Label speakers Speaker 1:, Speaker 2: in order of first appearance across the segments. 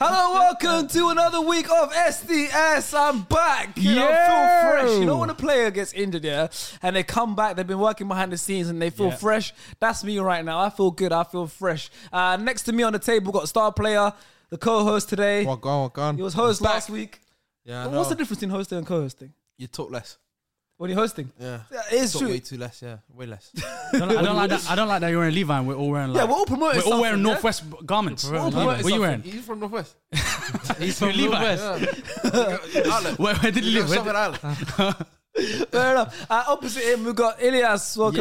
Speaker 1: Hello, welcome to another week of SDS. I'm back. You know, I
Speaker 2: Yeah.
Speaker 1: feel fresh. You know when a player gets injured, yeah, and they come back, they've been working behind the scenes and they feel
Speaker 2: Yeah.
Speaker 1: fresh. That's me right now. I feel good. I feel fresh. Uh, next to me on the table got star player, the co-host today.
Speaker 2: Walk on, walk on.
Speaker 1: He was host last week.
Speaker 2: Yeah, I
Speaker 1: What's
Speaker 2: know.
Speaker 1: the difference in hosting and co-hosting?
Speaker 2: You talk less.
Speaker 1: When you're hosting,
Speaker 2: Yeah.
Speaker 1: it's
Speaker 2: Talk
Speaker 1: true.
Speaker 2: way too less. Yeah, way less.
Speaker 3: I don't, I don't like that. I don't like that you're wearing Levi and we're all wearing. Like,
Speaker 1: Yeah, we're all promoting
Speaker 3: We're all wearing
Speaker 1: something, yeah?
Speaker 3: Northwest garments. We're wearing Levi. What
Speaker 2: Promote
Speaker 3: are you
Speaker 2: something.
Speaker 3: wearing?
Speaker 2: He's from Northwest.
Speaker 3: He's from Levi.
Speaker 2: Outlet.
Speaker 3: Where, where did he
Speaker 2: You
Speaker 3: live?
Speaker 2: live
Speaker 3: Where did-
Speaker 2: Southern Island.
Speaker 1: Fair enough. Uh, opposite him, we've got Ilias. Welcome.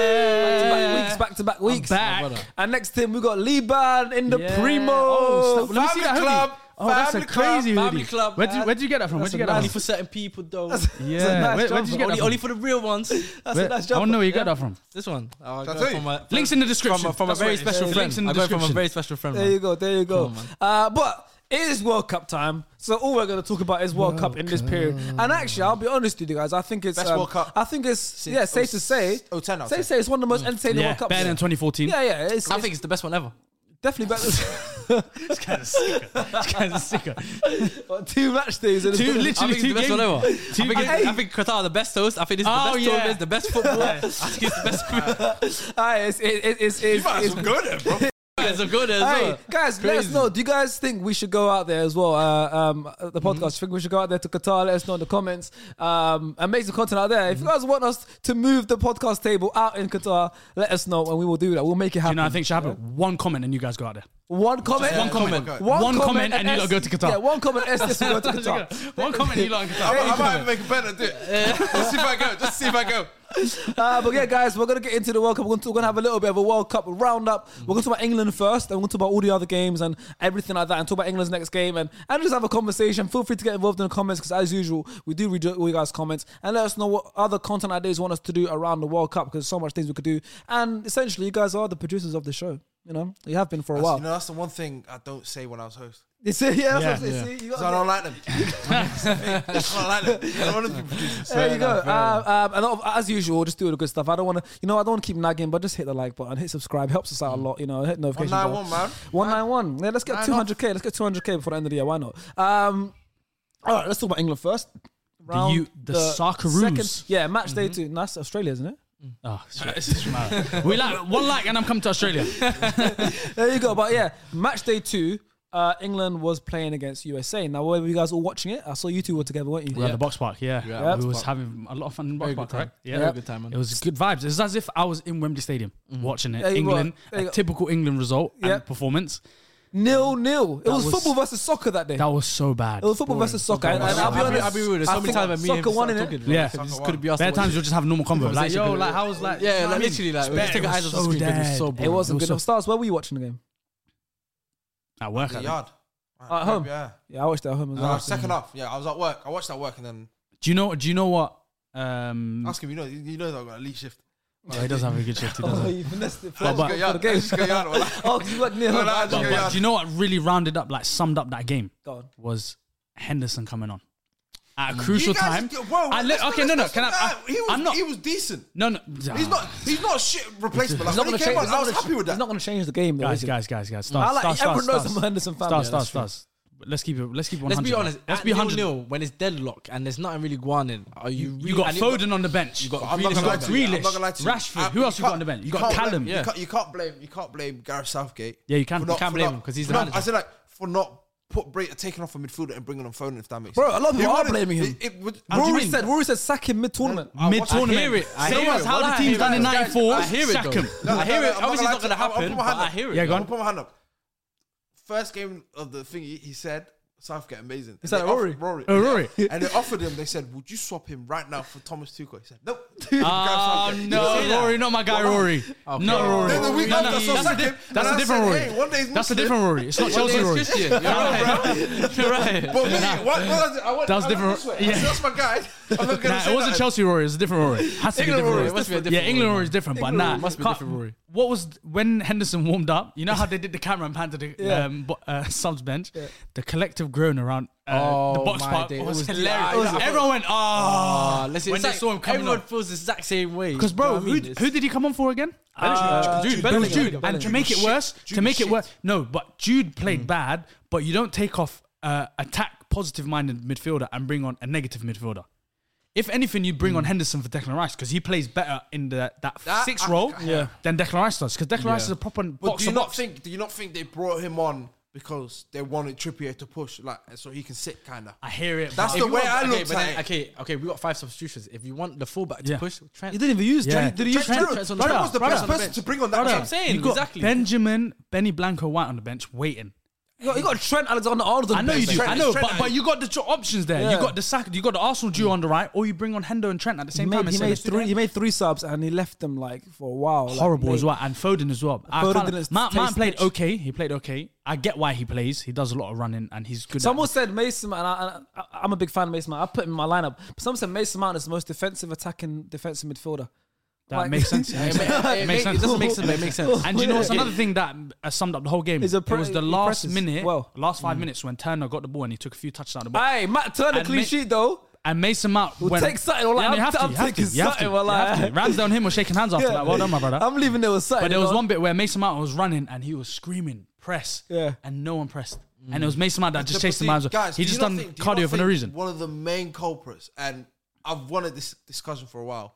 Speaker 3: Yeah.
Speaker 1: Back to back weeks, back to back
Speaker 3: back.
Speaker 1: weeks. And next to him, we got Liban in the
Speaker 3: Yeah.
Speaker 1: primo.
Speaker 3: Oh, snap. Let me see
Speaker 2: Family
Speaker 3: that hoodie.
Speaker 2: club.
Speaker 3: Oh, that's a
Speaker 2: Family club.
Speaker 3: crazy
Speaker 2: Family
Speaker 3: hoodie.
Speaker 2: club.
Speaker 3: Where did, where did you get that from? Where
Speaker 1: That's
Speaker 3: did you get
Speaker 1: a
Speaker 3: that
Speaker 1: nice-
Speaker 4: for
Speaker 3: from?
Speaker 4: certain people though.
Speaker 3: Yeah.
Speaker 1: That's a nice
Speaker 3: where, where did you
Speaker 1: jumper.
Speaker 3: get that
Speaker 4: only,
Speaker 3: from?
Speaker 4: only for the real ones.
Speaker 1: That's
Speaker 3: Where-
Speaker 1: a nice
Speaker 3: I
Speaker 1: jumper.
Speaker 3: want to know where you got that from.
Speaker 4: This one. Oh, I
Speaker 2: That's
Speaker 4: got
Speaker 2: it.
Speaker 4: it from my-
Speaker 3: Links in the description.
Speaker 4: from a, from a
Speaker 3: That's
Speaker 4: very
Speaker 3: where it is.
Speaker 4: special friend.
Speaker 3: Links in the
Speaker 4: I got it from a
Speaker 3: description.
Speaker 4: very special friend.
Speaker 1: There
Speaker 4: man.
Speaker 1: you go. There you go. uh, but it is World Cup time, so all we're going to talk about is World Cup in this period. And actually, I'll be honest with you guys. I think it's um,
Speaker 2: Best World Cup
Speaker 1: I think it's yeah, safe to say.
Speaker 2: oh, 10 out of
Speaker 1: safe to
Speaker 2: 10.
Speaker 1: say it's one of the most entertaining
Speaker 3: Mm. Yeah,
Speaker 1: World Cups.
Speaker 3: better than 2014.
Speaker 1: yeah, yeah. It's,
Speaker 4: I
Speaker 1: it's
Speaker 4: think it's the best one ever.
Speaker 1: definitely better.
Speaker 3: This guy's a sicker. This guy's a sicker.
Speaker 1: than two match days. in a-
Speaker 3: Two,
Speaker 4: I
Speaker 3: literally
Speaker 4: think it's
Speaker 3: two
Speaker 4: the best
Speaker 3: games.
Speaker 4: one ever. I think,
Speaker 1: games.
Speaker 4: it's- I think Qatar are the best host. I think this is
Speaker 3: Oh,
Speaker 4: the best
Speaker 3: yeah.
Speaker 4: tournament, the best football. I think it's the best.
Speaker 1: Ah, it's, it, it, it's,
Speaker 2: You
Speaker 1: it's,
Speaker 2: might as
Speaker 1: it's
Speaker 2: well go there, bro.
Speaker 4: It's a good as
Speaker 1: Hey
Speaker 4: well.
Speaker 1: guys, let us
Speaker 4: Crazy.
Speaker 1: know. Do you guys think we should go out there as well? Uh, um, the
Speaker 3: Mm-hmm.
Speaker 1: podcast. Think we should go out there to Qatar? Let us know in the comments. Um, amazing content out there. If
Speaker 3: Mm-hmm.
Speaker 1: you guys want us to move the podcast table out in Qatar, let us know, and we will do that. We'll make it happen.
Speaker 3: You know, I think should happen. One comment and you guys go out there.
Speaker 1: one comment,
Speaker 2: one comment.
Speaker 3: One comment and you
Speaker 1: S-
Speaker 3: gotta go to Qatar.
Speaker 1: Yeah, one comment. S this will go to Qatar.
Speaker 3: One comment and you like.
Speaker 2: I might- I might make a better do it. Just see if I go. Just see if I go.
Speaker 1: Uh, but yeah, guys, we're gonna get into the World Cup. We're gonna, we're gonna have a little bit of a World Cup roundup. We're gonna talk about England first, and we're gonna talk about all the other games and everything like that, and talk about England's next game, and and just have a conversation. Feel free to get involved in the comments because, as usual, we do read all you guys' comments and let us know what other content ideas you want us to do around the World Cup because so much things we could do. And essentially, you guys are the producers of the show. You know, you have been for a while.
Speaker 2: You know, that's the one thing I don't say when I was host.
Speaker 1: You see, yeah, that's what I'm saying.
Speaker 3: Yeah,
Speaker 1: See, you
Speaker 2: 'Cause
Speaker 1: got-
Speaker 2: I don't like them. That's why I don't like them. I don't want to be producers.
Speaker 1: There you go.
Speaker 2: Uh,
Speaker 1: Um, um, and of- as usual, just do all the good stuff. I don't want to, you know, I don't want to keep nagging, but just hit the like button, hit subscribe, helps us out a lot. You know, hit notification. bell.
Speaker 2: 191, man.
Speaker 1: 191. Yeah, let's get
Speaker 2: Nine
Speaker 1: 200k. Let's get 200k before the end of the year. Why not? Um, all right, let's talk about England first. Round
Speaker 3: U- the Socceroos.
Speaker 1: yeah, match day two. Nice Australia, isn't it?
Speaker 3: Oh, shit. It's mad. we like one like and I'm coming to Australia.
Speaker 1: There you go. But yeah, match day two. Uh, England was playing against USA. Now, were you guys all watching it? I saw you two were together, weren't you?
Speaker 3: We're at the box park, yeah.
Speaker 1: at
Speaker 3: we
Speaker 1: the
Speaker 3: was
Speaker 1: box
Speaker 3: having a lot of fun in the box
Speaker 4: Very
Speaker 3: park,
Speaker 4: good time.
Speaker 3: correct? Yeah.
Speaker 4: Very good time, man. Mm.
Speaker 3: It was good vibes. It was as if I was in Wembley Stadium watching it.
Speaker 1: There you go.
Speaker 3: England,
Speaker 1: There you
Speaker 3: a
Speaker 1: go.
Speaker 3: typical England result
Speaker 1: Yep.
Speaker 3: and performance.
Speaker 1: Nil nil. It was,
Speaker 3: was-
Speaker 1: football versus soccer that day.
Speaker 3: That was so bad.
Speaker 1: it was football versus soccer. And, and I'll be
Speaker 4: I'll be-
Speaker 1: honest,
Speaker 4: I'll be real. There's
Speaker 1: I
Speaker 4: so many
Speaker 1: think
Speaker 4: times I meet him.
Speaker 1: soccer won in
Speaker 4: start
Speaker 1: it.
Speaker 4: talking, bro.
Speaker 3: Yeah.
Speaker 4: This could be us.
Speaker 3: There are times you'll just have normal convo. Like,
Speaker 4: Conversation.
Speaker 3: yo, like, how was like.
Speaker 4: Yeah,
Speaker 3: you know what I
Speaker 4: like
Speaker 3: mean?
Speaker 4: literally, like we
Speaker 3: Bad.
Speaker 4: just took
Speaker 3: It
Speaker 4: our
Speaker 3: was
Speaker 4: eyes off the
Speaker 3: so
Speaker 4: screen. 'cause It was so
Speaker 3: dead.
Speaker 4: boring.
Speaker 1: It wasn't
Speaker 3: It was
Speaker 1: good enough. Stars, where were you watching the game?
Speaker 3: At work,
Speaker 2: The
Speaker 3: I
Speaker 2: yard.
Speaker 1: At home?
Speaker 2: Yeah.
Speaker 1: Yeah, I watched it at home as
Speaker 2: No,
Speaker 1: well.
Speaker 2: second half. Yeah, I was at work. I watched that work and then
Speaker 3: think. Do you know? Do you know what? Um,
Speaker 2: ask him. You know, you know that I got a lead shift.
Speaker 3: yeah, he does have a good shift. He does.
Speaker 1: Oh,
Speaker 3: have-
Speaker 1: you finessed it.
Speaker 3: But-
Speaker 2: I just got yard. I just got yard. wallah.
Speaker 1: Oh, 'cause you worked near home.
Speaker 2: Well, I just
Speaker 3: But,
Speaker 2: got
Speaker 3: but
Speaker 2: yard.
Speaker 3: do you know what really rounded up, like summed up that game
Speaker 1: Go on.
Speaker 3: was Henderson coming on at a crucial
Speaker 2: You
Speaker 3: time.
Speaker 2: guys- Whoa,
Speaker 3: I li-
Speaker 2: let's not-
Speaker 3: okay, no, no,
Speaker 2: let's
Speaker 3: can I?
Speaker 2: not-
Speaker 3: I
Speaker 2: He was,
Speaker 3: I'm not.
Speaker 2: He was decent.
Speaker 3: no, no,
Speaker 2: He's not. He's not a shit replacement. Like,
Speaker 1: It's not
Speaker 2: when
Speaker 1: going
Speaker 2: he
Speaker 1: to
Speaker 2: came
Speaker 1: change.
Speaker 2: on,
Speaker 1: it's
Speaker 2: I
Speaker 1: not
Speaker 2: was
Speaker 1: gonna-
Speaker 2: happy with
Speaker 1: It's
Speaker 2: that.
Speaker 1: not going to change the game, though.
Speaker 3: guys,
Speaker 1: is it?
Speaker 3: guys, guys, guys.
Speaker 1: I
Speaker 3: Stars,
Speaker 1: like.
Speaker 3: stars,
Speaker 1: everyone
Speaker 3: stars,
Speaker 1: knows
Speaker 3: stars.
Speaker 1: I'm a Henderson fan.
Speaker 3: Stars,
Speaker 1: yeah,
Speaker 3: stars,
Speaker 1: that's true.
Speaker 3: stars. But Let's keep it. Let's keep it.
Speaker 4: Let's be
Speaker 3: 100.
Speaker 4: honest.
Speaker 3: Let's
Speaker 4: at
Speaker 3: be hundred.
Speaker 4: nil when it's deadlock and there's nothing really going in. Are you?
Speaker 3: You
Speaker 4: really-
Speaker 3: got
Speaker 4: and you
Speaker 3: Foden on the bench. You
Speaker 4: got
Speaker 2: I'm not
Speaker 4: Grealish
Speaker 2: gonna lie
Speaker 4: on
Speaker 2: to you. I'm
Speaker 3: Grealish,
Speaker 2: not gonna lie to you.
Speaker 3: Rashford.
Speaker 2: I-
Speaker 3: Who
Speaker 2: you
Speaker 3: else you got
Speaker 2: can't-
Speaker 3: on the bench? You
Speaker 2: you
Speaker 3: got
Speaker 2: can't blame-
Speaker 3: Callum.
Speaker 2: You
Speaker 3: Yeah.
Speaker 2: can't, you can't blame. You can't blame Gareth Southgate.
Speaker 3: Yeah, you can.
Speaker 2: for
Speaker 3: You can't
Speaker 2: for
Speaker 3: blame him 'cause he's the
Speaker 2: for
Speaker 3: manager.
Speaker 2: I said like for not put Bra- taking off a midfielder and bringing on Foden if that makes
Speaker 1: Bro,
Speaker 2: sense.
Speaker 1: a lot of people
Speaker 2: He
Speaker 1: are
Speaker 2: wanted-
Speaker 1: blaming him.
Speaker 2: it- it would-
Speaker 3: do you
Speaker 1: Rory
Speaker 3: mean?
Speaker 1: said. Rory said sack him mid tournament.
Speaker 2: I
Speaker 3: Mid
Speaker 2: watched- I
Speaker 3: tournament.
Speaker 4: hear it. I
Speaker 3: Same
Speaker 4: hear
Speaker 3: as
Speaker 4: it.
Speaker 3: how
Speaker 4: Well,
Speaker 3: the
Speaker 4: I
Speaker 3: team's
Speaker 4: hear
Speaker 3: done
Speaker 4: it.
Speaker 3: in
Speaker 4: Guys,
Speaker 3: '94.
Speaker 4: I hear it,
Speaker 3: Sack
Speaker 4: though.
Speaker 3: him.
Speaker 2: No,
Speaker 4: I
Speaker 2: no, no, I'm
Speaker 4: hear it. Obviously,
Speaker 2: gonna
Speaker 4: it's not
Speaker 2: lie
Speaker 4: gonna
Speaker 2: to you. I'll- I'll
Speaker 4: happen.
Speaker 2: put my
Speaker 4: but
Speaker 2: hand
Speaker 4: I
Speaker 2: up.
Speaker 4: hear it.
Speaker 3: Yeah, go
Speaker 2: I'll
Speaker 3: on.
Speaker 2: put my hand up. First game of the thing, he he said Southgate, amazing.
Speaker 1: Is
Speaker 2: And
Speaker 1: that
Speaker 2: they
Speaker 1: Rory?
Speaker 2: offered- Rory.
Speaker 3: Oh, Rory.
Speaker 2: And they offered him. They said, "Would you swap him right now for Thomas Tuchel?" He said, "Nope."
Speaker 4: Ah,
Speaker 3: Oh, no, Rory, not my guy, Rory. Not Rory.
Speaker 2: Then the week
Speaker 3: No, no,
Speaker 2: after, so
Speaker 3: that's a
Speaker 2: sacked
Speaker 3: di-
Speaker 2: him,
Speaker 3: That's
Speaker 2: and
Speaker 3: a
Speaker 2: I
Speaker 3: different
Speaker 2: said, "Hey,
Speaker 3: Rory.
Speaker 2: one day he's
Speaker 3: That's a
Speaker 2: Muslim."
Speaker 3: different Rory. It's not Chelsea Rory.
Speaker 4: Christian. You're right, bro.
Speaker 3: You're right.
Speaker 2: But me, what, what was it? I went,
Speaker 3: That was
Speaker 2: I went
Speaker 3: different-
Speaker 2: This way. I
Speaker 3: yeah.
Speaker 2: said, that's my guy. I'm not gonna
Speaker 3: Nah,
Speaker 2: say
Speaker 3: it wasn't
Speaker 2: that.
Speaker 3: Chelsea Rory. It's a different Rory. It Has to be a
Speaker 4: England
Speaker 3: different
Speaker 4: Rory,
Speaker 3: Rory.
Speaker 4: it must be a different
Speaker 3: yeah, England
Speaker 4: Rory.
Speaker 3: Rory is different,
Speaker 4: England
Speaker 3: but nah.
Speaker 4: Rory must be a
Speaker 3: can't-
Speaker 4: different Rory.
Speaker 3: What was when Henderson warmed up? You know how they did the camera and panned to the
Speaker 1: Yeah.
Speaker 3: um, bo- uh, subs bench. The collective groan around uh,
Speaker 4: Oh,
Speaker 3: the box
Speaker 4: my
Speaker 3: part
Speaker 4: day. It
Speaker 3: was,
Speaker 4: was-
Speaker 3: hilarious.
Speaker 4: it was-
Speaker 3: Everyone went, ah.
Speaker 4: Ah, let's see.
Speaker 3: when
Speaker 4: it's
Speaker 3: they
Speaker 4: like
Speaker 3: saw him coming
Speaker 4: everyone
Speaker 3: on.
Speaker 4: feels the exact same way.
Speaker 3: Because bro,
Speaker 4: You know what I mean?
Speaker 3: who,
Speaker 4: It's-
Speaker 3: who did he come on for again? Uh, Bellingham.
Speaker 4: Jude Bellingham.
Speaker 3: Jude. And to
Speaker 4: Bellingham.
Speaker 3: make it
Speaker 2: Shit.
Speaker 3: worse, to
Speaker 2: Jude
Speaker 3: make it
Speaker 2: shit. Hmm.
Speaker 3: worse, no. But Jude played bad, but you don't take off uh, attack positive-minded midfielder and bring on a negative midfielder. If anything, you bring on Henderson for Declan Rice because he plays better in the that,
Speaker 2: Hmm. That-
Speaker 3: six
Speaker 2: I-
Speaker 3: role
Speaker 1: Yeah.
Speaker 3: than Declan Rice does. Because Declan Rice is a proper
Speaker 2: But
Speaker 3: box
Speaker 2: do you
Speaker 3: to
Speaker 2: not
Speaker 3: box.
Speaker 2: think? Do you not think they brought him on because they wanted Trippier to push, like, so he can sit, kind of?
Speaker 3: I hear it.
Speaker 2: That's
Speaker 3: but-
Speaker 2: the
Speaker 4: If you
Speaker 2: way
Speaker 4: want-
Speaker 2: I
Speaker 4: okay,
Speaker 2: looked
Speaker 4: but
Speaker 2: at
Speaker 4: then-
Speaker 2: it.
Speaker 4: Okay, okay, we got five substitutions. If you want the fullback to
Speaker 3: Yeah.
Speaker 4: push, Trent.
Speaker 1: You didn't even use.
Speaker 3: Yeah.
Speaker 1: Trent, did he use Trent?
Speaker 2: Trent, Trent,
Speaker 4: Trent's on the
Speaker 2: Trent
Speaker 4: bench.
Speaker 2: was the
Speaker 4: Brother's
Speaker 2: best
Speaker 4: on the
Speaker 2: person
Speaker 4: bench.
Speaker 2: to bring on
Speaker 4: Brother.
Speaker 2: that.
Speaker 4: I'm saying,
Speaker 3: You got
Speaker 4: exactly.
Speaker 3: Benjamin, Benny Blanco White on the bench waiting.
Speaker 1: You got, you got Trent Alexander-Arnold. on
Speaker 3: I know you
Speaker 1: bench.
Speaker 3: do.
Speaker 2: Trent-
Speaker 3: I know,
Speaker 2: Trent-
Speaker 3: but, but you got the two options there. You
Speaker 1: Yeah.
Speaker 3: got the sack. You got the Arsenal duo on the right, or you bring on Hendo and Trent at the
Speaker 1: He
Speaker 3: same time.
Speaker 1: made,
Speaker 3: and
Speaker 1: he
Speaker 3: say,
Speaker 1: made
Speaker 3: let's do
Speaker 1: three.
Speaker 3: that.
Speaker 1: He made three subs and he left them like for a while. like,
Speaker 3: horrible as
Speaker 1: late.
Speaker 3: well, and Foden as well. I
Speaker 1: Foden
Speaker 3: kinda-
Speaker 1: didn't
Speaker 3: Mount, Mount
Speaker 1: taste
Speaker 3: played
Speaker 1: much.
Speaker 3: okay. He played okay. I get why he plays. He does a lot of running, and he's good.
Speaker 1: Someone
Speaker 3: at
Speaker 1: said Mason Mount, and I, I, I'm a big fan of Mason Mount. I put him in my lineup. But some said Mason Mount is the most defensive attacking defensive midfielder.
Speaker 3: that
Speaker 1: like-
Speaker 3: makes sense. It makes
Speaker 4: It
Speaker 3: sense.
Speaker 4: ma-
Speaker 3: It
Speaker 4: it
Speaker 3: makes
Speaker 4: ma-
Speaker 3: sense.
Speaker 4: It doesn't make sense, but it makes sense.
Speaker 3: And do you know what's
Speaker 4: Yeah.
Speaker 3: another thing that uh, summed up the whole game?
Speaker 1: Is a
Speaker 3: it
Speaker 1: pre-
Speaker 3: was the
Speaker 1: he
Speaker 3: last
Speaker 1: presses
Speaker 3: minute,
Speaker 1: well. Mm.
Speaker 3: last five minutes when Turner got the ball and he took a few touches out of the ball.
Speaker 1: Hey, Matt Turner,
Speaker 3: And
Speaker 1: clean
Speaker 3: Ma-
Speaker 1: sheet though.
Speaker 3: and Mason Mount
Speaker 1: We'll
Speaker 3: went,
Speaker 1: take something, well,
Speaker 3: Yeah,
Speaker 1: I'm-
Speaker 3: you have to,
Speaker 1: I'm
Speaker 3: you have to,
Speaker 1: taking
Speaker 3: you have to,
Speaker 1: something, well,
Speaker 3: you have
Speaker 1: I-
Speaker 3: to. Ramsdale and him were shaking hands after that. Well done, my brother.
Speaker 1: I'm leaving there with something.
Speaker 3: But there was
Speaker 1: you know?
Speaker 3: one bit where Mason Mount was running and he was screaming, press.
Speaker 1: Yeah.
Speaker 3: And no one pressed. And it was Mason Mount that just
Speaker 2: The-
Speaker 3: chased
Speaker 2: but
Speaker 3: him
Speaker 2: do-
Speaker 3: out.
Speaker 2: guys,
Speaker 3: he
Speaker 2: do
Speaker 3: just
Speaker 2: you not
Speaker 3: done
Speaker 2: think- do you not
Speaker 3: cardio for no
Speaker 2: think
Speaker 3: reason.
Speaker 2: One of the main culprits, and I've wanted this discussion for a while.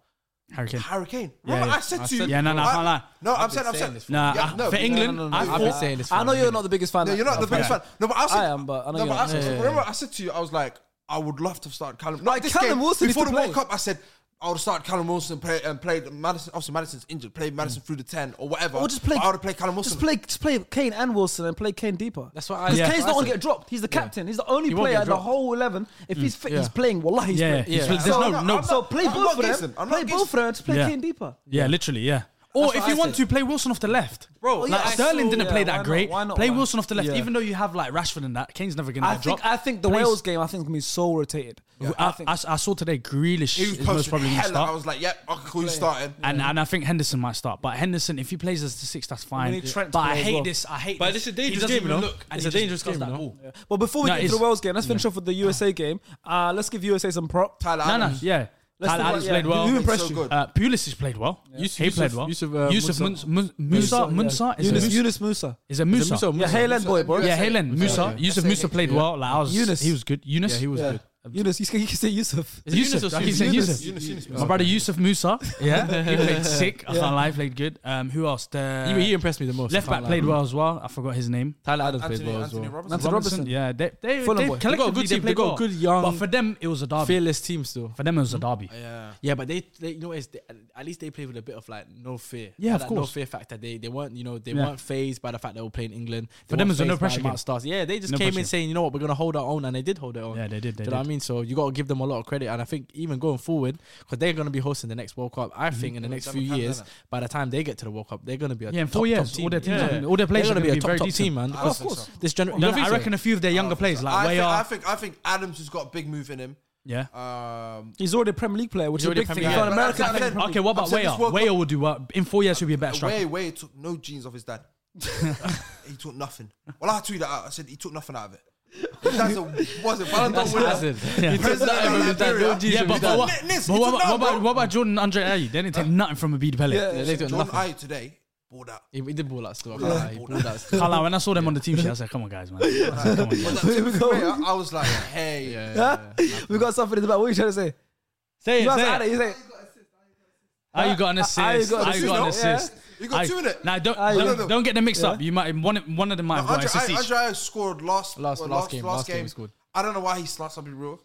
Speaker 3: Hurricane.
Speaker 2: Hurricane. Remember,
Speaker 3: yeah.
Speaker 2: I said
Speaker 4: I
Speaker 2: to you.
Speaker 4: said-
Speaker 3: Yeah, no, no, I can't lie.
Speaker 2: No, I'm
Speaker 4: been
Speaker 2: saying, I'm
Speaker 4: saying
Speaker 2: saying.
Speaker 4: this for-
Speaker 3: Nah,
Speaker 2: yeah,
Speaker 3: I-
Speaker 2: no,
Speaker 3: for England,
Speaker 1: no, no,
Speaker 3: I
Speaker 1: no.
Speaker 4: I've been
Speaker 3: thought.
Speaker 4: saying this. For
Speaker 1: I know
Speaker 4: a
Speaker 1: you're
Speaker 4: minute.
Speaker 1: not the biggest fan.
Speaker 2: No, you're not the
Speaker 1: of
Speaker 2: biggest
Speaker 1: Fulham.
Speaker 2: fan. No, but I, said,
Speaker 1: I am, but I know
Speaker 2: no,
Speaker 1: you're
Speaker 2: but I
Speaker 1: not.
Speaker 2: said,
Speaker 4: Yeah, yeah,
Speaker 2: remember I said to you, I was like, I would love to start Callum. Like this
Speaker 1: Callum
Speaker 2: game,
Speaker 1: Wilson needs
Speaker 2: before
Speaker 1: to
Speaker 2: the World
Speaker 1: play.
Speaker 2: Cup, I said I would start Callum Wilson play, and play Madison. Obviously, Madison's injured. Play Madison
Speaker 3: Mm.
Speaker 2: through the ten or whatever.
Speaker 1: Or just play.
Speaker 2: But I would play Callum Wilson.
Speaker 1: Just play, just play Kane and Wilson and play Kane deeper.
Speaker 4: That's what I-
Speaker 1: Because
Speaker 4: yeah.
Speaker 1: Kane's
Speaker 4: I
Speaker 1: not going to
Speaker 4: said.
Speaker 1: get dropped. He's the captain. He's the only
Speaker 4: won't
Speaker 1: player
Speaker 4: get
Speaker 1: in the
Speaker 4: dropped.
Speaker 1: whole eleven. If he's fit, he's
Speaker 4: yeah.
Speaker 1: playing. Wallah, he's
Speaker 3: Yeah,
Speaker 1: playing.
Speaker 3: yeah, he's- there's
Speaker 1: So,
Speaker 3: no- no-
Speaker 1: I'm not- play
Speaker 2: I'm
Speaker 1: both
Speaker 2: not
Speaker 1: of
Speaker 2: against
Speaker 1: them.
Speaker 2: him. I'm not
Speaker 1: Play
Speaker 2: against
Speaker 1: both of them. Just play
Speaker 3: Yeah.
Speaker 1: Kane deeper.
Speaker 3: Yeah, literally, yeah. Or
Speaker 4: That's
Speaker 3: if
Speaker 4: what
Speaker 3: you
Speaker 4: I
Speaker 3: want
Speaker 4: said.
Speaker 3: to play Wilson off the left,
Speaker 4: Bro,
Speaker 3: like
Speaker 4: yeah, I
Speaker 3: Sterling
Speaker 4: saw-
Speaker 3: didn't
Speaker 1: yeah,
Speaker 3: play
Speaker 1: why
Speaker 3: that
Speaker 1: not?
Speaker 3: great.
Speaker 1: Why not?
Speaker 3: play
Speaker 1: Why
Speaker 3: Wilson
Speaker 1: not?
Speaker 3: off the left,
Speaker 1: Yeah.
Speaker 3: even though you have like Rashford and that. Kane's never gonna
Speaker 1: I
Speaker 3: get dropped.
Speaker 1: think I think the
Speaker 3: Place-
Speaker 1: Wales game I think is gonna be so rotated.
Speaker 3: I,
Speaker 1: I think
Speaker 3: I, I saw today Grealish
Speaker 2: He was
Speaker 3: is most
Speaker 2: posting
Speaker 3: probably gonna
Speaker 2: hell.
Speaker 3: start.
Speaker 2: I was like, yep, I can call you starting.
Speaker 3: and, and I think Henderson might start, but Henderson, if he plays as the six, that's fine.
Speaker 1: need Trent to
Speaker 3: But I
Speaker 1: play as
Speaker 3: hate
Speaker 1: well.
Speaker 3: this. I hate.
Speaker 4: But this is a
Speaker 3: He
Speaker 4: dangerous
Speaker 3: doesn't
Speaker 4: game,
Speaker 3: even
Speaker 4: you know?
Speaker 3: look, and
Speaker 4: It's
Speaker 3: he
Speaker 4: a
Speaker 3: just
Speaker 4: dangerous
Speaker 3: does
Speaker 4: game,
Speaker 3: that
Speaker 4: you know?
Speaker 3: ball.
Speaker 1: But before we
Speaker 3: No,
Speaker 1: get to the
Speaker 3: it's-
Speaker 1: Wales game, let's finish off with the USA game. Uh, let's give USA some prop.
Speaker 2: Tyler
Speaker 3: No, no,
Speaker 2: Adams.
Speaker 3: yeah.
Speaker 1: Let's
Speaker 3: Tyler
Speaker 1: talk about-
Speaker 3: Adams
Speaker 1: yeah,
Speaker 3: played
Speaker 1: who-
Speaker 3: well.
Speaker 1: who impressed
Speaker 2: So
Speaker 1: you?
Speaker 2: good.
Speaker 3: Uh, Pulisic played well.
Speaker 4: Yusuf-
Speaker 3: he played
Speaker 4: Yusuf-
Speaker 3: well.
Speaker 4: Yusuf, uh,
Speaker 3: Yusuf
Speaker 4: Musa.
Speaker 3: Mun- Mun- Musa. Musa is
Speaker 1: Yunus,
Speaker 3: a Musa.
Speaker 1: Yunus Musa.
Speaker 3: Is a Musa.
Speaker 4: Musa,
Speaker 1: Yeah,
Speaker 4: Musa.
Speaker 1: Haaland boy, bro.
Speaker 3: Yeah, Haaland. Musa.
Speaker 4: okay.
Speaker 3: Yusuf
Speaker 4: SA.
Speaker 3: Musa played
Speaker 4: Yeah.
Speaker 3: well. Like I was.
Speaker 1: Yunus.
Speaker 3: He was good. Yunus.
Speaker 4: Yeah, he was good.
Speaker 1: Yunus, you can, you can say Yusuf.
Speaker 4: Is it
Speaker 3: Yusuf,
Speaker 4: Yunus or
Speaker 3: I keep
Speaker 4: Yunus?
Speaker 3: saying
Speaker 1: Yunus.
Speaker 3: Yusuf.
Speaker 2: Yunus, Yunus,
Speaker 3: My brother Yusuf Musa, yeah, he played sick. I can't lie, played good. Um, who else? The
Speaker 4: He, he impressed me the most.
Speaker 3: Uh, left
Speaker 4: I can't
Speaker 3: back
Speaker 4: lie.
Speaker 3: played well as well. I forgot his name.
Speaker 4: Tyler Adams played
Speaker 2: Anthony,
Speaker 4: well as
Speaker 2: Anthony
Speaker 4: well.
Speaker 2: Robinson.
Speaker 1: Robinson.
Speaker 3: Yeah, they they,
Speaker 1: Full boy. They got
Speaker 3: they
Speaker 1: a
Speaker 4: They got a
Speaker 3: collectively
Speaker 4: good team.
Speaker 3: They,
Speaker 4: They got
Speaker 3: played
Speaker 4: a
Speaker 3: well.
Speaker 4: good young,
Speaker 3: but for them it was a derby.
Speaker 4: fearless team still.
Speaker 3: For them it was a derby.
Speaker 2: Yeah.
Speaker 4: Yeah, but they, they you know, it's they, at least they played with a bit of like no fear.
Speaker 3: Yeah,
Speaker 4: Like
Speaker 3: of
Speaker 4: that No
Speaker 3: course.
Speaker 4: fear factor. They they weren't you know they
Speaker 3: Yeah.
Speaker 4: weren't phased by the fact they were playing England. They
Speaker 3: For them,
Speaker 4: weren't
Speaker 3: it's a no
Speaker 4: phased by
Speaker 3: pressure
Speaker 4: amount
Speaker 3: game.
Speaker 4: of Stars. Yeah, they just
Speaker 3: No
Speaker 4: came
Speaker 3: pressure.
Speaker 4: in saying you know what we're gonna hold our own, and they did hold their own.
Speaker 3: Yeah, they did, they
Speaker 4: Do you know what
Speaker 3: did.
Speaker 4: I mean? So you got to give them a lot of credit, and I think even going forward because they're gonna be hosting the next World Cup. I
Speaker 3: Mm-hmm.
Speaker 4: think in the next few
Speaker 2: Democrat,
Speaker 4: years,
Speaker 2: isn't
Speaker 4: by the time they get to the World Cup, they're gonna be a
Speaker 3: Yeah, in
Speaker 4: top,
Speaker 3: four
Speaker 4: top
Speaker 3: years,
Speaker 4: team.
Speaker 3: all their teams
Speaker 4: yeah.
Speaker 3: are gonna- all their players
Speaker 4: they're
Speaker 3: are
Speaker 4: gonna be
Speaker 3: gonna
Speaker 4: a
Speaker 3: be
Speaker 4: top
Speaker 3: very
Speaker 4: top
Speaker 3: decent.
Speaker 4: team, man.
Speaker 2: don't
Speaker 4: because
Speaker 2: think so.
Speaker 4: This generation,
Speaker 3: No, I reckon a few of their younger players like
Speaker 2: I, think, I
Speaker 3: Weah.
Speaker 2: think I think Adams has got a big move in him.
Speaker 3: Yeah.
Speaker 2: Um,
Speaker 1: He's already a Premier League player, which
Speaker 3: He's
Speaker 1: is a
Speaker 3: already
Speaker 1: big
Speaker 3: a
Speaker 1: thing.
Speaker 3: Premier
Speaker 1: He's not an
Speaker 2: League
Speaker 1: American.
Speaker 2: player. Yeah, but
Speaker 1: athlete.
Speaker 3: Okay, what about
Speaker 2: I'm saying
Speaker 3: Weah?
Speaker 2: this World
Speaker 3: Weah will do well. In four years, he'll be a better striker.
Speaker 2: Way, way, he took no jeans off his dad. he took nothing. Well, I tweeted that out. I said he took nothing out of it. That's a, was it? Ballon d'Or
Speaker 4: That's
Speaker 2: winner.
Speaker 4: hazard. He took
Speaker 2: President
Speaker 4: nothing
Speaker 2: of
Speaker 4: from his dad,
Speaker 2: Liberia.
Speaker 4: no jeans
Speaker 3: Yeah,
Speaker 4: from
Speaker 3: but,
Speaker 4: his
Speaker 3: but,
Speaker 4: dad.
Speaker 3: what,
Speaker 2: Nis-
Speaker 3: but
Speaker 2: it's
Speaker 3: what,
Speaker 2: a
Speaker 3: about-
Speaker 2: no,
Speaker 3: what, about,
Speaker 2: bro.
Speaker 3: what about Jordan Andre Ayew? They didn't take nothing from a beat Pele.
Speaker 1: Yeah.
Speaker 4: They took
Speaker 2: John
Speaker 4: nothing.
Speaker 2: I today bought out.
Speaker 4: He, he did ball out still. I can't lie, He balled out still.
Speaker 3: Can't lie, when I saw them on the team sheet, I was like, come on, guys, man. I was like, come on, guys.
Speaker 1: Here we go.
Speaker 2: I was like, hey,
Speaker 1: We got something in the back. What are you trying to say?
Speaker 3: Say
Speaker 1: You
Speaker 3: it,
Speaker 1: asked
Speaker 3: say it.
Speaker 1: Ada, you say,
Speaker 3: Are you got an assist? Are you got an
Speaker 1: assist, no?
Speaker 3: assist?
Speaker 1: Yeah.
Speaker 2: You got two in it.
Speaker 3: Now don't
Speaker 1: Ayew.
Speaker 3: don't,
Speaker 2: No, no, no.
Speaker 3: don't get them mixed up. You might one one of them might have got an
Speaker 2: Andre,
Speaker 3: assist. each.
Speaker 2: Andre scored last
Speaker 4: Last-
Speaker 2: well,
Speaker 4: last game, last game he scored. Mm.
Speaker 2: I don't know why he slashed. I'll be real.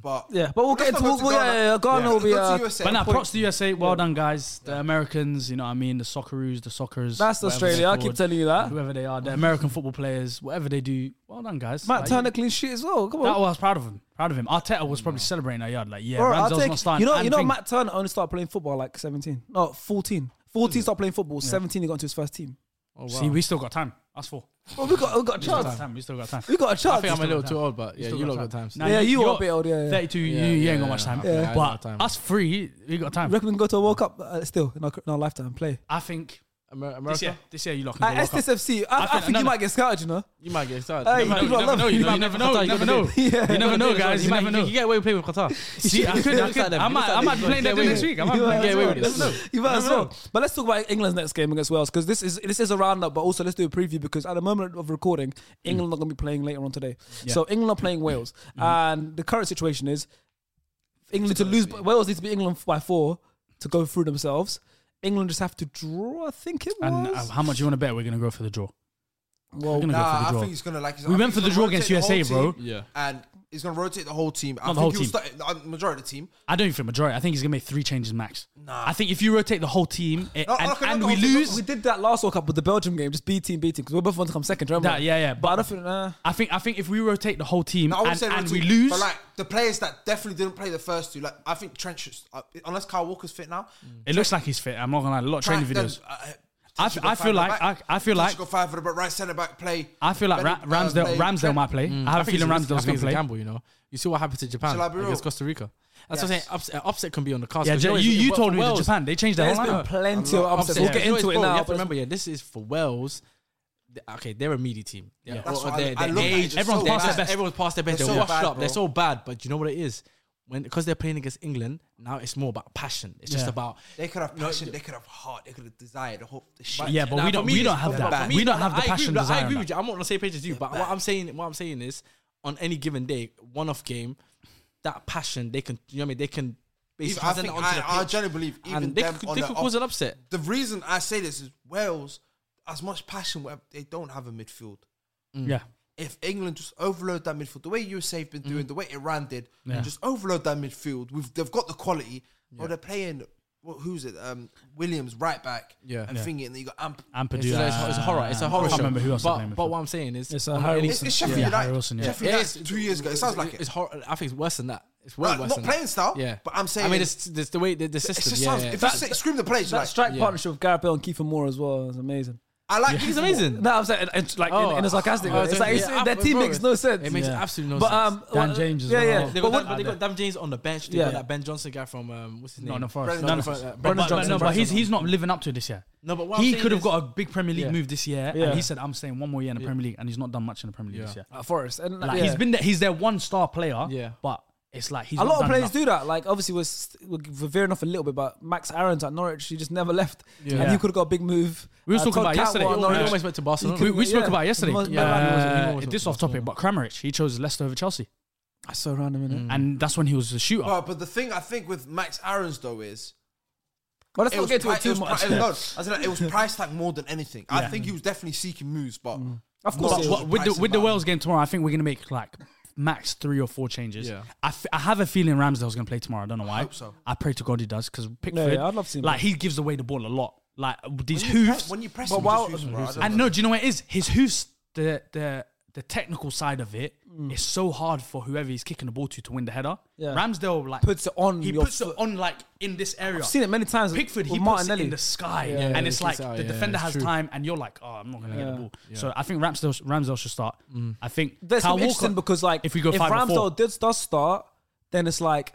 Speaker 2: But
Speaker 1: Yeah, but we'll
Speaker 2: We're
Speaker 1: get
Speaker 2: not
Speaker 1: into we'll,
Speaker 2: supposed to
Speaker 1: we'll,
Speaker 2: go
Speaker 1: yeah,
Speaker 2: on
Speaker 1: yeah, yeah, Ghana
Speaker 2: that.
Speaker 1: will
Speaker 2: Let's
Speaker 1: be.
Speaker 2: go to
Speaker 1: Uh,
Speaker 2: USA.
Speaker 3: But now,
Speaker 1: Point.
Speaker 3: props to USA. Well done, guys. The Americans, you know what I mean? The Socceroos, the Soccers.
Speaker 1: that's
Speaker 3: whatever
Speaker 1: Australia.
Speaker 3: they're
Speaker 1: I keep
Speaker 3: called,
Speaker 1: telling you that.
Speaker 3: Whoever they are, the American football players, whatever they do, well done, guys.
Speaker 1: Matt
Speaker 3: Like,
Speaker 1: Turner clean sheet as well. Come on.
Speaker 3: That I was proud of him. Proud of him. Arteta was probably celebrating that yard. Like, yeah,
Speaker 1: Bro, I'll
Speaker 3: Ramsdale's
Speaker 1: take-
Speaker 3: not starting.
Speaker 1: you know,
Speaker 3: And
Speaker 1: you know,
Speaker 3: think-
Speaker 1: Matt Turner only started playing football at like 17. No, 14.
Speaker 3: Hmm.
Speaker 1: 14 started playing football. 17, he got into his first team.
Speaker 4: Oh, wow.
Speaker 3: See, we still got time. Us four.
Speaker 1: Well, we got, we got a
Speaker 3: We still got
Speaker 1: chance.
Speaker 3: time. We still got time.
Speaker 1: We got a
Speaker 4: I
Speaker 1: chance.
Speaker 4: think I'm a
Speaker 3: Still
Speaker 4: little
Speaker 3: got
Speaker 4: too
Speaker 3: time.
Speaker 4: old, but yeah,
Speaker 3: Still
Speaker 4: you
Speaker 3: got
Speaker 4: lot
Speaker 3: time.
Speaker 4: got time.
Speaker 3: Nah,
Speaker 1: yeah, you are
Speaker 3: you're
Speaker 1: a bit old. Yeah, yeah.
Speaker 3: 32, you,
Speaker 4: Yeah,
Speaker 3: you ain't
Speaker 4: yeah,
Speaker 3: got much time.
Speaker 4: yeah, yeah, I ain't
Speaker 3: But
Speaker 4: got time.
Speaker 3: us three, we got time.
Speaker 1: Reckon we can go to a World Cup uh, still in our, in our lifetime. Play.
Speaker 3: I think
Speaker 4: Amer-
Speaker 3: this year,
Speaker 4: America,
Speaker 3: this year you lot
Speaker 1: Uh,
Speaker 3: can go World Cup.
Speaker 1: SSFC, I, I
Speaker 3: think-
Speaker 1: think,
Speaker 3: no,
Speaker 1: you
Speaker 3: no.
Speaker 1: might get scouted, you know?
Speaker 4: you might get started.
Speaker 1: Hey,
Speaker 4: Never mind.
Speaker 1: you lot love
Speaker 3: No,
Speaker 1: me.
Speaker 3: you, know, you never know. You never know.
Speaker 1: Yeah.
Speaker 3: You never know, guys. You
Speaker 4: might-
Speaker 3: never know.
Speaker 4: You get away with playing with Qatar.
Speaker 3: See, I could, I, could, I might, I might be playing that next week. I might be
Speaker 1: You
Speaker 3: playing
Speaker 1: might
Speaker 3: that
Speaker 1: as
Speaker 4: away
Speaker 1: well.
Speaker 4: with this.
Speaker 1: Let's- You might as well. But let's talk about England's next game against Wales because this is this is a roundup. But also let's do a preview because at the moment of recording, England are going to be playing later on today. So England are playing Wales, and the current situation is England to lose. Wales need to be England by four to go through themselves. England just have to draw. I think it was.
Speaker 3: And uh, how much you want to bet we're going to go for the draw?
Speaker 1: well,
Speaker 3: We're going to go for
Speaker 2: nah,
Speaker 3: the
Speaker 2: I
Speaker 3: draw.
Speaker 2: think he's gonna like.
Speaker 3: We went for the draw against USA, bro.
Speaker 4: Yeah.
Speaker 2: And he's gonna rotate the whole team. I
Speaker 3: Not
Speaker 2: think
Speaker 3: the whole
Speaker 2: he'll
Speaker 3: team.
Speaker 2: Start, the majority of the team.
Speaker 3: I don't think majority. I think he's going to make three changes max.
Speaker 2: Nah.
Speaker 3: I think if you rotate the whole team it,
Speaker 2: No,
Speaker 3: and,
Speaker 2: okay, not
Speaker 3: and
Speaker 2: the
Speaker 3: we
Speaker 2: whole team, not-
Speaker 3: lose,
Speaker 1: we did that last World Cup with the Belgium game, just B team, B team, because we both want to come second. Remember?
Speaker 3: That- yeah, yeah,
Speaker 1: But I don't think. Uh,
Speaker 3: I think I think if we rotate the whole team
Speaker 2: No, I wouldn't
Speaker 3: and,
Speaker 2: say
Speaker 3: and we
Speaker 2: rotate,
Speaker 3: lose,
Speaker 2: But like the players that definitely didn't play the first two, like I think Trent should, uh, unless Kyle Walker's fit now.
Speaker 3: it looks like he's fit. I'm not gonna lie. A lot of training
Speaker 2: Trent,
Speaker 3: videos.
Speaker 2: then, uh,
Speaker 3: I,
Speaker 2: Trent should
Speaker 3: I
Speaker 2: go
Speaker 3: feel
Speaker 2: five at
Speaker 3: like
Speaker 2: the
Speaker 3: I,
Speaker 2: back.
Speaker 3: I feel
Speaker 2: Trent
Speaker 3: like
Speaker 2: should go five for the right centre back play.
Speaker 3: I feel like Ra-
Speaker 2: Benny- uh,
Speaker 3: Ramsdale
Speaker 2: play
Speaker 3: Ramsdale
Speaker 2: Trent.
Speaker 3: might play. I have a feeling Ramsdale's
Speaker 4: going
Speaker 3: gonna
Speaker 4: to
Speaker 3: play.
Speaker 4: gamble, you know. You see what happened to Japan
Speaker 2: Shall I be real?
Speaker 4: against Costa Rica. That's what I'm saying.
Speaker 2: Yes.
Speaker 4: Upset, upset can be on the cast.
Speaker 3: Yeah,
Speaker 4: 'cause
Speaker 3: Jay,
Speaker 4: know
Speaker 3: you
Speaker 4: it's-
Speaker 3: you
Speaker 4: but
Speaker 3: told
Speaker 4: for
Speaker 3: me with
Speaker 4: Wales-
Speaker 3: Japan they changed their
Speaker 1: there's
Speaker 3: whole
Speaker 1: been
Speaker 3: lineup.
Speaker 1: plenty of upsets.
Speaker 4: upset,
Speaker 1: We'll
Speaker 4: yeah.
Speaker 1: get
Speaker 4: It's always
Speaker 1: into it
Speaker 4: Wales. You
Speaker 1: now.
Speaker 4: have to
Speaker 1: but-
Speaker 4: remember, yeah, this is for Wales. th- Okay, they're a meaty team. Yeah,
Speaker 2: That's
Speaker 4: or, or
Speaker 2: why
Speaker 4: their,
Speaker 2: I- I
Speaker 4: their
Speaker 2: look at it,
Speaker 4: age.
Speaker 2: it's
Speaker 4: Everyone's
Speaker 3: so bad,
Speaker 4: past their best.
Speaker 2: bro.
Speaker 4: Everyone's past their best. They're,
Speaker 2: They're so
Speaker 4: washed
Speaker 2: bad,
Speaker 4: up. They're
Speaker 2: bro.
Speaker 4: so bad. But you know what it is? When because they're playing against England now, it's more about passion. It's just
Speaker 3: Yeah.
Speaker 4: about
Speaker 2: They could have passion. They could have heart. They could have desire. The whole the shit.
Speaker 3: yeah, but
Speaker 4: Nah,
Speaker 3: we
Speaker 4: for
Speaker 3: don't
Speaker 4: me,
Speaker 3: we don't
Speaker 4: it's-
Speaker 3: have
Speaker 4: but- but
Speaker 3: that.
Speaker 4: for me,
Speaker 3: We don't
Speaker 4: no,
Speaker 3: have the
Speaker 4: I agree
Speaker 3: passion
Speaker 4: with- I
Speaker 3: desire.
Speaker 4: agree
Speaker 3: in
Speaker 4: with
Speaker 3: that.
Speaker 4: you. I'm not on the same page as you, but what I'm saying, what I'm saying is, on any given day, one-off game, that passion they can, you know, what I mean, they can
Speaker 2: Even-
Speaker 4: basically
Speaker 2: I
Speaker 4: send
Speaker 2: think
Speaker 4: it onto
Speaker 2: I,
Speaker 4: the
Speaker 2: I
Speaker 4: pitch,
Speaker 2: generally believe even
Speaker 4: and they
Speaker 2: them
Speaker 4: could,
Speaker 2: on
Speaker 4: they
Speaker 2: the
Speaker 4: could
Speaker 2: up-
Speaker 4: cause an upset.
Speaker 2: the reason I say this is Wales, as much passion, whatever, they don't have a midfield.
Speaker 3: Yeah.
Speaker 2: If England just overload that midfield, the way USA have been
Speaker 4: Mm-hmm.
Speaker 2: doing, the way Iran did, just overload that midfield. We've they've got the quality, but they're playing. Well, who's it? Um, Williams right back.
Speaker 4: Yeah.
Speaker 2: and thinking that you got amp.
Speaker 3: And
Speaker 4: It's,
Speaker 3: Perdue,
Speaker 4: it's, it's a
Speaker 3: uh,
Speaker 4: horror. It's a
Speaker 3: I
Speaker 4: horror.
Speaker 3: can't
Speaker 4: show.
Speaker 3: remember who else. they're
Speaker 4: But,
Speaker 3: playing with.
Speaker 4: but what I'm saying is,
Speaker 1: It's a
Speaker 4: on
Speaker 1: Harry
Speaker 4: any-
Speaker 2: It's, it's Sheffield
Speaker 3: Yeah, Harry
Speaker 2: United.
Speaker 3: Wilson, yeah.
Speaker 2: Sheffield
Speaker 4: It
Speaker 2: United
Speaker 4: is-
Speaker 2: two years ago. It sounds like it.
Speaker 4: It's hor- I think it's worse than that. It's way
Speaker 2: Right,
Speaker 4: worse
Speaker 2: not
Speaker 4: than
Speaker 2: playing
Speaker 4: that.
Speaker 2: style,
Speaker 4: Yeah,
Speaker 2: but I'm
Speaker 4: I
Speaker 2: saying-
Speaker 4: mean, it's it's the way the, the
Speaker 2: It's
Speaker 4: system.
Speaker 2: just
Speaker 4: yeah,
Speaker 2: sounds.
Speaker 4: yeah.
Speaker 2: If
Speaker 4: That-
Speaker 2: you say, scream the plays,
Speaker 1: That
Speaker 2: like,
Speaker 1: strike
Speaker 4: Yeah.
Speaker 1: partnership with Gareth Bale and Kiefer Moore as well is amazing.
Speaker 2: I like.
Speaker 4: He's
Speaker 2: Kiefer
Speaker 4: amazing.
Speaker 1: No, I'm saying it's like in, in a sarcastic way.
Speaker 4: Oh,
Speaker 1: It's like it's,
Speaker 4: yeah,
Speaker 1: their
Speaker 4: I-
Speaker 1: team
Speaker 4: bro,
Speaker 1: makes no sense.
Speaker 4: It makes
Speaker 3: Yeah.
Speaker 4: absolutely no
Speaker 1: but
Speaker 4: sense.
Speaker 1: um,
Speaker 3: Dan
Speaker 1: uh,
Speaker 3: James as
Speaker 1: yeah,
Speaker 3: well.
Speaker 1: yeah.
Speaker 4: They
Speaker 1: But
Speaker 4: got,
Speaker 1: what,
Speaker 4: Dan, they got Dan James on the bench. They
Speaker 1: Yeah.
Speaker 4: got that Ben Johnson guy from um, what's his name?
Speaker 3: Not in
Speaker 2: Brendan
Speaker 3: Forest. No, no,
Speaker 2: Johnson.
Speaker 3: no,
Speaker 4: Brendan
Speaker 3: but- but
Speaker 4: Johnson.
Speaker 3: No, but he's he's not living up to this year.
Speaker 4: No, but what I'm
Speaker 3: he
Speaker 4: saying
Speaker 3: could have
Speaker 4: is-
Speaker 3: got a big Premier League
Speaker 4: Yeah.
Speaker 3: move this year,
Speaker 1: Yeah.
Speaker 3: and he said, "I'm staying one more year in the Premier League," and he's not done much in the Premier League
Speaker 4: Yeah.
Speaker 3: this year.
Speaker 1: uh, Forest and
Speaker 3: Like
Speaker 1: yeah.
Speaker 3: he's been there, he's their one star player.
Speaker 4: Yeah.
Speaker 3: but it's like he's
Speaker 1: A
Speaker 3: not
Speaker 1: lot of
Speaker 3: done
Speaker 1: players
Speaker 3: enough.
Speaker 1: do that. Like obviously we're, st- we're veering off a little bit, but Max Aaron's at Norwich, he just never left, and he could have got a big move.
Speaker 3: We were
Speaker 1: Uh,
Speaker 3: talking
Speaker 1: Todd
Speaker 3: about it yesterday.
Speaker 1: Cantwell at
Speaker 3: Oh,
Speaker 4: He almost-
Speaker 1: Norwich.
Speaker 4: he almost went to Barcelona.
Speaker 1: He
Speaker 3: We,
Speaker 1: could-
Speaker 3: we spoke
Speaker 1: yeah.
Speaker 3: about it yesterday.
Speaker 1: He was-
Speaker 3: Uh,
Speaker 1: Yeah.
Speaker 4: Yeah. He was- he
Speaker 3: this
Speaker 4: was-
Speaker 3: off topic, but Kramaric he chose Leicester over Chelsea,
Speaker 1: Mm. That's so random, isn't it?
Speaker 3: and that's when he was a shooter.
Speaker 2: But, but the thing I think with Max Aaron's though is
Speaker 1: But let's
Speaker 2: it
Speaker 1: not
Speaker 2: was,
Speaker 1: get into
Speaker 2: pri-
Speaker 1: it too
Speaker 2: it was
Speaker 1: much.
Speaker 2: pri- no, as in, like, it was price tag more than anything. I think he was definitely seeking moves, but
Speaker 1: Of course
Speaker 3: But
Speaker 1: it is.
Speaker 2: Not
Speaker 3: what, with the
Speaker 2: price
Speaker 3: with the
Speaker 2: tag.
Speaker 3: Wales game tomorrow, I think we're gonna make like max three or four changes.
Speaker 4: Yeah.
Speaker 3: I, f- I have a feeling Ramsdale's gonna play tomorrow. I don't know why. I
Speaker 2: hope so.
Speaker 3: pray to God he does because Pickford.
Speaker 1: Yeah, yeah, I'd love to see him
Speaker 3: Like he gives away the ball a lot. Like these
Speaker 2: When you
Speaker 3: hooves.
Speaker 2: press- when you press
Speaker 1: But
Speaker 2: him, he
Speaker 1: while-
Speaker 2: just hooves him, bro. I don't
Speaker 3: And
Speaker 2: know.
Speaker 3: no, do you know what it is? His hoofs, the the the technical side of it is so hard for whoever he's kicking the ball to to win the header.
Speaker 1: Mm. Yeah.
Speaker 3: Ramsdale like
Speaker 1: Puts it on
Speaker 3: He
Speaker 1: your
Speaker 3: puts it on like in this area.
Speaker 1: I've seen it many times.
Speaker 3: Pickford, he
Speaker 1: with
Speaker 3: puts it
Speaker 1: Martinelli.
Speaker 3: in the sky,
Speaker 1: Yeah,
Speaker 3: and
Speaker 4: yeah,
Speaker 3: it's
Speaker 4: he
Speaker 3: like
Speaker 4: kicks
Speaker 3: the
Speaker 4: it out, yeah,
Speaker 3: defender
Speaker 4: it's
Speaker 3: has
Speaker 4: true.
Speaker 3: time, and you're like, oh, I'm not gonna get the
Speaker 1: Yeah.
Speaker 3: ball. So I think Ramsdale, Ramsdale should start. I think
Speaker 1: That's
Speaker 3: Kyle
Speaker 1: gonna be interesting
Speaker 3: Walker-
Speaker 1: because like
Speaker 3: if we go five or
Speaker 1: Ramsdale
Speaker 3: four,
Speaker 1: did does start, then it's like,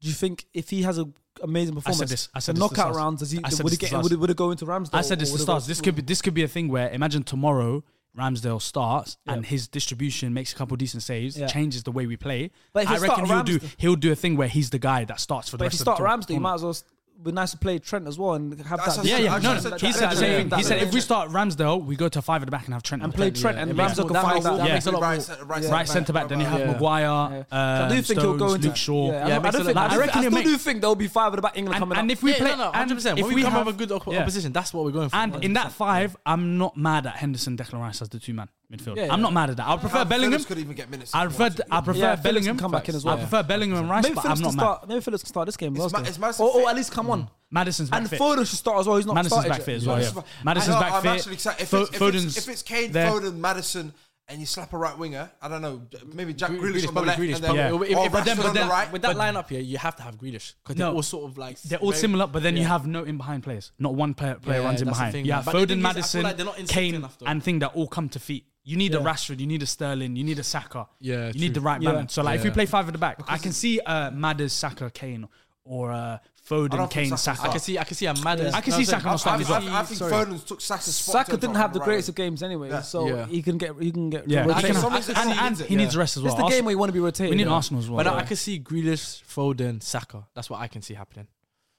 Speaker 1: do you think if he has a amazing performance,
Speaker 3: this- I said
Speaker 1: the
Speaker 3: this to
Speaker 1: knockout
Speaker 3: Saz.
Speaker 1: rounds, does he
Speaker 3: I said
Speaker 1: would
Speaker 3: this
Speaker 1: he
Speaker 3: to
Speaker 1: get
Speaker 3: Saz.
Speaker 1: would it, would it go into Ramsdale?
Speaker 3: I said
Speaker 1: or
Speaker 3: this to
Speaker 1: would it
Speaker 3: stars.
Speaker 1: go-
Speaker 3: This could be this could be a thing where imagine tomorrow Ramsdale starts and his distribution makes a couple decent saves,
Speaker 1: Yeah.
Speaker 3: changes the way we play.
Speaker 1: But if
Speaker 3: I
Speaker 1: you start
Speaker 3: reckon he'll do
Speaker 1: Ramsdale-
Speaker 3: he'll do a thing where he's the guy that starts for the
Speaker 1: But if you
Speaker 3: rest of
Speaker 1: start
Speaker 3: the
Speaker 1: Ramsdale, you
Speaker 3: tournament.
Speaker 1: might as well s- be nice to play Trent as well and have
Speaker 2: That's
Speaker 1: that.
Speaker 2: what
Speaker 3: yeah,
Speaker 2: I
Speaker 3: yeah,
Speaker 2: said.
Speaker 3: no,
Speaker 2: I
Speaker 3: no.
Speaker 2: said
Speaker 3: He
Speaker 2: that-
Speaker 3: said the
Speaker 2: that-
Speaker 3: same thing. He
Speaker 2: that-
Speaker 3: said if we
Speaker 2: that-
Speaker 3: start Ramsdale, we go to five at the back and have Trent
Speaker 1: And
Speaker 3: the
Speaker 1: play
Speaker 3: back.
Speaker 1: Trent and
Speaker 4: yeah.
Speaker 1: Ramsdale can
Speaker 4: That
Speaker 1: find
Speaker 4: makes-
Speaker 1: that.
Speaker 4: that
Speaker 3: makes a
Speaker 4: lot
Speaker 2: Right
Speaker 4: more-
Speaker 2: cent-
Speaker 3: right centre back. Then you have Maguire.
Speaker 1: So
Speaker 3: Uh,
Speaker 1: I do think he'll go into
Speaker 3: Luke Shaw.
Speaker 1: Yeah,
Speaker 4: Yeah,
Speaker 1: I,
Speaker 4: it
Speaker 1: don't- I
Speaker 4: makes
Speaker 1: don't
Speaker 4: a
Speaker 1: think,
Speaker 4: lot-
Speaker 1: I,
Speaker 4: I
Speaker 1: still-
Speaker 4: reckon
Speaker 1: I
Speaker 4: it
Speaker 1: still
Speaker 4: makes-
Speaker 1: do think there'll be five at the back. England
Speaker 3: And,
Speaker 1: coming
Speaker 3: and
Speaker 1: up.
Speaker 3: if we
Speaker 4: Yeah,
Speaker 3: play,
Speaker 4: no, no,
Speaker 3: and
Speaker 4: 100%.
Speaker 3: If
Speaker 4: When we come up with good op-
Speaker 3: yeah.
Speaker 4: opposition, that's what we're going for.
Speaker 3: And in that five, I'm not mad at Henderson, Declan Rice as the two man. midfield.
Speaker 4: Yeah,
Speaker 3: I'm
Speaker 4: yeah.
Speaker 3: not mad at that. I prefer Bellingham.
Speaker 2: could even get minutes.
Speaker 3: I prefer I prefer
Speaker 1: Yeah, Phillips can
Speaker 3: Bellingham.
Speaker 1: come back in as well.
Speaker 3: I prefer Bellingham and Rice,
Speaker 1: Maybe
Speaker 3: but
Speaker 1: Phillips
Speaker 3: I'm
Speaker 1: can
Speaker 3: not mad.
Speaker 1: start. Maybe Phillips can start this game.
Speaker 2: Ma-
Speaker 1: Last
Speaker 2: is
Speaker 1: game.
Speaker 2: Madison
Speaker 1: Or, or
Speaker 2: fit?
Speaker 1: at least come on.
Speaker 3: Madison's back
Speaker 1: And
Speaker 3: fit.
Speaker 1: Foden should start as well. He's not
Speaker 3: Madison's
Speaker 1: started
Speaker 3: back
Speaker 1: yet.
Speaker 3: fit as well. Yeah.
Speaker 2: Madison's back-
Speaker 3: Madison's
Speaker 2: I know,
Speaker 3: back
Speaker 2: I'm
Speaker 3: fit.
Speaker 2: actually excited. If,
Speaker 3: Fo-
Speaker 2: it's, if, it's,
Speaker 3: Foden's
Speaker 2: if it's Kane,
Speaker 3: there.
Speaker 2: Foden, Madison, and you slap a right winger, I don't know, maybe Jack
Speaker 4: Gre-
Speaker 2: Grealish,
Speaker 4: Grealish,
Speaker 2: on the
Speaker 4: probably
Speaker 2: left,
Speaker 4: Grealish,
Speaker 2: and then,
Speaker 4: probably.
Speaker 3: Yeah.
Speaker 2: or
Speaker 3: If- but then-
Speaker 2: Rashford
Speaker 3: but
Speaker 2: on the
Speaker 3: then-
Speaker 2: right.
Speaker 4: With that lineup here, you have to have Grealish because
Speaker 3: No.
Speaker 4: they're all sort of like
Speaker 3: They're all
Speaker 4: very-
Speaker 3: similar, but then you
Speaker 4: Yeah.
Speaker 3: have no in behind players. Not one player, player
Speaker 4: Yeah,
Speaker 3: runs in
Speaker 4: that's the
Speaker 3: behind.
Speaker 4: thing,
Speaker 3: yeah,
Speaker 4: man. But the
Speaker 3: Foden,
Speaker 4: thing is, I feel
Speaker 3: Madison,
Speaker 4: like they're not instinct
Speaker 3: Kane,
Speaker 4: enough, though.
Speaker 3: and thing that all come to feet. You need a
Speaker 1: Yeah.
Speaker 3: Rashford, you need a Sterling, you need a Saka.
Speaker 4: Yeah,
Speaker 3: you
Speaker 4: true.
Speaker 3: need the right
Speaker 1: Yeah.
Speaker 3: balance. So like, if we
Speaker 4: Yeah.
Speaker 3: play five at the back, I can see uh, Madders, Saka, Kane, or uh, Foden,
Speaker 2: think
Speaker 3: Kane,
Speaker 2: Saka's
Speaker 3: Saka.
Speaker 4: I can see, I can see a madness.
Speaker 3: I can see Saka
Speaker 2: I,
Speaker 3: not starting
Speaker 2: I,
Speaker 3: as well.
Speaker 2: I, I think Foden took Saka's spot.
Speaker 1: Saka
Speaker 2: to
Speaker 1: didn't
Speaker 2: drop
Speaker 1: have
Speaker 2: on
Speaker 1: the
Speaker 2: right
Speaker 1: greatest
Speaker 2: wing.
Speaker 1: of games anyway, so
Speaker 4: Yeah.
Speaker 1: he can get he can get.
Speaker 3: Yeah,
Speaker 1: rotated.
Speaker 3: I can,
Speaker 2: for some
Speaker 3: I-
Speaker 2: reason
Speaker 3: and,
Speaker 2: he
Speaker 3: and
Speaker 2: needs it.
Speaker 3: he needs rest as well.
Speaker 1: It's the
Speaker 3: Arsenal-
Speaker 1: game where you want to be rotated.
Speaker 3: we need
Speaker 1: Yeah.
Speaker 3: Arsenal as well.
Speaker 4: But no,
Speaker 3: yeah.
Speaker 4: I can see Grealish, Foden, Saka. That's what I can see happening.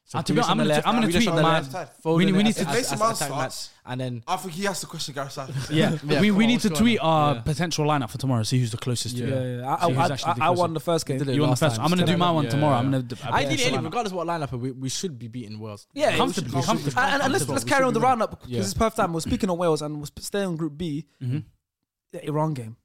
Speaker 4: So
Speaker 3: Uh, to be
Speaker 4: Grealish
Speaker 3: honest,
Speaker 4: on the
Speaker 3: I'm gonna-
Speaker 4: left,
Speaker 3: I'm gonna
Speaker 4: Grealish
Speaker 3: tweet
Speaker 4: on the
Speaker 3: my-
Speaker 4: left,
Speaker 3: we need- we need
Speaker 4: as-
Speaker 3: to-
Speaker 2: If
Speaker 4: as- as
Speaker 2: Mason Mount
Speaker 4: attacking backs,
Speaker 2: starts-
Speaker 4: and then
Speaker 2: I think he has to question Gareth Southgate.
Speaker 3: Yeah,
Speaker 4: Yeah,
Speaker 3: we,
Speaker 4: come
Speaker 3: we
Speaker 4: on,
Speaker 3: need
Speaker 4: what's
Speaker 3: to
Speaker 4: going
Speaker 3: tweet
Speaker 4: on?
Speaker 3: our
Speaker 4: Yeah.
Speaker 3: potential lineup for tomorrow. See who's the closest to
Speaker 1: Yeah,
Speaker 3: it.
Speaker 1: yeah, yeah. I,
Speaker 3: See
Speaker 1: I,
Speaker 3: who's actually
Speaker 1: I,
Speaker 3: the
Speaker 1: I won
Speaker 3: closest.
Speaker 1: the first game.
Speaker 4: Did it
Speaker 3: You on the
Speaker 4: last
Speaker 3: first?
Speaker 4: time.
Speaker 3: I'm gonna do
Speaker 4: Yeah.
Speaker 3: my one
Speaker 4: Yeah.
Speaker 3: tomorrow. I'm gonna. do- I
Speaker 4: I
Speaker 3: potential
Speaker 4: think
Speaker 3: lineup.
Speaker 4: regardless of what lineup, we, we should be beating Wales.
Speaker 1: Yeah, it
Speaker 3: Comfortably,
Speaker 1: was-
Speaker 3: comfortably.
Speaker 1: And, and let's,
Speaker 4: Comfortable.
Speaker 1: let's
Speaker 4: We
Speaker 1: carry
Speaker 4: should
Speaker 1: on the
Speaker 4: be winning.
Speaker 1: roundup because
Speaker 4: Yeah.
Speaker 1: it's perfect time. We're speaking on Wales and we're sp- staying on Group B. The Iran game.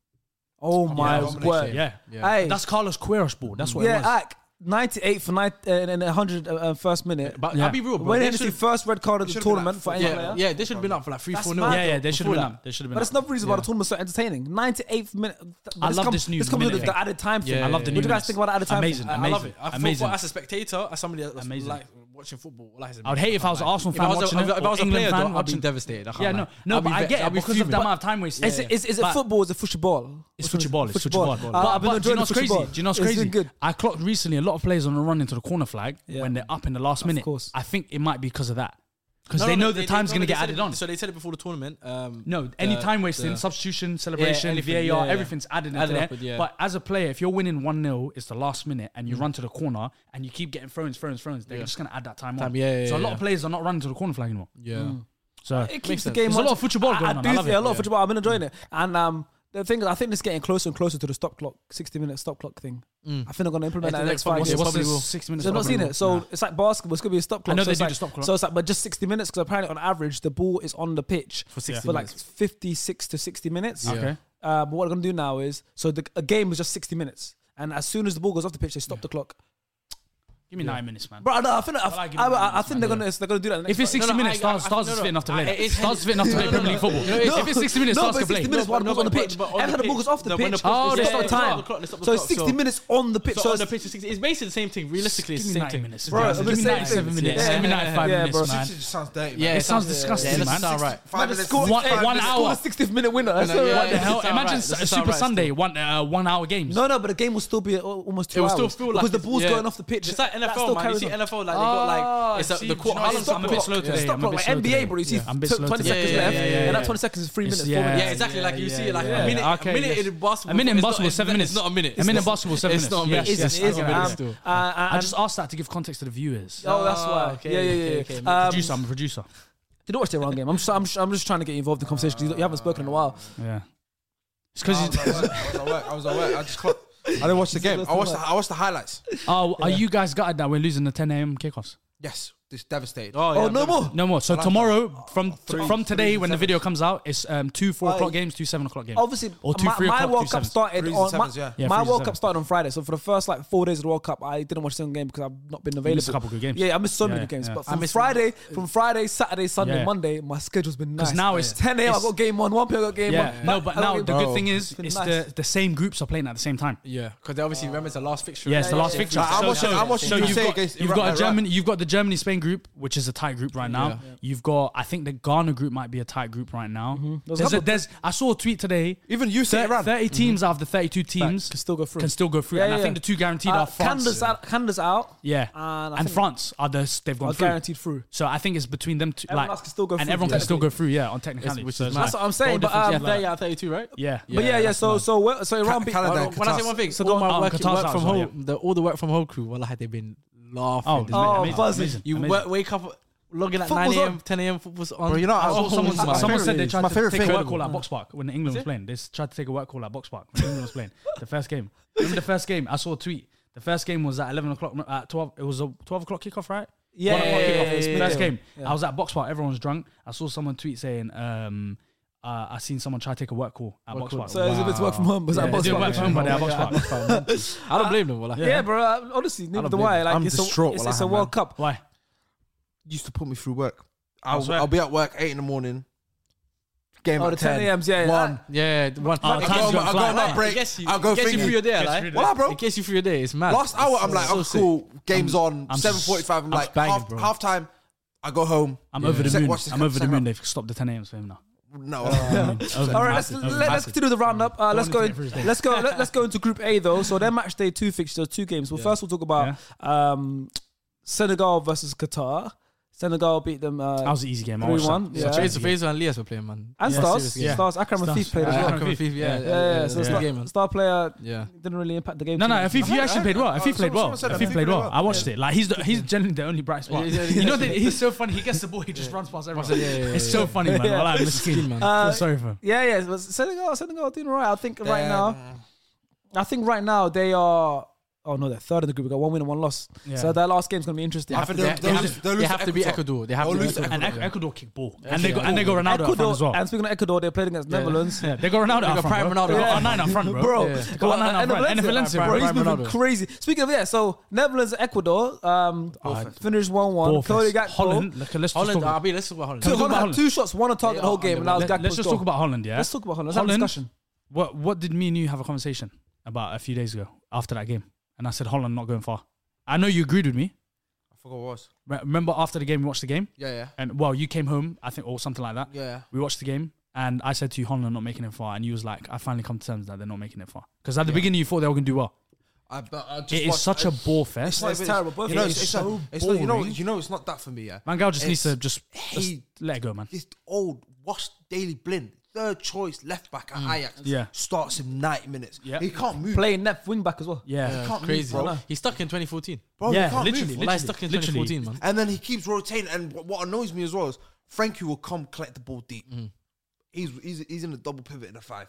Speaker 1: Oh my
Speaker 2: domination.
Speaker 1: word!
Speaker 3: Yeah,
Speaker 4: Yeah.
Speaker 1: Hey.
Speaker 3: That's Carlos Queiroz ball. That's what
Speaker 1: yeah,
Speaker 3: it was.
Speaker 1: Ak, 98 for nine, uh, and 100 uh, uh, first minute.
Speaker 4: But
Speaker 3: Yeah.
Speaker 4: I'll be real, bro.
Speaker 1: Wayne
Speaker 4: They
Speaker 1: Hennessy
Speaker 4: should,
Speaker 1: first red card of the
Speaker 2: should've been
Speaker 1: tournament for
Speaker 2: like four-
Speaker 1: any
Speaker 4: yeah,
Speaker 1: player.
Speaker 4: yeah, they should have been up for like three,
Speaker 1: That's
Speaker 4: four nil.
Speaker 1: mad,
Speaker 3: yeah, yeah. They should have been
Speaker 4: Before
Speaker 3: up. They should have been.
Speaker 1: But that's
Speaker 3: up.
Speaker 1: not the reason why the tournament's so entertaining. 98th minute. th-
Speaker 3: I
Speaker 1: this
Speaker 3: love
Speaker 1: come-
Speaker 3: this new
Speaker 1: This comes with
Speaker 3: minute
Speaker 1: the,
Speaker 3: thing.
Speaker 1: added time thing.
Speaker 4: Yeah, I love the
Speaker 1: What do
Speaker 3: new
Speaker 1: you guys
Speaker 3: minutes.
Speaker 1: think about the added time?
Speaker 3: Amazing,
Speaker 1: thing?
Speaker 4: I love it.
Speaker 3: Amazing.
Speaker 4: I
Speaker 3: Amazing.
Speaker 4: Amazing. as a spectator, as somebody that's
Speaker 3: Amazing.
Speaker 4: like watching football, like,
Speaker 3: I would hate if I was an Arsenal
Speaker 4: If I
Speaker 3: fan
Speaker 4: was a,
Speaker 3: watching it.
Speaker 4: if I
Speaker 3: or
Speaker 4: was a
Speaker 3: England
Speaker 4: player,
Speaker 3: fan
Speaker 4: though, I'd be
Speaker 3: watching-
Speaker 4: devastated. I can't
Speaker 3: Yeah,
Speaker 4: lie.
Speaker 3: no, no.
Speaker 4: I'd
Speaker 3: But
Speaker 4: be
Speaker 3: I
Speaker 4: ve-
Speaker 3: get
Speaker 4: I'd
Speaker 3: it
Speaker 4: be
Speaker 3: because of the
Speaker 4: fuming.
Speaker 3: amount of time wasted.
Speaker 1: Uh, Is it, is, is it
Speaker 3: But-
Speaker 1: football or is it football?
Speaker 3: It's footy ball. It's footy ball. But,
Speaker 4: Ah,
Speaker 1: Uh, I've been
Speaker 3: but do
Speaker 1: enjoying
Speaker 3: you know what's
Speaker 1: footy
Speaker 3: crazy?
Speaker 1: ball.
Speaker 3: Do you know what's
Speaker 1: It's
Speaker 3: crazy?
Speaker 1: been good.
Speaker 3: I clocked recently a lot of players on a run into the corner flag
Speaker 1: Yeah.
Speaker 3: when they're up in the last minute.
Speaker 1: course.
Speaker 3: I think it might be because of that. Because
Speaker 4: No,
Speaker 3: they
Speaker 4: no,
Speaker 3: know
Speaker 4: no,
Speaker 3: the
Speaker 4: they-
Speaker 3: time's
Speaker 4: no,
Speaker 3: going to
Speaker 4: they
Speaker 3: get
Speaker 4: said
Speaker 3: added
Speaker 4: it-
Speaker 3: on.
Speaker 4: So they said it before the tournament. um,
Speaker 3: No, any
Speaker 4: the-
Speaker 3: time wasting,
Speaker 4: the-
Speaker 3: substitution, celebration,
Speaker 4: anything,
Speaker 3: VAR,
Speaker 4: yeah, yeah.
Speaker 3: everything's added into
Speaker 4: Added
Speaker 3: there.
Speaker 4: up with- yeah. Mm.
Speaker 3: But as a player, if you're winning 1 0, it's the last minute, and you run to the corner and you keep getting throws, throws, throws, they're just going to add that time, on.
Speaker 4: Time, yeah, yeah,
Speaker 3: so a lot
Speaker 4: yeah.
Speaker 3: of players are not running to the corner flag anymore.
Speaker 4: Yeah.
Speaker 3: So
Speaker 1: It keeps
Speaker 4: Makes
Speaker 1: the
Speaker 4: sense.
Speaker 1: game.
Speaker 3: There's a lot
Speaker 1: on.
Speaker 3: of football
Speaker 1: I-
Speaker 3: going
Speaker 1: I
Speaker 3: on.
Speaker 1: do
Speaker 3: I love
Speaker 1: think
Speaker 3: it.
Speaker 1: a lot of football. I've been enjoying it, and um, the thing is, I think this is getting closer and closer to the stop clock, 60 minute stop clock thing. I think they're going to implement
Speaker 4: I
Speaker 1: that in Mm.
Speaker 4: think
Speaker 1: the next
Speaker 4: that's
Speaker 1: five
Speaker 4: probably-
Speaker 3: What's,
Speaker 1: years.
Speaker 4: Yeah,
Speaker 3: what's
Speaker 4: probably
Speaker 3: the
Speaker 4: will.
Speaker 3: six minutes?
Speaker 1: So I've not
Speaker 3: probably
Speaker 1: seen
Speaker 3: will.
Speaker 1: it. So
Speaker 3: Nah.
Speaker 1: it's like basketball. It's gonna be a stop clock.
Speaker 3: know
Speaker 1: so
Speaker 3: they
Speaker 1: it's
Speaker 3: do
Speaker 1: like,
Speaker 3: the stop clock.
Speaker 1: So it's like, but just sixty minutes because apparently on average the ball is on the pitch for,
Speaker 4: 60
Speaker 1: like
Speaker 4: minutes.
Speaker 1: fifty-six to sixty minutes.
Speaker 3: Okay.
Speaker 1: Uh, but what we're gonna do now is so the a game is just sixty minutes, and as soon as the ball goes off the pitch, they stop the clock.
Speaker 3: Give me nine minutes, man.
Speaker 1: Bro, I, know, I think I,
Speaker 3: like it,
Speaker 1: I, I, I
Speaker 3: man.
Speaker 1: think they're gonna they're gonna do that. in the
Speaker 3: If
Speaker 1: next
Speaker 3: it's
Speaker 1: five-
Speaker 3: 60 minutes,
Speaker 4: I- I-
Speaker 3: Stars,
Speaker 4: I-
Speaker 3: stars
Speaker 4: no,
Speaker 3: is
Speaker 4: no.
Speaker 3: fit enough to
Speaker 4: I-
Speaker 3: play. that.
Speaker 4: it's
Speaker 3: Stars is fit enough to play Premier League football. If it's 60 minutes,
Speaker 1: no,
Speaker 3: Stars
Speaker 1: but
Speaker 3: can play.
Speaker 1: 60 minutes
Speaker 4: No,
Speaker 1: while the
Speaker 4: but-
Speaker 1: ball's on the
Speaker 4: but-
Speaker 1: pitch.
Speaker 4: but on the
Speaker 1: Every time the ball
Speaker 4: pitch,
Speaker 1: goes off the
Speaker 4: the- when
Speaker 1: pitch,
Speaker 4: the
Speaker 1: they
Speaker 4: ball- yeah,
Speaker 1: stop the
Speaker 4: they stop
Speaker 1: time.
Speaker 4: the clock, they stop the
Speaker 1: So it's
Speaker 4: clock,
Speaker 1: 60
Speaker 4: so-
Speaker 1: minutes on the pitch.
Speaker 4: So
Speaker 1: So
Speaker 4: on the
Speaker 1: it's-
Speaker 4: pitch, it's six- it's basically the same thing. Realistically, it's
Speaker 3: Give me
Speaker 4: the same
Speaker 3: nine
Speaker 4: thing.
Speaker 3: minutes.
Speaker 1: Bro,
Speaker 3: Give me
Speaker 1: it's the same
Speaker 3: nine,
Speaker 1: thing.
Speaker 3: seven minutes.
Speaker 1: Yeah,
Speaker 3: Give me
Speaker 1: yeah,
Speaker 3: nine, five
Speaker 1: yeah, bro.
Speaker 3: minutes, man.
Speaker 2: Sixty just sounds dirty. man.
Speaker 4: Yeah,
Speaker 3: It sounds disgusting,
Speaker 4: Yeah,
Speaker 3: man.
Speaker 4: that sounds right.
Speaker 2: Five
Speaker 1: Man, they
Speaker 2: minutes.
Speaker 1: scored
Speaker 3: One-
Speaker 1: five
Speaker 3: one
Speaker 1: minutes,
Speaker 3: hour.
Speaker 1: scored a 60th minute winner. That's
Speaker 4: yeah,
Speaker 1: all
Speaker 4: yeah,
Speaker 1: right.
Speaker 3: What the
Speaker 4: it's
Speaker 3: hell?
Speaker 4: alright.
Speaker 3: Imagine
Speaker 4: It's
Speaker 3: a
Speaker 4: alright
Speaker 3: Super
Speaker 4: still.
Speaker 3: Sunday, one uh, one hour games.
Speaker 1: No, no, but the game will still be al- almost two
Speaker 4: It will
Speaker 1: hours.
Speaker 4: still feel like
Speaker 1: because the
Speaker 4: it's-
Speaker 1: ball's
Speaker 4: yeah.
Speaker 1: going off the pitch.
Speaker 4: It's like
Speaker 1: That
Speaker 4: NFL,
Speaker 1: still
Speaker 4: man. You
Speaker 1: carries
Speaker 4: see
Speaker 1: on.
Speaker 4: NFL, like they got
Speaker 3: Ah,
Speaker 4: like it's
Speaker 3: see,
Speaker 4: a, the
Speaker 3: do
Speaker 4: court.
Speaker 3: you know what,
Speaker 4: Haaland's
Speaker 3: stop
Speaker 4: on the
Speaker 3: clock.
Speaker 4: pitch, look,
Speaker 3: Yeah,
Speaker 4: today.
Speaker 3: stop
Speaker 1: Stop
Speaker 3: I'm a
Speaker 1: clock,
Speaker 3: bit
Speaker 1: like
Speaker 3: slow
Speaker 1: NBA,
Speaker 3: today.
Speaker 1: bro. You see,
Speaker 3: Yeah, I'm a bit
Speaker 1: t-
Speaker 3: slow
Speaker 1: 20
Speaker 3: today.
Speaker 1: seconds
Speaker 4: Yeah,
Speaker 1: left,
Speaker 4: yeah, yeah,
Speaker 1: and that
Speaker 4: yeah,
Speaker 1: 20 seconds is three minutes.
Speaker 3: yeah,
Speaker 1: forward.
Speaker 3: yeah,
Speaker 4: Yeah, exactly. Like you
Speaker 3: yeah,
Speaker 4: see, like
Speaker 3: yeah,
Speaker 4: a minute,
Speaker 3: yeah. Okay,
Speaker 4: a minute
Speaker 3: yes.
Speaker 4: in basketball.
Speaker 3: A minute in
Speaker 4: it's not-
Speaker 3: basketball,
Speaker 4: it's
Speaker 3: seven
Speaker 4: not-
Speaker 3: minutes.
Speaker 4: It's not a minute.
Speaker 3: A minute in basketball, seven
Speaker 4: It's not a
Speaker 3: minutes.
Speaker 4: minute.
Speaker 1: It is,
Speaker 3: Yes,
Speaker 1: it
Speaker 3: yes,
Speaker 1: is.
Speaker 3: I
Speaker 1: Um,
Speaker 3: get it.
Speaker 1: uh,
Speaker 4: Still.
Speaker 1: uh,
Speaker 3: I just asked that to give context to the viewers.
Speaker 1: Oh, that's why.
Speaker 4: okay,
Speaker 1: yeah,
Speaker 4: okay,
Speaker 1: yeah,
Speaker 4: okay,
Speaker 1: yeah.
Speaker 4: okay.
Speaker 1: Um,
Speaker 3: producer, I'm a producer.
Speaker 1: Did not watch the wrong game. I'm just, I'm, just- I'm just trying to get you involved in conversation. 'cause You you haven't spoken in a while.
Speaker 3: Yeah. It's
Speaker 2: I
Speaker 3: because
Speaker 2: was at work. I was at work. I was at work. I just clocked. I didn't watch the game. I watched. The, I watched the highlights.
Speaker 3: oh, are you guys gutted that we're losing the 10 a.m. kickoffs?
Speaker 2: Yes, this devastated.
Speaker 1: Oh, no more.
Speaker 3: No more. So
Speaker 2: like
Speaker 3: tomorrow, from from today, when the video comes out, it's um, two four
Speaker 1: Oh,
Speaker 3: o'clock
Speaker 1: yeah.
Speaker 3: games, two seven o'clock games.
Speaker 1: Obviously,
Speaker 3: or two
Speaker 1: my,
Speaker 3: three
Speaker 1: my
Speaker 3: o'clock,
Speaker 1: World Cup
Speaker 3: two sevens.
Speaker 1: started
Speaker 2: Threes and
Speaker 1: on my,
Speaker 2: sevens, yeah.
Speaker 3: Yeah,
Speaker 1: my
Speaker 3: threes and
Speaker 1: World Cup
Speaker 3: sevens.
Speaker 1: started on Friday. So for the first like four days of the World Cup, I didn't watch a single game because I've not been available.
Speaker 3: missed a couple good games.
Speaker 1: Yeah, I missed so
Speaker 3: Yeah,
Speaker 1: many
Speaker 3: yeah,
Speaker 1: good games.
Speaker 3: yeah.
Speaker 1: But
Speaker 3: I
Speaker 1: from
Speaker 3: missed-
Speaker 1: Friday, from Friday, Saturday, Sunday,
Speaker 3: Yeah.
Speaker 1: Monday, my schedule's been nice.
Speaker 3: now it's-
Speaker 1: 10 a.m. I
Speaker 3: it's-
Speaker 1: got game one, 1 p.m. I got game
Speaker 3: yeah.
Speaker 1: one.
Speaker 3: No, but
Speaker 1: I got
Speaker 3: now
Speaker 1: game
Speaker 3: the
Speaker 1: one.
Speaker 3: good thing is,
Speaker 1: It's been
Speaker 3: it's
Speaker 1: nice.
Speaker 3: the the same groups are playing at the same time.
Speaker 4: Yeah, because they obviously remember it's the last fixture.
Speaker 3: Yeah, it's the
Speaker 1: yeah,
Speaker 3: last
Speaker 1: yeah.
Speaker 3: fixture.
Speaker 1: So I'm
Speaker 3: So-
Speaker 1: watching-
Speaker 3: so-
Speaker 1: I'm
Speaker 2: watching
Speaker 3: so
Speaker 2: USA
Speaker 3: you've got,
Speaker 2: against
Speaker 3: you've
Speaker 2: Iraq,
Speaker 3: got a
Speaker 2: Iraq.
Speaker 3: Germany, you've got the Germany Spain group, which is a tight group right now. You've got, I think the Ghana group might be a tight group right now.
Speaker 1: Mm-hmm. There's a
Speaker 3: There's, a,
Speaker 1: couple- Mm-hmm.
Speaker 3: there's, I saw a tweet today.
Speaker 2: Even you
Speaker 3: thir-
Speaker 2: said Iran.
Speaker 3: Thirty teams out of the thirty-two teams
Speaker 1: Can still go through.
Speaker 3: Can still go through,
Speaker 1: Yeah,
Speaker 3: and I
Speaker 1: yeah.
Speaker 3: think the two guaranteed
Speaker 1: Uh,
Speaker 3: are France.
Speaker 1: Canada's out. Canada's out.
Speaker 3: Yeah,
Speaker 1: And I
Speaker 3: and
Speaker 1: think-
Speaker 3: France are the they've gone
Speaker 1: Are
Speaker 3: through.
Speaker 1: guaranteed through.
Speaker 3: So I think it's between them two.
Speaker 1: Everyone
Speaker 3: like,
Speaker 1: else can still go
Speaker 3: and
Speaker 1: through,
Speaker 3: everyone can
Speaker 1: yeah.
Speaker 3: still go through. Yeah, on technicality,
Speaker 4: It's- which
Speaker 3: So
Speaker 4: is
Speaker 3: it's
Speaker 4: mad.
Speaker 3: like-
Speaker 1: That's what I'm saying.
Speaker 3: All
Speaker 1: But
Speaker 3: different
Speaker 1: um,
Speaker 4: Yeah,
Speaker 3: teams like
Speaker 4: 30 out of 32, right?
Speaker 3: yeah,
Speaker 1: but yeah, yeah.
Speaker 3: that's
Speaker 1: So
Speaker 3: mad.
Speaker 1: so we're- so Iran
Speaker 2: Ca-
Speaker 1: beat.
Speaker 2: Canada.
Speaker 4: When
Speaker 2: Qatar,
Speaker 4: when I say one thing,
Speaker 3: So
Speaker 4: all
Speaker 3: don't-
Speaker 4: my
Speaker 3: oh,
Speaker 4: work,
Speaker 3: Qatar's
Speaker 4: work
Speaker 3: out
Speaker 4: from
Speaker 3: as well,
Speaker 4: home, the, all the work from home crew, well, like, they've been laughing.
Speaker 3: oh,
Speaker 4: They've
Speaker 1: Oh,
Speaker 4: been-
Speaker 3: amazing,
Speaker 1: buzzing.
Speaker 3: amazing,
Speaker 4: you
Speaker 3: amazing.
Speaker 4: wa- wake up, log in at
Speaker 1: Football's
Speaker 4: 9 a.m.,
Speaker 1: on.
Speaker 4: 10 a.m. Football's on.
Speaker 2: Bro, you know, I was
Speaker 4: Oh,
Speaker 2: watching-
Speaker 4: someone's
Speaker 2: I-
Speaker 4: mad.
Speaker 2: I-
Speaker 3: Someone
Speaker 2: favorite
Speaker 3: said they
Speaker 2: is-
Speaker 3: tried
Speaker 2: my
Speaker 3: to
Speaker 2: favorite
Speaker 3: take
Speaker 2: thing-
Speaker 3: a work call at Box Park when England was playing. They s- tried to take a work call at Box Park when England was playing. The first game. Remember the first game? I saw a tweet. The first game was at 11 o'clock, at 12. It was a 12 o'clock kickoff, right?
Speaker 1: Yeah,
Speaker 3: One o'clock
Speaker 1: yeah,
Speaker 3: kickoff.
Speaker 1: yeah, yeah, yeah.
Speaker 3: First game.
Speaker 1: Yeah.
Speaker 3: I was at Box Park. Everyone was drunk. I saw someone tweet saying, um, uh, I seen someone try to take a work call at Box
Speaker 1: So
Speaker 3: Park.
Speaker 1: it's a bit to work from home. Was
Speaker 3: Yeah,
Speaker 1: that
Speaker 3: they
Speaker 1: box
Speaker 3: didn't work from home, but they had Box Park.
Speaker 4: I don't blame them. Well,
Speaker 1: Yeah, bro. uh, Honestly, neither do
Speaker 2: blame
Speaker 1: I.
Speaker 2: you.
Speaker 1: Like,
Speaker 2: I'm
Speaker 1: it's
Speaker 2: distraught
Speaker 1: a, it's,
Speaker 2: while I
Speaker 1: it's a
Speaker 2: have
Speaker 1: World Cup.
Speaker 3: Why?
Speaker 2: used to put me through work.
Speaker 3: I
Speaker 2: I'll,
Speaker 3: swear.
Speaker 2: I'll be at work eight in the morning. Game
Speaker 1: Oh,
Speaker 2: at
Speaker 1: the 10 a.m.s, yeah, yeah.
Speaker 2: One.
Speaker 4: yeah. One,
Speaker 3: Oh,
Speaker 2: I
Speaker 3: time's
Speaker 2: go, on
Speaker 3: gone
Speaker 2: my- I go
Speaker 3: flying.
Speaker 2: on my break. I'll go
Speaker 4: Gets you
Speaker 2: thinking.
Speaker 4: through your day,
Speaker 3: Gets you
Speaker 4: like.
Speaker 3: through
Speaker 2: What, bro?
Speaker 4: It gets you through your day. It's mad.
Speaker 2: Last hour, I'm like, oh,
Speaker 4: so sick.
Speaker 2: cool. Game's on.
Speaker 3: I'm
Speaker 2: Seven
Speaker 3: s-
Speaker 2: forty-five. I'm
Speaker 3: I'm
Speaker 2: like
Speaker 3: banging,
Speaker 2: half,
Speaker 3: bro.
Speaker 2: half time. I go home.
Speaker 3: I'm over the
Speaker 2: Sec-
Speaker 3: moon.
Speaker 2: watch
Speaker 3: I'm over the
Speaker 2: second
Speaker 3: moon.
Speaker 2: half.
Speaker 3: They've stopped the 10 a.m. for him now.
Speaker 2: No,
Speaker 3: Over
Speaker 1: All
Speaker 3: the
Speaker 1: right,
Speaker 3: moon.
Speaker 1: let's
Speaker 3: Over the
Speaker 1: let, us
Speaker 3: moon.
Speaker 1: continue the roundup. Uh, let's
Speaker 3: into
Speaker 1: go.
Speaker 3: it for his day.
Speaker 1: Let's go. Let, us go into Group A though. So their match day two fixtures, two games. Well, first we'll talk about um, Senegal versus Qatar. Senegal beat them. Uh,
Speaker 3: That was an easy game. I
Speaker 1: Three
Speaker 3: watched that.
Speaker 1: one,
Speaker 3: Such an
Speaker 1: yeah.
Speaker 4: It's
Speaker 3: easy
Speaker 4: a
Speaker 3: game.
Speaker 4: phase and Lias were playing, man.
Speaker 1: and
Speaker 3: Yeah,
Speaker 1: stars,
Speaker 3: seriously, yeah.
Speaker 1: stars. Akram
Speaker 3: Stars.
Speaker 1: Rafif played as
Speaker 3: Yeah,
Speaker 1: well.
Speaker 3: Akram Afif,
Speaker 4: Afif, yeah,
Speaker 3: yeah.
Speaker 4: yeah,
Speaker 1: Yeah, yeah.
Speaker 4: yeah,
Speaker 1: So it's
Speaker 4: yeah.
Speaker 1: not-
Speaker 4: Game, man.
Speaker 1: star player
Speaker 4: Yeah.
Speaker 1: didn't really impact the game.
Speaker 3: No,
Speaker 1: too
Speaker 3: no,
Speaker 1: much.
Speaker 3: Afif, he actually played well.
Speaker 2: Oh,
Speaker 3: Afif played
Speaker 2: someone-
Speaker 3: well.
Speaker 2: someone said
Speaker 3: Afif
Speaker 2: Afif
Speaker 3: played well.
Speaker 2: played well.
Speaker 3: I watched it. Like he's the, he's generally the only bright spot.
Speaker 4: Yeah, yeah, yeah.
Speaker 3: You know that he's so funny. He gets the ball, he just runs past everyone.
Speaker 4: Yeah, yeah, yeah,
Speaker 3: It's
Speaker 4: yeah.
Speaker 3: so funny, man. I like
Speaker 4: Skin,
Speaker 3: Miskin,
Speaker 4: man.
Speaker 3: man.
Speaker 1: Uh,
Speaker 3: Feel sorry for him.
Speaker 1: Yeah, yeah. but Senegal, Senegal doing all right. I think right
Speaker 2: Um,
Speaker 1: now, I think right now they are. Oh no, they're third in the group. We got one win and one loss.
Speaker 3: Yeah.
Speaker 1: So their last game's gonna be interesting.
Speaker 2: I think
Speaker 4: They,
Speaker 2: they'll-
Speaker 4: they
Speaker 2: they'll
Speaker 4: have,
Speaker 2: lose-
Speaker 4: to-
Speaker 2: they'll
Speaker 4: they
Speaker 2: lose
Speaker 4: have
Speaker 2: to
Speaker 4: to beat
Speaker 2: Ecuador.
Speaker 4: Ecuador. They have
Speaker 2: They'll
Speaker 4: to beat
Speaker 2: lose to
Speaker 3: And
Speaker 4: Ecuador.
Speaker 3: Ec-
Speaker 4: yeah.
Speaker 3: Ecuador kick ball, and they got and they got Ronaldo out
Speaker 1: Ecuador,
Speaker 3: front as well.
Speaker 1: And speaking of Ecuador, they played against Netherlands.
Speaker 3: Yeah, they got Ronaldo
Speaker 4: got
Speaker 3: out front.
Speaker 4: prime
Speaker 3: bro.
Speaker 4: Ronaldo.
Speaker 3: They
Speaker 4: Yeah.
Speaker 3: got nine out front, bro.
Speaker 1: bro.
Speaker 4: Yeah.
Speaker 3: They got nine out front. And Valencia,
Speaker 1: bro,
Speaker 3: bro.
Speaker 1: he's
Speaker 4: Prime
Speaker 1: moving
Speaker 4: Ronaldo.
Speaker 1: crazy. Speaking of yeah, so Netherlands, Ecuador, um, finished one-one.
Speaker 3: Ball
Speaker 1: Cody
Speaker 3: fest.
Speaker 1: Gakpo,
Speaker 3: Holland. Look, let's just
Speaker 4: Holland,
Speaker 3: talk
Speaker 4: I'll be, let's talk about Holland.
Speaker 1: Two,
Speaker 3: Let's talk
Speaker 1: Holland
Speaker 3: about
Speaker 1: had
Speaker 3: Holland.
Speaker 1: two shots, one on target the whole game, and that was
Speaker 3: Let,
Speaker 1: Gakpo's
Speaker 3: us just
Speaker 1: goal.
Speaker 3: talk about Holland, yeah.
Speaker 1: Let's talk about Holland. Let's have a discussion.
Speaker 3: What what did me and you have a conversation about a few days ago after that game? And I said Holland not going far. I know you agreed with me.
Speaker 2: I forgot what it was.
Speaker 3: Re- Remember after the game we watched the game,
Speaker 2: Yeah, yeah,
Speaker 3: and well you came home I think or something like that.
Speaker 2: yeah.
Speaker 3: We watched the game, and I said to you Holland are not making it far, and you was like I finally come to terms that they're not making it far because at the beginning you thought they were gonna do well.
Speaker 2: I, but I just
Speaker 3: It is
Speaker 2: watched-
Speaker 3: such a
Speaker 2: I-
Speaker 3: ball fest.
Speaker 1: It's terrible. Both
Speaker 2: You know,
Speaker 1: of
Speaker 2: it's,
Speaker 1: them.
Speaker 2: it's
Speaker 3: so
Speaker 2: a- it's not, you know,
Speaker 3: boring.
Speaker 2: you know, it's not that for me. Yeah,
Speaker 3: Van Gaal just needs
Speaker 2: It's-
Speaker 3: to just, just
Speaker 2: he-
Speaker 3: let it go, man.
Speaker 2: this old washed Daily Blind, third choice left back at Ajax,
Speaker 3: Yeah.
Speaker 2: starts him ninety minutes.
Speaker 3: Yeah.
Speaker 2: he can't move.
Speaker 1: Playing left wing back as well.
Speaker 3: Yeah,
Speaker 2: he can't
Speaker 4: Crazy.
Speaker 2: move, bro.
Speaker 4: He's stuck in 2014.
Speaker 2: Bro, he
Speaker 3: Yeah,
Speaker 2: can't
Speaker 3: literally,
Speaker 2: move.
Speaker 4: Like, stuck in
Speaker 3: Literally.
Speaker 4: 2014, man.
Speaker 2: And then he keeps rotating. And what, what annoys me as well is Frankie will come collect the ball deep. He's, he's he's in a double pivot in a five.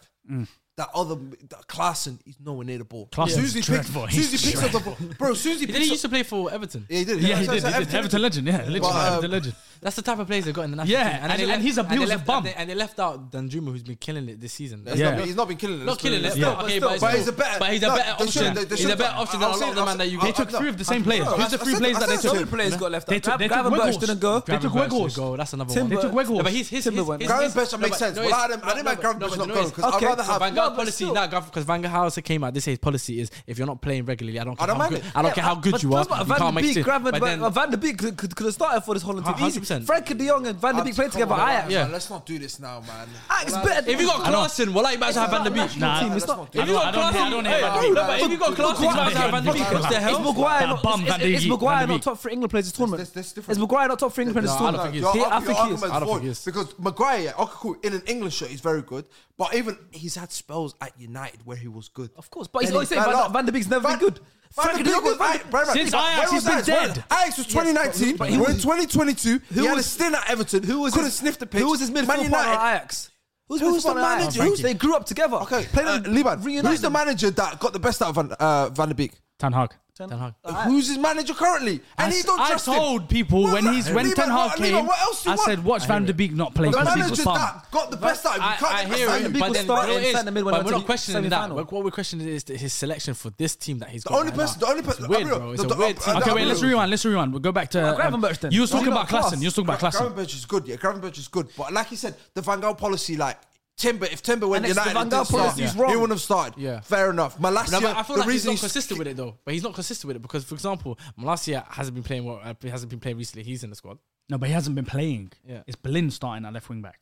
Speaker 2: That other that Klaassen, he's nowhere near the ball.
Speaker 3: Klassen's
Speaker 2: As soon as he picks,
Speaker 3: dreadful.
Speaker 2: as soon as he
Speaker 3: He's
Speaker 2: picks up the ball, bro. As soon as he
Speaker 4: He didn't
Speaker 2: picks
Speaker 4: used
Speaker 2: up,
Speaker 4: to play for Everton.
Speaker 2: yeah, he did.
Speaker 3: yeah, he
Speaker 2: So-
Speaker 3: did.
Speaker 2: so
Speaker 3: he did.
Speaker 2: everything-
Speaker 3: Everton legend, yeah, literally
Speaker 2: um,
Speaker 3: Everton legend.
Speaker 4: That's the type of players they got in the national
Speaker 3: Yeah,
Speaker 4: team.
Speaker 3: and-
Speaker 4: they
Speaker 3: and
Speaker 4: left-
Speaker 3: he's a- he was a
Speaker 4: left,
Speaker 3: bum.
Speaker 4: And they, and they left out Danjuma, who's been killing it this season.
Speaker 2: He's,
Speaker 3: Yeah.
Speaker 2: not, been- he's not been killing it.
Speaker 4: Not
Speaker 2: let's be
Speaker 4: killing it.
Speaker 2: honest.
Speaker 4: Still,
Speaker 3: Yeah.
Speaker 4: okay,
Speaker 2: But,
Speaker 4: but,
Speaker 2: he's a better.
Speaker 4: But he's a
Speaker 2: no,
Speaker 4: better
Speaker 2: they should-
Speaker 4: option.
Speaker 2: they- they
Speaker 4: he's a
Speaker 2: should-
Speaker 4: better
Speaker 2: I-
Speaker 4: option
Speaker 2: I-
Speaker 4: than
Speaker 2: I'll
Speaker 4: a
Speaker 2: say
Speaker 4: lot of
Speaker 2: that-
Speaker 4: the man that you
Speaker 2: I'll
Speaker 3: They
Speaker 2: say
Speaker 3: took
Speaker 2: that-
Speaker 3: three of the same players.
Speaker 2: I- I
Speaker 3: These are
Speaker 2: said-
Speaker 3: three
Speaker 2: I
Speaker 3: players
Speaker 2: said
Speaker 3: that they
Speaker 2: that-
Speaker 3: took.
Speaker 1: Two players got left.
Speaker 3: They took- they took
Speaker 1: Gravenberch
Speaker 3: Weghorst.
Speaker 1: didn't go.
Speaker 3: They took Weghorst.
Speaker 4: go. That's another
Speaker 1: Timber-
Speaker 4: one.
Speaker 3: They took Weghorst.
Speaker 4: No, but his his
Speaker 1: Timber
Speaker 4: his,
Speaker 1: went.
Speaker 4: his,
Speaker 2: Gravenberch,
Speaker 4: his-
Speaker 2: that makes
Speaker 4: but-
Speaker 2: sense. Well,
Speaker 4: it's-
Speaker 2: I didn't- I didn't mind
Speaker 4: but-
Speaker 2: Gravenberch
Speaker 4: but
Speaker 2: not
Speaker 4: you know
Speaker 2: going,
Speaker 4: it's-
Speaker 2: 'cause I'd
Speaker 1: Okay,
Speaker 2: rather have-
Speaker 4: Van
Speaker 1: No,
Speaker 4: Gaal
Speaker 1: but
Speaker 4: policy,
Speaker 1: still-
Speaker 4: nah, because Van Gaal's came out. This is his policy: is if you're not playing regularly, I don't care.
Speaker 2: I don't
Speaker 4: how
Speaker 2: mind
Speaker 4: good,
Speaker 2: it.
Speaker 4: I don't care how
Speaker 1: but
Speaker 4: good you are.
Speaker 1: that's what
Speaker 4: You can't
Speaker 1: Van de
Speaker 4: make
Speaker 1: Beek,
Speaker 4: it.
Speaker 1: Graven,
Speaker 4: But
Speaker 1: but
Speaker 4: then
Speaker 1: Van de Beek could, could, could have started for this Holland team easy.
Speaker 4: 100%.
Speaker 1: Frank de Jong and Van de Beek
Speaker 2: Come
Speaker 1: played together
Speaker 2: on,
Speaker 1: at
Speaker 2: man,
Speaker 1: Ajax.
Speaker 4: Yeah.
Speaker 2: Let's not do this now, man.
Speaker 1: Ajax is better.
Speaker 4: if you got Klaassen, well, I might as well have Van de Beek.
Speaker 1: Nah,
Speaker 3: Nah,
Speaker 1: team, it's
Speaker 2: let's
Speaker 1: not.
Speaker 2: not do
Speaker 4: If you got
Speaker 3: don't hear- I don't hear Van de
Speaker 4: Klaassen,
Speaker 3: Beek.
Speaker 4: no, but if you got Klaassen, you might as well have Van de Beek. What the
Speaker 1: It's
Speaker 4: hell?
Speaker 1: Maguire.
Speaker 3: That
Speaker 1: not-
Speaker 3: bum
Speaker 1: it's-
Speaker 3: Van de
Speaker 1: It's it's
Speaker 3: Beek.
Speaker 1: Maguire
Speaker 3: Van de
Speaker 1: not
Speaker 3: Beek.
Speaker 1: top for England players this tournament.
Speaker 2: that's- that's different.
Speaker 1: It's Maguire not top for England players this
Speaker 4: No, I don't
Speaker 1: tournament.
Speaker 4: think he is.
Speaker 2: Your
Speaker 1: He- I
Speaker 2: argu-
Speaker 1: think
Speaker 2: your
Speaker 1: he is.
Speaker 2: argument's
Speaker 4: I don't think
Speaker 2: void
Speaker 4: he is.
Speaker 2: because Maguire, okay, cool, in an England shirt, he's very good. But even he's had spells at United where he was good.
Speaker 1: Of course, but he's
Speaker 2: Then
Speaker 1: always
Speaker 2: he
Speaker 1: saying
Speaker 2: fell
Speaker 1: Van-
Speaker 2: off.
Speaker 1: Van de Beek's never been good.
Speaker 2: Van
Speaker 1: Frankie de
Speaker 2: de Beek
Speaker 1: Jong
Speaker 2: was
Speaker 1: was-
Speaker 2: Van de- right, right,
Speaker 3: Since
Speaker 2: but where
Speaker 3: Ajax,
Speaker 2: was
Speaker 3: he's been
Speaker 2: Ajax? Where-
Speaker 3: dead.
Speaker 2: Ajax was 2019.
Speaker 1: but he
Speaker 2: We're
Speaker 1: was-
Speaker 2: in 2022.
Speaker 1: who
Speaker 2: He had a
Speaker 1: was-
Speaker 2: stint at Everton.
Speaker 1: Who was
Speaker 2: could have
Speaker 1: his-
Speaker 2: sniffed the pitch?
Speaker 1: Who was his midfield
Speaker 2: Man
Speaker 1: partner
Speaker 2: United-
Speaker 1: at Ajax? Who's midfield
Speaker 2: Who's the
Speaker 1: partner at Ajax?
Speaker 2: manager? Who's-
Speaker 1: They grew up together.
Speaker 2: Okay,
Speaker 1: Played
Speaker 2: uh,
Speaker 1: in-
Speaker 2: Liban, who's
Speaker 1: reunited.
Speaker 2: the manager that got the best out of Van, uh, Van de Beek?
Speaker 3: Ten Hag.
Speaker 4: Ten Hag.
Speaker 2: Who's his manager currently? And he don't
Speaker 3: I
Speaker 2: trust him.
Speaker 3: told people
Speaker 2: Well,
Speaker 3: when
Speaker 2: look,
Speaker 3: he's when
Speaker 2: Liban,
Speaker 3: Ten Hag
Speaker 2: what- Liban,
Speaker 3: came,
Speaker 2: what else do you
Speaker 3: I
Speaker 2: want?
Speaker 3: said watch Van de Beek not play
Speaker 2: the
Speaker 3: because
Speaker 2: manager's
Speaker 3: he's bum.
Speaker 2: that got the best out of him. You can't
Speaker 4: I, I
Speaker 2: get the
Speaker 4: hear
Speaker 2: best out
Speaker 4: you,
Speaker 2: of him.
Speaker 1: people
Speaker 4: but then
Speaker 1: start
Speaker 4: you know
Speaker 1: in
Speaker 4: it is,
Speaker 1: centre mid when
Speaker 4: but
Speaker 1: it's
Speaker 4: we're
Speaker 1: in
Speaker 4: not
Speaker 1: the
Speaker 4: questioning that.
Speaker 1: semi-final.
Speaker 4: What what we're questioning is the- his selection for this team that he's
Speaker 2: The
Speaker 4: got
Speaker 2: only
Speaker 4: right
Speaker 2: person,
Speaker 4: now.
Speaker 2: the only
Speaker 4: It's
Speaker 2: person,
Speaker 4: weird, bro. It's a weird team.
Speaker 3: Okay, wait. Let's rewind. Let's rewind. We'll go back to. um,
Speaker 1: Gravenberch then.
Speaker 3: You was
Speaker 1: What
Speaker 3: talking
Speaker 1: about
Speaker 3: about
Speaker 1: Klassen?
Speaker 3: Klassen. You was talking about Klassen.
Speaker 2: Gravenberch is good, yeah. Gravenberch is good, but like he said, the Van Gaal policy, like Timber, if Timber went
Speaker 1: And it's the
Speaker 2: United,
Speaker 1: Van
Speaker 2: and
Speaker 1: Gaal
Speaker 2: didn't start,
Speaker 1: policy is
Speaker 2: he
Speaker 1: wrong.
Speaker 2: wouldn't have started.
Speaker 4: Yeah.
Speaker 2: fair enough. Malacia,
Speaker 4: No, but I feel
Speaker 2: the
Speaker 4: like he's
Speaker 2: reason
Speaker 4: not consistent with it though. But he's not consistent with it because, for example, Malasia hasn't been playing. Well, uh, hasn't been playing recently. He's in the squad.
Speaker 3: No, but he hasn't been playing.
Speaker 4: Yeah.
Speaker 3: It's Belin starting at left wing back.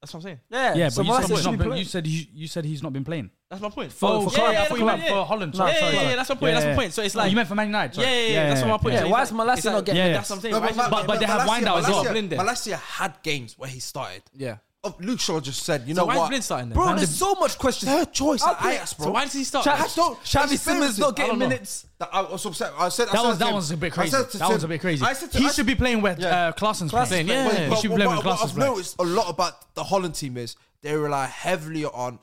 Speaker 4: That's what I'm saying.
Speaker 1: Yeah,
Speaker 3: Yeah,
Speaker 1: so
Speaker 3: but you
Speaker 1: Malacia
Speaker 3: said he's
Speaker 1: should be
Speaker 3: not been-
Speaker 1: playing.
Speaker 3: you said you you said he's not been playing.
Speaker 4: That's my point.
Speaker 1: For- for
Speaker 4: yeah,
Speaker 1: Club,
Speaker 4: yeah,
Speaker 1: for
Speaker 4: that's
Speaker 1: Club,
Speaker 4: what you meant,
Speaker 3: for
Speaker 4: yeah.
Speaker 3: Holland,
Speaker 4: Yeah,
Speaker 3: sorry,
Speaker 4: yeah,
Speaker 3: sorry,
Speaker 4: yeah,
Speaker 3: sorry.
Speaker 4: that's my point. That's my point. So it's
Speaker 3: No,
Speaker 4: like
Speaker 3: you meant for Man United.
Speaker 4: Yeah,
Speaker 3: sorry.
Speaker 4: yeah, yeah, that's my point.
Speaker 1: yeah.
Speaker 4: So it's
Speaker 1: Why is
Speaker 4: like-
Speaker 1: Malacia
Speaker 4: it's like-
Speaker 1: not getting
Speaker 3: it?
Speaker 4: That's what I'm saying.
Speaker 2: No,
Speaker 4: Why is he-
Speaker 3: but- but they have Wijnaldum
Speaker 2: Malacia-
Speaker 3: as well.
Speaker 2: Malacia-
Speaker 4: Blind there.
Speaker 2: Malacia had games where he started.
Speaker 4: Yeah.
Speaker 2: Oh, Luke Shaw just said, you
Speaker 4: So
Speaker 2: know
Speaker 4: why is
Speaker 2: what?
Speaker 4: Blind starting then?
Speaker 1: Bro,
Speaker 4: Van de-
Speaker 1: there's so much questions.
Speaker 2: Third choice
Speaker 1: I'll
Speaker 2: at
Speaker 1: play-
Speaker 2: Ajax, bro.
Speaker 4: So why does he start?
Speaker 1: Cha-
Speaker 2: I don't-
Speaker 1: Xavi
Speaker 2: it's
Speaker 1: Simmons not getting
Speaker 2: fair,
Speaker 3: I don't know.
Speaker 1: minutes.
Speaker 2: That- I was upset. I said I
Speaker 3: That
Speaker 2: said
Speaker 3: was
Speaker 2: to
Speaker 3: that
Speaker 2: him-
Speaker 3: was a bit
Speaker 2: I
Speaker 3: crazy.
Speaker 2: said to
Speaker 3: That
Speaker 2: him-
Speaker 3: was a bit crazy.
Speaker 2: I said to-
Speaker 3: He
Speaker 2: I-
Speaker 3: should be playing where
Speaker 2: Yeah.
Speaker 3: uh, Klassen's playing.
Speaker 4: Klaassen, yeah, yeah, yeah.
Speaker 3: He should be playing where
Speaker 2: what, what
Speaker 3: Klassen's
Speaker 2: I've
Speaker 3: playing.
Speaker 2: noticed a lot about the Holland team is they rely heavily on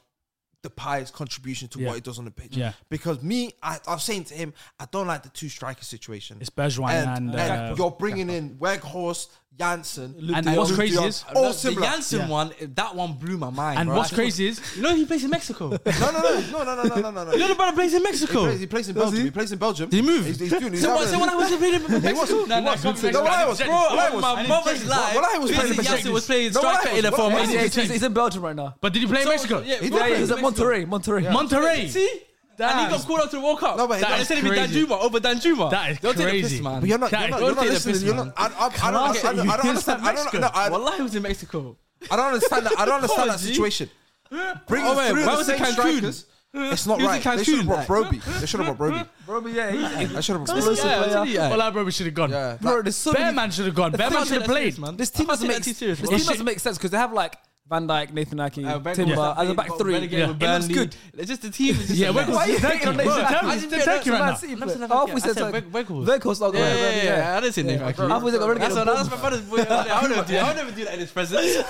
Speaker 2: Depay's contribution to
Speaker 3: Yeah.
Speaker 2: what he does on the pitch.
Speaker 3: Yeah.
Speaker 2: Because me, I, I was saying to him, I don't like the two striker situation.
Speaker 3: It's Bergwijn and, uh,
Speaker 2: you're bringing in Weghorst. Janssen,
Speaker 1: Luke
Speaker 3: And
Speaker 1: De
Speaker 3: what's
Speaker 1: Jong.
Speaker 3: crazy
Speaker 2: Dion,
Speaker 3: is-
Speaker 2: all
Speaker 4: the, the
Speaker 2: similar.
Speaker 4: Janssen one, that one blew my mind.
Speaker 3: And
Speaker 4: bro.
Speaker 3: what's
Speaker 4: I thought-
Speaker 3: crazy is
Speaker 4: you know he plays in Mexico. you
Speaker 2: No, no, no, no, no, no, no, no, no.
Speaker 4: know the brother plays in Mexico.
Speaker 2: He plays, he plays in Belgium. He? plays in Belgium.
Speaker 4: Did he move?
Speaker 2: He's, he's doing, he's
Speaker 4: So, what,
Speaker 2: having
Speaker 4: so
Speaker 2: a-
Speaker 4: when I was playing in Mexico,
Speaker 2: was,
Speaker 3: No,
Speaker 2: he
Speaker 3: no,
Speaker 2: was.
Speaker 3: can't be
Speaker 2: No, when I was,
Speaker 3: Mexican.
Speaker 2: bro, when I
Speaker 4: on
Speaker 2: was,
Speaker 4: my mother's life,
Speaker 2: when I was playing in
Speaker 4: Vincent Janssen
Speaker 2: Mexico,
Speaker 4: was playing
Speaker 2: No, when I
Speaker 4: striker in
Speaker 2: was-
Speaker 4: a
Speaker 2: when I
Speaker 1: Yeah,
Speaker 4: formation.
Speaker 1: he's, he's- he's in Belgium right now.
Speaker 3: but did he play in Mexico?
Speaker 4: Yeah,
Speaker 2: He
Speaker 4: bro,
Speaker 1: Yeah,
Speaker 2: did.
Speaker 4: he's
Speaker 1: he's at
Speaker 4: Mexico.
Speaker 1: Monterrey. Monterrey.
Speaker 3: Monterrey.
Speaker 4: See? And he got called out to the World Cup.
Speaker 2: No, but
Speaker 4: that,
Speaker 2: that's
Speaker 4: they said it'd be
Speaker 3: crazy.
Speaker 4: Danjuma over Danjuma.
Speaker 3: That is
Speaker 4: Don't Take the
Speaker 3: crazy.
Speaker 4: piss, man.
Speaker 2: But you're not. You're
Speaker 3: That-
Speaker 2: not,
Speaker 3: don't
Speaker 2: you're not
Speaker 3: take the
Speaker 2: listening.
Speaker 3: piss,
Speaker 2: You're
Speaker 3: man.
Speaker 2: not. I, I, I don't understand. I don't understand. I don't. No, I,
Speaker 4: Wallahi was in Mexico.
Speaker 2: I don't understand that. I don't understand that
Speaker 4: Apology.
Speaker 2: situation. Bring
Speaker 4: Oh,
Speaker 2: oh,
Speaker 4: man,
Speaker 2: through
Speaker 4: why
Speaker 2: the
Speaker 4: was it
Speaker 2: same
Speaker 4: Cancun?
Speaker 2: strikers. It's not
Speaker 4: He was
Speaker 2: right.
Speaker 4: in
Speaker 2: They should have brought
Speaker 4: Cancun,
Speaker 2: Broby. They should have brought Broby.
Speaker 1: Bro, yeah,
Speaker 2: They
Speaker 1: he's,
Speaker 2: should have brought
Speaker 1: Listen,
Speaker 2: Broby.
Speaker 1: yeah,
Speaker 4: I tell
Speaker 1: yeah.
Speaker 4: you,
Speaker 3: Well, that probably should have gone.
Speaker 2: Yeah.
Speaker 1: bro, there's so
Speaker 3: Bear
Speaker 1: many-
Speaker 3: man should have gone. Bear man should have played.
Speaker 1: This team doesn't make
Speaker 4: serious,
Speaker 1: This
Speaker 4: man.
Speaker 1: team
Speaker 3: It's
Speaker 1: doesn't
Speaker 3: shit.
Speaker 1: make sense because they have like Van Dyke, Nathan Ake,
Speaker 4: Uh, Bengal
Speaker 1: Timber
Speaker 4: was
Speaker 1: as a
Speaker 4: playing
Speaker 1: back
Speaker 4: Bo-
Speaker 1: three.
Speaker 4: Renegade
Speaker 1: Yeah.
Speaker 4: with
Speaker 1: It looks
Speaker 4: Burnley.
Speaker 1: good.
Speaker 4: It's just the team. Is just
Speaker 3: Yeah,
Speaker 4: a
Speaker 3: Weghorst
Speaker 4: mess.
Speaker 1: Why are you hating on
Speaker 3: Bro,
Speaker 1: Nathan
Speaker 3: tell
Speaker 1: Ake?
Speaker 3: me he's attacking right now.
Speaker 4: I'm saying
Speaker 1: I
Speaker 4: Weghorst. I said Weg- Weghorst.
Speaker 1: Weghorst. not
Speaker 4: Yeah, yeah, yeah,
Speaker 1: going.
Speaker 4: yeah. I didn't say Nick Hakim.
Speaker 1: Halfway they got
Speaker 4: That's,
Speaker 1: relegated.
Speaker 4: what, that's my brother's boy. I would never do that. I would never do that in his presence.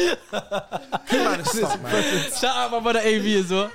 Speaker 2: Man, it's tough, man.
Speaker 4: Shout out my brother AV as well.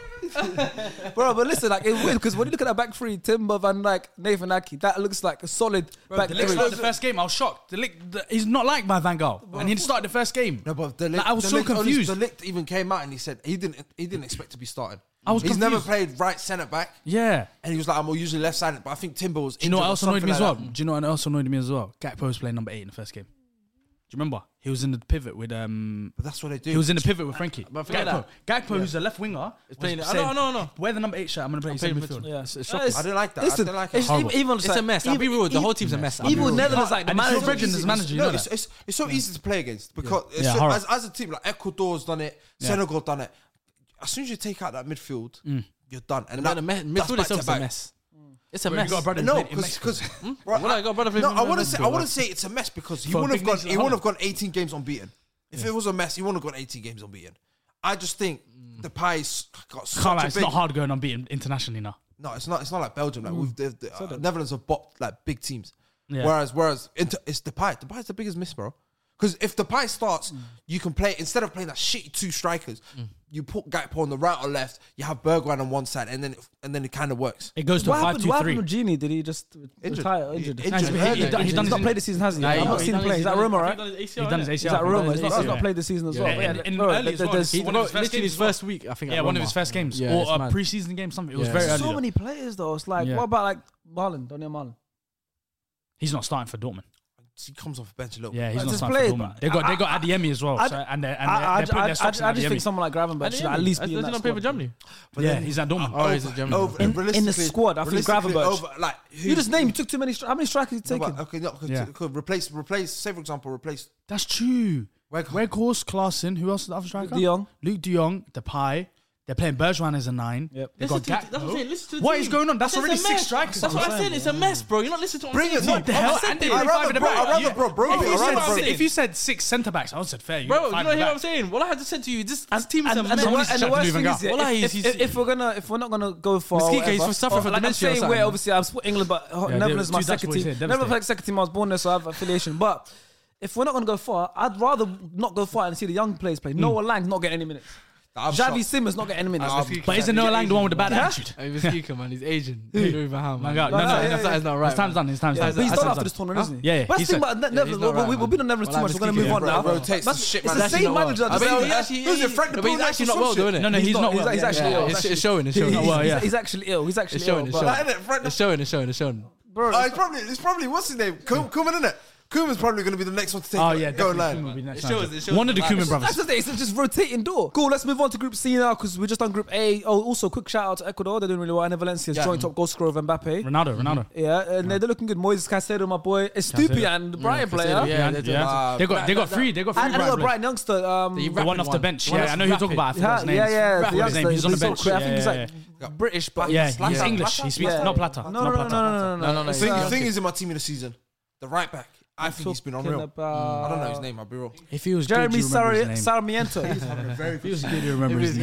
Speaker 1: Bro, but listen, like it's weird because when you look at that back three, Timber, Van Dyke, Nathan Ake, that looks like a solid back
Speaker 3: The
Speaker 1: three.
Speaker 3: Lick started the first game. I was shocked. The Lick, the, he's not like my Van Gaal, and he started the first game.
Speaker 2: No, but the
Speaker 3: Like, I was so confused.
Speaker 2: Delict even came out and he said he didn't. He didn't expect to be starting.
Speaker 3: I was
Speaker 2: He's never
Speaker 3: confused.
Speaker 2: played right centre back,
Speaker 3: yeah.
Speaker 2: and he was like, "I'm usually left sided." But I think Timber was.
Speaker 3: Do you know what
Speaker 2: injured or
Speaker 3: else annoyed me
Speaker 2: something
Speaker 3: as well?
Speaker 2: like
Speaker 3: Do you know what else annoyed me as well? Gakpo was playing number eight in the first game. Do you remember? He was in the pivot with um.
Speaker 2: But that's what they do.
Speaker 3: He was in the pivot with Frankie. Gakpo,
Speaker 4: forget
Speaker 3: Gakpo, who's a left winger, was
Speaker 4: playing- I
Speaker 3: saying,
Speaker 4: know, I know, I know.
Speaker 3: Wear the number eight shirt. I'm gonna play centre
Speaker 4: playing
Speaker 3: midfield.
Speaker 4: midfield.
Speaker 3: Yeah. It's, it's shocking.
Speaker 2: I didn't like that. I didn't like it.
Speaker 1: it's, even,
Speaker 4: Horrible.
Speaker 1: even
Speaker 4: It's a mess. I'll be real. The whole team's a mess. I'll be
Speaker 1: Even
Speaker 4: real.
Speaker 1: Netherlands, like the
Speaker 3: And it's
Speaker 1: manager,
Speaker 3: Phil Bridgen as manager. You
Speaker 2: no,
Speaker 3: know
Speaker 2: it's,
Speaker 3: that.
Speaker 2: it's it's so easy to play against because it's
Speaker 3: Yeah,
Speaker 2: so-
Speaker 3: horrible.
Speaker 2: as, as a team like Ecuador's done it, Senegal done it. As soon as you take out that midfield,
Speaker 3: Mm.
Speaker 2: you're done. And
Speaker 4: Man,
Speaker 2: that,
Speaker 4: the me-
Speaker 2: that's
Speaker 4: midfield
Speaker 2: back
Speaker 4: itself
Speaker 2: to
Speaker 4: is a
Speaker 2: back.
Speaker 4: mess. It's a
Speaker 3: You
Speaker 4: mess.
Speaker 3: got a brother who's
Speaker 2: No,
Speaker 3: made it in Mexico. Hmm?
Speaker 2: because
Speaker 4: Well, I got a brother
Speaker 2: hmm? no,
Speaker 4: from
Speaker 2: I wouldn't say
Speaker 4: Mexico,
Speaker 2: I wouldn't
Speaker 4: right?
Speaker 2: say it's a mess because he
Speaker 3: For a big
Speaker 2: wouldn't have gone.
Speaker 3: nation
Speaker 2: He
Speaker 3: like
Speaker 2: wouldn't have gone 18 games unbeaten. If it was a mess, he wouldn't have gone 18 games unbeaten. I just think the pie's got such
Speaker 3: Mm. Can't lie,
Speaker 2: a
Speaker 3: it's
Speaker 2: big.
Speaker 3: not hard going unbeaten internationally now.
Speaker 2: No, it's not. It's not like Belgium. Like we've, the, the, uh, Netherlands have bopped like big teams.
Speaker 3: Yeah.
Speaker 2: Whereas, whereas into, it's Depay. Depay's the biggest miss, bro. Because if Depay starts, you can play instead of playing that shitty two strikers. You put Gakpo on the right or left. You have Bergwijn on one side, and then it, and then it kind of works.
Speaker 3: It goes to
Speaker 1: What
Speaker 3: five
Speaker 1: happened?
Speaker 3: two
Speaker 1: What happened
Speaker 3: three.
Speaker 1: with Genie? Did he just
Speaker 2: Injured.
Speaker 1: retire? Injured.
Speaker 2: Injured.
Speaker 1: He's
Speaker 2: Injured.
Speaker 1: not-
Speaker 2: He- he-
Speaker 1: he's
Speaker 3: he done
Speaker 1: not
Speaker 3: his-
Speaker 1: played the season, has he? I've not seen him play. Is that rumor, right? Is
Speaker 4: He's
Speaker 3: He's done his ACL.
Speaker 1: that rumor? He's not he's not
Speaker 3: Yeah.
Speaker 1: played the season as
Speaker 3: Yeah,
Speaker 1: well.
Speaker 3: and-
Speaker 1: Yeah,
Speaker 3: and
Speaker 1: no,
Speaker 3: early as
Speaker 1: there-
Speaker 3: well.
Speaker 1: there's-
Speaker 3: He-
Speaker 4: One of his first literally
Speaker 3: games
Speaker 4: his
Speaker 3: as well.
Speaker 4: first week, I think.
Speaker 3: Yeah,
Speaker 4: at
Speaker 3: one of his
Speaker 4: Roma.
Speaker 3: first games
Speaker 4: Yeah,
Speaker 3: or
Speaker 4: it's
Speaker 3: a
Speaker 4: mad.
Speaker 3: preseason game. Something. It was
Speaker 4: Yeah.
Speaker 3: very
Speaker 4: So
Speaker 3: early.
Speaker 1: so
Speaker 3: though.
Speaker 1: many players though. It's like
Speaker 3: Yeah.
Speaker 1: what about like Marlon, Daniel Marlon?
Speaker 3: He's not starting for Dortmont.
Speaker 2: He comes off the bench a little.
Speaker 3: Yeah,
Speaker 2: bit.
Speaker 3: he's
Speaker 1: Like,
Speaker 3: not
Speaker 1: just
Speaker 3: starting for
Speaker 1: play it,
Speaker 3: Dortmund. They got they got Adiemi as well,
Speaker 1: I-
Speaker 3: Oh, so, and they're, and they're,
Speaker 1: I, I,
Speaker 3: they're putting
Speaker 1: I,
Speaker 3: their
Speaker 1: I, I
Speaker 3: stocks in
Speaker 1: just think
Speaker 3: Adiemi.
Speaker 1: someone like Gravenberch should at least be in
Speaker 4: Doesn't
Speaker 1: that
Speaker 4: he play for
Speaker 1: squad.
Speaker 4: Germany?
Speaker 3: Yeah, he's at Dortmund.
Speaker 4: Oh, he's a German.
Speaker 2: Over,
Speaker 1: In- in the
Speaker 2: realistically-
Speaker 1: squad, I think
Speaker 2: realistically
Speaker 1: Gravenberch.
Speaker 2: over, like who,
Speaker 1: You just named. You took too many. stri- How many strikers you
Speaker 2: No,
Speaker 1: taken?
Speaker 2: but, okay, no, could,
Speaker 3: Yeah.
Speaker 2: could replace replace. Say for example, replace
Speaker 3: That's true.
Speaker 2: Weghorst.
Speaker 3: Weghorst, Klaassen, who else is the other striker?
Speaker 1: De Jong.
Speaker 3: Luke De Jong, Depay. They're playing Bergwijn as a nine.
Speaker 1: Yep.
Speaker 3: They
Speaker 4: Listen
Speaker 3: got
Speaker 4: to- that's
Speaker 3: Gakpo.
Speaker 4: what I'm saying, listen to the
Speaker 3: What
Speaker 4: team.
Speaker 3: is going on? That's
Speaker 4: It's a
Speaker 3: already six
Speaker 4: mess.
Speaker 3: strikers.
Speaker 4: That's what I'm
Speaker 3: bro.
Speaker 4: saying. It's a mess, bro. You're not listening to what
Speaker 2: Bring
Speaker 4: I'm
Speaker 2: it,
Speaker 4: saying.
Speaker 2: no,
Speaker 3: What the hell? And they
Speaker 2: I'd
Speaker 3: played
Speaker 2: rather
Speaker 3: five in the
Speaker 2: bro-
Speaker 3: back.
Speaker 2: I'd rather
Speaker 3: Yeah.
Speaker 2: bro- bro-
Speaker 3: If you
Speaker 2: I'd rather
Speaker 3: said-
Speaker 2: bro-
Speaker 3: If you said six centre backs, I would have said fair. You
Speaker 4: Bro,
Speaker 3: got
Speaker 4: you
Speaker 3: five
Speaker 4: don't
Speaker 3: in
Speaker 4: hear
Speaker 3: the
Speaker 4: what I'm
Speaker 3: back.
Speaker 4: saying? What I had to say to you, this, this team is
Speaker 1: And,
Speaker 4: a
Speaker 1: and,
Speaker 4: mess.
Speaker 1: the, wor-
Speaker 3: Somebody's
Speaker 1: and the
Speaker 3: chatting
Speaker 1: worst
Speaker 3: to
Speaker 1: thing
Speaker 3: Van
Speaker 1: is, yeah,
Speaker 4: Gaal. Well,
Speaker 1: if,
Speaker 4: he's-
Speaker 1: if, if,
Speaker 4: he's-
Speaker 1: we're gonna, if we're not gonna go for,
Speaker 4: Mosquito,
Speaker 1: whatever,
Speaker 4: he's suffering from
Speaker 1: like I'm
Speaker 4: dementia or
Speaker 1: saying,
Speaker 4: something.
Speaker 1: where obviously I'm support England, but uh,
Speaker 3: Yeah,
Speaker 1: Netherlands is my
Speaker 3: dude, that's
Speaker 1: second
Speaker 3: what he
Speaker 1: team.
Speaker 3: said,
Speaker 1: Netherlands
Speaker 3: devastating.
Speaker 1: like second team. I was born there, so I have affiliation. But if we're not gonna go far, I'd rather not go far and see the young players play. Noah Lang not getting any minutes.
Speaker 2: I'm
Speaker 1: Javi
Speaker 2: shocked.
Speaker 1: Simmons not getting any minutes.
Speaker 2: I'm-
Speaker 3: But isn't Noah Lang the one with the bad attitude?
Speaker 4: I mean, this geeker, man, he's Asian. He's Louis Van Gaal, man.
Speaker 3: My God, no,
Speaker 1: No,
Speaker 3: no,
Speaker 1: no,
Speaker 3: no,
Speaker 1: yeah,
Speaker 4: That's not right.
Speaker 3: His time's
Speaker 4: man.
Speaker 3: done. His time's
Speaker 1: Yeah,
Speaker 3: done.
Speaker 1: but he's
Speaker 3: That's
Speaker 1: done
Speaker 3: time's
Speaker 1: after this
Speaker 3: done.
Speaker 1: tournament, isn't he?
Speaker 3: Yeah, yeah,
Speaker 1: But that's
Speaker 3: he's
Speaker 1: the thing
Speaker 3: done.
Speaker 1: about Ne-
Speaker 4: Yeah, he's
Speaker 1: Netherlands.
Speaker 4: not
Speaker 1: we-
Speaker 4: right,
Speaker 1: We've
Speaker 4: man.
Speaker 1: been on Netherlands
Speaker 4: Well,
Speaker 1: too
Speaker 4: I'm
Speaker 1: much. We're gonna
Speaker 4: just
Speaker 1: move on
Speaker 4: kidding,
Speaker 1: now.
Speaker 4: bro.
Speaker 2: Rotates the
Speaker 1: That's-
Speaker 2: shit,
Speaker 1: It's
Speaker 2: man.
Speaker 1: the
Speaker 2: That's
Speaker 1: same manager.
Speaker 4: not right.
Speaker 1: that's
Speaker 4: But
Speaker 1: out
Speaker 4: he's
Speaker 1: there.
Speaker 4: actually-
Speaker 1: Who's the
Speaker 4: he-
Speaker 1: Frank de
Speaker 4: but he's
Speaker 1: Boer
Speaker 4: actually
Speaker 1: Nijs
Speaker 4: not
Speaker 1: or
Speaker 4: well,
Speaker 1: some
Speaker 4: though,
Speaker 1: shit?
Speaker 4: innit?
Speaker 3: No, no, he's not
Speaker 1: He's
Speaker 3: well.
Speaker 1: he's
Speaker 3: Yeah,
Speaker 1: actually
Speaker 3: yeah,
Speaker 1: ill.
Speaker 4: It's, it's showing. It's
Speaker 1: He's-
Speaker 4: showing.
Speaker 3: not well,
Speaker 1: he's-
Speaker 3: yeah.
Speaker 1: He's actually ill. He's
Speaker 4: It's
Speaker 1: actually ill.
Speaker 4: showing. It's
Speaker 1: but-
Speaker 2: Like,
Speaker 4: showing.
Speaker 2: innit, Fred-
Speaker 4: It's showing. It's showing. It's showing.
Speaker 1: Bro,
Speaker 2: Uh, it's probably it's probably what's his name? Koeman, Koeman isn't it? Koeman's probably going to be the next one to take.
Speaker 3: Oh yeah,
Speaker 2: go
Speaker 3: definitely
Speaker 2: line.
Speaker 3: Koeman would be next
Speaker 4: It shows,
Speaker 3: manager.
Speaker 4: it shows
Speaker 3: One of the
Speaker 4: the
Speaker 3: Cuban
Speaker 4: vibes.
Speaker 3: brothers.
Speaker 1: That's the thing. It's just rotating door. Cool. Let's move on to Group C now because we're just on Group A. Oh, also quick shout out to Ecuador. They're doing really well. And Valencia's joint top goal scorer of Mbappe.
Speaker 3: Ronaldo, Ronaldo.
Speaker 1: Yeah, and they're looking good. Moises Caicedo, my boy, Estupian, the Brighton player.
Speaker 4: Caicedo,
Speaker 3: Mm, Yeah,
Speaker 4: Yeah, they-
Speaker 3: yeah.
Speaker 2: uh,
Speaker 3: They got they got three. They got three.
Speaker 1: And, and they got a
Speaker 3: Brighton players.
Speaker 1: Brighton youngster. Um,
Speaker 3: The
Speaker 4: The
Speaker 3: one
Speaker 4: Rapid
Speaker 3: off the
Speaker 4: one.
Speaker 3: bench.
Speaker 4: The one
Speaker 3: Yeah,
Speaker 4: that's
Speaker 3: I know who you're talking about. I
Speaker 4: rapid.
Speaker 3: forgot his
Speaker 1: yeah,
Speaker 3: name.
Speaker 1: yeah, yeah,
Speaker 3: Forgot
Speaker 1: the
Speaker 3: his name.
Speaker 1: youngster.
Speaker 3: He's on the
Speaker 1: He's so
Speaker 3: bench.
Speaker 1: quick. I think he's
Speaker 3: Yeah,
Speaker 1: like British, but
Speaker 3: Yeah,
Speaker 1: he's like-
Speaker 3: he's English. He speaks
Speaker 1: Yeah.
Speaker 3: not Plata.
Speaker 1: No, no, no, no, no, no,
Speaker 4: No, no, no.
Speaker 2: The thing, the
Speaker 4: Exactly.
Speaker 2: thing is, in my team in the season, the right back, I think he's been
Speaker 1: Talking
Speaker 2: unreal. Mm.
Speaker 1: about-
Speaker 2: I don't know his name. I'll be real.
Speaker 3: If he was
Speaker 1: Jeremy Sar-
Speaker 3: Sarri,
Speaker 1: Sarmiento.
Speaker 2: Very good.
Speaker 3: good, you remember his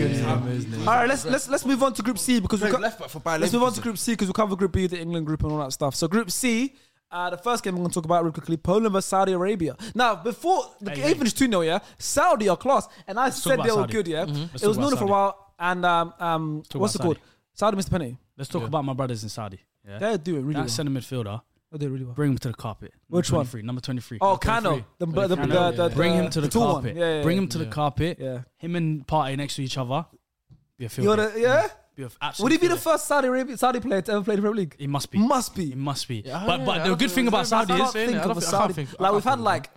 Speaker 3: name.
Speaker 1: All right, let's let's let's move on to Group C because we've
Speaker 2: Played
Speaker 1: got
Speaker 2: left back for Bayer
Speaker 1: Let's move on
Speaker 2: Leverkusen.
Speaker 1: to Group C because we cover Group B, the England group, and all that stuff. So Group C, uh, the first game we're going to talk about really quickly: Poland versus Saudi Arabia. Now, before the
Speaker 3: Hey,
Speaker 1: game
Speaker 3: hey.
Speaker 1: finished two 0 yeah, Saudi are class, and I
Speaker 3: talk
Speaker 1: said
Speaker 3: about
Speaker 1: they were
Speaker 3: Saudi. Mm-hmm.
Speaker 1: good. Yeah,
Speaker 3: Let's
Speaker 1: it was
Speaker 3: talk about
Speaker 1: known for a
Speaker 3: Saudi.
Speaker 1: while, and um, um,
Speaker 3: Talk
Speaker 1: what's it
Speaker 3: about
Speaker 1: called? Saudi missed a penalty.
Speaker 3: Let's talk about my brothers in Saudi. Yeah.
Speaker 1: They're doing really
Speaker 3: That
Speaker 1: well.
Speaker 3: centre midfielder
Speaker 1: They did really well.
Speaker 3: Bring him to the carpet. Number
Speaker 1: Which one?
Speaker 3: 23, Number 23.
Speaker 1: Oh,
Speaker 3: Number
Speaker 1: Cano.
Speaker 3: 23.
Speaker 1: The, the, the,
Speaker 4: Cano,
Speaker 1: the, the,
Speaker 4: yeah.
Speaker 3: Bring him
Speaker 1: the-
Speaker 3: to the,
Speaker 1: the tall one.
Speaker 3: carpet.
Speaker 1: Yeah, yeah,
Speaker 3: Bring
Speaker 1: yeah.
Speaker 3: him to the carpet.
Speaker 1: Yeah.
Speaker 3: Him and Party next to each other. Be a field
Speaker 1: You're
Speaker 3: day.
Speaker 1: the, yeah?
Speaker 3: Be a f- absolute
Speaker 1: Would he be the
Speaker 3: field day.
Speaker 1: first Saudi Arabian, Saudi player to ever play the Premier League?
Speaker 3: He must be.
Speaker 1: Must be.
Speaker 3: He must be.
Speaker 4: Yeah,
Speaker 3: but
Speaker 4: yeah,
Speaker 3: but
Speaker 4: yeah,
Speaker 3: the
Speaker 4: I
Speaker 3: good thing about
Speaker 4: don't know.
Speaker 3: Saudi
Speaker 4: I
Speaker 1: I
Speaker 4: is
Speaker 1: can't
Speaker 4: Saudi is-
Speaker 1: think
Speaker 4: I
Speaker 1: of
Speaker 4: don't
Speaker 1: a
Speaker 4: think- I can't
Speaker 1: Saudi.
Speaker 4: think- I
Speaker 1: Like
Speaker 4: can't
Speaker 1: we've had
Speaker 4: think.
Speaker 1: like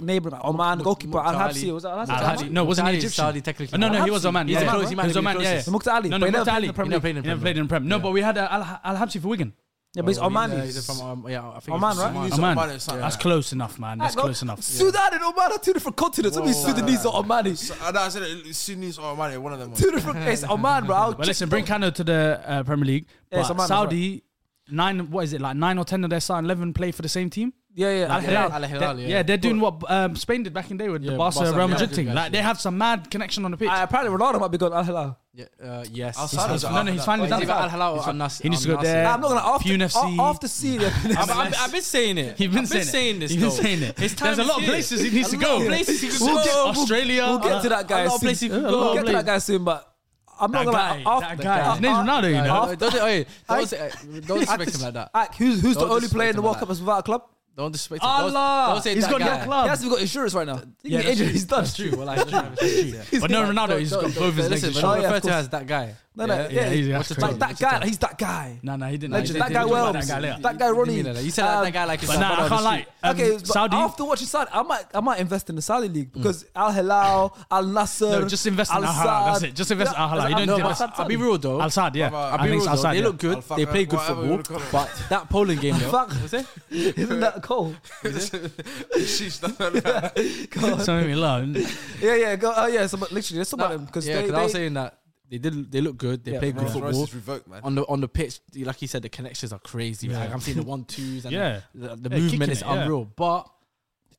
Speaker 1: neighbor, like Oman goalkeeper Al
Speaker 4: Mukhtar
Speaker 1: Habsi.
Speaker 4: Ali.
Speaker 1: Was that Al
Speaker 3: Al Hadi.
Speaker 1: Habsi?
Speaker 3: No, wasn't he
Speaker 4: Ali is
Speaker 3: Egyptian?
Speaker 4: Saudi technically.
Speaker 3: Oh, no, no,
Speaker 1: Al
Speaker 3: he was
Speaker 1: Habsi.
Speaker 3: Oman.
Speaker 4: He's
Speaker 3: yeah.
Speaker 4: the closest, he might
Speaker 3: was
Speaker 4: be the
Speaker 3: Oman. Yeah,
Speaker 4: closest.
Speaker 3: yeah.
Speaker 1: Mukhtar Ali,
Speaker 3: No,
Speaker 1: but
Speaker 3: no,
Speaker 1: he never
Speaker 3: Mukhtar
Speaker 1: played in
Speaker 3: Ali.
Speaker 1: the
Speaker 3: He
Speaker 1: Premier
Speaker 3: never
Speaker 1: League.
Speaker 3: played in the Prem. No, but we had uh, Al Al Habsi for Wigan.
Speaker 1: Yeah, but he's Omani.
Speaker 4: Yeah, he's from Oman. Yeah, I think
Speaker 1: Oman,
Speaker 4: he's
Speaker 1: right?
Speaker 2: He's
Speaker 3: Oman.
Speaker 2: Oman, it's not-
Speaker 3: That's
Speaker 2: yeah.
Speaker 3: close enough, man. That's
Speaker 1: Like,
Speaker 3: close enough.
Speaker 1: Sudan and Oman are two different continents. I mean, Sudanese or Omani.
Speaker 2: Uh, no, I said it, Sunnis or Omani, one of them.
Speaker 1: Two different. It's Oman, bro. I'll
Speaker 3: But listen,
Speaker 1: check-
Speaker 3: bring Kano to the uh, Premier League.
Speaker 1: Yeah, it's
Speaker 3: But
Speaker 1: Oman, that's
Speaker 3: Saudi, nine. What is it like? Nine or ten of their starting eleven play for the same team.
Speaker 1: Yeah, yeah. Al Hilal.
Speaker 4: Al Hilal,
Speaker 3: They're-
Speaker 4: yeah.
Speaker 3: they're doing what um, Spain did back in the day with the
Speaker 4: Yeah,
Speaker 3: Barca,
Speaker 4: Barca,
Speaker 3: Real
Speaker 4: yeah,
Speaker 3: Madrid
Speaker 4: good
Speaker 3: thing.
Speaker 4: guys,
Speaker 3: Like they
Speaker 4: yeah.
Speaker 3: have some mad connection on the pitch.
Speaker 1: Uh, apparently, Ronaldo might be going Al Hilal.
Speaker 4: Yeah, uh, yes.
Speaker 2: Al
Speaker 4: He's
Speaker 2: Sadd
Speaker 4: Saudi.
Speaker 2: is
Speaker 3: no, no, he's finally
Speaker 4: He's
Speaker 3: done.
Speaker 4: either Al Hilal or Al Nas-
Speaker 3: He needs to
Speaker 4: Al
Speaker 3: go
Speaker 4: Nasr.
Speaker 3: there.
Speaker 1: I'm not gonna after
Speaker 3: Pune FC.
Speaker 1: a- after Syria.
Speaker 4: I've, I've, I've been saying it.
Speaker 3: You've been
Speaker 4: I've
Speaker 3: saying it.
Speaker 4: been saying this.
Speaker 3: You've been
Speaker 4: though.
Speaker 3: saying it.
Speaker 4: It's time
Speaker 3: There's a
Speaker 4: is
Speaker 3: lot of
Speaker 4: here.
Speaker 3: places he needs
Speaker 4: A
Speaker 3: to
Speaker 4: lot
Speaker 3: go.
Speaker 4: of places he could
Speaker 3: We'll
Speaker 4: go.
Speaker 3: get-
Speaker 4: We'll-
Speaker 3: Australia.
Speaker 1: We'll get to that guy.
Speaker 4: A lot of
Speaker 1: soon.
Speaker 4: places you can
Speaker 1: We'll
Speaker 4: go.
Speaker 1: get to that guy soon, but I'm not
Speaker 3: That
Speaker 1: gonna
Speaker 3: guy,
Speaker 1: after
Speaker 3: that guy. His name's
Speaker 1: uh,
Speaker 3: Ronaldo, you
Speaker 4: No,
Speaker 3: know.
Speaker 4: no, no, don't, hey, don't, say- hey, don't disrespect him like that.
Speaker 1: Like, who's who's the
Speaker 4: Don't
Speaker 1: only player in the
Speaker 4: disrespect him
Speaker 1: World
Speaker 4: like
Speaker 1: Cup
Speaker 4: that.
Speaker 1: that's without a club?
Speaker 4: Don't disrespect him. Don't-
Speaker 3: Allah,
Speaker 4: Don't say
Speaker 3: he's
Speaker 4: that
Speaker 3: got
Speaker 4: guy.
Speaker 3: no club.
Speaker 1: He hasn't even got insurance right now. He
Speaker 3: Yeah,
Speaker 1: can get
Speaker 3: that's
Speaker 1: injured. He's done.
Speaker 4: That's true. Well, like, that's true.
Speaker 3: but no, Ronaldo, he's got both his legs.
Speaker 4: Listen,
Speaker 3: and
Speaker 4: but
Speaker 3: shit.
Speaker 4: don't
Speaker 1: Oh, yeah, of
Speaker 4: refer to
Speaker 1: course.
Speaker 4: her as that guy.
Speaker 1: No, no,
Speaker 3: Yeah,
Speaker 1: yeah,
Speaker 3: yeah, he's-
Speaker 1: he's-
Speaker 3: that's
Speaker 1: like,
Speaker 3: crazy.
Speaker 1: that guy. He's that guy.
Speaker 3: Nah, nah, he didn't.
Speaker 1: Legend.
Speaker 3: Nah,
Speaker 1: That
Speaker 3: he
Speaker 1: guy
Speaker 3: didn't talk about
Speaker 1: Wells.
Speaker 3: That guy later.
Speaker 1: That guy
Speaker 4: You
Speaker 1: Ronnie. Um,
Speaker 4: mean that? You said that guy like his
Speaker 3: But
Speaker 4: son
Speaker 3: nah, I
Speaker 4: on the
Speaker 3: can't lie.
Speaker 4: street.
Speaker 3: Um,
Speaker 1: okay, but
Speaker 3: Saudi. Mm.
Speaker 1: After watching Saudi, I might, I might invest in the Saudi league because Al Hilal, Al Nasser.
Speaker 3: No, just invest in Al Hilal. That's it. Just invest in Al Hilal. You don't need to invest-
Speaker 4: I'll be real though.
Speaker 3: Al Sadd, yeah.
Speaker 2: I'll
Speaker 3: I
Speaker 4: I'll be
Speaker 3: think
Speaker 4: real
Speaker 3: it's
Speaker 4: though.
Speaker 3: Al Sadd,
Speaker 4: They
Speaker 3: yeah.
Speaker 4: look good.
Speaker 2: Al-Fuck,
Speaker 4: They play good
Speaker 2: whatever you
Speaker 4: football.
Speaker 2: wanna call it.
Speaker 4: But that Poland game though.
Speaker 1: Fuck.
Speaker 4: What's it?
Speaker 1: Isn't that cool?
Speaker 2: Sheesh, that-
Speaker 3: Something we learned.
Speaker 1: yeah, yeah. Go, oh, yeah. So, but literally, let's talk about them because
Speaker 4: yeah,
Speaker 1: they,
Speaker 4: because I was
Speaker 1: they
Speaker 4: saying that they did. They look good. They
Speaker 1: Yeah,
Speaker 4: play good
Speaker 2: Rolls Royce
Speaker 4: football.
Speaker 2: is revoked, man.
Speaker 4: On the on the pitch, like you said, the connections are crazy.
Speaker 3: Yeah.
Speaker 4: Like I'm seeing the one twos and
Speaker 3: Yeah.
Speaker 4: the, the
Speaker 3: Yeah, kicking
Speaker 4: movement is
Speaker 3: it, yeah.
Speaker 4: unreal. But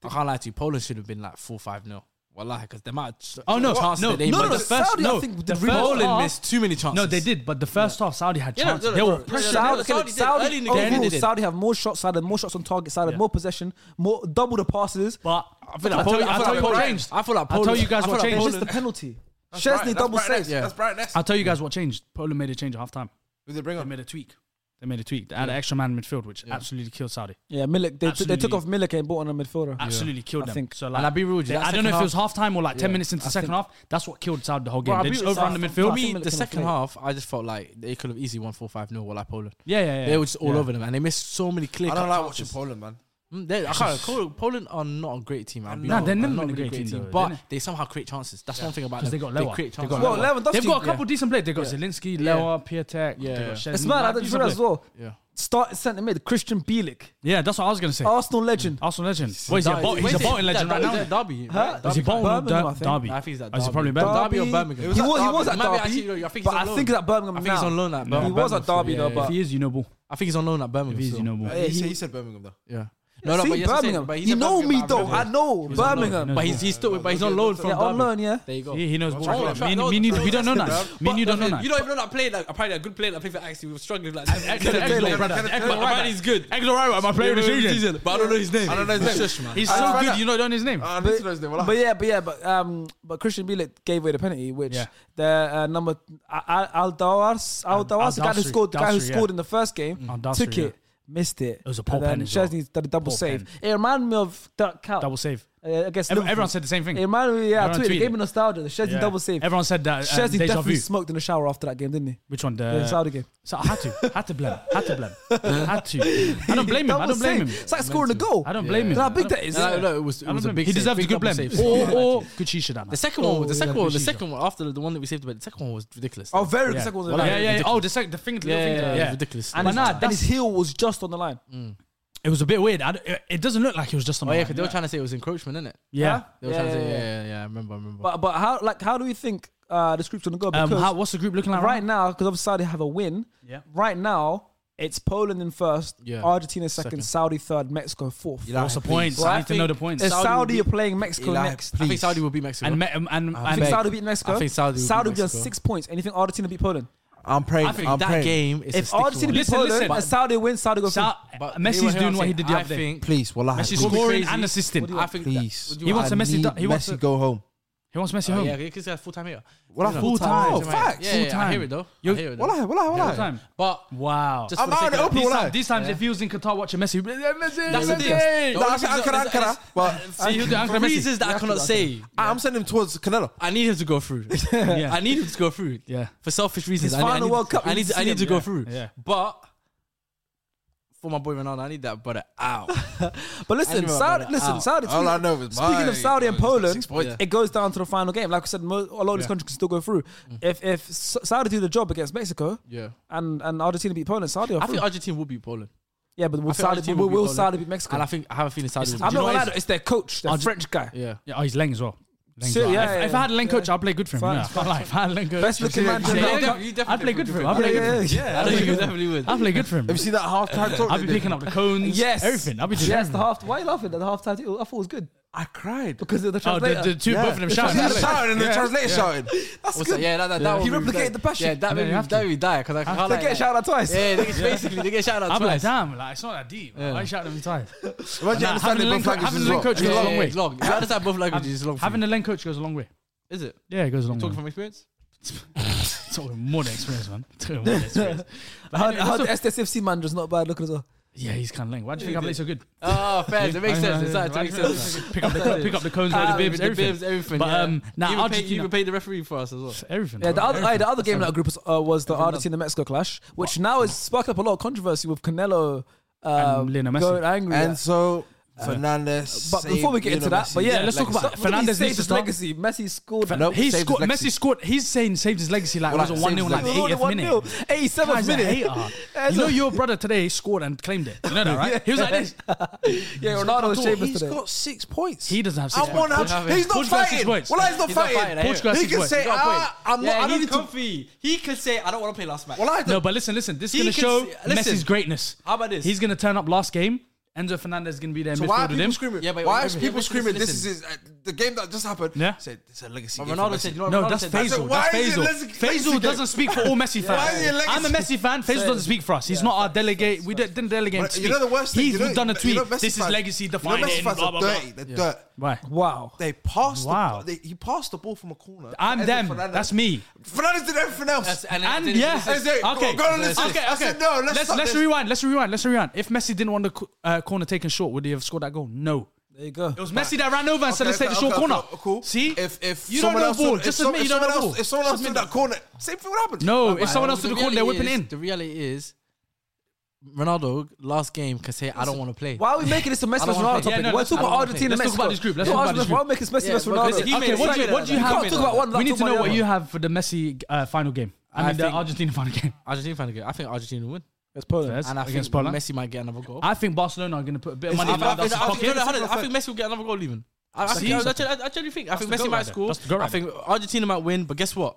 Speaker 4: I can't lie to you, Poland should have been like four five nil. Wallahi, because the amount of ch-
Speaker 3: Oh no,
Speaker 4: chances
Speaker 3: no,
Speaker 4: that they
Speaker 3: no,
Speaker 4: made-
Speaker 3: no,
Speaker 4: the
Speaker 3: the
Speaker 4: first
Speaker 3: first,
Speaker 1: Saudi, I
Speaker 3: no,
Speaker 1: think
Speaker 3: the
Speaker 1: the
Speaker 3: first
Speaker 1: first
Speaker 4: Poland
Speaker 3: half-
Speaker 4: missed too many chances.
Speaker 3: No, they did, but the first half Saudi had
Speaker 4: Yeah, no,
Speaker 3: chances.
Speaker 4: no, no,
Speaker 3: they were
Speaker 4: no, no,
Speaker 3: pressing.
Speaker 4: no,
Speaker 1: Saudi,
Speaker 4: no,
Speaker 1: okay,
Speaker 4: Saudi did.
Speaker 1: Saudi,
Speaker 4: Early in the game, they
Speaker 1: overall,
Speaker 4: did.
Speaker 1: Saudi have more shots, Saudi have more shots on target, Saudi have
Speaker 3: Yeah.
Speaker 1: more possession, more double the passes.
Speaker 3: But I feel like Poland.
Speaker 4: I feel like
Speaker 3: I tell you what
Speaker 4: Poland-
Speaker 3: changed.
Speaker 4: I feel like
Speaker 3: I'll tell
Speaker 4: Poland-
Speaker 3: you guys
Speaker 4: I feel
Speaker 3: what
Speaker 4: like
Speaker 1: It's
Speaker 4: Poland-
Speaker 3: changed.
Speaker 1: just the penalty.
Speaker 2: That's
Speaker 1: Chesney
Speaker 2: Brighton-
Speaker 1: double
Speaker 2: that's Brighton
Speaker 1: saves.
Speaker 2: Ness, That's Brian Ness.
Speaker 3: I'll tell you guys what changed. Poland made a change at halftime.
Speaker 2: Who they bring
Speaker 3: They
Speaker 2: on?
Speaker 3: made a tweak. They made a tweak. They had an extra man in midfield, which absolutely killed Saudi.
Speaker 1: Yeah, Milik. They, t- they took
Speaker 3: Absolutely.
Speaker 1: off Milik and bought on a midfielder.
Speaker 3: Absolutely killed
Speaker 1: I
Speaker 3: them.
Speaker 1: think-
Speaker 3: So like,
Speaker 4: And I'll be real with you,
Speaker 3: they-
Speaker 4: that
Speaker 3: I don't know if it
Speaker 4: second
Speaker 3: was halftime or like ten
Speaker 4: Yeah,
Speaker 3: minutes into the
Speaker 4: I
Speaker 3: second half. That's what killed Saudi the whole game.
Speaker 4: Bro, I'll
Speaker 3: they
Speaker 4: be
Speaker 3: just
Speaker 4: real with you,
Speaker 3: overran the
Speaker 4: For
Speaker 3: midfield.
Speaker 4: me,
Speaker 1: Saudi
Speaker 4: the
Speaker 1: can
Speaker 4: second
Speaker 1: play.
Speaker 4: half, I just felt like they could have easily won four five 0 Wallahi Poland.
Speaker 3: Yeah, yeah, yeah.
Speaker 4: They were just all
Speaker 3: Yeah.
Speaker 4: over them, and they missed so many clear.
Speaker 2: I don't like watching Poland, man.
Speaker 4: Mm, they- I can't, Col- Poland are not a great team. I'll be
Speaker 3: Nah,
Speaker 4: honest.
Speaker 3: they're never
Speaker 4: not
Speaker 3: been a
Speaker 4: really
Speaker 3: great team, though,
Speaker 4: but
Speaker 3: they're not.
Speaker 4: they somehow create chances. That's one thing about them.
Speaker 3: Because they got Lewa.
Speaker 4: create
Speaker 3: They
Speaker 4: chances.
Speaker 3: got
Speaker 1: Well,
Speaker 3: Lewa.
Speaker 1: Lewandowski-
Speaker 3: They've got a couple
Speaker 4: yeah.
Speaker 3: decent players. They've got Zelinski, Lewa, Piatek.
Speaker 4: Yeah,
Speaker 3: they've got
Speaker 4: yeah.
Speaker 3: Szczesny.
Speaker 1: It's mad. I didn't
Speaker 3: Decent
Speaker 1: realize as
Speaker 3: players.
Speaker 1: well.
Speaker 4: Yeah.
Speaker 1: Start centre mid, Christian Bielik,
Speaker 3: Yeah, that's what I was gonna say.
Speaker 1: Arsenal legend.
Speaker 4: Mm.
Speaker 3: Arsenal legend. Well, he's a Bol- he's a
Speaker 4: When's it?
Speaker 3: Bolton legend
Speaker 4: Is
Speaker 3: right
Speaker 4: that-
Speaker 3: now.
Speaker 4: is that Derby.
Speaker 1: Huh?
Speaker 3: Is
Speaker 4: Right?
Speaker 3: he
Speaker 4: Derby.
Speaker 3: Bolton or
Speaker 1: Birmingham, I
Speaker 3: Der-
Speaker 1: think.
Speaker 3: Derby?
Speaker 4: I think he's at
Speaker 3: Oh, is he
Speaker 4: Derby.
Speaker 3: probably Birmingham?
Speaker 4: Derby or Birmingham?
Speaker 1: He
Speaker 4: It
Speaker 1: was,
Speaker 4: was
Speaker 1: he
Speaker 2: at Derby.
Speaker 1: was at
Speaker 4: It might be
Speaker 1: Derby.
Speaker 4: actually- no, I think he's
Speaker 1: but
Speaker 4: on
Speaker 1: I
Speaker 4: loan.
Speaker 1: think he's at Birmingham
Speaker 4: I think
Speaker 1: now.
Speaker 4: he's on loan at
Speaker 1: He
Speaker 4: Birmingham.
Speaker 1: was at Derby
Speaker 4: Yeah,
Speaker 1: though,
Speaker 4: yeah.
Speaker 3: If
Speaker 1: but
Speaker 3: he is, you know, Ball.
Speaker 4: I think he's on loan at Birmingham.
Speaker 3: If he is,
Speaker 4: still.
Speaker 3: you know, Ball.
Speaker 1: Yeah,
Speaker 2: He said-
Speaker 1: he-
Speaker 2: he said Birmingham, though.
Speaker 4: Yeah. No, no,
Speaker 1: See,
Speaker 4: but yes, I'm saying-
Speaker 1: Birmingham.
Speaker 4: but he's
Speaker 1: You
Speaker 4: at
Speaker 1: know
Speaker 4: Birmingham,
Speaker 1: me
Speaker 4: but
Speaker 1: though.
Speaker 4: Birmingham.
Speaker 1: I know
Speaker 3: He's on loan.
Speaker 1: Birmingham.
Speaker 3: No,
Speaker 4: But he's he's still but he's on loan from
Speaker 1: Yeah, on
Speaker 4: Derby.
Speaker 1: loan. Yeah.
Speaker 4: There you go.
Speaker 3: He, he knows
Speaker 2: Well,
Speaker 3: ball.
Speaker 2: well,
Speaker 3: Me,
Speaker 4: well,
Speaker 3: me, neither-
Speaker 4: well,
Speaker 3: we don't know
Speaker 2: well,
Speaker 3: that. Me and you don't know that.
Speaker 4: You don't even know that player. Like apparently a good player that played for Axie. We were struggling like. Axel,
Speaker 3: Eglo,
Speaker 4: Axel,
Speaker 3: brother.
Speaker 4: Axel,
Speaker 3: Eglo,
Speaker 4: but Apparently he's good.
Speaker 3: Eglo Riwa, my player of the season.
Speaker 4: But I don't know his name.
Speaker 2: I don't know his name.
Speaker 4: Shush, man.
Speaker 3: He's
Speaker 2: I
Speaker 3: so
Speaker 2: found
Speaker 3: good,
Speaker 2: out.
Speaker 3: you don't know his name.
Speaker 2: I need to know his name. well,
Speaker 1: But yeah, but yeah, but um, but Christian Bielik gave away the penalty, which
Speaker 3: Yeah.
Speaker 1: the uh, number Al Dawars, Al Dawars, the guy who
Speaker 3: Aldawsari,
Speaker 1: scored, the guy who
Speaker 3: Dawsari, yeah.
Speaker 1: scored in the first game,
Speaker 4: Mm.
Speaker 3: Aldawsari,
Speaker 1: took
Speaker 3: yeah.
Speaker 1: it, missed it. It
Speaker 3: was a poor
Speaker 1: and then
Speaker 3: pen as well.
Speaker 1: Chesney's done a double
Speaker 3: Poor
Speaker 1: save.
Speaker 3: pen.
Speaker 1: It reminded me of Dirk Cow.
Speaker 3: Double save.
Speaker 1: uh, against
Speaker 3: Ev-
Speaker 1: Liverpool.
Speaker 3: Everyone said the same
Speaker 1: It
Speaker 3: thing.
Speaker 1: reminded me, yeah, I
Speaker 3: Everyone
Speaker 1: tweeted, it
Speaker 3: tweeted
Speaker 1: gave
Speaker 3: it.
Speaker 1: me nostalgia. The Chesney
Speaker 3: Yeah.
Speaker 1: double save.
Speaker 3: Everyone said that. Uh,
Speaker 1: Chesney
Speaker 3: deja
Speaker 1: definitely
Speaker 3: vu.
Speaker 1: smoked in the shower after that game, didn't he?
Speaker 3: Which one?
Speaker 1: The
Speaker 3: The
Speaker 1: Saudi game.
Speaker 3: So I had to, had to blame, had to blame, had to. I don't blame him.
Speaker 1: Double
Speaker 3: I don't
Speaker 1: save.
Speaker 3: blame him.
Speaker 1: It's like scoring a goal.
Speaker 3: I don't blame him.
Speaker 1: Look how
Speaker 3: I
Speaker 1: big
Speaker 3: don't-
Speaker 1: that is.
Speaker 4: No, no, it was,
Speaker 3: I
Speaker 4: it
Speaker 3: don't
Speaker 4: was a
Speaker 3: blame him.
Speaker 4: big
Speaker 3: He
Speaker 4: save,
Speaker 3: deserved a
Speaker 4: big
Speaker 3: good
Speaker 4: double
Speaker 3: blame.
Speaker 4: save.
Speaker 3: Or, or good Shisha that
Speaker 4: The
Speaker 3: night.
Speaker 4: second one,
Speaker 1: Oh,
Speaker 4: the second
Speaker 1: yeah,
Speaker 4: one, the
Speaker 3: Bishisha.
Speaker 4: second one after the one that we saved, but the second one was ridiculous.
Speaker 1: Oh, very good.
Speaker 3: Yeah,
Speaker 1: Second was
Speaker 3: yeah,
Speaker 1: a-
Speaker 3: yeah. yeah. Oh, the second, the thing, the
Speaker 4: yeah,
Speaker 3: little thing.
Speaker 4: yeah,
Speaker 3: there.
Speaker 4: yeah, ridiculous.
Speaker 1: And,
Speaker 3: But
Speaker 1: his,
Speaker 3: nah,
Speaker 1: and
Speaker 3: that's-
Speaker 1: his heel was just on the line.
Speaker 3: It was a bit weird. I d it- it doesn't look like it was just on.
Speaker 4: Oh
Speaker 3: the
Speaker 4: yeah,
Speaker 3: line,
Speaker 4: 'cause they were trying to say it was encroachment, innit?
Speaker 3: Yeah.
Speaker 4: They were
Speaker 1: Yeah,
Speaker 4: trying to
Speaker 1: yeah,
Speaker 4: say,
Speaker 1: yeah.
Speaker 4: yeah, yeah, yeah, I remember, I remember.
Speaker 1: But but how like how do we think uh, the group's gonna go?
Speaker 3: Um,
Speaker 1: Because
Speaker 3: how, what's the group looking like
Speaker 1: right now, because obviously Saudi have a win.
Speaker 3: Yeah.
Speaker 1: Right now, it's Poland in first,
Speaker 4: Yeah.
Speaker 1: Argentina second,
Speaker 4: Second.
Speaker 1: Saudi third, Mexico fourth.
Speaker 2: Yeah,
Speaker 3: What's the points?
Speaker 1: Well,
Speaker 3: I
Speaker 1: I
Speaker 3: need to know the
Speaker 4: think
Speaker 3: points.
Speaker 1: If
Speaker 4: Saudi
Speaker 1: Saudi,
Speaker 4: will
Speaker 1: are playing Mexico
Speaker 2: Eli,
Speaker 1: next.
Speaker 4: I think Saudi will beat Mexico.
Speaker 3: And me- um, and
Speaker 1: I
Speaker 3: and
Speaker 1: think
Speaker 4: Mate,
Speaker 1: Saudi will beat Mexico.
Speaker 4: I think Saudi will beat
Speaker 1: Saudi will be on
Speaker 4: Mexico.
Speaker 1: six points. And you think Argentina beat Poland?
Speaker 2: I'm praying.
Speaker 4: I think
Speaker 2: I'm
Speaker 4: that
Speaker 2: praying.
Speaker 4: game is a
Speaker 1: If
Speaker 4: sticky
Speaker 1: Argentina
Speaker 4: one.
Speaker 1: beat
Speaker 3: Listen,
Speaker 1: Poland
Speaker 3: listen.
Speaker 1: and Saudi win, Saudi go
Speaker 3: Sa-
Speaker 1: through.
Speaker 4: But hear
Speaker 3: Messi's
Speaker 4: I'm
Speaker 3: doing what he
Speaker 4: saying.
Speaker 3: did the
Speaker 4: I
Speaker 3: other day.
Speaker 4: think-
Speaker 2: Please, well, I
Speaker 3: Messi's
Speaker 4: Call me
Speaker 3: scoring
Speaker 4: crazy.
Speaker 3: and assisting.
Speaker 4: I think
Speaker 2: Please.
Speaker 4: that-
Speaker 3: He wants a
Speaker 2: I
Speaker 3: Messi
Speaker 2: need
Speaker 3: du- he wants
Speaker 2: Messi
Speaker 3: a-
Speaker 2: go home.
Speaker 3: He wants Messi
Speaker 4: Oh,
Speaker 3: home.
Speaker 4: yeah, because he's a full time here.
Speaker 2: Well,
Speaker 4: No, no.
Speaker 3: full time.
Speaker 2: Oh,
Speaker 4: Yeah,
Speaker 2: facts.
Speaker 4: Yeah, yeah, I
Speaker 3: Full-time.
Speaker 4: hear it though.
Speaker 3: You-
Speaker 4: I hear it though.
Speaker 2: Wallah, wallah,
Speaker 3: Full
Speaker 2: wallah.
Speaker 3: time.
Speaker 4: But
Speaker 3: Wow.
Speaker 4: just
Speaker 2: I'm
Speaker 4: for the
Speaker 2: out
Speaker 4: sake
Speaker 2: in the
Speaker 4: of-
Speaker 2: open,
Speaker 3: these,
Speaker 2: wallah.
Speaker 3: times, these times, if he was in Qatar watching Messi, he'd be like, "Yeah, Messi,
Speaker 4: That's the
Speaker 3: Messi."
Speaker 4: thing.
Speaker 2: No, I said
Speaker 4: That's-
Speaker 2: Ankara, Ankara.
Speaker 4: that's-
Speaker 2: But
Speaker 3: See, he'll do Ankara
Speaker 4: For
Speaker 3: Messi.
Speaker 4: reasons that I cannot say,
Speaker 2: I'm sending him towards Canelo.
Speaker 4: I need him to go through. I need him to go through.
Speaker 3: Yeah.
Speaker 4: For selfish
Speaker 1: His
Speaker 4: reasons. I, need-
Speaker 1: final
Speaker 4: I need,
Speaker 1: World Cup,
Speaker 4: I
Speaker 1: you
Speaker 4: need,
Speaker 1: didn't
Speaker 4: I
Speaker 1: see
Speaker 4: need
Speaker 1: him.
Speaker 4: to go
Speaker 1: Yeah,
Speaker 4: through.
Speaker 3: yeah.
Speaker 4: But for my boy Ronaldo, I need that brother out.
Speaker 1: But listen,
Speaker 4: Anyway,
Speaker 1: Saudi,
Speaker 4: brother,
Speaker 1: listen,
Speaker 4: out.
Speaker 1: Saudi.
Speaker 2: All I know is
Speaker 1: speaking
Speaker 2: my-
Speaker 1: of Saudi and
Speaker 2: it's like
Speaker 1: Poland,
Speaker 2: six points.
Speaker 4: Yeah.
Speaker 1: it goes down to the final game. Like I said, mo- a lot of these
Speaker 4: Yeah.
Speaker 1: countries can still go through. If if S- Saudi do the job against Mexico
Speaker 4: yeah.
Speaker 1: and and Argentina beat Poland, Saudi. Are
Speaker 4: I
Speaker 1: through.
Speaker 4: think Argentina will beat Poland.
Speaker 1: yeah, but will
Speaker 4: I think
Speaker 1: Saudi
Speaker 4: Argentina
Speaker 1: will,
Speaker 4: will beat
Speaker 1: will
Speaker 4: Poland.
Speaker 1: Saudi beat Mexico?
Speaker 4: And I think I have a feeling Saudi will
Speaker 1: I'm
Speaker 4: beat-
Speaker 1: not
Speaker 4: Do you
Speaker 1: gonna
Speaker 4: know
Speaker 1: lie,
Speaker 4: what
Speaker 1: though, it's their coach, the
Speaker 3: Arge-
Speaker 1: French guy.
Speaker 4: it is? Yeah.
Speaker 3: Yeah, oh, he's Leng as well. Leng's
Speaker 1: So,
Speaker 3: well.
Speaker 1: yeah,
Speaker 3: if,
Speaker 1: yeah,
Speaker 3: if I had a Leng coach,
Speaker 1: yeah.
Speaker 3: I'd play good for him.
Speaker 1: Fine,
Speaker 3: Yeah,
Speaker 1: fine.
Speaker 3: I can't lie. If I had a Leng coach,
Speaker 1: Best looking man.
Speaker 3: I'd
Speaker 1: in the
Speaker 3: play
Speaker 1: World Cup.
Speaker 4: you
Speaker 3: good-
Speaker 4: definitely
Speaker 3: I'd play good for him. I'd
Speaker 1: Yeah,
Speaker 3: play good
Speaker 1: yeah, yeah.
Speaker 3: for him.
Speaker 4: I know you definitely would.
Speaker 3: I'd play good for him.
Speaker 2: Have you seen that halftime talk?
Speaker 3: I'll be picking up the cones.
Speaker 1: Yes,
Speaker 3: everything. I'll be doing
Speaker 1: yes.
Speaker 3: everything.
Speaker 1: The half. Why are you laughing at the halftime? deal? I thought it was good
Speaker 2: I cried.
Speaker 1: because of the
Speaker 3: Oh, the,
Speaker 1: translator.
Speaker 3: the two, both of them shouting.
Speaker 2: He's shouting and the translator shouting.
Speaker 1: That's
Speaker 4: What's
Speaker 1: good.
Speaker 4: that? Yeah, that, that,
Speaker 3: Yeah.
Speaker 4: that
Speaker 1: He
Speaker 4: one made me
Speaker 1: replicated
Speaker 4: die.
Speaker 1: the passion.
Speaker 4: Yeah, that
Speaker 3: Yeah,
Speaker 4: made
Speaker 3: you
Speaker 4: me,
Speaker 3: have
Speaker 4: that
Speaker 3: to.
Speaker 4: made me die because I can't
Speaker 1: They
Speaker 4: like
Speaker 1: get
Speaker 4: that.
Speaker 1: shouted at twice.
Speaker 4: Yeah, they get, basically they get shouted out
Speaker 3: I'm like,
Speaker 4: twice.
Speaker 3: damn, like it's not that deep. Why you shouting them twice?
Speaker 2: Imagine
Speaker 3: Nah,
Speaker 2: understanding
Speaker 3: having
Speaker 2: both
Speaker 3: a link- having
Speaker 2: languages as
Speaker 3: a
Speaker 2: well.
Speaker 3: link coach goes
Speaker 4: Yeah,
Speaker 3: a
Speaker 4: yeah,
Speaker 3: long
Speaker 4: yeah,
Speaker 3: way.
Speaker 4: it's long. If you understand both languages, it's long. for
Speaker 3: Having
Speaker 4: you.
Speaker 3: a Leng coach goes a long way.
Speaker 4: is it?
Speaker 3: Yeah, it goes a long
Speaker 4: Talking
Speaker 3: way.
Speaker 4: from experience.
Speaker 3: It's all more than experience, man. It's all more than experience. But
Speaker 1: How,
Speaker 3: anyway,
Speaker 1: how the
Speaker 3: that's all-
Speaker 1: SSFC man just not bad looking as well.
Speaker 3: Yeah, he's kind of Leng. Why do you think I play so good?
Speaker 4: Oh, fair. It makes sense. It's starting to make sense.
Speaker 3: Pick up the co- pick up the cones, wear the
Speaker 4: Ah,
Speaker 3: bibs,
Speaker 4: the
Speaker 3: everything.
Speaker 4: bibs, everything.
Speaker 3: But,
Speaker 4: yeah.
Speaker 3: um, nah,
Speaker 4: you even paid,
Speaker 3: Argentina-
Speaker 4: you even paid the referee for us as well.
Speaker 3: Everything.
Speaker 1: Yeah, the
Speaker 3: bro.
Speaker 1: other, aye, the
Speaker 3: Everything.
Speaker 1: other game in that group was, uh, was the Argentina Mexico clash, which now is sparked up a lot of controversy with Canelo um,
Speaker 3: And Lionel Messi.
Speaker 1: going angry.
Speaker 2: And
Speaker 1: And
Speaker 2: so Fernandez.
Speaker 1: but before we get into that, but yeah, let's
Speaker 3: Let's talk about
Speaker 1: start-
Speaker 3: it. Fernandez
Speaker 1: saved
Speaker 3: needs to
Speaker 1: his
Speaker 3: start.
Speaker 1: legacy. Messi scored.
Speaker 3: But
Speaker 2: Nope,
Speaker 3: he
Speaker 2: saved his
Speaker 3: scored.
Speaker 2: legacy.
Speaker 3: Messi scored. He's saying saved his legacy like
Speaker 2: Well,
Speaker 3: it was
Speaker 2: like,
Speaker 3: a one
Speaker 2: saved
Speaker 3: 0
Speaker 2: his
Speaker 3: like the
Speaker 2: legacy.
Speaker 3: eightieth minute.
Speaker 1: 87th
Speaker 3: Guy's a
Speaker 1: minute.
Speaker 3: hater. You know your brother today scored and claimed it. You know that, right? He was like this.
Speaker 1: Yeah, Ronaldo was shameless
Speaker 2: He's
Speaker 1: today.
Speaker 2: got six points.
Speaker 3: He doesn't have six
Speaker 2: I
Speaker 3: points.
Speaker 2: want
Speaker 4: Doesn't have
Speaker 2: to. He's
Speaker 4: it.
Speaker 2: not
Speaker 3: Portugal has six
Speaker 2: fighting.
Speaker 3: points.
Speaker 2: Well, he's not
Speaker 4: He's not
Speaker 2: fighting.
Speaker 4: fighting, eh? I hear
Speaker 3: it.
Speaker 2: Well, he
Speaker 3: Portugal
Speaker 2: can
Speaker 3: has six
Speaker 2: say,
Speaker 3: points.
Speaker 2: ah, I'm not. I
Speaker 4: Yeah,
Speaker 2: don't
Speaker 4: he's
Speaker 2: need to.
Speaker 4: comfy. He could say, "I don't want to play last match."
Speaker 2: Well, I
Speaker 3: No,
Speaker 2: don't.
Speaker 3: but listen, listen. This is
Speaker 4: He
Speaker 3: going to
Speaker 4: can
Speaker 3: show
Speaker 4: s- listen.
Speaker 3: Messi's greatness.
Speaker 4: How about this?
Speaker 3: He's going to turn up last game. Enzo Fernandez is going to be there in
Speaker 2: So
Speaker 3: midfield
Speaker 2: why are
Speaker 3: with him.
Speaker 2: people screaming?
Speaker 4: Yeah, but
Speaker 2: why are
Speaker 4: listen,
Speaker 2: people
Speaker 4: listen,
Speaker 2: screaming?
Speaker 4: listen,
Speaker 2: This is uh, the game that just happened.
Speaker 3: Yeah.
Speaker 2: Said it's a legacy.
Speaker 4: But
Speaker 2: game for
Speaker 4: Ronaldo
Speaker 2: Messi.
Speaker 4: said, "You know what?"
Speaker 3: No,
Speaker 4: Ronaldo
Speaker 3: that's
Speaker 4: said, "That's
Speaker 3: Faisal.
Speaker 4: it.
Speaker 3: That's
Speaker 2: why is it
Speaker 3: Faisal.
Speaker 2: legacy- legacy
Speaker 3: Faisal
Speaker 2: game?
Speaker 3: doesn't speak for all Messi
Speaker 2: Why is it
Speaker 3: fans.
Speaker 2: legacy?
Speaker 3: I'm a Messi fan. Faisal doesn't speak for us. He's not our delegate. We di- didn't delegate him
Speaker 2: But
Speaker 3: to
Speaker 2: You
Speaker 3: speak.
Speaker 2: know the worst thing.
Speaker 3: He's
Speaker 2: You know-
Speaker 3: done a
Speaker 2: you
Speaker 3: tweet.
Speaker 2: know Messi
Speaker 3: this is
Speaker 2: fans-
Speaker 3: legacy
Speaker 2: you know
Speaker 3: defined.
Speaker 2: Messi
Speaker 3: in
Speaker 2: fans
Speaker 3: blah,
Speaker 2: are
Speaker 3: blah, blah.
Speaker 2: dirty. They're dirt.
Speaker 3: Why?
Speaker 1: Wow.
Speaker 2: They passed.
Speaker 3: Wow.
Speaker 2: The, they, he passed the ball from a corner.
Speaker 3: I'm
Speaker 2: Enzo
Speaker 3: them.
Speaker 2: Fernandez-
Speaker 3: That's me.
Speaker 2: Fernandez did everything else.
Speaker 4: and,
Speaker 3: And
Speaker 4: then-
Speaker 3: yeah,
Speaker 2: Is it-
Speaker 3: okay,
Speaker 2: go on and
Speaker 3: okay,
Speaker 2: listen.
Speaker 3: okay.
Speaker 2: I said, no, let's
Speaker 3: let's
Speaker 2: stop
Speaker 3: let's
Speaker 2: this.
Speaker 3: rewind. Let's rewind. Let's rewind. If Messi didn't want the co- uh, corner taken short, would he have scored that goal? No.
Speaker 1: There you go.
Speaker 3: It was Messi that ran over and said,
Speaker 2: Okay,
Speaker 3: "Let's take the
Speaker 2: okay,
Speaker 3: short
Speaker 2: okay,
Speaker 3: corner."
Speaker 2: okay, Cool.
Speaker 3: See,
Speaker 2: if if
Speaker 3: you don't
Speaker 2: someone
Speaker 3: know
Speaker 2: else
Speaker 3: ball,
Speaker 2: did-
Speaker 3: just
Speaker 2: if
Speaker 3: admit
Speaker 2: some-
Speaker 3: you
Speaker 2: if
Speaker 3: don't
Speaker 2: someone
Speaker 3: know
Speaker 2: else-
Speaker 3: ball.
Speaker 2: If someone else did that corner, same thing would happen.
Speaker 3: No,
Speaker 4: But
Speaker 3: if someone
Speaker 4: the
Speaker 3: else did the corner,
Speaker 4: reality
Speaker 3: they're whipping
Speaker 4: is-
Speaker 3: in.
Speaker 4: The reality is, Ronaldo last game can say, "I don't want to play."
Speaker 1: Why are we making this a Messi
Speaker 4: I don't
Speaker 1: versus
Speaker 4: wanna
Speaker 1: Ronaldo
Speaker 4: play.
Speaker 1: topic?
Speaker 4: Yeah,
Speaker 3: no,
Speaker 1: We're
Speaker 3: let's-
Speaker 1: talking
Speaker 3: I
Speaker 1: about
Speaker 3: don't wanna
Speaker 1: Argentina,
Speaker 3: play. Let's talk
Speaker 1: Mexico.
Speaker 3: about this group. Let's
Speaker 1: You're
Speaker 3: talk about
Speaker 1: asking
Speaker 3: this
Speaker 1: us, Why are
Speaker 3: group.
Speaker 1: we making this Messi
Speaker 4: Yeah,
Speaker 1: versus
Speaker 4: but
Speaker 1: Ronaldo?
Speaker 4: because he
Speaker 1: You
Speaker 3: Okay, what do
Speaker 4: made- he
Speaker 3: you,
Speaker 4: made
Speaker 3: what do you
Speaker 4: it.
Speaker 1: can't
Speaker 3: have?
Speaker 1: talk
Speaker 3: in-
Speaker 1: about one.
Speaker 3: We need
Speaker 1: talk
Speaker 3: to know
Speaker 1: about
Speaker 3: what
Speaker 1: the
Speaker 3: you
Speaker 1: other.
Speaker 3: have for the Messi uh, final game. I,
Speaker 4: I
Speaker 3: mean, the
Speaker 4: think-
Speaker 3: Argentina final game.
Speaker 4: Argentina fan again. I think Argentina will win,
Speaker 1: It's Poland.
Speaker 3: Fairs.
Speaker 4: and I
Speaker 3: Against
Speaker 4: think
Speaker 3: Poland?
Speaker 4: Messi might get another goal.
Speaker 3: I think Barcelona are going to put a bit of
Speaker 4: I
Speaker 3: money in
Speaker 4: think- I think- I
Speaker 3: Lewandowski's
Speaker 4: think- no, no,
Speaker 3: pocket.
Speaker 4: hold on. I think Messi will get another goal even. I, I,
Speaker 3: See?
Speaker 4: think- I, actually, I actually think I think
Speaker 3: the
Speaker 4: Messi
Speaker 3: goal
Speaker 4: might
Speaker 3: right there.
Speaker 4: score.
Speaker 3: That's the goal
Speaker 4: I
Speaker 3: right
Speaker 4: think Argentina might win, but guess what?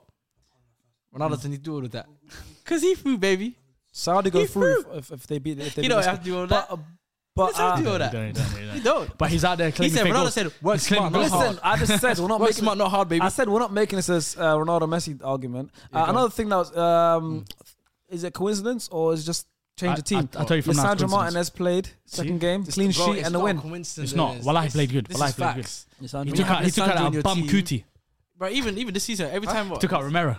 Speaker 4: Ronaldo doesn't need to do all of that because he threw, baby.
Speaker 1: Saudi go
Speaker 4: He
Speaker 1: through if, if they beat. If they beat
Speaker 4: He don't
Speaker 1: Mexico.
Speaker 4: have to do all
Speaker 1: But,
Speaker 4: that.
Speaker 1: uh, but
Speaker 4: Let's not
Speaker 1: uh,
Speaker 4: do all
Speaker 3: Don't-
Speaker 4: that.
Speaker 3: don't- don't-
Speaker 4: He
Speaker 3: don't.
Speaker 4: don't.
Speaker 3: But he's out there claiming
Speaker 4: said
Speaker 3: fake
Speaker 4: Ronaldo
Speaker 3: goals.
Speaker 4: said, work
Speaker 3: He's claiming
Speaker 4: smart,
Speaker 3: goals
Speaker 4: not
Speaker 3: hard.
Speaker 1: Listen, I just said we're not
Speaker 4: Work
Speaker 1: making.
Speaker 4: smart, not hard, baby.
Speaker 1: I said we're not making this as uh, Ronaldo Messi argument. Uh,
Speaker 4: go
Speaker 1: another thing that was, um, is it coincidence or is it just change
Speaker 3: I-
Speaker 1: of team?
Speaker 3: I- I tell you from now, it's
Speaker 1: Lissandro
Speaker 3: coincidence.
Speaker 1: Martinez played second game, clean
Speaker 4: Bro,
Speaker 1: sheet
Speaker 4: it's
Speaker 1: and a
Speaker 4: not
Speaker 1: win.
Speaker 4: coincidence.
Speaker 3: It's not. Well, I played good.
Speaker 4: This
Speaker 3: Well, I
Speaker 4: is
Speaker 3: played good.
Speaker 4: facts.
Speaker 3: He
Speaker 4: When
Speaker 3: took
Speaker 4: you
Speaker 3: out,
Speaker 4: have
Speaker 3: he took
Speaker 4: Lissandro on
Speaker 3: out a
Speaker 4: your
Speaker 3: bum
Speaker 4: team-
Speaker 3: cootie.
Speaker 4: Bro, even even this season, every time what?
Speaker 3: Took out Romero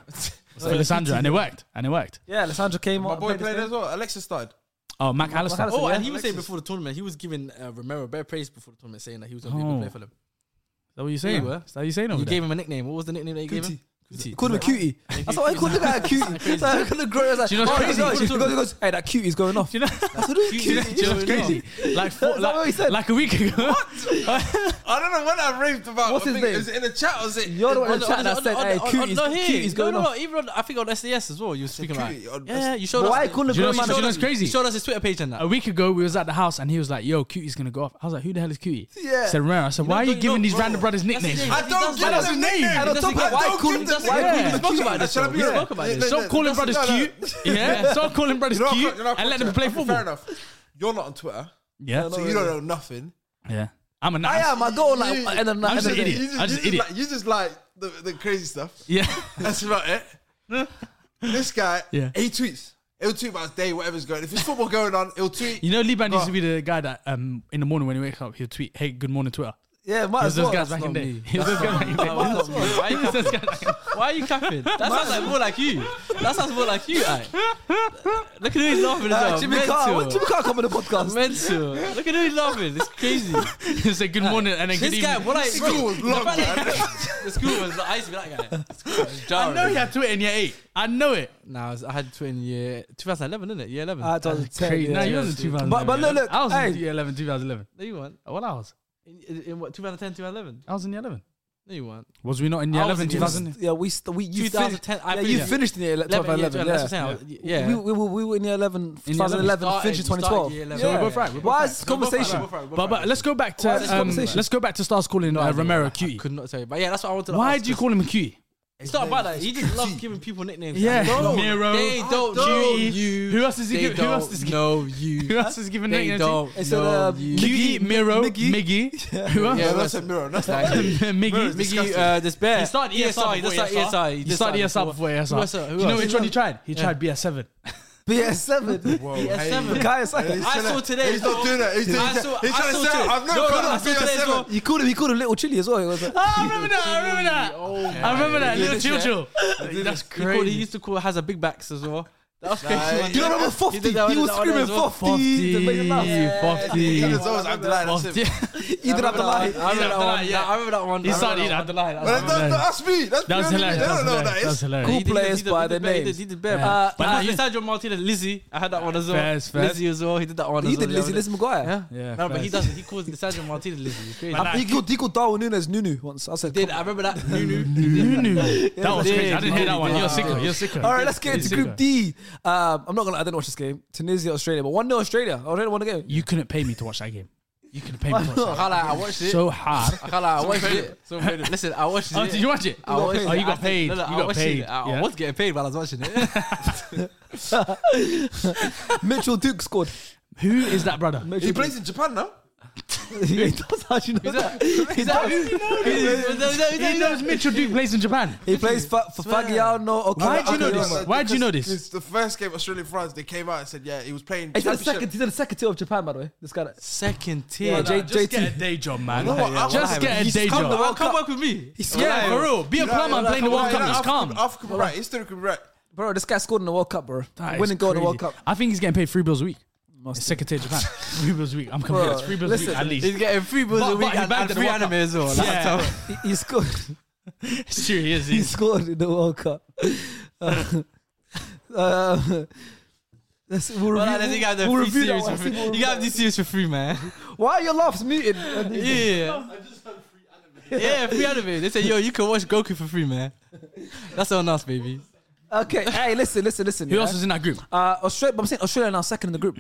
Speaker 3: for Lissandro, and it worked. And it worked.
Speaker 1: Yeah, Lissandro came
Speaker 2: My
Speaker 1: on.
Speaker 2: boy
Speaker 1: and played
Speaker 2: played as
Speaker 1: his game.
Speaker 2: well. Alexis started.
Speaker 3: Oh, Mac
Speaker 1: Mac
Speaker 3: Allister.
Speaker 1: Allister.
Speaker 4: Oh,
Speaker 1: Yeah,
Speaker 4: and he was saying
Speaker 1: Alexis.
Speaker 4: before the tournament, he was giving uh, Romero better praise before the tournament, saying that he was going to be a
Speaker 3: Oh.
Speaker 4: good player for them.
Speaker 3: Is that what you saying?
Speaker 4: Yeah.
Speaker 3: Is that what you saying over
Speaker 4: You
Speaker 3: there?
Speaker 4: gave him a nickname. What was the nickname that you gave him?
Speaker 1: He called him a cutie. That's why I called the guy a cutie. So I called the guy, I was like,
Speaker 3: Do you know what's
Speaker 1: oh, he
Speaker 3: crazy?
Speaker 1: goes- he goes- he goes, hey, that cutie's going off.
Speaker 3: Do you know?
Speaker 1: That's what it is,
Speaker 3: Do you know-
Speaker 1: cutie.
Speaker 3: do you know what's crazy? Like, four,
Speaker 1: Is that what he
Speaker 3: like,
Speaker 1: said?
Speaker 3: like a week ago.
Speaker 2: I don't know what I raved about.
Speaker 1: What's
Speaker 2: I
Speaker 1: his
Speaker 2: think-
Speaker 1: name?
Speaker 2: Is it in the chat or is it?
Speaker 1: You're the one in
Speaker 4: On
Speaker 1: the
Speaker 4: the-
Speaker 1: chat
Speaker 4: on
Speaker 1: that
Speaker 4: the-
Speaker 1: said,
Speaker 4: on the-
Speaker 1: hey,
Speaker 4: on the- on
Speaker 1: cutie's
Speaker 4: the- on the- here.
Speaker 1: cutie's going
Speaker 4: No, no,
Speaker 1: off.
Speaker 4: no, even on, I think on SDS as well, you were speaking about.
Speaker 2: cutie on
Speaker 4: Yeah,
Speaker 2: S-
Speaker 4: you showed
Speaker 1: But
Speaker 4: us.
Speaker 1: Why
Speaker 4: the-
Speaker 1: couldn't
Speaker 3: Do you know
Speaker 1: the
Speaker 3: what's-
Speaker 1: man
Speaker 3: do you know what's
Speaker 1: have-
Speaker 3: crazy?
Speaker 4: You showed us his Twitter page and that.
Speaker 3: A week ago, we was at the house and he was like, "Yo, Cutie's gonna go off." I was like, "Who the hell is Cutie?"
Speaker 1: Yeah.
Speaker 3: I said Romero. I said,
Speaker 4: know,
Speaker 3: "Why are you
Speaker 4: don't-
Speaker 3: giving
Speaker 4: no,
Speaker 3: these
Speaker 4: bro.
Speaker 3: random brothers
Speaker 4: That's his
Speaker 3: nicknames?"
Speaker 4: name.
Speaker 3: I-
Speaker 2: I
Speaker 4: He
Speaker 2: don't
Speaker 4: does
Speaker 2: give
Speaker 4: that.
Speaker 2: them the name.
Speaker 1: And on top of that, why couldn't- why
Speaker 3: couldn't-
Speaker 2: We
Speaker 3: we
Speaker 4: spoke about this, bro. We spoke about this.
Speaker 3: Stop calling brothers cute. Yeah. Stop calling brothers cute and let them play
Speaker 2: Fair
Speaker 3: football.
Speaker 2: enough. You're not on Twitter,
Speaker 3: Yeah.
Speaker 2: so you don't know nothing.
Speaker 3: Yeah. I'm a
Speaker 1: I
Speaker 3: nice.
Speaker 1: am. I go on like,
Speaker 2: You-
Speaker 1: and I'm
Speaker 3: I'm
Speaker 1: not.
Speaker 3: just an
Speaker 2: You
Speaker 3: idiot.
Speaker 2: just,
Speaker 3: I'm
Speaker 2: you
Speaker 3: just an
Speaker 2: just
Speaker 3: idiot.
Speaker 2: like, you just like the, the crazy stuff.
Speaker 3: Yeah.
Speaker 2: That's about it. This guy,
Speaker 3: Yeah.
Speaker 2: he tweets. He'll tweet about his day, whatever's going. If there's football going on, he'll tweet.
Speaker 3: You know, Liban
Speaker 2: Bro.
Speaker 3: used to be the guy that um in the morning when he wakes up, he'll tweet, "Hey, good morning, Twitter."
Speaker 1: Yeah, might
Speaker 3: He was
Speaker 1: as
Speaker 3: those
Speaker 1: well.
Speaker 3: guys back in day. He was those guys back in day.
Speaker 4: Why not me? Why you
Speaker 3: He was those guys back in day.
Speaker 4: Why are you capping? That sounds like more like you. That sounds more like you. aight. Look at who he's laughing as
Speaker 1: Uh,
Speaker 4: well.
Speaker 1: Jimmy Carr,
Speaker 4: Mental.
Speaker 1: when Jimmy Carr come on the podcast?
Speaker 4: Mental. Look at who he's laughing. It's crazy.
Speaker 3: He said good morning and then good
Speaker 4: This guy,
Speaker 3: evening.
Speaker 4: what I
Speaker 2: School was long,
Speaker 4: The school was. I used to be that guy. School was
Speaker 3: I
Speaker 4: jarring.
Speaker 3: know he had Twitter in year eight. I know it.
Speaker 4: Nah, I was- I had twin year 2011, didn't it? Year 11.
Speaker 1: Uh, 2010,
Speaker 3: Crazy. No,
Speaker 1: yeah.
Speaker 3: you wasn't 2011.
Speaker 1: But- but look, look,
Speaker 3: I was in
Speaker 1: hey.
Speaker 3: year 11, 2011.
Speaker 4: no, you weren't.
Speaker 3: What I was?
Speaker 4: In, in, in what 2010, 2011?
Speaker 3: I was in year 11.
Speaker 4: No, you weren't.
Speaker 3: Was we not in year
Speaker 4: I was
Speaker 3: 11,
Speaker 4: in year
Speaker 3: 2000?
Speaker 1: Yeah, we st- we you
Speaker 4: 2010, I
Speaker 1: Finished, yeah, you
Speaker 4: finished-
Speaker 1: finished in year 11,
Speaker 4: 11, yeah,
Speaker 1: 2011.
Speaker 4: that's
Speaker 1: yeah.
Speaker 4: what I'm saying. I- yeah.
Speaker 1: We, we, were- we were in year 11,
Speaker 3: year
Speaker 1: 2011,
Speaker 4: started-
Speaker 1: finished in
Speaker 4: started
Speaker 1: 2012.
Speaker 4: year
Speaker 1: Yeah.
Speaker 4: 11. So we're both right, we're both
Speaker 1: Why
Speaker 4: right.
Speaker 1: is this conversation?
Speaker 3: But but let's go back
Speaker 1: Why
Speaker 3: to
Speaker 1: is this
Speaker 3: um,
Speaker 1: conversation?
Speaker 3: let's go back to stars calling uh, Romero
Speaker 4: I
Speaker 3: a cutie.
Speaker 4: Could not tell you. But yeah, that's what I wanted to
Speaker 3: Why
Speaker 4: ask
Speaker 3: do you
Speaker 4: us.
Speaker 3: call him a cutie?
Speaker 4: It's not about that. He just loves giving people nicknames.
Speaker 3: Yeah.
Speaker 4: They don't-
Speaker 3: Miro.
Speaker 4: They don't
Speaker 3: I
Speaker 4: know
Speaker 3: don't.
Speaker 4: you.
Speaker 3: Who else is he
Speaker 4: They
Speaker 3: give- who else
Speaker 4: don't
Speaker 3: is he-
Speaker 4: know you?
Speaker 3: Who else is giving
Speaker 4: They
Speaker 3: nicknames?
Speaker 4: don't
Speaker 1: It's an,
Speaker 4: know
Speaker 1: um,
Speaker 4: you.
Speaker 3: Cutie,
Speaker 1: Miggy,
Speaker 3: Miro,
Speaker 1: Miggy.
Speaker 3: Miggy. Who else?
Speaker 4: Yeah,
Speaker 2: Yeah, that's
Speaker 4: that's-
Speaker 2: a mirror. That's
Speaker 4: Nah, yeah.
Speaker 3: Miggy.
Speaker 4: Miggy, uh, this bear.
Speaker 3: He started ESR.
Speaker 4: He
Speaker 3: before
Speaker 4: started ESR.
Speaker 3: He started ESR before
Speaker 4: Who else? Who
Speaker 3: ESR. Do you know
Speaker 4: else?
Speaker 3: which one he tried? He
Speaker 4: Yeah.
Speaker 3: tried BS7.
Speaker 1: BS7.
Speaker 4: ESR.
Speaker 1: Kai, it's like-
Speaker 4: I saw today.
Speaker 2: He's not doing that. He's,
Speaker 4: I
Speaker 2: he's-
Speaker 4: saw-
Speaker 2: he's
Speaker 4: I
Speaker 2: trying to
Speaker 4: saw
Speaker 2: sell.
Speaker 4: two.
Speaker 2: I've
Speaker 4: No,
Speaker 2: never
Speaker 4: no,
Speaker 2: called
Speaker 4: I
Speaker 2: him
Speaker 4: saw two as well.
Speaker 2: BS7.
Speaker 1: You called him, you called him Little Chili as well. He was like,
Speaker 3: Oh, I remember that. I remember that. I remember that. Little
Speaker 4: Yeah.
Speaker 3: Chil Chil. That's
Speaker 4: He, called, he
Speaker 3: crazy.
Speaker 4: used to call has a big backs as well. That was crazy.
Speaker 2: Nah,
Speaker 4: man.
Speaker 1: you remember
Speaker 4: He
Speaker 1: 50?
Speaker 4: did that
Speaker 1: He
Speaker 4: one-
Speaker 1: was
Speaker 4: that one
Speaker 1: screaming
Speaker 4: as well.
Speaker 1: 50 to make it laugh.
Speaker 2: He's
Speaker 3: Fofty.
Speaker 2: trying to sell us. I'm delighted. That's him.
Speaker 1: He did have the line.
Speaker 4: I remember that one.
Speaker 3: Yeah.
Speaker 4: I remember that one.
Speaker 3: He
Speaker 4: I
Speaker 3: started
Speaker 4: remember that
Speaker 3: eating
Speaker 4: one.
Speaker 3: out the line. That
Speaker 2: But that's-
Speaker 3: was
Speaker 2: that's me. That's me.
Speaker 3: hilarious. That was
Speaker 2: They don't know what
Speaker 3: hilarious.
Speaker 2: that
Speaker 3: That was
Speaker 2: is.
Speaker 3: hilarious.
Speaker 1: Cool
Speaker 4: He did the-
Speaker 1: players
Speaker 4: he did
Speaker 1: by
Speaker 4: the-
Speaker 1: their
Speaker 4: he did-
Speaker 1: names.
Speaker 4: He did the bear.
Speaker 3: Yeah.
Speaker 4: Uh,
Speaker 3: But
Speaker 4: uh,
Speaker 3: now you-
Speaker 4: Sergio Martinez, Lizzie. I had that one as well.
Speaker 3: Fairs, fairs.
Speaker 4: Lizzie as well. He did that one.
Speaker 1: He
Speaker 4: as
Speaker 1: did
Speaker 4: well.
Speaker 1: Lizzie, Lizzie McGuire.
Speaker 4: Yeah.
Speaker 3: Yeah,
Speaker 4: No, but he
Speaker 3: fairs.
Speaker 4: doesn't. He calls Sergio Martinez Lizzie. It's crazy.
Speaker 3: Man, that-
Speaker 4: I
Speaker 1: He called, he called Darwin Nunes Nunu once. I said,
Speaker 4: did. I remember that. Nunu. Nunu.
Speaker 3: That was crazy. I didn't hear that one. You're sicker. You're sicker.
Speaker 1: All right, let's get into Group D. Um, I'm not gonna. I didn't watch this game. Tunisia, Australia, but one 0 Australia. Australia won the game.
Speaker 3: You couldn't pay me to watch that game. You couldn't pay me to watch that.
Speaker 4: Hala, I watched it.
Speaker 3: So hard.
Speaker 4: Hala, I watched it. Listen, I watched it.
Speaker 3: Oh, did you watch it?
Speaker 4: I watched
Speaker 3: Oh,
Speaker 4: it.
Speaker 3: you
Speaker 4: I
Speaker 3: got
Speaker 4: said-
Speaker 3: paid.
Speaker 4: no, no, I
Speaker 3: You got
Speaker 4: watched
Speaker 3: paid.
Speaker 4: It. I, I
Speaker 3: Yeah.
Speaker 4: was getting paid while I was watching it.
Speaker 1: Mitchell Duke scored.
Speaker 3: Who is that brother?
Speaker 1: Mitchell
Speaker 2: He plays in Japan now.
Speaker 1: Duke. he does. How do you know that? He does.
Speaker 3: He knows Mitchell Duke plays in Japan.
Speaker 1: He plays for for Fagiano. Okada-
Speaker 3: Why do you know
Speaker 1: Okada-
Speaker 3: this? Why do you know this?
Speaker 2: It's the first game Australia France. They came out and said, "Yeah, he was playing."
Speaker 1: He's the
Speaker 2: championship.
Speaker 1: second. He's the second tier of Japan, by the way. This guy. that-
Speaker 4: Second
Speaker 1: Yeah,
Speaker 4: tier.
Speaker 1: J-
Speaker 3: Just
Speaker 1: JT.
Speaker 3: get a day job, man.
Speaker 2: You know what? I-
Speaker 3: Just
Speaker 2: I-
Speaker 3: get a
Speaker 1: he's
Speaker 3: day
Speaker 1: come to
Speaker 3: job.
Speaker 1: World
Speaker 4: Come
Speaker 1: Cup.
Speaker 4: work with me.
Speaker 3: Yeah, for real. Be a
Speaker 2: You know,
Speaker 3: plumber and
Speaker 2: like,
Speaker 3: play in the World
Speaker 2: Africa-
Speaker 3: Cup. Just
Speaker 2: Africa-
Speaker 3: calm.
Speaker 2: Africa could be right. History could be right.
Speaker 1: Bro, this guy scored in the World Cup, bro.
Speaker 3: That is
Speaker 1: Winning goal in the
Speaker 3: crazy.
Speaker 1: World Cup.
Speaker 3: I think he's getting paid three bills a week.
Speaker 1: Must
Speaker 3: It's Secretary of Japan. three bills a week. I'm
Speaker 1: Bro,
Speaker 3: convinced. Three bills a
Speaker 1: listen,
Speaker 3: week at least.
Speaker 4: He's getting three bills
Speaker 3: But-
Speaker 4: a week
Speaker 3: but he
Speaker 4: and,
Speaker 3: bagged
Speaker 4: and
Speaker 3: the
Speaker 4: three
Speaker 3: World Cup.
Speaker 4: anime as well.
Speaker 3: Yeah.
Speaker 4: Yeah.
Speaker 1: He, he scored.
Speaker 3: Sure, he is.
Speaker 1: He
Speaker 3: He's
Speaker 1: scored in the World Cup. Uh, uh, let's- we'll
Speaker 4: Well, I
Speaker 1: review-
Speaker 4: think you got the
Speaker 1: we'll
Speaker 4: free
Speaker 1: review that
Speaker 4: series
Speaker 1: one.
Speaker 4: for free.
Speaker 1: See what
Speaker 4: You got these series for free, man.
Speaker 1: Why are your laughs muted? Yeah.
Speaker 4: Yeah. Yeah, free anime. They say, yo, you can watch Goku for free, man. That's on us, baby.
Speaker 1: Okay. Hey, listen, listen, listen.
Speaker 3: Who
Speaker 1: yeah.
Speaker 3: else is in that group?
Speaker 1: Uh, Australia. But I'm saying Australia are now second in the group.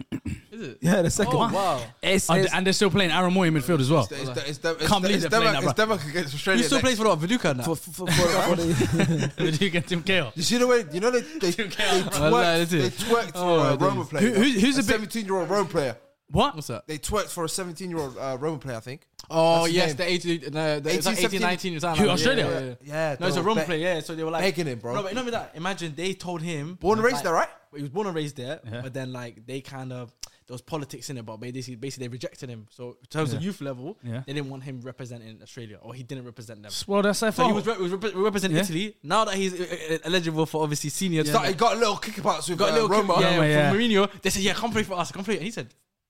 Speaker 4: Is it?
Speaker 1: Yeah, the second.
Speaker 4: Oh, wow.
Speaker 1: It's,
Speaker 3: And
Speaker 1: it's,
Speaker 3: and they're still playing Aaron Moy in midfield as well.
Speaker 2: It's the- it's the-
Speaker 3: Can't
Speaker 2: it's the-
Speaker 3: believe
Speaker 2: it's
Speaker 3: they're playing that,
Speaker 2: Denmark- It's Denmark against
Speaker 4: Who
Speaker 2: Australia.
Speaker 4: still
Speaker 2: next.
Speaker 4: plays for what? Viduka now?
Speaker 1: for, for, for, for the,
Speaker 3: Did you get Tim Cahill?
Speaker 2: You see the way you know they they, they
Speaker 4: Well, that
Speaker 2: twerked,
Speaker 4: is
Speaker 2: they
Speaker 4: it.
Speaker 2: twerked
Speaker 4: Oh,
Speaker 2: for
Speaker 4: my
Speaker 2: a Roma
Speaker 4: days.
Speaker 2: player.
Speaker 3: Who- who's- who's
Speaker 2: a
Speaker 3: a big-
Speaker 2: seventeen-year-old Roma player?
Speaker 3: What?
Speaker 4: What's that?
Speaker 2: They twerked for a seventeen-year-old uh, Roma player, I think.
Speaker 4: Oh,
Speaker 2: That's his
Speaker 4: yes,
Speaker 2: name.
Speaker 4: the 18, no, the, 18,
Speaker 2: 18,
Speaker 4: 18
Speaker 2: 17.
Speaker 4: 19 or something.
Speaker 3: Who,
Speaker 4: like that.
Speaker 3: Australia?
Speaker 4: Yeah, yeah, yeah.
Speaker 2: Yeah,
Speaker 4: No, it's
Speaker 2: they
Speaker 4: a
Speaker 2: were
Speaker 4: wrong
Speaker 2: ba-
Speaker 4: play, yeah. So they were like
Speaker 2: Begging him, bro.
Speaker 4: No, but not only that. Imagine they told him
Speaker 2: Born and
Speaker 4: like-
Speaker 2: raised there, right?
Speaker 4: He was born and raised there, but then like they kind of there was politics in it, but basically, basically they rejected him. So in terms of youth level,
Speaker 3: Yeah.
Speaker 4: they didn't want him representing Australia, or he didn't represent them. So
Speaker 3: Well, that's FO.
Speaker 4: he was, re- was rep- representing
Speaker 3: Oh. Yeah.
Speaker 4: Italy. Now that he's uh, uh, eligible for obviously senior,
Speaker 2: He
Speaker 4: yeah.
Speaker 2: started- he got a little kickabouts with uh,
Speaker 4: got a little
Speaker 2: Roma.
Speaker 4: kick- yeah,
Speaker 3: Roma, yeah.
Speaker 4: from Mourinho. They said, "Yeah, come play for us, come play." And he said,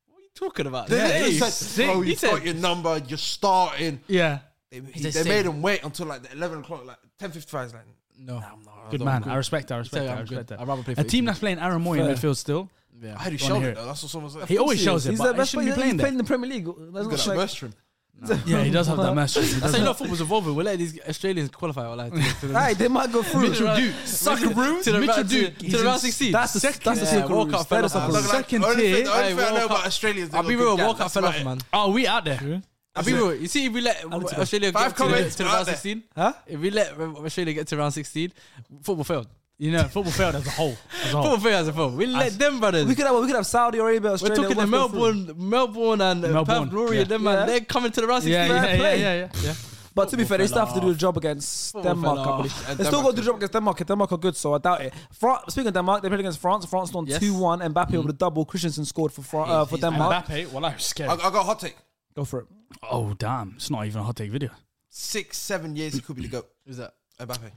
Speaker 4: "What are you talking about?"
Speaker 2: They-
Speaker 4: Yeah,
Speaker 2: they
Speaker 4: he
Speaker 2: said,
Speaker 4: said-
Speaker 2: bro,
Speaker 4: he
Speaker 2: you
Speaker 4: said-
Speaker 2: got your number. You're starting.
Speaker 3: Yeah.
Speaker 2: They,
Speaker 4: He's a
Speaker 2: they
Speaker 4: saint.
Speaker 2: made him wait until like the eleven o'clock, like ten fifty-five. Is like
Speaker 4: "No, I'm
Speaker 3: Good
Speaker 4: not
Speaker 3: man.
Speaker 4: cool."
Speaker 3: I respect that. I respect
Speaker 4: Tell you
Speaker 3: that. I
Speaker 4: I'm
Speaker 3: respect
Speaker 4: good.
Speaker 3: that.
Speaker 4: I'd rather play for
Speaker 3: a team
Speaker 4: Italy.
Speaker 3: that's playing Aaron Moy in
Speaker 1: Fair.
Speaker 3: midfield still.
Speaker 4: Yeah.
Speaker 2: I
Speaker 3: Wanna
Speaker 2: had to show
Speaker 3: hear it.
Speaker 2: it. though. That's what someone said.
Speaker 3: He always shows it,
Speaker 1: he's
Speaker 3: but
Speaker 1: the
Speaker 3: he
Speaker 1: best
Speaker 3: shouldn't be
Speaker 1: player.
Speaker 3: playing
Speaker 1: He's
Speaker 3: there.
Speaker 1: playing in the Premier League. That's
Speaker 2: He's
Speaker 1: not
Speaker 2: got a
Speaker 1: like-
Speaker 2: burst from.
Speaker 3: Yeah, he does have that match. He
Speaker 4: That's
Speaker 3: does
Speaker 4: how you
Speaker 3: have-
Speaker 4: know football's evolving. We're letting these Australians qualify. We're like,
Speaker 1: Hey, they might go through.
Speaker 3: Mitchell Duke.
Speaker 4: Sucker room to the
Speaker 3: Mitchell
Speaker 4: round- to-
Speaker 3: Duke,
Speaker 4: to
Speaker 3: he's
Speaker 4: the round
Speaker 3: in-
Speaker 4: 16.
Speaker 1: That's the second. That's the
Speaker 4: Yeah,
Speaker 1: second.
Speaker 4: World
Speaker 1: rule.
Speaker 4: Cup
Speaker 1: That's
Speaker 4: fell
Speaker 1: the second
Speaker 4: off.
Speaker 1: rule.
Speaker 2: Look, like,
Speaker 3: second
Speaker 2: the only
Speaker 3: tier.
Speaker 2: thing- The only
Speaker 4: Hey,
Speaker 2: thing I know
Speaker 4: World
Speaker 2: about
Speaker 4: Cup.
Speaker 2: Australia is they
Speaker 4: I'll
Speaker 2: got
Speaker 4: be
Speaker 2: good
Speaker 4: real,
Speaker 2: dad.
Speaker 4: World Cup
Speaker 2: That's
Speaker 4: fell
Speaker 2: about
Speaker 4: off,
Speaker 2: it.
Speaker 4: man.
Speaker 3: Oh, we out there.
Speaker 4: I'll be real. You see, if we let
Speaker 1: need to go.
Speaker 4: Australia
Speaker 2: Five
Speaker 4: get to the-
Speaker 2: comments
Speaker 4: to the round
Speaker 2: out there.
Speaker 4: 16,
Speaker 1: Huh?
Speaker 4: if we let Australia get to round 16, football failed.
Speaker 3: You know, football failed as a whole. As a
Speaker 4: Football
Speaker 3: whole.
Speaker 4: failed as a whole. We let them, brothers.
Speaker 1: We could have. We could have Saudi Arabia,
Speaker 4: We're
Speaker 1: Australia.
Speaker 4: talking to
Speaker 1: Wales go through.
Speaker 4: Melbourne, Melbourne and uh,
Speaker 3: Melbourne,
Speaker 4: Perth Glory
Speaker 3: yeah.
Speaker 4: and them, man.
Speaker 1: Yeah.
Speaker 4: They're coming to the round 16.
Speaker 3: Yeah, yeah,
Speaker 4: man.
Speaker 3: yeah, yeah, yeah. yeah.
Speaker 1: But to be fair, they still have to do the job against
Speaker 4: Football
Speaker 1: Denmark.
Speaker 4: fell
Speaker 1: I believe.
Speaker 4: off.
Speaker 1: They still got to do the job against Denmark. and Denmark are good, so I doubt it. Fran- Speaking of Denmark, they played against France. France won
Speaker 4: Yes.
Speaker 1: two one. Mbappe with a double. Christensen scored for Fran- uh, for
Speaker 4: he's-
Speaker 1: Denmark.
Speaker 3: Mbappe, well, I was scared.
Speaker 2: I, I got a hot take.
Speaker 1: Go for it.
Speaker 3: Oh damn! It's not even a hot take video.
Speaker 2: Six, seven years, he could be the goat.
Speaker 4: Who's that?
Speaker 2: Mbappe.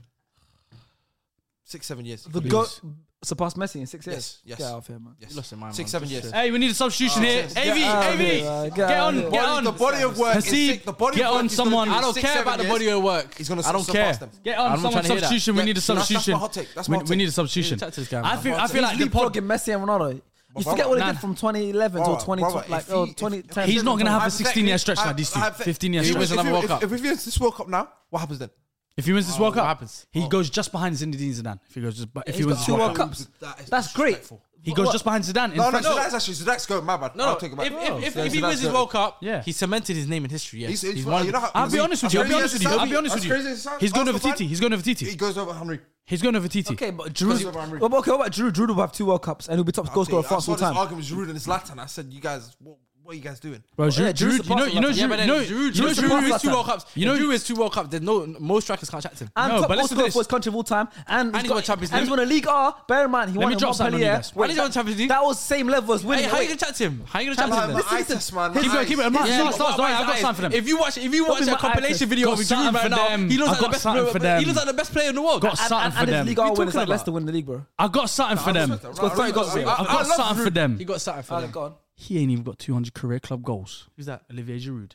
Speaker 2: Six, seven years.
Speaker 1: The goat surpassed Messi in six years.
Speaker 2: Yes, yes.
Speaker 1: Get out of here, man.
Speaker 2: Yes.
Speaker 4: You lost your mind,
Speaker 2: Six,
Speaker 4: man.
Speaker 2: seven
Speaker 4: Just
Speaker 2: years.
Speaker 4: shit.
Speaker 3: Hey, we need a substitution here.
Speaker 2: Get
Speaker 3: AV,
Speaker 1: out of here,
Speaker 3: AV,
Speaker 1: man.
Speaker 3: get,
Speaker 1: uh, Get out
Speaker 3: on,
Speaker 1: of here.
Speaker 3: get
Speaker 2: Body-
Speaker 3: on.
Speaker 2: the body of work. is
Speaker 3: Hasib,
Speaker 2: sick. The body
Speaker 3: get
Speaker 2: of work
Speaker 3: on
Speaker 2: is gonna be
Speaker 3: someone.
Speaker 2: six,
Speaker 3: I don't
Speaker 4: Don't
Speaker 2: seven
Speaker 4: care about the
Speaker 2: years.
Speaker 4: body of work.
Speaker 2: He's gonna.
Speaker 3: I don't
Speaker 2: surpass
Speaker 3: care.
Speaker 2: Them.
Speaker 3: Get
Speaker 4: I'm
Speaker 3: on
Speaker 4: not
Speaker 3: someone
Speaker 4: trying to hear that.
Speaker 3: substitution. We
Speaker 2: Yeah,
Speaker 3: need a
Speaker 2: that's- that's my
Speaker 3: substitution.
Speaker 2: hot take. That's my
Speaker 3: we,
Speaker 2: hot
Speaker 3: we
Speaker 2: take.
Speaker 3: need a substitution.
Speaker 4: Chat to this guy,
Speaker 3: I
Speaker 4: man.
Speaker 3: feel.
Speaker 4: My
Speaker 3: I
Speaker 4: hot
Speaker 3: feel
Speaker 1: He's
Speaker 3: like the pod,
Speaker 1: leapfrogging Messi and Ronaldo. You forget what he
Speaker 3: nah.
Speaker 1: did from 2011 till
Speaker 2: Brother,
Speaker 1: 20,
Speaker 2: brother,
Speaker 1: like
Speaker 2: if
Speaker 1: oh,
Speaker 2: he- if-
Speaker 1: 2010.
Speaker 3: He's not gonna have a
Speaker 2: Hypothetically,
Speaker 3: 16 year stretch
Speaker 2: I-
Speaker 3: like these two.
Speaker 2: hypothet-
Speaker 3: 15 year
Speaker 2: If he
Speaker 3: stretch.
Speaker 2: wins
Speaker 4: If he-
Speaker 2: another World
Speaker 4: if-
Speaker 2: Cup.
Speaker 4: if
Speaker 2: If he wins this World Cup now, what happens then?
Speaker 3: if he wins this World
Speaker 4: what
Speaker 3: Cup,
Speaker 4: happens?
Speaker 3: he goes just behind Zinedine Zidane. If he goes just, but if he
Speaker 1: he's
Speaker 3: wins
Speaker 1: got
Speaker 3: this
Speaker 1: two
Speaker 3: World
Speaker 1: World
Speaker 3: Cup,
Speaker 1: Cups.
Speaker 2: That is
Speaker 1: That's great.
Speaker 2: disrespectful.
Speaker 3: he goes just behind Zidane. In
Speaker 2: No, no,
Speaker 3: France.
Speaker 2: Zidane's actually Zidane's goat. My bad.
Speaker 4: No,
Speaker 2: I'll
Speaker 4: no.
Speaker 2: take it
Speaker 4: If,
Speaker 2: back.
Speaker 4: if, if,
Speaker 2: Yeah,
Speaker 4: if he
Speaker 2: Zidane's
Speaker 4: wins his
Speaker 2: goat.
Speaker 4: World Cup,
Speaker 3: Yeah.
Speaker 4: he cemented his name in history. Yes,
Speaker 2: He's-
Speaker 4: he's,
Speaker 2: he's-
Speaker 4: one.
Speaker 2: you know how-
Speaker 3: I'll be honest with you. I'll be honest with you. I'll be honest with you.
Speaker 2: That's crazy as it sounds.
Speaker 3: He's going over
Speaker 2: Arsenal
Speaker 3: Titi.
Speaker 2: fan.
Speaker 3: He's going over
Speaker 2: He
Speaker 3: Titi.
Speaker 2: goes over Henry.
Speaker 3: He's going over Titi.
Speaker 1: Okay, but Drew.
Speaker 2: of Emery.
Speaker 1: Well, okay, what about Drew? Drew will have two World Cups and he'll be top goal
Speaker 2: Okay,
Speaker 1: scorer of France
Speaker 2: I
Speaker 1: all
Speaker 2: saw this
Speaker 1: time.
Speaker 2: argument was rude and it's Latin. I said, you guys, what, what are you guys doing?
Speaker 3: Bro, Giroud,
Speaker 1: yeah, Giroud
Speaker 3: Giroud, you know, you know,
Speaker 1: supports
Speaker 3: Giroud,
Speaker 4: Yeah, but then
Speaker 3: no,
Speaker 4: Giroud,
Speaker 3: you know,
Speaker 4: Giroud,
Speaker 1: Giroud
Speaker 4: Giroud is two
Speaker 1: Zlatan.
Speaker 4: World Cups.
Speaker 3: You
Speaker 4: You
Speaker 3: know-
Speaker 4: know, Giroud is two World Cups. There's no most strikers can't chat to him.
Speaker 1: And
Speaker 3: No,
Speaker 1: top
Speaker 3: but
Speaker 1: goal
Speaker 3: listen to
Speaker 1: scorer
Speaker 3: this.
Speaker 1: for his country of all time. And,
Speaker 4: And he's
Speaker 1: got-
Speaker 4: won Champions
Speaker 1: And he's won
Speaker 4: League.
Speaker 1: a League R. Bear in mind, he
Speaker 3: Let
Speaker 1: won
Speaker 3: me
Speaker 1: in
Speaker 3: drop something on you
Speaker 1: Montpellier.
Speaker 3: guys. Why
Speaker 4: did he win Champions League?
Speaker 1: That was same level as winning.
Speaker 4: Hey, how are you
Speaker 1: Like,
Speaker 4: gonna chat to him? How are
Speaker 1: Champions
Speaker 4: you gonna chat to
Speaker 1: League.
Speaker 4: him?
Speaker 1: Listen,
Speaker 2: eye
Speaker 1: listen.
Speaker 2: test, man.
Speaker 3: Keep
Speaker 2: Eye-
Speaker 3: going, keep going.
Speaker 4: Yeah,
Speaker 3: Stop,
Speaker 4: but
Speaker 3: stop,
Speaker 4: what-
Speaker 3: stop. I've got
Speaker 4: hey,
Speaker 3: something for them.
Speaker 4: If you watch, if you
Speaker 1: Don't
Speaker 4: watch
Speaker 1: be
Speaker 4: a
Speaker 1: my actress.
Speaker 4: compilation video
Speaker 3: Got
Speaker 4: of
Speaker 3: something
Speaker 4: Giroud
Speaker 3: for
Speaker 4: right now,
Speaker 3: them.
Speaker 4: he looks
Speaker 3: I
Speaker 4: like the
Speaker 3: got
Speaker 4: best.
Speaker 3: something for
Speaker 4: player- He
Speaker 3: them.
Speaker 4: looks like the best player in the world.
Speaker 3: Got
Speaker 1: and,
Speaker 3: something
Speaker 1: and,
Speaker 3: for
Speaker 1: and his
Speaker 3: them.
Speaker 1: League
Speaker 3: I
Speaker 1: R win is
Speaker 4: talking
Speaker 1: like
Speaker 4: about?
Speaker 1: Leicester win the league, bro.
Speaker 3: got something for them.
Speaker 2: Right,
Speaker 3: I
Speaker 1: got thirty
Speaker 2: right,
Speaker 1: goals.
Speaker 2: right,
Speaker 1: I-
Speaker 2: right.
Speaker 3: got
Speaker 2: love
Speaker 3: something for
Speaker 2: Giroud.
Speaker 3: them.
Speaker 4: He got something for
Speaker 1: Alright,
Speaker 4: them.
Speaker 1: go on.
Speaker 3: He ain't even got 200 career club goals.
Speaker 4: Who's that?
Speaker 3: Olivier Giroud.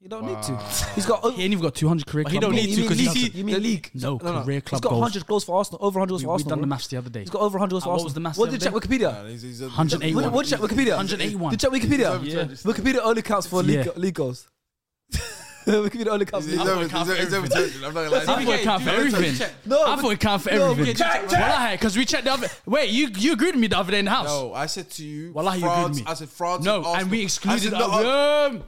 Speaker 1: You don't need to. He's got.
Speaker 3: He ain't even got 200 career
Speaker 4: But
Speaker 3: club
Speaker 4: he don't
Speaker 3: goals.
Speaker 4: need
Speaker 1: you
Speaker 4: to
Speaker 1: mean
Speaker 4: because
Speaker 1: league?
Speaker 4: he
Speaker 1: You mean league?
Speaker 3: No,
Speaker 4: No, no.
Speaker 3: career
Speaker 1: He's
Speaker 3: club
Speaker 1: got
Speaker 3: goals.
Speaker 1: 100 goals for Arsenal. Over 100 goals
Speaker 3: We,
Speaker 1: for
Speaker 3: we
Speaker 1: Arsenal.
Speaker 3: done the
Speaker 1: bro.
Speaker 3: maths the other day.
Speaker 1: He's got over 100 goals
Speaker 3: Uh,
Speaker 1: for
Speaker 3: what
Speaker 1: Arsenal.
Speaker 3: was the maths
Speaker 1: What did
Speaker 3: the
Speaker 1: you check?
Speaker 3: other
Speaker 1: Wikipedia.
Speaker 2: He's- he's a-
Speaker 3: 108
Speaker 1: What, what did you check? Wikipedia.
Speaker 3: 181.
Speaker 1: Did you check Wikipedia?
Speaker 3: Yeah.
Speaker 1: Wikipedia only counts for league,
Speaker 3: Yeah.
Speaker 1: league goals. Wikipedia only counts. for
Speaker 2: He's
Speaker 1: league
Speaker 2: over-
Speaker 1: goals.
Speaker 2: he's over- he's overtaken. I'm not gonna lie.
Speaker 3: I thought it count for everything.
Speaker 1: No,
Speaker 3: I thought it count for
Speaker 1: no,
Speaker 3: everything.
Speaker 1: but check, check.
Speaker 3: because we checked the other. Wait, you you agreed with me the other day in the house.
Speaker 2: No, I said to you,
Speaker 3: Wallahi, you agreed with
Speaker 2: France.
Speaker 3: me.
Speaker 2: I said France.
Speaker 3: No,
Speaker 2: and, Arsenal.
Speaker 3: and we
Speaker 2: I said,
Speaker 3: excluded.
Speaker 2: no,
Speaker 3: other-
Speaker 2: uh,
Speaker 3: Um,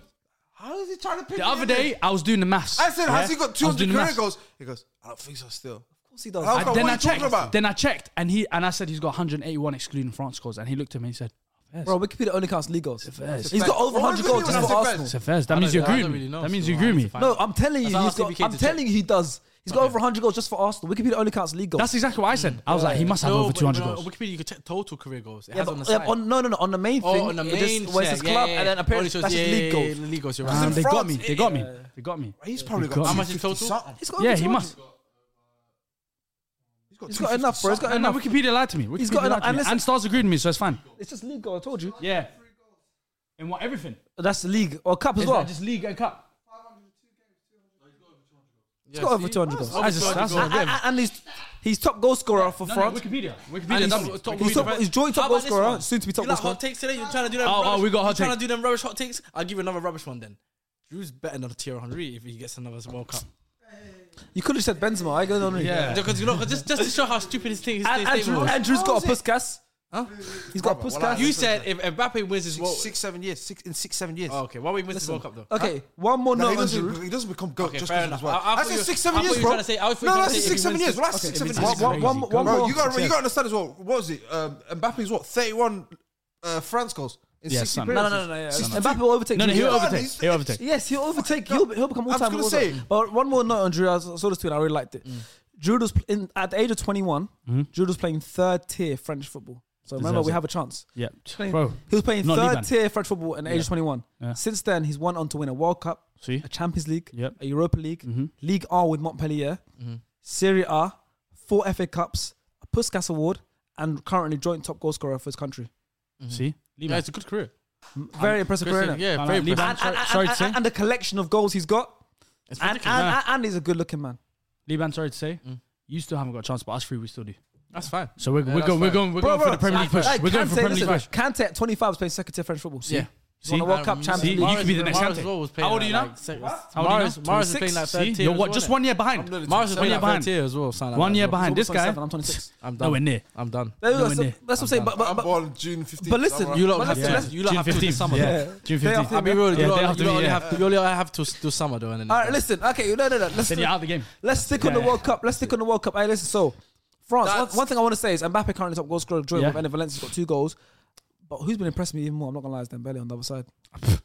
Speaker 2: How is he trying to pick
Speaker 3: The other
Speaker 2: me?
Speaker 3: day, I was doing the maths.
Speaker 2: I said, has he got
Speaker 3: I was
Speaker 2: 200
Speaker 3: doing the
Speaker 2: career
Speaker 3: maths.
Speaker 2: goals? He goes, I don't think so still.
Speaker 1: Of course he does.
Speaker 2: How
Speaker 3: I-
Speaker 2: come-
Speaker 3: then
Speaker 2: what
Speaker 3: I
Speaker 2: you talking
Speaker 3: checked.
Speaker 2: about?
Speaker 3: Then I checked, and he and I said he's got 181 excluding France goals, and he looked at me and said, "Fairs."
Speaker 1: Bro, Wikipedia only counts league goals.
Speaker 3: Fairs.
Speaker 1: He's got over
Speaker 2: What
Speaker 1: 100
Speaker 2: was
Speaker 1: goals
Speaker 2: Wikipedia
Speaker 1: just
Speaker 2: when I
Speaker 1: for
Speaker 2: said
Speaker 1: Arsenal.
Speaker 3: It's a Fairs. That
Speaker 4: I
Speaker 3: means
Speaker 4: don't-
Speaker 3: you
Speaker 4: I
Speaker 3: agree
Speaker 4: don't
Speaker 3: with me.
Speaker 4: really know,
Speaker 3: That means
Speaker 4: so
Speaker 3: you
Speaker 4: I
Speaker 3: agree
Speaker 4: need
Speaker 3: with
Speaker 4: to
Speaker 3: me.
Speaker 4: find-
Speaker 1: No, I'm telling you,
Speaker 4: That's how
Speaker 1: he's
Speaker 4: I'll see
Speaker 1: got. I'm
Speaker 4: Wikipedia
Speaker 1: telling you, he does. He's got over 100 goals just for Arsenal. Wikipedia only counts league goals.
Speaker 3: That's exactly what I said. I was like, he must have
Speaker 4: No,
Speaker 3: over
Speaker 4: but
Speaker 3: 200
Speaker 4: no,
Speaker 3: goals.
Speaker 4: Wikipedia, you can check total career goals. It
Speaker 1: yeah,
Speaker 4: has
Speaker 1: but,
Speaker 4: on the
Speaker 1: yeah,
Speaker 4: side.
Speaker 1: on, no, no, no. On the main
Speaker 4: Oh,
Speaker 1: thing,
Speaker 4: on the
Speaker 1: it
Speaker 4: main
Speaker 1: just, where it says
Speaker 4: check, yeah,
Speaker 1: club,
Speaker 4: yeah,
Speaker 1: and then
Speaker 4: yeah.
Speaker 1: apparently
Speaker 4: Only shows-
Speaker 1: that's just
Speaker 4: yeah,
Speaker 1: league
Speaker 4: yeah, yeah,
Speaker 1: goals.
Speaker 4: yeah, league goals, you're
Speaker 3: Um,
Speaker 4: right.
Speaker 3: they got
Speaker 2: France,
Speaker 3: me. They got me. They got me.
Speaker 2: He's probably
Speaker 3: He
Speaker 2: got
Speaker 3: got
Speaker 4: How much in
Speaker 2: 250
Speaker 4: total?
Speaker 2: something.
Speaker 1: He's got
Speaker 3: Yeah,
Speaker 1: over
Speaker 3: he
Speaker 1: 200.
Speaker 3: must.
Speaker 1: He's got enough, bro. He's got
Speaker 3: No, no,
Speaker 1: enough.
Speaker 3: Wikipedia lied to me. Wikipedia
Speaker 1: He's got enough-
Speaker 3: lied to
Speaker 1: and
Speaker 3: me.
Speaker 1: listen-
Speaker 3: And Stars agreed with me, so it's fine.
Speaker 1: It's just league goal. I told you.
Speaker 3: Yeah. And what? Everything.
Speaker 1: That's the league or cup as
Speaker 3: Is
Speaker 1: well.
Speaker 3: that just league and cup?
Speaker 1: He's got over 200 goals.
Speaker 3: That's just, that's
Speaker 1: And- and- And he's he's top goal scorer for
Speaker 3: no, no,
Speaker 1: France.
Speaker 3: Wikipedia.
Speaker 4: And
Speaker 3: Wikipedia.
Speaker 4: he's-
Speaker 3: that's-
Speaker 4: top-
Speaker 1: He's, top, he's joint top
Speaker 4: How
Speaker 1: goal
Speaker 4: about this
Speaker 1: scorer,
Speaker 4: one?
Speaker 1: soon to be top
Speaker 4: You
Speaker 1: goal
Speaker 4: like
Speaker 1: scorer.
Speaker 4: hot takes today? You're trying to do them.
Speaker 3: Oh,
Speaker 4: rubbish,
Speaker 3: oh, we got hot
Speaker 4: You're trying
Speaker 3: take.
Speaker 4: to do them rubbish hot takes. I'll give you another rubbish one then. Drew's better than Thierry Henry if he gets another World Cup.
Speaker 1: You could have said Benzema. I go on.
Speaker 3: Yeah.
Speaker 4: Because you know, 'cause just just to show how stupid his thing his
Speaker 1: And,
Speaker 4: statement
Speaker 1: Andrew,
Speaker 4: was.
Speaker 1: Andrew's got a Puskas.
Speaker 4: Huh?
Speaker 1: He's got a
Speaker 2: Brother,
Speaker 1: Puskas.
Speaker 2: well,
Speaker 4: You said if Mbappe wins his World,
Speaker 2: Six, seven years. Six, in six, seven years.
Speaker 4: oh, okay, why we wins his World Cup though?
Speaker 1: okay, one more
Speaker 2: No,
Speaker 1: note
Speaker 2: he,
Speaker 1: on
Speaker 2: doesn't,
Speaker 1: Giroud.
Speaker 2: he doesn't become goat
Speaker 4: Okay,
Speaker 2: just
Speaker 4: fair
Speaker 2: because of his
Speaker 4: enough.
Speaker 2: work.
Speaker 4: I- I
Speaker 2: I,
Speaker 4: thought
Speaker 2: said
Speaker 4: you-
Speaker 2: six,
Speaker 4: I
Speaker 2: seven
Speaker 4: thought
Speaker 2: years,
Speaker 4: you
Speaker 2: bro.
Speaker 4: were trying to say- I was
Speaker 2: no,
Speaker 4: thinking
Speaker 2: that's
Speaker 4: if
Speaker 2: six,
Speaker 4: he
Speaker 2: six, seven
Speaker 4: wins
Speaker 2: years.
Speaker 4: this-
Speaker 2: Well, that's
Speaker 4: okay,
Speaker 2: six,
Speaker 4: if
Speaker 2: seven
Speaker 4: he
Speaker 2: years.
Speaker 4: wins
Speaker 1: One, one, one,
Speaker 4: crazy.
Speaker 1: one
Speaker 2: Bro,
Speaker 1: more.
Speaker 2: you got you got to understand as well. What was it? Um, Mbappe's what? Thirty-one. Uh, France goals in
Speaker 3: Yeah,
Speaker 2: sixty
Speaker 3: son.
Speaker 2: appearances.
Speaker 1: No, no, no, no. Yeah. Mbappe will overtake.
Speaker 3: No, no,
Speaker 1: Giroud.
Speaker 3: he'll
Speaker 2: Yeah.
Speaker 3: overtake.
Speaker 2: He's-
Speaker 3: He'll overtake.
Speaker 1: Yes, he'll overtake. He'll, he'll become all
Speaker 2: was
Speaker 1: time.
Speaker 2: gonna say-
Speaker 1: But one more note on Drew. I saw this tweet. I really liked it. Drew was pl- in, at the age of 21. Drew was playing third tier French football. So remember,
Speaker 3: Mm-hmm. Deserves
Speaker 1: we
Speaker 3: it.
Speaker 1: have a chance.
Speaker 3: Yeah.
Speaker 1: Playing-
Speaker 3: Bro.
Speaker 1: he was playing
Speaker 3: Not
Speaker 1: third
Speaker 3: Liban.
Speaker 1: tier French football at the age of 21.
Speaker 3: Yeah.
Speaker 1: Since then, he's went on to win a World Cup,
Speaker 3: See?
Speaker 1: a Champions League,
Speaker 3: Yep. Mm-hmm.
Speaker 1: a Europa League, League R with Montpellier, Serie A, four FA Cups, a Puskas Award, and currently joint top goal scorer for his country.
Speaker 3: See?
Speaker 4: Yeah, it's a good career.
Speaker 1: Very impressive career. innit?
Speaker 4: Yeah,
Speaker 3: Liban.
Speaker 4: very
Speaker 3: Liban.
Speaker 4: impressive.
Speaker 1: And, and, and,
Speaker 3: Sorry to
Speaker 1: and-
Speaker 3: say.
Speaker 1: and the collection of goals he's got.
Speaker 4: It's
Speaker 1: And, and,
Speaker 4: ridiculous.
Speaker 1: and, and he's a good looking man.
Speaker 3: Liban, sorry to say, you still haven't got a chance, but us three, we still do.
Speaker 4: That's fine.
Speaker 3: So we're, we're,
Speaker 4: Yeah, that's
Speaker 3: going, we're
Speaker 4: fine.
Speaker 3: going, we're going for the Premier League push.
Speaker 1: Like,
Speaker 3: we're going for
Speaker 1: Kante,
Speaker 3: the Premier League
Speaker 1: listen,
Speaker 3: push.
Speaker 1: Kante at 25 was playing second tier French football.
Speaker 4: Yeah.
Speaker 1: He's won the World Cup,
Speaker 4: Um,
Speaker 1: Champions
Speaker 3: see,
Speaker 1: League.
Speaker 3: you could be the next
Speaker 4: Mahrez
Speaker 3: Kante.
Speaker 4: as well was playing
Speaker 3: How old are
Speaker 4: at,
Speaker 3: you now?
Speaker 4: like, sec-
Speaker 3: How old are you
Speaker 4: Mahrez-
Speaker 3: now?
Speaker 4: Mahrez was playing like
Speaker 3: See?
Speaker 4: third
Speaker 3: You're
Speaker 4: tier.
Speaker 3: what, just one year behind.
Speaker 2: I'm literally
Speaker 4: Mars
Speaker 3: One
Speaker 4: was playing
Speaker 3: year
Speaker 4: like
Speaker 3: behind.
Speaker 4: third tier as well. something like
Speaker 3: One
Speaker 4: that.
Speaker 3: year behind. This guy,
Speaker 1: 27, I'm 26.
Speaker 4: I'm done.
Speaker 3: nowhere near.
Speaker 4: I'm done.
Speaker 1: There you go,
Speaker 3: No one
Speaker 1: so-
Speaker 3: did.
Speaker 1: That's what I'm saying. But, but,
Speaker 2: I'm
Speaker 1: but,
Speaker 2: born June fifteenth.
Speaker 1: but listen,
Speaker 4: You lot
Speaker 1: But
Speaker 4: have
Speaker 1: listen,
Speaker 4: to. You lot
Speaker 3: June
Speaker 4: have to
Speaker 3: 15th.
Speaker 4: this summer.
Speaker 3: Yeah.
Speaker 4: though.
Speaker 3: June
Speaker 1: They are
Speaker 3: 15th.
Speaker 4: I'll be real.
Speaker 3: Yeah,
Speaker 4: You
Speaker 3: they
Speaker 4: lot
Speaker 3: have to
Speaker 4: you lot
Speaker 3: be,
Speaker 4: only
Speaker 3: yeah.
Speaker 4: have to. You only have to do summer though. and
Speaker 1: All
Speaker 4: then-
Speaker 1: right, listen. Okay, no, no, no. Let's
Speaker 3: Then
Speaker 1: stick,
Speaker 3: you're out of the game.
Speaker 1: let's stick on the
Speaker 3: Yeah.
Speaker 1: World Cup. Let's stick on the World Cup. Hey, listen. So, France. One,
Speaker 2: That's-
Speaker 1: one thing I want to say is Mbappe currently top goal scorer, joint
Speaker 3: Yeah.
Speaker 1: with Ener Valencia's got two goals. But who's been impressing me even more? I'm not gonna lie, it's Dembele on the other side.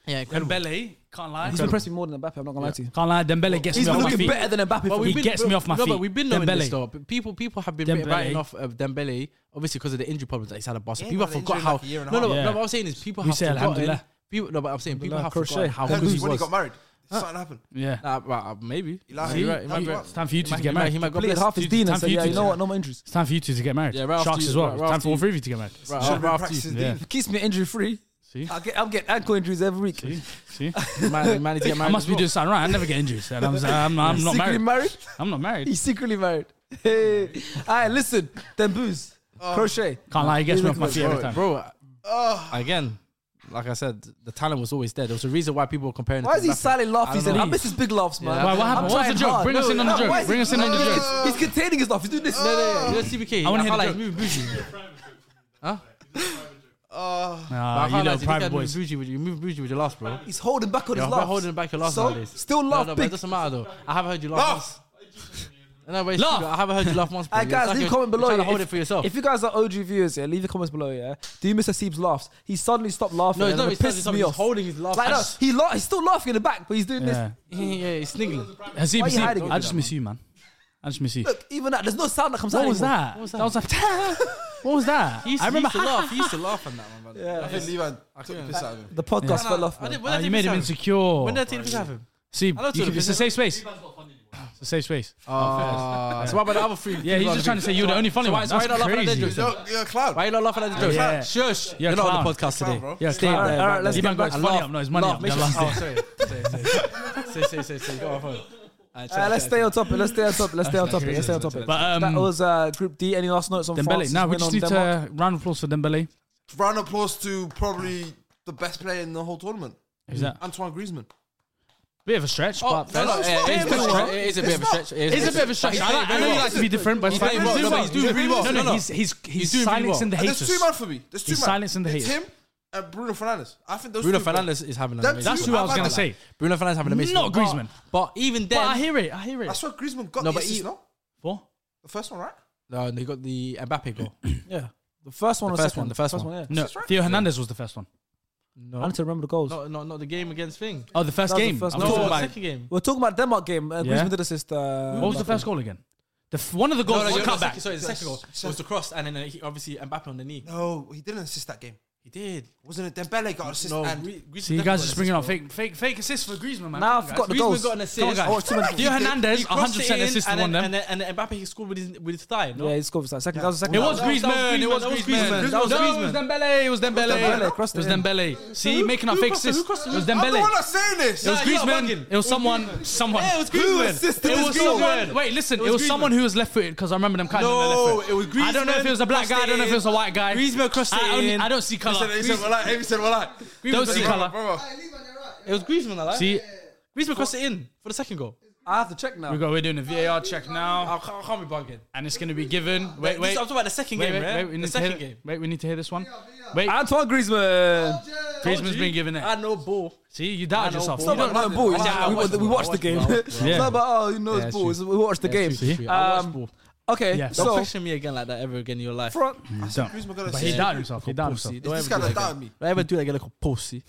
Speaker 4: Yeah, incredible.
Speaker 3: Dembele, can't lie.
Speaker 1: He's impressed me more than Mbappe. I'm not gonna lie to you.
Speaker 3: Can't lie, Dembele gets
Speaker 1: He's
Speaker 3: me
Speaker 1: been
Speaker 3: off my
Speaker 1: looking
Speaker 3: feet.
Speaker 1: better than Mbappe. for
Speaker 3: Well,
Speaker 1: me.
Speaker 3: we've
Speaker 4: We've
Speaker 3: gets me off my
Speaker 4: no,
Speaker 3: feet.
Speaker 4: But we've been knowing
Speaker 3: Dembele.
Speaker 4: this though. But People, people have been
Speaker 3: Dembele.
Speaker 4: writing off of Dembele, obviously because of the injury problems that he's had at
Speaker 2: Yeah,
Speaker 4: Barca.
Speaker 2: he
Speaker 4: People
Speaker 2: had an
Speaker 4: have forgot
Speaker 2: injury
Speaker 4: how.
Speaker 2: like a year and a
Speaker 4: no, no,
Speaker 3: half.
Speaker 4: no.
Speaker 3: Yeah.
Speaker 4: What I'm saying is people
Speaker 3: We
Speaker 4: have
Speaker 3: say
Speaker 4: forgotten
Speaker 3: alhamdulillah.
Speaker 4: people. No, but I'm saying people
Speaker 1: like
Speaker 4: have
Speaker 1: crochet.
Speaker 4: forgotten how
Speaker 2: Because
Speaker 4: good he
Speaker 2: when he
Speaker 4: was.
Speaker 2: got married, something happened.
Speaker 3: Yeah.
Speaker 4: Nah, well, uh, maybe.
Speaker 2: He lied.
Speaker 4: See,
Speaker 2: He
Speaker 4: right, he
Speaker 2: lied.
Speaker 4: might
Speaker 2: He
Speaker 4: be-
Speaker 2: lied.
Speaker 3: It's time for you two to
Speaker 4: might-
Speaker 3: get
Speaker 4: he might-
Speaker 3: married.
Speaker 4: He might got
Speaker 1: Played
Speaker 4: blessed.
Speaker 1: half his
Speaker 3: Dude,
Speaker 1: dean
Speaker 3: time
Speaker 1: and
Speaker 3: for
Speaker 1: said,
Speaker 3: you
Speaker 1: yeah,
Speaker 3: to
Speaker 1: you know
Speaker 3: do
Speaker 1: what? No more injuries.
Speaker 3: It's time for you two to get married.
Speaker 4: Yeah, right
Speaker 3: Sharks
Speaker 4: after
Speaker 3: as
Speaker 4: you,
Speaker 3: well.
Speaker 4: right-
Speaker 3: It's
Speaker 4: right
Speaker 3: time
Speaker 4: after
Speaker 3: for all
Speaker 4: you.
Speaker 3: three of you to get married.
Speaker 4: Right,
Speaker 2: Should have
Speaker 4: right
Speaker 2: been
Speaker 4: after you.
Speaker 2: practicing.
Speaker 3: Yeah.
Speaker 2: deep.
Speaker 1: Keeps me injury free.
Speaker 3: See?
Speaker 1: I get, I'm getting ankle injuries every week.
Speaker 3: See? See?
Speaker 4: Man, man, he get
Speaker 3: I
Speaker 4: married
Speaker 3: must
Speaker 4: as
Speaker 3: be
Speaker 4: well.
Speaker 3: doing something right. I never get injuries. And I'm, I'm, I'm not
Speaker 1: secretly
Speaker 3: married.
Speaker 1: married.
Speaker 3: I'm not married.
Speaker 1: He's secretly married. Hey. All right, listen. Then booze. Crochet.
Speaker 3: Can't lie. He gets me off my
Speaker 1: Bro,
Speaker 3: feet every time.
Speaker 4: bro. Again, like I said, the talent was always there. There was a reason why people were comparing.
Speaker 1: Why
Speaker 4: it
Speaker 1: is
Speaker 4: to
Speaker 1: he
Speaker 4: Mbappe.
Speaker 1: silent
Speaker 4: I
Speaker 1: laughing?
Speaker 4: don't
Speaker 1: He's like,
Speaker 4: know.
Speaker 1: I miss his big laughs, man.
Speaker 4: Yeah. Why- what
Speaker 1: I'm
Speaker 3: happened? What was
Speaker 1: trying
Speaker 3: the joke?
Speaker 1: hard.
Speaker 3: Bring us in on the
Speaker 1: no,
Speaker 3: joke.
Speaker 1: why is
Speaker 3: Bring
Speaker 1: he-
Speaker 3: us in on the
Speaker 1: no,
Speaker 3: joke.
Speaker 1: no, He's containing himself. He's doing this.
Speaker 4: No, no, no, CBK.
Speaker 3: I
Speaker 4: I
Speaker 3: wanna
Speaker 4: want
Speaker 3: hear
Speaker 4: to
Speaker 3: the
Speaker 4: like
Speaker 3: joke.
Speaker 4: moving bougie.
Speaker 3: Nah,
Speaker 4: I
Speaker 3: you
Speaker 4: highlight,
Speaker 3: know,
Speaker 4: if you
Speaker 3: private
Speaker 4: can't move
Speaker 3: boys.
Speaker 4: bougie with you move bougie with your last, bro.
Speaker 1: He's holding back on
Speaker 4: You're
Speaker 1: his laughs.
Speaker 4: holding back your last
Speaker 1: So,
Speaker 4: nowadays.
Speaker 1: still
Speaker 4: no,
Speaker 1: laugh
Speaker 4: no, but
Speaker 1: big.
Speaker 4: it doesn't matter though. I haven't heard you laugh.
Speaker 2: Laugh.
Speaker 4: once. No, but it's
Speaker 3: Laugh.
Speaker 4: true. I haven't heard you laugh once. Bro.
Speaker 1: Hey
Speaker 4: It's
Speaker 1: guys,
Speaker 4: like
Speaker 1: leave a
Speaker 4: you're-
Speaker 1: comment
Speaker 4: you're
Speaker 1: below.
Speaker 4: trying to
Speaker 1: yeah,
Speaker 4: hold
Speaker 1: if,
Speaker 4: it for yourself.
Speaker 1: If you guys are OG viewers, yeah, leave the comments below. Yeah, do you miss Aseeb's laughs? He suddenly stopped laughing.
Speaker 4: no, it's
Speaker 1: and
Speaker 4: not.
Speaker 1: it
Speaker 4: It's
Speaker 1: pisses
Speaker 4: not.
Speaker 1: me
Speaker 4: He's
Speaker 1: off.
Speaker 4: holding his laugh.
Speaker 1: Like
Speaker 4: I
Speaker 1: no,
Speaker 4: just-
Speaker 1: he la- he's still laughing in the back, but he's doing
Speaker 3: Yeah.
Speaker 4: Yeah, he's sniggling.
Speaker 3: Hazeem,
Speaker 1: Why are you
Speaker 3: Hazeem,
Speaker 1: hiding it,
Speaker 3: I just miss you, man. I just miss you.
Speaker 1: this. Look, even that, there's no sound that comes out.
Speaker 3: What was
Speaker 1: anymore.
Speaker 3: that? What was that? was like, what was that?
Speaker 4: He used,
Speaker 3: I remember.
Speaker 4: he used to laugh. He used to laugh on that one, man.
Speaker 2: I think Levan took the piss out of him.
Speaker 1: The podcast fell off.
Speaker 4: I
Speaker 1: Man.
Speaker 4: didn't- when
Speaker 3: Ah,
Speaker 4: did
Speaker 3: you
Speaker 4: I take
Speaker 3: made
Speaker 4: this
Speaker 3: him
Speaker 4: out of
Speaker 3: insecure.
Speaker 4: When did I take this out of him?
Speaker 3: See, you
Speaker 4: don't
Speaker 3: can,
Speaker 4: know.
Speaker 3: it's a safe space. It's a safe space.
Speaker 4: Ah, so what about the other three?
Speaker 3: Yeah, he's just trying to say you're the only funny
Speaker 4: So why-
Speaker 3: one.
Speaker 4: so why
Speaker 3: That's
Speaker 4: you not laughing at their
Speaker 3: crazy.
Speaker 4: jokes then?
Speaker 2: You're, you're a clown.
Speaker 4: Why are you not laughing at the jokes?
Speaker 3: Yeah.
Speaker 4: Shush.
Speaker 3: You're
Speaker 4: You're, not on the
Speaker 3: clown.
Speaker 4: podcast
Speaker 2: Clown,
Speaker 4: today.
Speaker 2: bro.
Speaker 3: Yeah, stay
Speaker 1: All
Speaker 3: up
Speaker 1: right,
Speaker 3: there.
Speaker 1: all right, let's
Speaker 3: Iman
Speaker 1: get
Speaker 3: got
Speaker 1: back.
Speaker 3: his money up. No, his money
Speaker 4: Laugh,
Speaker 3: up.
Speaker 4: make
Speaker 3: They're
Speaker 4: sure-
Speaker 3: laughing.
Speaker 4: Oh, sorry. Sorry, sorry. Say, say, say, say. Go on, phone. Alright,
Speaker 1: Uh,
Speaker 4: try,
Speaker 1: let's
Speaker 4: try,
Speaker 1: stay on topic. Let's stay on topic. Let's stay on topic. Let's stay on topic.
Speaker 3: But, um,
Speaker 1: that was uh, Group D. Any last notes on France?
Speaker 3: Dembele. Now we
Speaker 1: Win
Speaker 3: just
Speaker 1: on
Speaker 3: need
Speaker 1: Denmark?
Speaker 3: to round of applause for Dembele.
Speaker 2: Round of applause to probably the best player in the whole tournament,
Speaker 3: Who's that?
Speaker 2: Antoine Griezmann.
Speaker 3: Bit of a stretch,
Speaker 4: Oh,
Speaker 3: but
Speaker 4: no, no, yeah,
Speaker 3: It's
Speaker 4: it is a
Speaker 3: not.
Speaker 4: bit of a stretch. It
Speaker 3: it's
Speaker 4: is a bit of a stretch. It is
Speaker 3: a bit of a stretch.
Speaker 4: He's
Speaker 3: I,
Speaker 4: doing
Speaker 3: like- I know
Speaker 4: very
Speaker 3: you
Speaker 4: well.
Speaker 3: like to be different, but it's
Speaker 4: He's
Speaker 3: fine.
Speaker 4: doing well. No, no, he's doing really well.
Speaker 3: No,
Speaker 4: No,
Speaker 3: no,
Speaker 4: no.
Speaker 3: he's he's he's
Speaker 4: He's doing really
Speaker 3: silencing the
Speaker 4: well.
Speaker 2: And there's
Speaker 3: haters.
Speaker 2: two man for me. There's two
Speaker 3: He's
Speaker 2: man.
Speaker 3: silencing the
Speaker 2: It's
Speaker 3: haters.
Speaker 2: him and Bruno Fernandes. I think those
Speaker 4: Bruno
Speaker 2: two-
Speaker 4: Fernandes is having an
Speaker 2: Them
Speaker 4: amazing.
Speaker 2: two
Speaker 3: That's who I was gonna say.
Speaker 4: Bruno Fernandes having an amazing.
Speaker 3: Not
Speaker 4: but-
Speaker 3: Griezmann.
Speaker 4: But even
Speaker 3: But I
Speaker 4: then,
Speaker 3: hear it. I hear it.
Speaker 2: That's what Griezmann got.
Speaker 4: No,
Speaker 2: No,
Speaker 4: but
Speaker 2: but
Speaker 4: he-
Speaker 2: no,
Speaker 3: Four.
Speaker 2: the first one, right?
Speaker 4: no, they got the Mbappe goal.
Speaker 1: Yeah, the first one.
Speaker 4: The
Speaker 1: or
Speaker 4: first
Speaker 1: second
Speaker 4: one, the first one.
Speaker 1: Yeah.
Speaker 3: No,
Speaker 2: That's right.
Speaker 3: Theo Hernandez was the first one.
Speaker 1: I
Speaker 4: No,
Speaker 1: need to remember the goals.
Speaker 4: no, no, not the game against Thing.
Speaker 3: Oh, the first
Speaker 1: That was the
Speaker 3: game.
Speaker 1: first
Speaker 3: I'm
Speaker 1: No,
Speaker 3: talking
Speaker 1: goal.
Speaker 3: about-
Speaker 4: second game.
Speaker 1: We're talking about Denmark game. Uh,
Speaker 3: Yeah.
Speaker 1: Griezmann did assist. Uh,
Speaker 3: What was the first goal again? The f- one of the goals
Speaker 4: No, no,
Speaker 3: was a
Speaker 4: no,
Speaker 3: cutback.
Speaker 4: second- Sorry, the second goal was the cross, and then uh, he, obviously Mbappe on the knee.
Speaker 2: No, he didn't assist that game.
Speaker 4: He did.
Speaker 2: Wasn't it Dembele got assist?
Speaker 4: No,
Speaker 2: and
Speaker 4: Gri- Griezmann
Speaker 3: So you guys
Speaker 4: definitely
Speaker 3: just bringing
Speaker 4: got
Speaker 3: on fake, fake, fake assists for Griezmann, man.
Speaker 1: Now I've
Speaker 3: Come on,
Speaker 1: got the
Speaker 3: guys.
Speaker 1: goals.
Speaker 4: Griezmann got an
Speaker 3: Come on,
Speaker 4: assist.
Speaker 3: guys.
Speaker 1: I watched too many-
Speaker 3: Theo Hernandez,
Speaker 4: He crossed
Speaker 3: 100%
Speaker 4: it in,
Speaker 3: assist in
Speaker 4: and
Speaker 3: one
Speaker 4: then,
Speaker 3: of
Speaker 4: and
Speaker 3: them.
Speaker 4: then and then Mbappe he scored with his with his thigh. No?
Speaker 1: Yeah, he scored for that second. That was the second.
Speaker 3: It
Speaker 1: goal.
Speaker 3: was
Speaker 4: that was
Speaker 3: Griezmann. It was
Speaker 4: Griezmann, that was
Speaker 3: Griezmann.
Speaker 4: Griezmann.
Speaker 3: It
Speaker 4: That
Speaker 3: was
Speaker 4: was Griezmann.
Speaker 3: Dembele. It was Dembele. It
Speaker 1: crossed
Speaker 3: was
Speaker 1: it in.
Speaker 3: Dembele. See, making a fake
Speaker 4: crossed it? Who
Speaker 3: assist.
Speaker 4: crossed it?
Speaker 3: It was
Speaker 2: I'm the
Speaker 3: Dembele.
Speaker 2: one that's saying this.
Speaker 3: It was
Speaker 4: Nah, you're
Speaker 3: Griezmann.
Speaker 4: bugging.
Speaker 3: It was someone. Someone.
Speaker 4: Yeah, it was
Speaker 2: Who
Speaker 4: Griezmann.
Speaker 2: assisted
Speaker 4: It
Speaker 2: this
Speaker 4: was
Speaker 2: goal?
Speaker 4: someone.
Speaker 3: Wait, listen. It
Speaker 4: It
Speaker 3: was,
Speaker 4: was
Speaker 3: someone who was left-footed because I remember them catching on the
Speaker 4: No,
Speaker 3: left foot.
Speaker 4: it was
Speaker 3: I don't know if it was a
Speaker 4: Griezmann
Speaker 3: black guy. I don't know if it was a white guy.
Speaker 4: Griezmann crossed it
Speaker 3: I, only,
Speaker 4: in.
Speaker 3: I don't see
Speaker 2: He
Speaker 3: color.
Speaker 2: said, he said, well, like, he said, well, like.
Speaker 3: Don't see color.
Speaker 2: Brother, brother.
Speaker 4: It was Griezmann, like.
Speaker 3: See,
Speaker 4: Griezmann crossed it in for the second goal.
Speaker 1: I have to check now.
Speaker 3: we go. We're doing a VAR check
Speaker 4: I
Speaker 3: now,
Speaker 4: can't, I can't be bugging.
Speaker 3: and it's going to be given. Wait,
Speaker 4: This-
Speaker 3: wait.
Speaker 4: I'm talking about the second
Speaker 3: Wait,
Speaker 4: game,
Speaker 3: wait,
Speaker 4: right?
Speaker 3: wait, we need
Speaker 4: the
Speaker 3: to hear-
Speaker 4: second game.
Speaker 3: Wait, we need to hear this one. Wait,
Speaker 1: Antoine Griezmann.
Speaker 3: Griezmann's been given
Speaker 4: I
Speaker 3: it.
Speaker 4: know ball.
Speaker 3: See, you doubted
Speaker 4: know,
Speaker 3: yourself.
Speaker 4: boy.
Speaker 3: You
Speaker 1: It's not
Speaker 3: don't-
Speaker 1: about knowing ball. it's
Speaker 4: Yeah,
Speaker 1: just
Speaker 4: I
Speaker 1: we,
Speaker 4: watched
Speaker 1: we
Speaker 4: it. I
Speaker 1: watched the
Speaker 4: watched
Speaker 1: game.
Speaker 4: it. I watched it.
Speaker 1: It's not about oh, you know
Speaker 4: Yeah,
Speaker 1: it's ball.
Speaker 4: true.
Speaker 1: We watched the game.
Speaker 4: True, true. I watched
Speaker 1: Um,
Speaker 4: ball.
Speaker 1: okay,
Speaker 3: Yeah.
Speaker 4: Don't
Speaker 1: so
Speaker 4: question me again like that ever again in your life.
Speaker 1: front.
Speaker 3: you
Speaker 2: I said,
Speaker 3: don't.
Speaker 2: Griezmann got
Speaker 3: But he
Speaker 2: assist.
Speaker 3: doubted himself. He doubted
Speaker 4: Pussy.
Speaker 3: himself.
Speaker 4: Don't
Speaker 2: This
Speaker 4: ever
Speaker 2: guy
Speaker 4: do that
Speaker 2: that
Speaker 4: again.
Speaker 2: doubted me.
Speaker 4: Don't ever do that again like a pussy.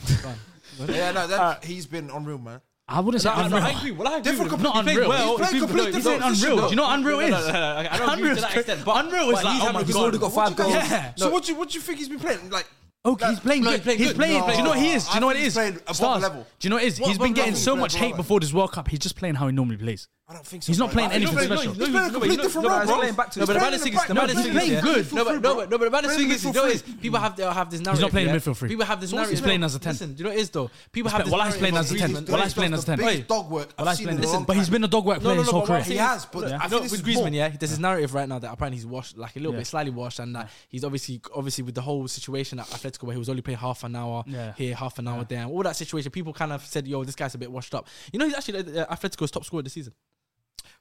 Speaker 2: Yeah, no, that, he's been unreal, man.
Speaker 3: I wouldn't say
Speaker 4: No, no, I
Speaker 3: unreal.
Speaker 4: agree. Well, I agree.
Speaker 2: Different
Speaker 4: with him.
Speaker 3: Not
Speaker 4: He played
Speaker 3: unreal.
Speaker 4: Well,
Speaker 2: He's playing
Speaker 4: He's been-
Speaker 2: complete
Speaker 4: no,
Speaker 3: He
Speaker 4: he's
Speaker 2: different
Speaker 3: said
Speaker 4: been-
Speaker 3: unreal. Do you know what
Speaker 4: No,
Speaker 3: unreal
Speaker 4: no,
Speaker 3: is?
Speaker 4: no, no, no, I don't agree
Speaker 3: Unreal
Speaker 4: to
Speaker 3: is
Speaker 4: that
Speaker 3: cra-
Speaker 4: extent. But
Speaker 3: Unreal is
Speaker 4: but
Speaker 3: like,
Speaker 4: he's
Speaker 3: oh
Speaker 4: having
Speaker 3: my
Speaker 4: a good
Speaker 3: God.
Speaker 4: season.
Speaker 2: He's got five
Speaker 3: goals.
Speaker 2: goals.
Speaker 3: Yeah.
Speaker 2: So what do you what do you think he's been playing? Like,
Speaker 3: Oh, he's playing
Speaker 4: No,
Speaker 3: good.
Speaker 4: he's playing
Speaker 3: he's
Speaker 4: good.
Speaker 3: playing. Do you know what he
Speaker 2: No,
Speaker 3: is? Do you know what it
Speaker 2: I think
Speaker 3: is?
Speaker 2: he's playing above
Speaker 3: Stars.
Speaker 2: level.
Speaker 3: Do you know what it is?
Speaker 2: What
Speaker 3: He's been
Speaker 2: above
Speaker 3: getting
Speaker 2: level?
Speaker 3: so
Speaker 2: He's
Speaker 3: much
Speaker 2: playing
Speaker 3: hate
Speaker 2: above
Speaker 3: before this World Cup. He's just playing how he normally plays.
Speaker 2: I don't think so.
Speaker 3: He's not
Speaker 2: bro.
Speaker 3: playing
Speaker 2: Like,
Speaker 3: anything
Speaker 2: he's not
Speaker 3: special.
Speaker 2: He's playing a
Speaker 4: No, he's
Speaker 2: complete
Speaker 4: not-
Speaker 2: different
Speaker 4: no,
Speaker 2: role,
Speaker 4: he's
Speaker 2: bro.
Speaker 1: playing back to
Speaker 4: No, but the
Speaker 1: He's
Speaker 4: bad
Speaker 1: playing
Speaker 4: thing
Speaker 1: in the
Speaker 4: is,
Speaker 3: back.
Speaker 4: the bad
Speaker 3: No,
Speaker 4: thing
Speaker 3: he's playing
Speaker 4: is,
Speaker 3: good.
Speaker 4: No, but no, but no, but the bad
Speaker 2: Playing
Speaker 4: thing is, you know,
Speaker 2: midfield
Speaker 4: is
Speaker 2: free.
Speaker 4: people have they have this narrative.
Speaker 3: not playing
Speaker 4: yeah?
Speaker 3: midfield free.
Speaker 4: People have this
Speaker 3: So what's he
Speaker 4: narrative.
Speaker 3: playing as a 10?
Speaker 4: Listen, do you know what it is though?
Speaker 3: He's
Speaker 4: People have.
Speaker 3: play-
Speaker 4: this
Speaker 3: Wallahi's playing as
Speaker 4: narrative
Speaker 3: a
Speaker 4: of
Speaker 3: 10.
Speaker 4: Griezmann-
Speaker 3: Wallahi's
Speaker 4: Wallahi's
Speaker 3: playing as a 10.
Speaker 2: The biggest
Speaker 4: Wait.
Speaker 2: dog work
Speaker 3: Well, I
Speaker 2: I've seen
Speaker 3: explained
Speaker 2: in a
Speaker 3: this,
Speaker 2: long
Speaker 3: but he's
Speaker 2: time.
Speaker 3: been a dog work
Speaker 4: No,
Speaker 3: player
Speaker 4: no,
Speaker 3: his
Speaker 4: no,
Speaker 3: whole
Speaker 4: but what I'm
Speaker 3: career.
Speaker 4: saying
Speaker 2: He has, but
Speaker 4: no,
Speaker 2: I
Speaker 4: no,
Speaker 2: think this
Speaker 4: with
Speaker 2: is more-
Speaker 4: Griezmann, yeah, there's this narrative right now that apparently he's washed, like a little
Speaker 3: Yeah.
Speaker 4: bit slightly washed, and that he's obviously, obviously, with the whole situation at Atletico where he was only playing half an hour
Speaker 3: Yeah.
Speaker 4: here, half an hour there, and all that situation. People kind of said, "Yo, this guy's a bit washed up." You know, he's actually uh, Atletico's top scorer this season.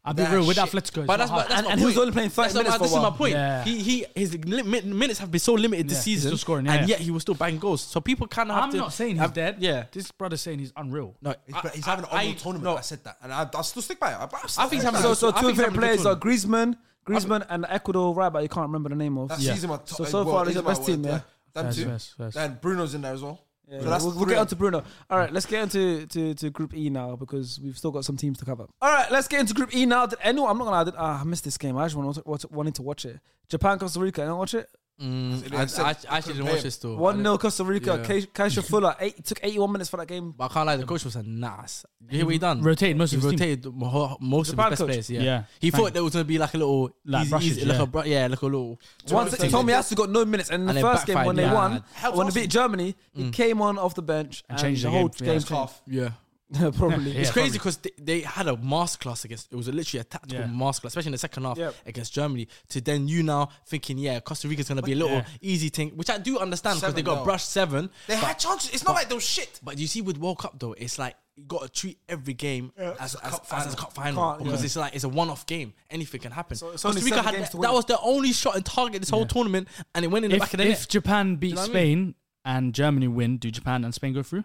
Speaker 3: I'll be
Speaker 2: Nah,
Speaker 3: real with
Speaker 2: shit.
Speaker 3: Atletico.
Speaker 4: But that's, my, that's
Speaker 1: And-
Speaker 4: my
Speaker 1: and he was
Speaker 4: point.
Speaker 1: only playing 30
Speaker 4: That's my-
Speaker 1: minutes for a
Speaker 4: This is
Speaker 1: while.
Speaker 4: my point.
Speaker 3: Yeah.
Speaker 4: He, he, his li- min- minutes have been so limited
Speaker 3: Yeah,
Speaker 4: this
Speaker 3: he's
Speaker 4: season,
Speaker 3: still scoring, yeah.
Speaker 4: and yet he was still banging goals. So people kind of have
Speaker 3: I'm
Speaker 4: to.
Speaker 3: not saying he's
Speaker 4: have-
Speaker 3: dead.
Speaker 4: Yeah.
Speaker 3: this brother's saying he's unreal.
Speaker 4: No,
Speaker 2: He's,
Speaker 4: I-
Speaker 2: play- he's
Speaker 4: I-
Speaker 2: having an
Speaker 4: I-
Speaker 2: honorable tournament.
Speaker 4: no,
Speaker 2: I said that, and I, I still stick by it. I, I, still
Speaker 4: I think he's
Speaker 2: stick
Speaker 4: having
Speaker 2: by
Speaker 1: So,
Speaker 2: it.
Speaker 1: so
Speaker 4: I
Speaker 1: two
Speaker 4: think
Speaker 1: of your
Speaker 4: I'm
Speaker 1: players are
Speaker 4: gonna
Speaker 1: Griezmann, Griezmann, and Ecuador right back. You can't remember the name of.
Speaker 2: That's
Speaker 3: Yeah.
Speaker 2: he's in my top.
Speaker 1: So- so
Speaker 2: well,
Speaker 1: far, he's the
Speaker 2: in my
Speaker 1: best team,
Speaker 2: world,
Speaker 1: yeah.
Speaker 2: Them
Speaker 3: Yes,
Speaker 2: two.
Speaker 3: yes, yes.
Speaker 2: And Bruno's in there as well.
Speaker 1: Yeah,
Speaker 2: So that's
Speaker 1: we'll, we'll
Speaker 2: three.
Speaker 1: get on to Bruno. All right, let's get into to, to Group E now because we've still got some teams to cover. All right, let's get into Group E now. Did anyone? I'm not gonna. lie, I did, ah, I missed this game. I just wanted, wanted, wanted to watch it. Japan Costa Rica. Anyone watch it?
Speaker 4: Mm, I,
Speaker 2: said
Speaker 4: I,
Speaker 2: they
Speaker 4: I actually didn't
Speaker 2: couldn't
Speaker 4: watch
Speaker 2: pay
Speaker 4: this though.
Speaker 3: Oh,
Speaker 1: One 0 Costa Rica.
Speaker 4: Yeah.
Speaker 1: Yeah. Keisha Fuller eight, took eighty one minutes for that game.
Speaker 4: But I can't lie, the coach was a nass. You hear what he done?
Speaker 3: rotated most
Speaker 4: he
Speaker 3: of his team.
Speaker 4: rotated mo- ho- most of his
Speaker 1: bad
Speaker 4: best
Speaker 1: coach.
Speaker 4: players. Yeah,
Speaker 3: Yeah,
Speaker 4: he
Speaker 3: thank
Speaker 4: thought there was gonna be like a little,
Speaker 3: Like
Speaker 4: easy,
Speaker 3: brushes,
Speaker 4: easy, like
Speaker 3: yeah.
Speaker 4: a bru- yeah, like a little.
Speaker 1: Once
Speaker 4: rotate.
Speaker 1: Tommy Asu got no minutes, and in
Speaker 4: And
Speaker 1: the
Speaker 4: it
Speaker 1: first game
Speaker 4: backfired
Speaker 1: when they
Speaker 4: bad.
Speaker 1: won,
Speaker 2: Helped
Speaker 1: when they
Speaker 2: us.
Speaker 1: beat Germany, he came on off the bench and,
Speaker 3: Mm. changed
Speaker 1: the
Speaker 3: the
Speaker 1: whole
Speaker 3: game.
Speaker 1: game.
Speaker 3: Yeah.
Speaker 1: changed.
Speaker 4: Yeah,
Speaker 1: probably.
Speaker 3: Yeah,
Speaker 4: it's
Speaker 3: probably.
Speaker 4: crazy because they, they had a masterclass against. It was literally a tactical
Speaker 3: Yeah.
Speaker 4: masterclass, especially in the second half
Speaker 1: Yep.
Speaker 4: against Germany. To then you now thinking, yeah, Costa Rica's gonna be a little
Speaker 3: Yeah.
Speaker 4: easy thing, which I do understand because they
Speaker 2: Seven,
Speaker 4: got
Speaker 2: though.
Speaker 4: brushed seven.
Speaker 2: They
Speaker 4: but-
Speaker 2: had chances. It's not like those shit.
Speaker 4: But you see, with World Cup though, it's like you got to treat every game as, as,
Speaker 2: cup
Speaker 4: as, as
Speaker 2: final.
Speaker 4: a cup final
Speaker 1: Can't-
Speaker 4: because
Speaker 1: yeah.
Speaker 4: it's like it's a one-off game. Anything can happen.
Speaker 1: So it's
Speaker 4: Costa
Speaker 1: only
Speaker 4: Rica
Speaker 1: seven
Speaker 4: had
Speaker 1: games to
Speaker 4: that,
Speaker 1: win
Speaker 4: that
Speaker 1: it.
Speaker 4: was their only shot in target this whole tournament, and it went in the back
Speaker 3: If,
Speaker 4: of the
Speaker 3: if
Speaker 4: net.
Speaker 3: Japan beat
Speaker 4: what I mean?
Speaker 3: Spain and Germany win, do Japan and Spain go through?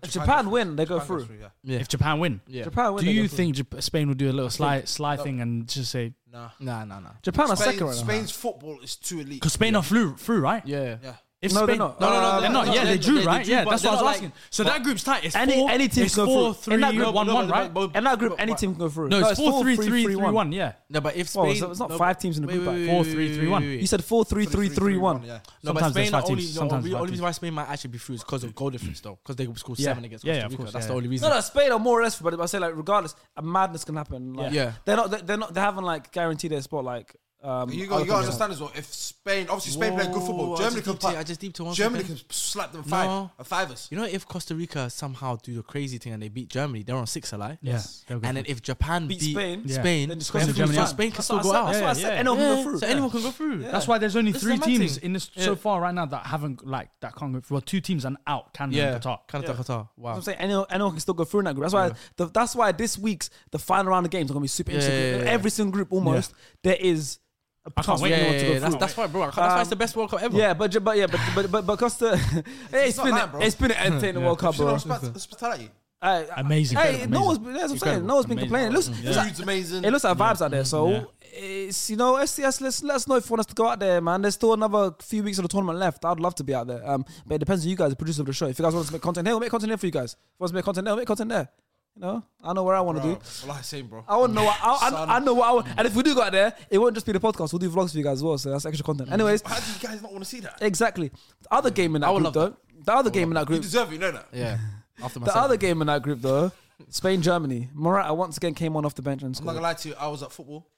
Speaker 1: If Japan win, they go
Speaker 2: Japan goes
Speaker 1: through.
Speaker 2: yeah.
Speaker 4: Yeah.
Speaker 3: If Japan win,
Speaker 4: Yeah.
Speaker 1: Japan win.
Speaker 3: do
Speaker 1: they go
Speaker 3: you
Speaker 1: through.
Speaker 3: think Jap- Spain will do a little sly sly thing and just say
Speaker 2: Nah.
Speaker 4: Nah, nah, nah.
Speaker 1: Japan are second
Speaker 2: Spain,
Speaker 1: right now?
Speaker 2: Spain's football is too elite.
Speaker 3: because Spain are through through right?
Speaker 4: Yeah.
Speaker 2: Yeah.
Speaker 3: If
Speaker 1: No, they're
Speaker 3: Spain,
Speaker 1: not.
Speaker 4: No, no, no,
Speaker 3: they're not.
Speaker 4: no,
Speaker 3: yeah,
Speaker 4: no,
Speaker 3: they
Speaker 4: they-
Speaker 3: drew
Speaker 4: they
Speaker 3: right.
Speaker 4: drew,
Speaker 3: yeah,
Speaker 4: but
Speaker 3: that's
Speaker 4: they're
Speaker 3: what I was
Speaker 4: not
Speaker 3: asking.
Speaker 4: like-
Speaker 3: So that group's tight. It's
Speaker 1: Any-
Speaker 3: four,
Speaker 1: any team
Speaker 3: it's
Speaker 1: can go
Speaker 3: four,
Speaker 1: through. In
Speaker 3: three,
Speaker 1: that group,
Speaker 3: one,
Speaker 4: no,
Speaker 3: one,
Speaker 4: no,
Speaker 3: right?
Speaker 4: no,
Speaker 1: In that group, any team can go through.
Speaker 3: No, it's
Speaker 1: it's
Speaker 3: four,
Speaker 1: four,
Speaker 3: three,
Speaker 1: three,
Speaker 3: three,
Speaker 1: three,
Speaker 3: three,
Speaker 1: one.
Speaker 3: one. Yeah,
Speaker 4: No, but if Spain,
Speaker 1: Well, so it's not
Speaker 4: no,
Speaker 1: five teams in the group, like
Speaker 3: four, three, three, one.
Speaker 1: You said four, three, three, three, one.
Speaker 2: Yeah.
Speaker 4: No, but
Speaker 3: Sometimes
Speaker 4: Spain
Speaker 3: there's
Speaker 4: are
Speaker 3: five
Speaker 4: only,
Speaker 3: teams,
Speaker 4: no,
Speaker 3: sometimes
Speaker 4: the
Speaker 3: five
Speaker 4: only
Speaker 3: teams.
Speaker 4: reason why Spain might actually be through is because of goal difference, though, because they scored
Speaker 3: Yeah.
Speaker 4: seven against
Speaker 3: Yeah,
Speaker 4: Costa
Speaker 3: yeah, of
Speaker 4: Rica.
Speaker 3: course,
Speaker 4: That's
Speaker 3: yeah,
Speaker 4: the
Speaker 3: yeah.
Speaker 4: only reason.
Speaker 1: No, no, Spain are more or less, but I say like regardless, a madness can happen. Like,
Speaker 4: Yeah. Yeah.
Speaker 1: they're not, they're not, they haven't like guaranteed their spot. Like, um,
Speaker 2: You got,
Speaker 1: other countries
Speaker 2: you got to
Speaker 1: have.
Speaker 2: understand as well. If Spain, obviously Spain plays good
Speaker 4: Whoa,
Speaker 2: football.
Speaker 4: I
Speaker 2: Germany
Speaker 4: just
Speaker 2: can
Speaker 4: deeped it,
Speaker 2: play-
Speaker 4: I just deeped it one
Speaker 2: Germany
Speaker 4: second.
Speaker 2: can slap them five,
Speaker 4: No.
Speaker 2: a fivers.
Speaker 4: You know, if Costa Rica somehow do the crazy thing and they beat Germany, they're on six alive.
Speaker 3: yeah. they'll go
Speaker 4: And then if Japan
Speaker 1: Beat
Speaker 4: beat,
Speaker 1: Spain,
Speaker 3: Yeah.
Speaker 4: Spain,
Speaker 1: Then
Speaker 4: Spain,
Speaker 3: Spain, Germany
Speaker 4: so
Speaker 3: out.
Speaker 4: Spain can
Speaker 1: That's
Speaker 4: still
Speaker 1: what
Speaker 4: go
Speaker 1: I
Speaker 4: out.
Speaker 1: said- That's what I
Speaker 3: Yeah,
Speaker 1: said.
Speaker 3: yeah.
Speaker 1: Anyone can go
Speaker 4: Yeah,
Speaker 1: through.
Speaker 4: So anyone can go through.
Speaker 3: That's why there's only
Speaker 4: This is
Speaker 3: three
Speaker 4: amazing.
Speaker 3: teams in this so
Speaker 4: Yeah.
Speaker 3: far right now that haven't like that can't go. Well, two teams and out Canada
Speaker 4: yeah.
Speaker 3: and Qatar.
Speaker 4: Canada, Qatar. Wow.
Speaker 1: I'm saying anyone, anyone can still go through in that group. That's why. The, that's why this week's the final round of games are gonna be super
Speaker 4: Yeah,
Speaker 1: interesting.
Speaker 4: yeah, yeah.
Speaker 1: Every single group, almost, there is a
Speaker 3: can't
Speaker 1: chance for
Speaker 3: wait.
Speaker 4: yeah,
Speaker 1: anyone
Speaker 4: yeah,
Speaker 1: to
Speaker 4: yeah,
Speaker 1: go
Speaker 4: that's,
Speaker 1: through.
Speaker 4: that's why, bro. That's why it's
Speaker 1: Um,
Speaker 4: the best World Cup ever.
Speaker 1: Yeah, but but yeah, but but but, but Costa, hey, it's
Speaker 2: not
Speaker 1: been
Speaker 2: lying, bro.
Speaker 1: it's been an entertaining World Cup,
Speaker 2: You know,
Speaker 1: bro.
Speaker 2: hospi- hospitality.
Speaker 1: Hey,
Speaker 3: Amazing,
Speaker 1: Hey,
Speaker 3: incredible,
Speaker 1: no one's
Speaker 3: amazing.
Speaker 1: been, that's what I'm saying.
Speaker 3: Incredible,
Speaker 1: No one's been
Speaker 3: amazing.
Speaker 1: complaining. It looks, it's like-
Speaker 2: Food's amazing.
Speaker 1: it looks like vibes out there. So
Speaker 3: Yeah.
Speaker 1: it's you know, let's, let's let's let us know if you want us to go out there, man. There's still another few weeks of the tournament left. I'd love to be out there. Um, but it depends on you guys, the producer of the show. If you guys want us to make content here, we'll make content here for you guys. If you want us to make content there, we'll make content there. You know, I know what I want to do.
Speaker 2: Bro, like I say, bro.
Speaker 1: I want to know what I,
Speaker 2: Son.
Speaker 1: I, I know what I want. And if we do go out there, it won't just be the podcast. We'll do vlogs for you guys as well. So that's extra content. Anyways,
Speaker 2: How do you guys not want to see that?
Speaker 1: exactly. The other game in that
Speaker 4: would
Speaker 1: group, though.
Speaker 4: love
Speaker 1: The other game in that
Speaker 2: You
Speaker 1: group.
Speaker 2: deserve it, you know that.
Speaker 4: Yeah. After my
Speaker 1: The
Speaker 4: second.
Speaker 1: other game in that group, though. Spain Germany. Morata once again came on off the bench and
Speaker 2: I'm not
Speaker 1: scored.
Speaker 2: gonna lie to you. I was at football.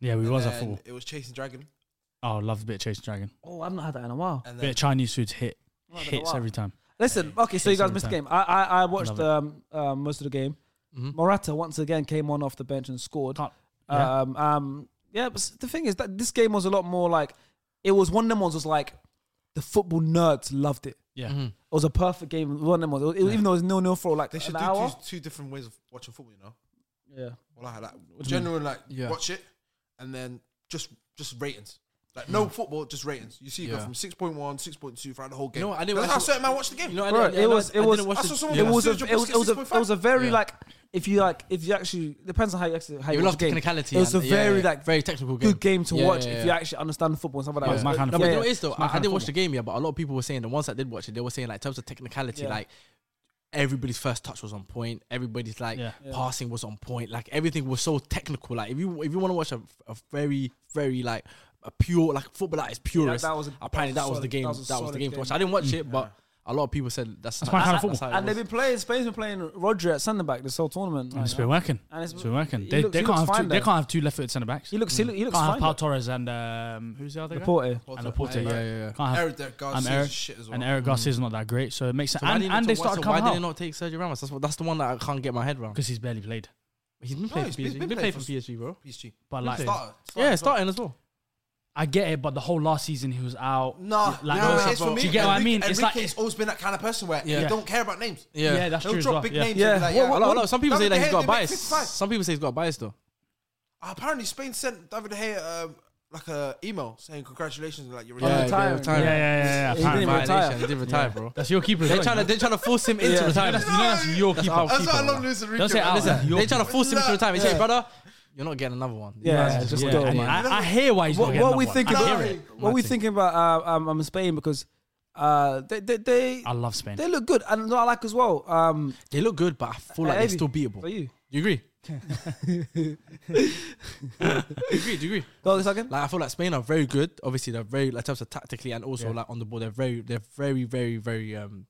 Speaker 3: Yeah, we was
Speaker 2: and
Speaker 3: at four.
Speaker 2: It was chasing dragon.
Speaker 3: Oh, love a bit of chasing dragon.
Speaker 1: Oh, I've not had that in a while.
Speaker 2: And
Speaker 3: Bit
Speaker 2: then
Speaker 3: of Chinese food hit
Speaker 1: been a
Speaker 3: hits
Speaker 1: while.
Speaker 3: every time.
Speaker 1: Listen, okay, so you
Speaker 3: It's
Speaker 1: guys
Speaker 3: every
Speaker 1: missed the
Speaker 3: time.
Speaker 1: game. I I, I watched
Speaker 3: Love it.
Speaker 1: um, um most of the game.
Speaker 2: Mm-hmm.
Speaker 1: Morata once again came on off the bench and scored.
Speaker 3: Can't- yeah.
Speaker 1: Um, um, yeah, but s- the thing is that this game was a lot more like it was one of them ones was like the football nerds loved it.
Speaker 3: Yeah.
Speaker 1: It was a perfect game. One of them ones, It was- even though it was nil nil for like
Speaker 2: they should
Speaker 1: an
Speaker 2: do
Speaker 1: hour.
Speaker 2: two, two different ways of watching football. You know,
Speaker 1: Yeah,
Speaker 2: well, like, like general, like
Speaker 4: Yeah.
Speaker 2: watch it, and then just just ratings. Like no football, just ratings. You see, you go
Speaker 4: Yeah.
Speaker 2: from 6.1, 6.2 throughout the whole game.
Speaker 4: You know, I didn't
Speaker 2: That's
Speaker 4: watch
Speaker 2: how
Speaker 4: it-
Speaker 2: certain man watched the game.
Speaker 4: You know, I
Speaker 1: Bro,
Speaker 4: didn't, yeah,
Speaker 1: it
Speaker 4: no,
Speaker 1: was-
Speaker 4: I
Speaker 1: it was-
Speaker 4: didn't watch
Speaker 2: I
Speaker 4: the-
Speaker 2: saw someone
Speaker 4: yeah.
Speaker 1: it
Speaker 2: Yeah.
Speaker 1: was a,
Speaker 2: Sergio
Speaker 1: it was it was a, it was a very
Speaker 4: Yeah.
Speaker 1: like if you like if you actually depends on how you actually how
Speaker 4: It
Speaker 1: you
Speaker 4: was a lot
Speaker 1: watch
Speaker 4: of
Speaker 1: the game.
Speaker 4: technicality.
Speaker 1: It was a
Speaker 4: and- yeah,
Speaker 1: very
Speaker 4: yeah.
Speaker 1: like
Speaker 4: very technical game.
Speaker 1: good game to
Speaker 4: Yeah,
Speaker 1: watch
Speaker 4: yeah,
Speaker 1: if
Speaker 4: yeah.
Speaker 1: you actually understand football and stuff like
Speaker 3: Yeah,
Speaker 1: that.
Speaker 3: it's my kind of
Speaker 4: No, but
Speaker 3: Yeah,
Speaker 4: you know
Speaker 3: yeah.
Speaker 4: what it is though?
Speaker 3: It's my
Speaker 4: I, I
Speaker 3: kind
Speaker 4: did
Speaker 3: of
Speaker 4: watch the game, yeah, but a lot of people were saying the ones that did watch it, they were saying like in terms of technicality,
Speaker 1: Yeah.
Speaker 4: like everybody's first touch was on point, everybody's like
Speaker 3: Yeah.
Speaker 1: Yeah.
Speaker 4: passing was on point, like everything was so technical. Like if you if you want to watch a, a very very like a pure like football that is purest,
Speaker 1: that was a-
Speaker 4: apparently
Speaker 1: that
Speaker 4: that
Speaker 1: was
Speaker 4: was
Speaker 1: solid-
Speaker 4: the game
Speaker 1: that
Speaker 4: that
Speaker 1: was a
Speaker 4: was, the
Speaker 1: solid
Speaker 4: game to watch.
Speaker 1: game.
Speaker 4: I didn't watch it, but a lot of people said that's
Speaker 3: That's my kind of football.
Speaker 4: how it
Speaker 1: And
Speaker 4: was.
Speaker 1: they've been playing. Spain's been playing Roger at centre back this whole tournament.
Speaker 3: And it's
Speaker 1: right
Speaker 3: been
Speaker 1: now.
Speaker 3: working.
Speaker 1: And it's-
Speaker 3: it's been working.
Speaker 1: he
Speaker 3: They,
Speaker 1: looks-
Speaker 3: they
Speaker 1: he looks
Speaker 3: can't have
Speaker 1: fine
Speaker 3: two. They
Speaker 1: there.
Speaker 3: can't have two left-footed centre backs.
Speaker 1: He looks. He, look, he looks
Speaker 3: can't have
Speaker 1: fine.
Speaker 3: Pau
Speaker 1: though.
Speaker 3: Torres and um, who's the other guy?
Speaker 1: Laporte.
Speaker 3: And Laporte. Yeah, yeah, yeah. Can't have.
Speaker 2: Eric that
Speaker 3: And
Speaker 2: Garcia's
Speaker 3: Eric,
Speaker 2: shit as well.
Speaker 3: and Eric Garcia's not that great, so it makes sense.
Speaker 4: So why
Speaker 3: and
Speaker 4: didn't-
Speaker 3: and
Speaker 4: so
Speaker 3: they
Speaker 4: why-
Speaker 3: started
Speaker 4: so why
Speaker 3: coming
Speaker 4: did they
Speaker 3: out
Speaker 4: not take Sergio Ramos? That's what that's the one that I can't get my head around.
Speaker 3: because he's barely played.
Speaker 4: He's been playing
Speaker 2: he's
Speaker 4: for
Speaker 2: been-
Speaker 4: PSG. He's
Speaker 2: been
Speaker 4: been
Speaker 2: playing
Speaker 4: playing for
Speaker 2: for-
Speaker 4: PSG, bro.
Speaker 2: PSG.
Speaker 3: But
Speaker 4: Really?
Speaker 3: like,
Speaker 2: Starter,
Speaker 4: Yeah,
Speaker 2: starter.
Speaker 4: starting as well.
Speaker 3: I get it, but the whole last season he was out.
Speaker 2: Nah,
Speaker 3: like,
Speaker 2: nah,
Speaker 3: no,
Speaker 2: it's for me.
Speaker 3: Do you get what I
Speaker 2: Enrique-
Speaker 3: mean? It's like,
Speaker 2: Enrique's always been that kind of person where
Speaker 4: Yeah.
Speaker 2: they don't care about names.
Speaker 3: yeah,
Speaker 4: Yeah,
Speaker 3: that's
Speaker 2: They'll
Speaker 3: true. as
Speaker 2: drop
Speaker 3: well,
Speaker 2: big
Speaker 3: yeah.
Speaker 2: names.
Speaker 1: Yeah.
Speaker 2: and be like,
Speaker 1: What-
Speaker 2: yeah,
Speaker 4: A lot, a lot. Some people
Speaker 2: David
Speaker 4: say that
Speaker 2: De
Speaker 4: he's
Speaker 2: Gea
Speaker 4: got a
Speaker 2: did make
Speaker 4: bias.
Speaker 2: 55.
Speaker 4: Some people say he's got a bias though.
Speaker 2: Apparently, Spain sent David De Gea um, like a email saying congratulations, like you're
Speaker 1: Yeah,
Speaker 2: retired.
Speaker 1: retired. retired.
Speaker 3: Yeah, yeah, yeah, yeah.
Speaker 1: He
Speaker 3: apparently.
Speaker 1: didn't even retire.
Speaker 4: Violation. He did retire, bro.
Speaker 3: That's your keeper. as
Speaker 4: They're
Speaker 3: well,
Speaker 4: trying to
Speaker 3: you know?
Speaker 4: they're trying to force him into
Speaker 1: Yeah.
Speaker 4: retirement.
Speaker 3: You know that's your keeper.
Speaker 4: our
Speaker 2: That's
Speaker 4: keeper,
Speaker 2: what I
Speaker 4: man.
Speaker 2: love Luis Enrique.
Speaker 3: Don't say
Speaker 2: man.
Speaker 3: ours.
Speaker 4: Listen,
Speaker 3: Your
Speaker 4: they're trying to force him into
Speaker 2: Yeah.
Speaker 4: retirement. He said,
Speaker 1: Yeah.
Speaker 4: brother, you're not getting another one.
Speaker 1: Yeah,
Speaker 4: You're not-
Speaker 1: just
Speaker 4: you're
Speaker 1: go,
Speaker 4: not getting
Speaker 3: and
Speaker 1: man.
Speaker 4: one.
Speaker 3: I, I hear why he's
Speaker 1: What,
Speaker 3: not getting
Speaker 1: what we
Speaker 3: that
Speaker 1: think
Speaker 3: one. I
Speaker 1: about?
Speaker 3: hear it.
Speaker 1: What we thinking about? Uh, um, um, Spain because uh, they they they,
Speaker 3: I love Spain.
Speaker 1: they look good and what I like as well. Um,
Speaker 4: They look good, but I feel like
Speaker 1: Eddie,
Speaker 4: they're still beatable.
Speaker 1: For you,
Speaker 4: You agree? degree, degree.
Speaker 1: Go on, second.
Speaker 4: Like I feel like Spain are very good. Obviously, they're very like in terms of tactically and also
Speaker 1: Yeah.
Speaker 4: like on the ball. They're very, they're very, very, very um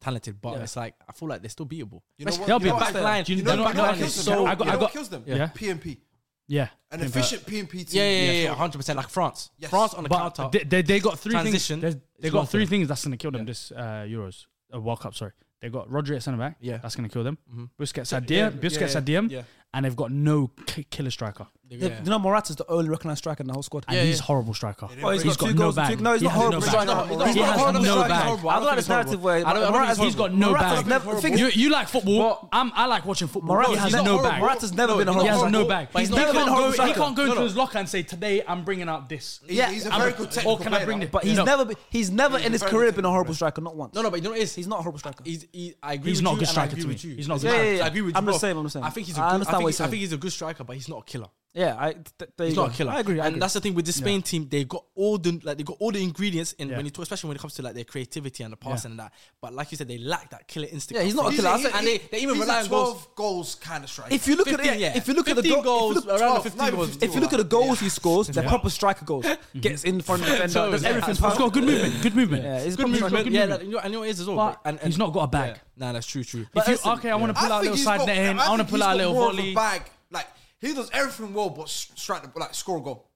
Speaker 4: talented. But
Speaker 1: Yeah.
Speaker 4: it's like I feel like they're still beatable.
Speaker 2: You know
Speaker 4: Especially-
Speaker 2: what-
Speaker 3: They'll
Speaker 2: you
Speaker 3: be
Speaker 2: know what-
Speaker 4: back line.
Speaker 3: Do you
Speaker 4: You
Speaker 3: know,
Speaker 4: know
Speaker 3: do you
Speaker 4: back
Speaker 3: know
Speaker 4: line
Speaker 3: what
Speaker 4: is
Speaker 3: kills
Speaker 4: so-
Speaker 3: them? I got,
Speaker 2: you
Speaker 3: I
Speaker 2: know what
Speaker 3: got,
Speaker 2: kills them?
Speaker 4: Yeah.
Speaker 2: PMP.
Speaker 3: yeah.
Speaker 2: An
Speaker 3: Think about it.
Speaker 2: efficient PMP team.
Speaker 4: Yeah, yeah, yeah,
Speaker 2: sure.
Speaker 4: hundred percent. Like France,
Speaker 2: Yes.
Speaker 4: France on the
Speaker 3: But
Speaker 1: uh,
Speaker 4: counter.
Speaker 3: they, they, they got three
Speaker 4: Transition
Speaker 3: things. They, they
Speaker 4: is one
Speaker 3: got
Speaker 4: for
Speaker 3: three
Speaker 4: them.
Speaker 3: things that's gonna kill them
Speaker 4: Yeah.
Speaker 3: this uh, Euros uh, World Cup. Sorry, they got Rodri at centre back.
Speaker 4: Yeah.
Speaker 3: that's gonna kill them.
Speaker 4: Mhm.
Speaker 3: Busquets at DM, Busquets at DM,
Speaker 4: Yeah.
Speaker 3: and they've got no k- killer striker.
Speaker 1: You
Speaker 4: Yeah.
Speaker 1: know, Morata's the only recognized striker in the whole squad.
Speaker 3: And
Speaker 4: Yeah,
Speaker 3: he's
Speaker 4: yeah.
Speaker 3: horrible striker.
Speaker 1: Oh, he's
Speaker 3: he's
Speaker 1: got
Speaker 3: got
Speaker 1: two
Speaker 3: no
Speaker 1: goals,
Speaker 3: bag.
Speaker 1: two- no, he's
Speaker 3: He
Speaker 1: not
Speaker 3: has no
Speaker 1: horrible
Speaker 3: bag.
Speaker 1: striker.
Speaker 4: He's not- he's not
Speaker 1: He's not
Speaker 4: horrible
Speaker 1: horrible striker.
Speaker 4: striker. He's
Speaker 1: I don't like this
Speaker 4: horrible. I don't think
Speaker 1: narrative where
Speaker 4: he's horrible.
Speaker 1: Morata's
Speaker 4: He's got
Speaker 3: no
Speaker 1: Morata's
Speaker 3: bag.
Speaker 1: never- the thing is,
Speaker 3: You, you like football?
Speaker 4: But-
Speaker 3: I'm, I like watching football.
Speaker 1: Morata
Speaker 3: he has
Speaker 1: has
Speaker 3: no
Speaker 1: no
Speaker 3: bag.
Speaker 1: Morata's never
Speaker 4: No,
Speaker 1: been a
Speaker 4: he
Speaker 3: he
Speaker 1: horrible
Speaker 3: has
Speaker 4: Morata-
Speaker 3: no
Speaker 1: striker.
Speaker 3: bag.
Speaker 4: But
Speaker 3: He's
Speaker 4: he's
Speaker 3: never
Speaker 4: never
Speaker 3: been
Speaker 4: been
Speaker 3: go,
Speaker 4: horrible
Speaker 3: He
Speaker 4: striker.
Speaker 3: can't go into
Speaker 4: No, no.
Speaker 3: his locker and say, "Today I'm bringing out this."
Speaker 2: He's,
Speaker 1: Yeah,
Speaker 2: he's a
Speaker 1: I'm-
Speaker 2: very good technical
Speaker 3: Or can I
Speaker 2: player.
Speaker 3: bring this?
Speaker 1: But he's
Speaker 3: No.
Speaker 1: never been, he's never in his
Speaker 2: very
Speaker 1: career
Speaker 2: good
Speaker 1: been a horrible striker, not once.
Speaker 4: No, no, but you know what it is.
Speaker 1: He's not a horrible striker.
Speaker 4: He's, he, I agree
Speaker 3: He's
Speaker 4: with
Speaker 3: not a
Speaker 4: you
Speaker 3: good
Speaker 4: and I
Speaker 3: striker
Speaker 4: agree
Speaker 3: to me.
Speaker 4: with you.
Speaker 3: He's not a good
Speaker 4: I-
Speaker 1: striker.
Speaker 4: I agree with you.
Speaker 1: I'm the
Speaker 4: bro.
Speaker 1: same, I'm the same.
Speaker 4: I think he's. A
Speaker 1: I
Speaker 4: good, I
Speaker 1: understand what
Speaker 4: think he-
Speaker 1: you're saying.
Speaker 4: I think he's a good striker, but he's not a killer.
Speaker 1: Yeah, I, th- th- there you
Speaker 4: He's
Speaker 1: go.
Speaker 4: not a killer.
Speaker 1: I agree. I
Speaker 4: and
Speaker 1: agree.
Speaker 4: that's the thing with the Spain team. They got all the like they got all the ingredients in
Speaker 3: Yeah.
Speaker 4: when you talk, especially when it comes to like their creativity and the passing and that. But like you said, they lack that killer instinct.
Speaker 1: Yeah, he's not a
Speaker 4: He's
Speaker 1: killer. I
Speaker 4: he's
Speaker 1: said-
Speaker 4: and they, they even
Speaker 2: he's
Speaker 4: rely
Speaker 2: a
Speaker 4: on
Speaker 2: 12
Speaker 4: goals.
Speaker 2: goals kind of striker.
Speaker 1: if you look
Speaker 4: 15,
Speaker 1: at
Speaker 4: yeah.
Speaker 1: yeah, if you look at the
Speaker 4: 15
Speaker 1: goal- if you look-
Speaker 4: goals, around the
Speaker 1: 12,
Speaker 4: 15
Speaker 1: not even
Speaker 4: goals.
Speaker 1: 15, If you look at the goals he scores, they're proper striker goals. Gets in front of the defender, does
Speaker 4: Yeah.
Speaker 1: everything.
Speaker 3: He's got good movement. Good movement.
Speaker 1: Yeah, he's
Speaker 4: Good
Speaker 1: proper striker.
Speaker 4: movement.
Speaker 3: good
Speaker 4: Yeah,
Speaker 3: movement.
Speaker 4: that, you know, and you know what it is as well.
Speaker 3: But
Speaker 4: and, and
Speaker 3: he's not got a bag.
Speaker 4: Yeah. Nah, that's true, true.
Speaker 3: If you
Speaker 1: listen,
Speaker 3: okay, I want to
Speaker 2: I
Speaker 3: pull out a little
Speaker 2: think he's
Speaker 3: side
Speaker 2: got-
Speaker 3: net in. I want to
Speaker 2: think
Speaker 3: pull
Speaker 2: he's
Speaker 3: out a
Speaker 2: got
Speaker 3: little
Speaker 2: more of
Speaker 3: volley,
Speaker 2: bag, like he does everything well, but s- strike the like score a goal.